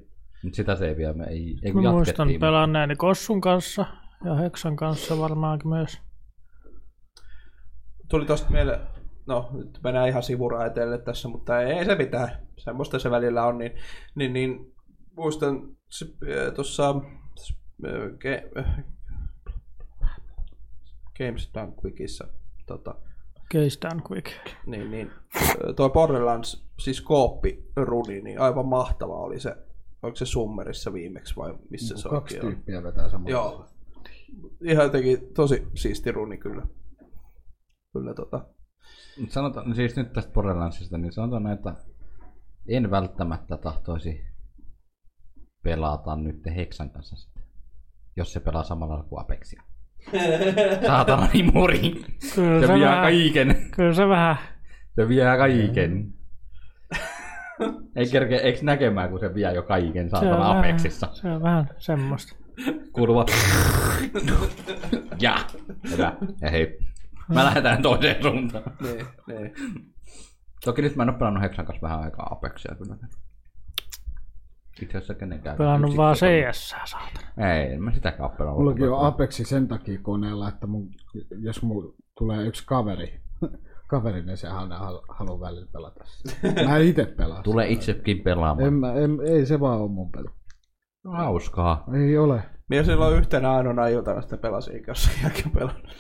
S5: Mut sitä saveä me ei, ei kun
S3: Mä muistan
S5: niinku jatkettiin. Pela-
S3: pelanneeni Kossun kanssa ja Heksan kanssa varmaankin myös.
S2: Tuli tosta meille, no nyt mennään ihan sivuraiteelle tässä, mutta ei se mitään. Semmoista se välillä on, niin, niin, niin muistan se, äh, tuossa s- äh, ge, äh, Games Done Quickissa tota,
S3: Case done quick.
S2: Niin, niin. Ö, Toi Borderlands, siis kooppiruni, niin aivan mahtava oli se. Oliko se Summerissa viimeksi vai missä se
S4: Niinku Kaksi
S2: oikein on?
S4: tyyppiä vetää samaa.
S2: Joo. Ihan jotenkin tosi siisti runi kyllä. Kyllä tota.
S5: sanotaan, siis nyt tästä Borderlandsista, niin sanotaan näin, että en välttämättä tahtoisi pelata nyt Heksan kanssa sitten, jos se pelaa samalla kuin Apexia. Saatana niin muri.
S3: Kyllä
S5: Se
S3: se,
S5: vie
S3: vähän,
S5: kaiken.
S3: kyllä se vähän,
S5: Se vie kaiken. Ei kerkeä, eiks näkemään, kun se vie jo kaiken
S3: se on
S5: saatana
S3: vähän,
S5: Apexissa.
S3: se on vähän semmoista.
S5: kuuluvat ja, hyvä, ja hei. Mä lähdetään toiseen suuntaan.
S2: Niin, niin.
S5: Toki nyt mä en oo pelannut Heksan kanssa vähän aikaa Apexia kyllä. Itse asiassa kenenkään.
S3: Pelannut
S5: Yksi-
S3: vaan CS, saatana.
S5: Ei, en mä sitäkään oo pelannut.
S4: Mullakin on Apexi sen takia koneella, että mun, jos mulla tulee yksi kaveri, kaveri, niin se aina halu- haluaa välillä pelata. sitä. Mä en itse pelaa. sitä.
S5: Tule itsekin pelaamaan.
S4: En mä, en, ei se vaan ole mun peli.
S5: Hauskaa.
S4: Ei ole.
S2: Minä silloin yhtenä ainoana iltana sitä pelasin, eikä ole sen jälkeen pelannut.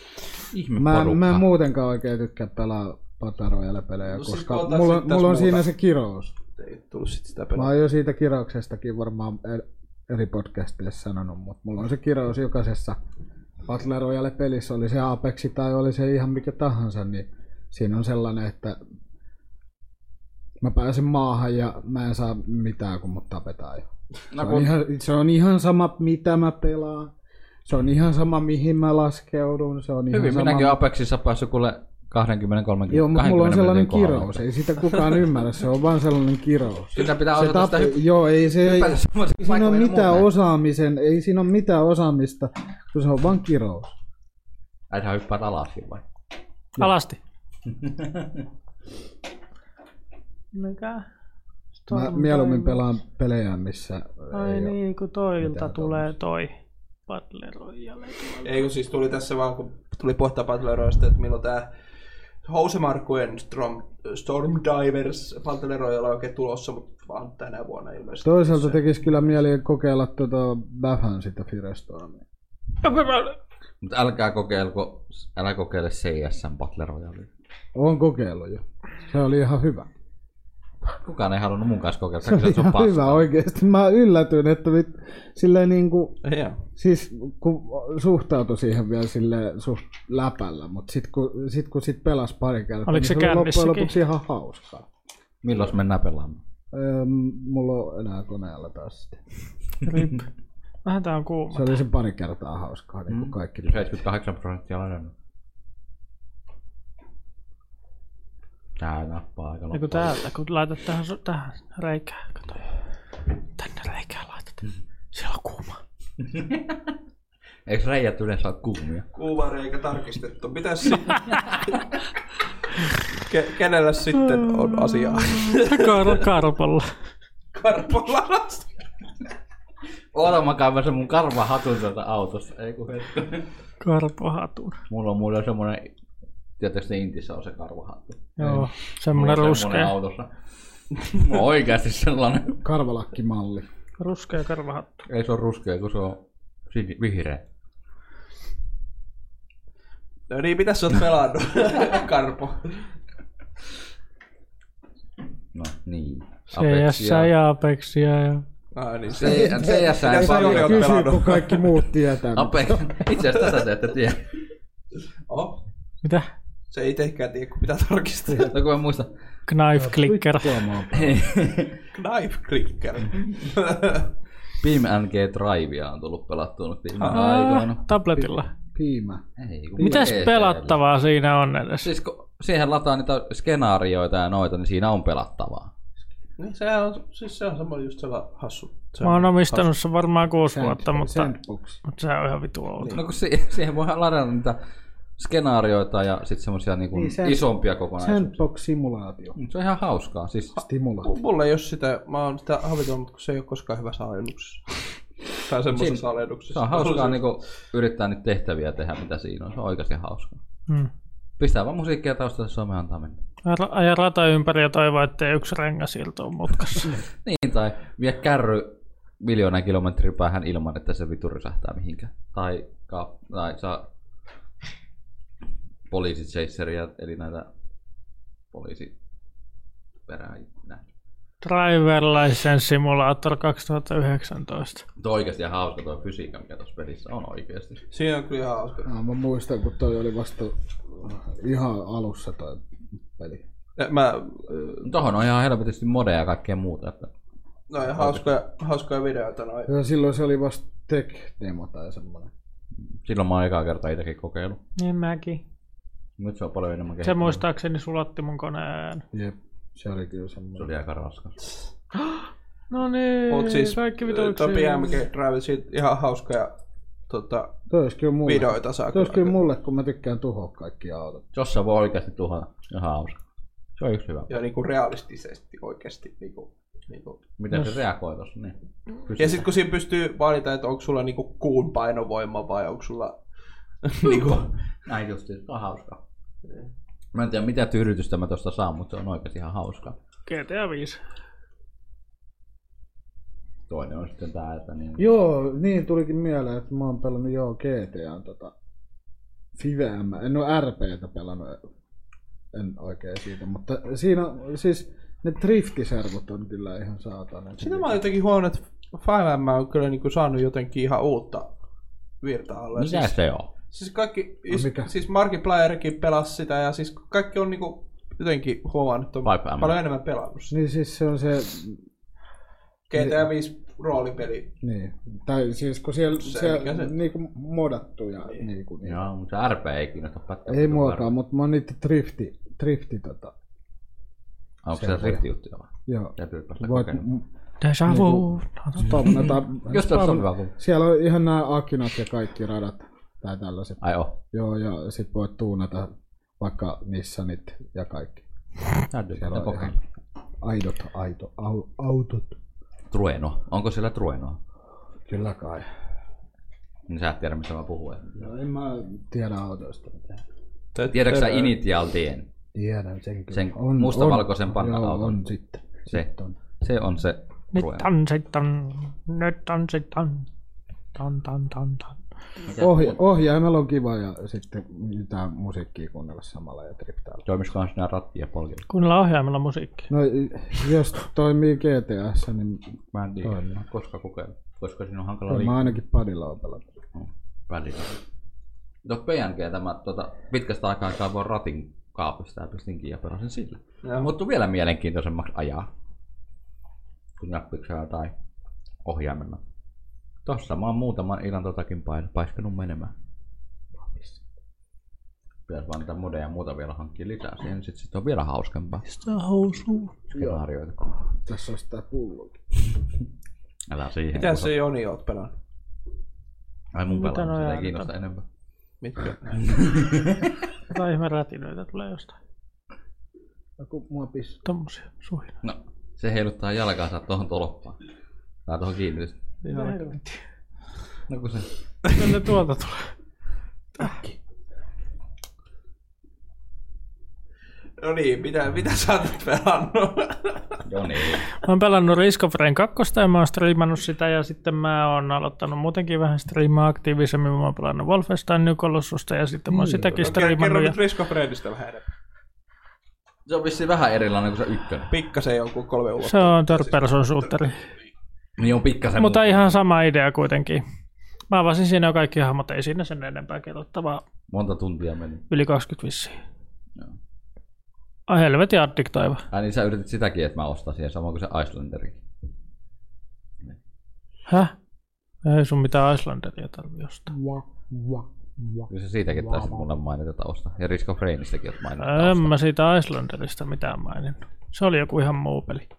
S5: Ihme
S4: Mä,
S5: porukka.
S4: mä en muutenkaan oikein tykkää pelaa pataroilla pelejä,
S2: No sit
S4: koska
S2: otat
S4: mulla,
S2: sit taas
S4: mulla on
S2: muuta.
S4: siinä se kirous.
S2: Ei tullut sit sitä
S4: Mä
S2: pelaa.
S4: oon jo siitä kirouksestakin varmaan er- eri podcasteissa sanonut, mutta mulla on se kirous jokaisessa Battle Royale pelissä, oli se Apexi tai oli se ihan mikä tahansa, niin siinä on sellainen, että Mä pääsen maahan ja mä en saa mitään, kun mut tapetaan jo.
S6: No
S4: Se on,
S6: kun,
S4: ihan, se on ihan sama, mitä mä pelaan. Se on ihan sama, mihin mä laskeudun. Se on ihan
S5: Hyvin,
S4: sama...
S5: minäkin Apexissa päässyt kuule 20-30
S4: Joo, mutta mulla on
S5: 20
S4: sellainen
S5: minuutin
S4: kirous. Ei sitä kukaan ymmärrä. Se on vaan sellainen kirous.
S5: Sitä pitää
S4: Se
S5: osata
S4: tap...
S5: sitä hyppää.
S4: Joo, ei se... Ei,
S5: Hypätä semmoisen
S4: ei siinä ole
S5: paikoille
S4: mitään
S5: muuten.
S4: osaamisen, ei siinä ole mitään osaamista, kun se on vaan kirous.
S5: Äithän hyppäät alas siinä vai?
S3: Alasti. Mikä?
S4: Mä
S3: Storm
S4: mieluummin
S3: Diamond.
S4: pelaan pelejä, missä
S3: Ai
S4: ei oo-
S3: niin, kun toilta
S4: mitään
S3: tulee toi Battle Royale.
S2: Ei kun siis tuli tässä vaan, kun tuli pohtaa Battleroista, että milloin tää Housemarkkujen Storm, Stormdivers Battle Royale on oikein tulossa, mutta vaan tänä vuonna ilmeisesti.
S4: Toisaalta tekisi kyllä mieli kokeilla tuota vähän sitä Firestormia.
S5: Mutta älkää kokeilko, älä kokeile CSN Battle Royale.
S4: Olen kokeillut jo. Se oli ihan hyvä.
S5: Kukaan ei halunnut mun kanssa kokeilla,
S4: Se
S5: koska
S4: oli
S5: se on
S4: ihan
S5: paskaa.
S4: hyvä oikeasti. Mä yllätyin, että vit, silleen niin kuin,
S2: Joo.
S4: siis kun suhtautui siihen vielä sille suht läpällä, mutta sitten kun, sit, kun sit pelasi pari kertaa,
S3: Oliko
S4: niin
S3: se
S4: oli loppujen
S3: kännissäkin?
S4: lopuksi ihan hauskaa.
S5: Milloin mennään pelaamaan?
S4: Öö, mulla on enää koneella taas sitä.
S3: Rip. Vähän tää on kuuma.
S4: Se oli sen pari kertaa hauskaa, niin kuin kaikki.
S5: 78 prosenttia on Tää nappaa aika
S3: Eiku
S5: loppuun.
S3: täältä, kun laitat tähän, su- tähän reikään, kato. Tänne reikään laitat. Siellä on kuuma.
S5: Eiks reijät yleensä ole kuumia?
S2: Kuuvareikä tarkistettu. Mitäs sitten? Ke- kenellä sitten on asiaa?
S3: Kar- karpalla.
S2: Karpolla rasta.
S5: Oota mä kaivan sen mun karvahatun sieltä autosta. Ei kun hetki.
S3: Karpohatun.
S5: Mulla on muuten semmonen... Tietysti ne Intissä on se karvahattu.
S3: Joo, semmonen
S5: Mulla on
S3: ruskea.
S5: semmonen autossa. Mulla on oikeasti sellainen.
S4: Karvalakkimalli.
S3: Ruskea karvahattu.
S5: Ei se on ruskea, kun se on sin- vihreä.
S2: No niin, mitäs sä oot pelannut? Karpo.
S5: No niin.
S3: CS ja Apexia ja...
S2: Ah, niin se.
S5: Se- CS ei
S2: Mitä
S5: paljon.
S2: Jori on
S4: Kysy, kun
S2: pelannut?
S4: kaikki muut tietää.
S5: Apex. Itse asiassa tätä te ette tiedä.
S2: Oh,
S3: Mitä?
S2: se ei tehkään tiedä, kun pitää tarkistaa.
S5: No kun mä muistan.
S3: Knife Clicker.
S2: Knife clicker.
S5: Beam NG Drivea on tullut pelattua nyt viime aikoina.
S3: Ah, tabletilla.
S4: Piimä.
S5: Ei, kun
S3: Mitäs
S5: PC-llä.
S3: pelattavaa siinä on edes?
S5: Siis kun siihen lataa niitä skenaarioita ja noita, niin siinä on pelattavaa.
S2: niin se on, siis se on semmoinen just sellainen hassu. Se
S3: Mä oon omistanut sen varmaan kuusi vuotta, mutta,
S4: Sandbox.
S3: mutta se on ihan vitu outo.
S5: No kun si- siihen voi ladata niitä skenaarioita ja sitten semmoisia niinku
S4: Niin, sen-
S5: isompia kokonaisuuksia.
S4: Sandbox-simulaatio.
S5: Mm, Se on ihan hauskaa. Siis,
S4: Stimulaatio.
S2: Mulla ei ole sitä, mä oon sitä havitellut, mutta kun se ei ole koskaan hyvässä alennuksessa. Tai semmoisessa alennuksessa.
S5: se on hauskaa niinku yrittää niitä tehtäviä tehdä, mitä siinä on. Se on oikeasti hauskaa.
S3: Mm.
S5: Pistää vaan musiikkia taustalla, se on me antaa mennä.
S3: Ra- Aja rata ympäri ja toivoa, ettei yksi rengas irtoa mutkassa.
S2: Mm.
S5: Niin, tai vie kärry miljoona kilometrin päähän ilman, että se vitu rysähtää mihinkään. Tai, ka- tai saa poliisichaseria, eli näitä poliisi näin.
S3: Driver License Simulator 2019.
S5: Mutta oikeasti ihan hauska tuo fysiikka, mikä tuossa pelissä on oikeasti.
S2: Siinä on kyllä ihan hauska.
S4: No, mä muistan, kun toi oli vasta äh, ihan alussa toi peli.
S2: Ja Mä, äh,
S5: Tuohon on ihan helvetisti modeja ja kaikkea muuta. Että
S2: no ja hauskoja, hauskoja videoita noin.
S4: Ja silloin se oli vasta tech-demo tai semmoinen.
S5: silloin mä oon ekaa kertaa itsekin kokeillut.
S3: Niin mäkin.
S5: Nyt se on paljon enemmän
S3: Se
S5: kehittynyt.
S3: muistaakseni sulatti mun koneen.
S4: Jep. Se oli kyllä
S5: Se
S4: semmoinen.
S5: oli aika raskas.
S3: No niin,
S2: Mut siis
S3: kaikki
S2: äh,
S3: vituiksi.
S2: toi PMG Drive, siitä ihan hauskoja tota,
S4: Toi olisi kyllä mulle.
S2: videoita saa
S4: Toi olisi kyllä
S2: kyllä.
S4: mulle, kun mä tykkään tuhoa kaikki autot.
S5: Jossa voi oikeasti tuhata. Ihan hauska. Se on yksi hyvä.
S2: Ja niinku realistisesti oikeesti. Niinku, niinku.
S5: Miten se reagoi tuossa? Niin.
S2: Ja sit kun siinä pystyy valita, että onko sulla niinku kuun painovoima vai onko sulla niinku,
S5: Näin just, se on hauska. Mä en tiedä mitä tyydytystä mä tosta saan, mutta se on oikeasti ihan hauska.
S3: GTA 5.
S5: Toinen on sitten tää, että niin...
S4: Joo, niin tulikin mieleen, että mä oon pelannut joo GTA tota, Fiveä. Mä en oo RPtä pelannut, en oikein siitä, mutta siinä on- siis ne driftiservut on kyllä ihan saatana.
S2: Sitä mä oon jotenkin huomannut, että 5M on kyllä niinku saanut jotenkin ihan uutta virtaa alle.
S5: Mikä
S2: Siis,
S5: se on?
S2: siis, kaikki,
S4: No mikä?
S2: siis Markiplierikin pelasi sitä ja siis kaikki on niinku jotenkin huomaan, että on
S5: Vibe Ammo.
S2: paljon enemmän pelannut sitä.
S4: Niin siis se on se,
S2: GTA 5 roolipeli.
S4: niin. Tai siis kun siellä,
S2: Se,
S4: se, siellä
S2: mikä se-
S4: niinku modattu ja niinku. Niin.
S5: Joo, mutta se RP ei kiinnosta pätkä.
S4: Ei muakaan, mutta mä oon niitä drifti, drifti tota.
S5: Onko se
S4: Sen voi.
S5: drifti-juttuja vai?
S4: Joo.
S5: Täytyy päästä
S4: Voit
S5: kokemaan.
S4: m-
S3: Deja vu.
S2: Niinku-
S4: spavnata.
S5: Jos tämä on
S4: spawn-
S5: sopiva kun...
S4: Siellä on ihan nämä akinat ja kaikki radat tai tällaiset.
S5: Ai oo.
S4: Joo, ja sit voit tuunata vaikka Nissanit ja kaikki.
S5: Täytyy
S4: Siellä
S5: päästä
S4: on
S5: kokemaan.
S4: ihan aidot aito, au, autot.
S5: Trueno. Onko siellä truenoa?
S4: Kyllä kai.
S5: Niin sä et tiedä, mistä mä puhun.
S4: No, en mä tiedä autoista mitään.
S5: Tiedätkö sä Initial Tien?
S4: Tiedän sen kyllä.
S5: Sen mustavalkoisen pannan
S4: Joo,
S5: auton.
S4: on sitten.
S5: Se.
S4: Sitten on.
S5: Se on se
S3: Nyt
S5: trueno.
S3: tanssitan, nyt tanssitan. Tan, tan, tan, tan.
S4: Ohja, ohjaimella on kiva ja sitten jotain musiikkia kuunnella samalla ja driftailla.
S5: Toimisikohan sinä rattia polkilla?
S3: Kuunnellaan ohjaimella musiikkia.
S4: No jos toimii GTAssa, niin
S5: Mä en tiedä.
S4: Toimii.
S5: Koska kokeilla? Koska sinun on hankala
S4: kyllä mä
S5: liikkua
S4: ainakin padilla oon pelannut.
S5: välillä. Tuo PNG tämä tuota, pitkästä aikaa kaivoin ratin kaapista ja pistin kiinni ja pelasin sillä.
S2: Joo.
S5: Mutta vielä mielenkiintoisemmaksi ajaa. Kun näppiksää tai ohjaimella. Tossa mä oon muutaman illan totakin pais- paiskanut menemään. Pitäis vaan niitä modeja ja muuta vielä hankkia lisää siihen, sit, sit on vielä hauskempaa
S3: Mistä housuu?
S5: skenaarioita.
S4: Tässä on sitä pulloa.
S5: Älä siihen.
S2: Mitä
S5: kun-
S2: se Joni oot pelannut?
S5: Ai mun
S3: Mitä
S5: pelaa,
S3: nojaa
S5: se ei
S3: nyt
S5: kiinnosta enempää.
S2: Mitkä?
S3: Jotain ihme rätinöitä tulee jostain.
S2: No,
S4: Joku mua pissuu.
S3: Tommosia suhina.
S5: No, se heiluttaa jalkaansa tuohon tolppaan. Tai tuohon kiinni.
S3: Mitä helvettiä?
S5: No kun se...
S3: Mennä tuolta tulee.
S2: No niin, mitä, mitä sä oot nyt pelannut?
S5: Joo niin.
S3: Mä oon pelannut Risk of Rain 2 ja mä oon striimannut sitä ja sitten mä oon aloittanut muutenkin vähän striimaa aktiivisemmin. Mä oon pelannut Wolfenstein New Colossusta ja sitten mä oon sitäkin
S2: Niin, Kerro- Kerro
S3: striimannut. Ja...
S2: nyt Risk of Rainista vähän enemmän.
S5: Se on vissiin vähän erilainen kuin se ykkönen.
S2: Pikkasen joku kolme ulos.
S3: Se on third person shooteri.
S5: Niin on pikkasen
S3: Mutta
S5: muuta.
S3: ihan sama idea kuitenkin. Mä avasin siinä jo kaikki hahmot, ei siinä sen enempää kerrottavaa.
S5: Monta tuntia meni.
S3: Yli 20 vissiin.
S5: Joo.
S3: Ai helvetin addiktoiva.
S5: Ai niin sä yritit sitäkin, että mä ostan siihen samoin kuin se Icelanderikin.
S3: Häh? Ei sun mitään Icelanderia tarvi ostaa.
S5: Kyllä se siitäkin taisi mulle mainita, että osta. Ja Risk of Rainistakin oot mainita.
S3: En mä siitä Icelanderista mitään maininnut. Se oli joku ihan muu peli.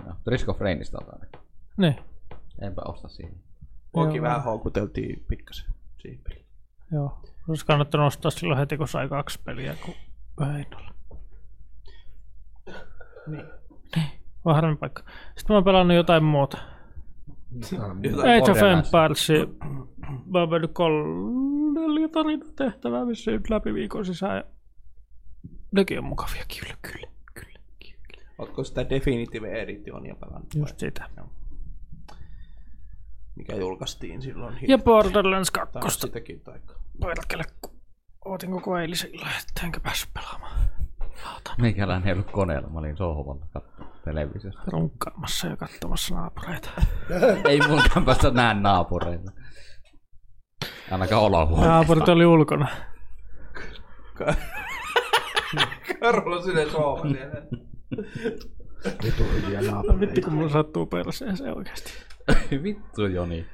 S5: Joo. No, Risk of Rainista otan. nyt.
S3: Niin,
S5: Enpä osta siihen.
S2: Oki
S3: Joo.
S2: vähän houkuteltiin pikkasen. Siinä pelissä.
S3: joo. Olisi kannattanut ostaa silloin heti, kun sai kaksi peliä, kun Väinöllä. Niin. Niin, vähän harmi paikka. Sitten mä oon pelannut jotain muuta.
S2: Jotain
S3: Age of
S5: Borderlands.
S3: Empires. Mä oon mennyt kol- neljä tarinaa tehtävää missä nyt läpi viikon sisään. Ja... Nekin on mukavia, kyllä, kyllä, kyllä, kyllä.
S2: Ootko sitä Definitive Editionia pelannut?
S3: Just sitä.
S2: Mikä julkaistiin silloin.
S3: Ja Borderlands
S2: Tai
S3: 2.
S2: Sitäkin taikaa.
S3: Perkele, kun ootin koko eilisen illan, että enkä päässyt pelaamaan.
S5: Meikäläinen ei ollut koneella, mä olin sohvalla katsomassa televisiosta.
S3: Runkkaamassa ja katsomassa naapureita.
S5: ei munkaan päästä näin naapureita. Ainakaan olohuone.
S3: Naapurit oli ulkona.
S2: Karulla sinne sohva siellä.
S3: Vittu kun mulla sattuu perseeseen oikeesti.
S5: Vittu Joni.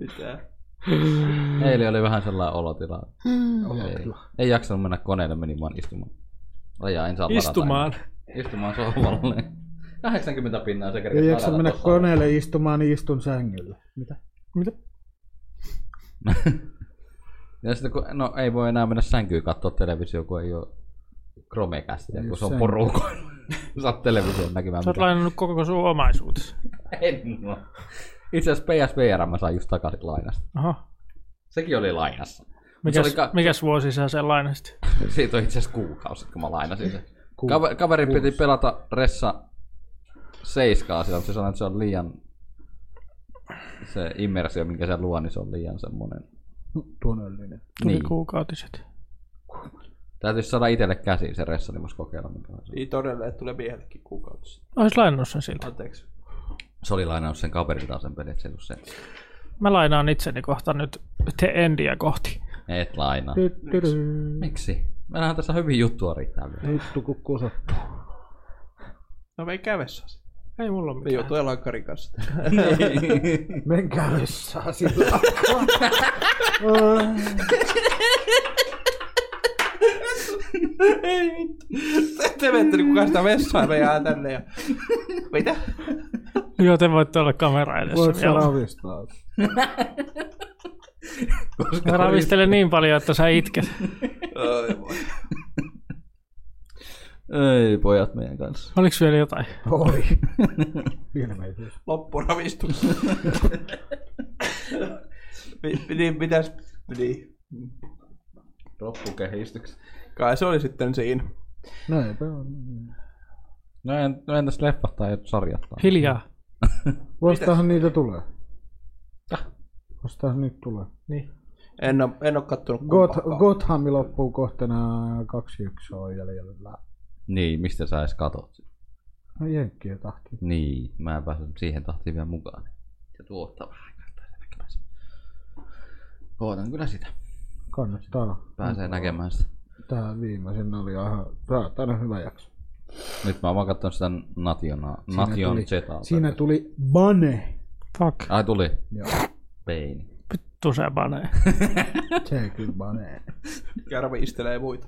S2: Mitä?
S5: Mm. Eilen oli vähän sellainen olotila.
S4: Mm.
S5: Ei,
S4: Olotila.
S5: ei jaksanut mennä koneelle, menin vaan istumaan. Raja en saa varata
S3: Istumaan.
S5: enää. Istumaan sohvalle. 80 pinnaa se kerkee
S4: Ei jaksa
S5: tarjota
S4: mennä
S5: tossa.
S4: koneelle istumaan, niin istun sängyllä. Mitä?
S3: Mitä?
S5: Ja sitten kun, no ei voi enää mennä sänkyyn katsoa televisio, kun ei ole Chromekästiä,
S4: Ei
S5: kun
S4: oo
S5: se on
S4: sänky.
S5: porukoilla. Saat television näkemään.
S3: Sä oot
S5: mitä-
S3: lainannut koko sun omaisuutesi.
S5: En oo. Itse asiassa PSVR mä sain just takaisin lainasta.
S3: Aha.
S5: Sekin oli lainassa.
S3: Mikäs,
S5: Se oli ka-
S3: mikäs vuosi sä sen lainasit?
S5: Siis Siitä on itse asiassa kuukausi, kun mä lainasin sen.
S4: Ku-
S5: Kaveri, kaveri piti pelata Ressa 7 silloin, se sanoi, että se on liian... Se immersio, minkä se luo, niin se on liian semmonen...
S4: Tuonnollinen.
S3: Tuli
S5: Niin.
S3: kuukautiset.
S5: Täytyisi saada itselle käsiin se Ressa, niin vois kokeilla minkälainen se on.
S2: Ei Niin todella, että tulee miehellekin kuukautta. sitten.
S3: Ois lainannut sen siltä.
S2: Anteeksi.
S5: Se oli lainannut sen kaverilta sen pelin, että se ei ollut se.
S3: Mä lainaan itseni kohta nyt The Endia kohti. Mm.
S5: Et lainaa.
S4: Tyttyryn.
S5: Miksi? Meillähän tässä hyvin juttua riittää vielä.
S4: Vittu kun kusottu.
S2: No me ei käy vessassa.
S3: Ei mulla ole
S2: Me
S3: mitään.
S2: joutuu elakkarin kanssa.
S3: Niin.
S4: Menkää vessaan sillä.
S2: ei vittu. Te- Te menette niin kukaan sitä vessaa me jää tänne ja... Mitä?
S3: Joo, te voitte olla kamera edessä.
S4: Voit sä
S3: vielä.
S4: ravistaa.
S3: Mä ravistelen niin paljon, että sä itket.
S2: Oi voi.
S5: Ei pojat meidän kanssa.
S3: Oliko vielä jotain?
S4: Oli. Ilmeisesti.
S2: Loppuravistus. Mi- niin, mitäs? Niin.
S5: Loppukehistyksi.
S2: Kai se oli sitten siinä.
S4: Näinpä on.
S5: No, en, no entäs leffat tai sarjat? tai-
S3: Hiljaa.
S4: Vastahan niitä tulee. Vastahan niitä tulee.
S3: Niin.
S2: En oo, en oo kattonut
S4: Goth-
S2: kumpaakaan.
S4: Gothami loppuu kohtana kaksi jaksoa jäljellä.
S5: Niin, mistä sä edes katot?
S4: No jenkkiä tahti.
S5: Niin, mä en päässyt siihen tahtiin vielä mukaan. Se tuottaa vähän aikaa, että pääsee näkemään sen. Ootan kyllä sitä.
S4: Kannattaa.
S5: Pääsee näkemään sitä.
S4: Tää viimeisin oli ihan saatana hyvä jakso.
S5: Nyt mä oon vaan katsonut sitä Nationa,
S4: Siinä
S5: Nation
S4: tuli-
S5: Zetaa.
S4: Siinä tuli Bane.
S3: Fuck.
S5: Ai tuli.
S4: Joo,
S5: Peini.
S3: Vittu se panee.
S4: se kyllä Bane.
S2: Järvi istelee muita.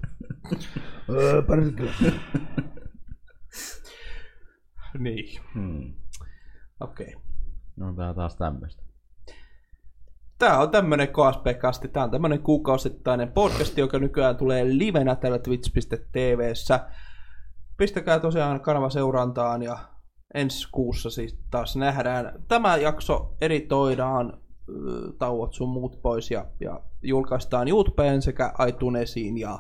S4: Öö, perkele.
S2: Niin.
S5: Hmm.
S2: Okei. Okay.
S5: No tää taas tämmöstä.
S2: Tää on tämmönen KSP-kasti, tää on tämmönen kuukausittainen podcast, joka nykyään tulee livenä täällä twitch.tvssä. Pistäkää tosiaan kanava seurantaan ja ensi kuussa siis taas nähdään. Tämä jakso editoidaan, ö, tauot sun muut pois ja, ja julkaistaan YouTubeen sekä iTunesiin ja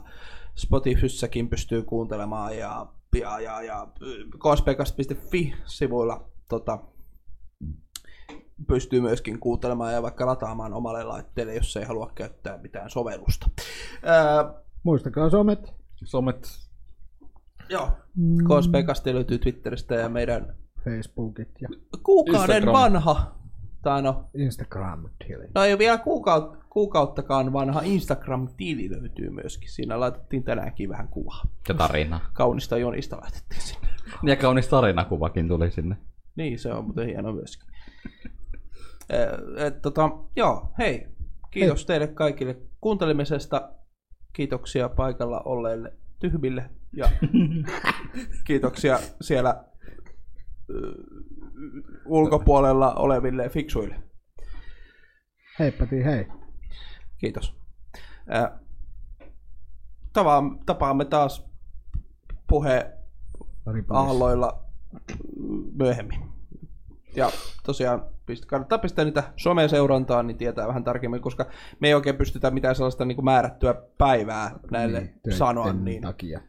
S2: Spotifyssäkin pystyy kuuntelemaan ja, ja, ja, ja äh, ö, kspcast.fi-sivuilla tota, pystyy myöskin kuuntelemaan ja vaikka lataamaan omalle laitteelle, jos ei halua käyttää mitään sovellusta. Ää,
S4: Muistakaa somet.
S5: Somet.
S2: joo, KSP-kasti löytyy Twitteristä ja meidän
S4: Facebookit ja
S2: kuukauden
S6: Instagram.
S2: vanha, tai no,
S4: Instagram tili.
S2: no ei ole vielä kuukaut, kuukauttakaan vanha Instagram-tili löytyy myöskin. Siinä laitettiin tänäänkin vähän kuvaa.
S5: Ja tarina.
S2: Kaunista Jonista laitettiin sinne.
S5: Ja kaunis tarinakuvakin tuli sinne.
S2: Niin, se on muuten hieno myöskin. Ää, et, tota, joo, hei. Kiitos hei. teille kaikille kuuntelemisesta. Kiitoksia paikalla olleille tyhmille ja kiitoksia siellä ö, ulkopuolella oleville fiksuille.
S4: Heippati hei.
S2: Kiitos. Ää, tavaamme, tapaamme taas puhe
S4: Ripalis.
S2: aalloilla myöhemmin. Ja tosiaan pist- kannattaa pistää niitä someen seurantaan, niin tietää vähän tarkemmin, koska me ei oikein pystytä mitään sellaista niin kuin määrättyä päivää näille niin,
S4: töitten
S2: sanoa, niin
S4: takia.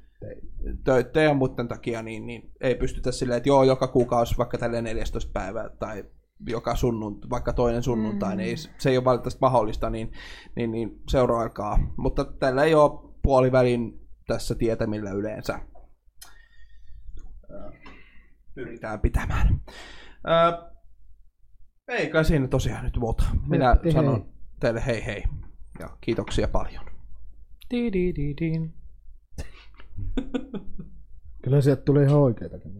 S2: töitä ja muiden takia, niin, niin ei pystytä silleen, että joo, joka kuukausi vaikka tälle 14 päivää tai joka sunnunt, vaikka toinen sunnuntai, mm. niin ei, s- se ei ole valitettavasti mahdollista, niin, niin, niin seuraakaa. Mutta tällä ei ole puolivälin tässä tietämillä yleensä. Ö, Pyritään pitämään. Ö, ei kai siinä tosiaan nyt muuta. Minä
S4: Heitti hei.
S2: sanon teille hei hei ja kiitoksia paljon.
S3: Di di di din.
S4: Kyllä sieltä tuli ihan oikeitakin.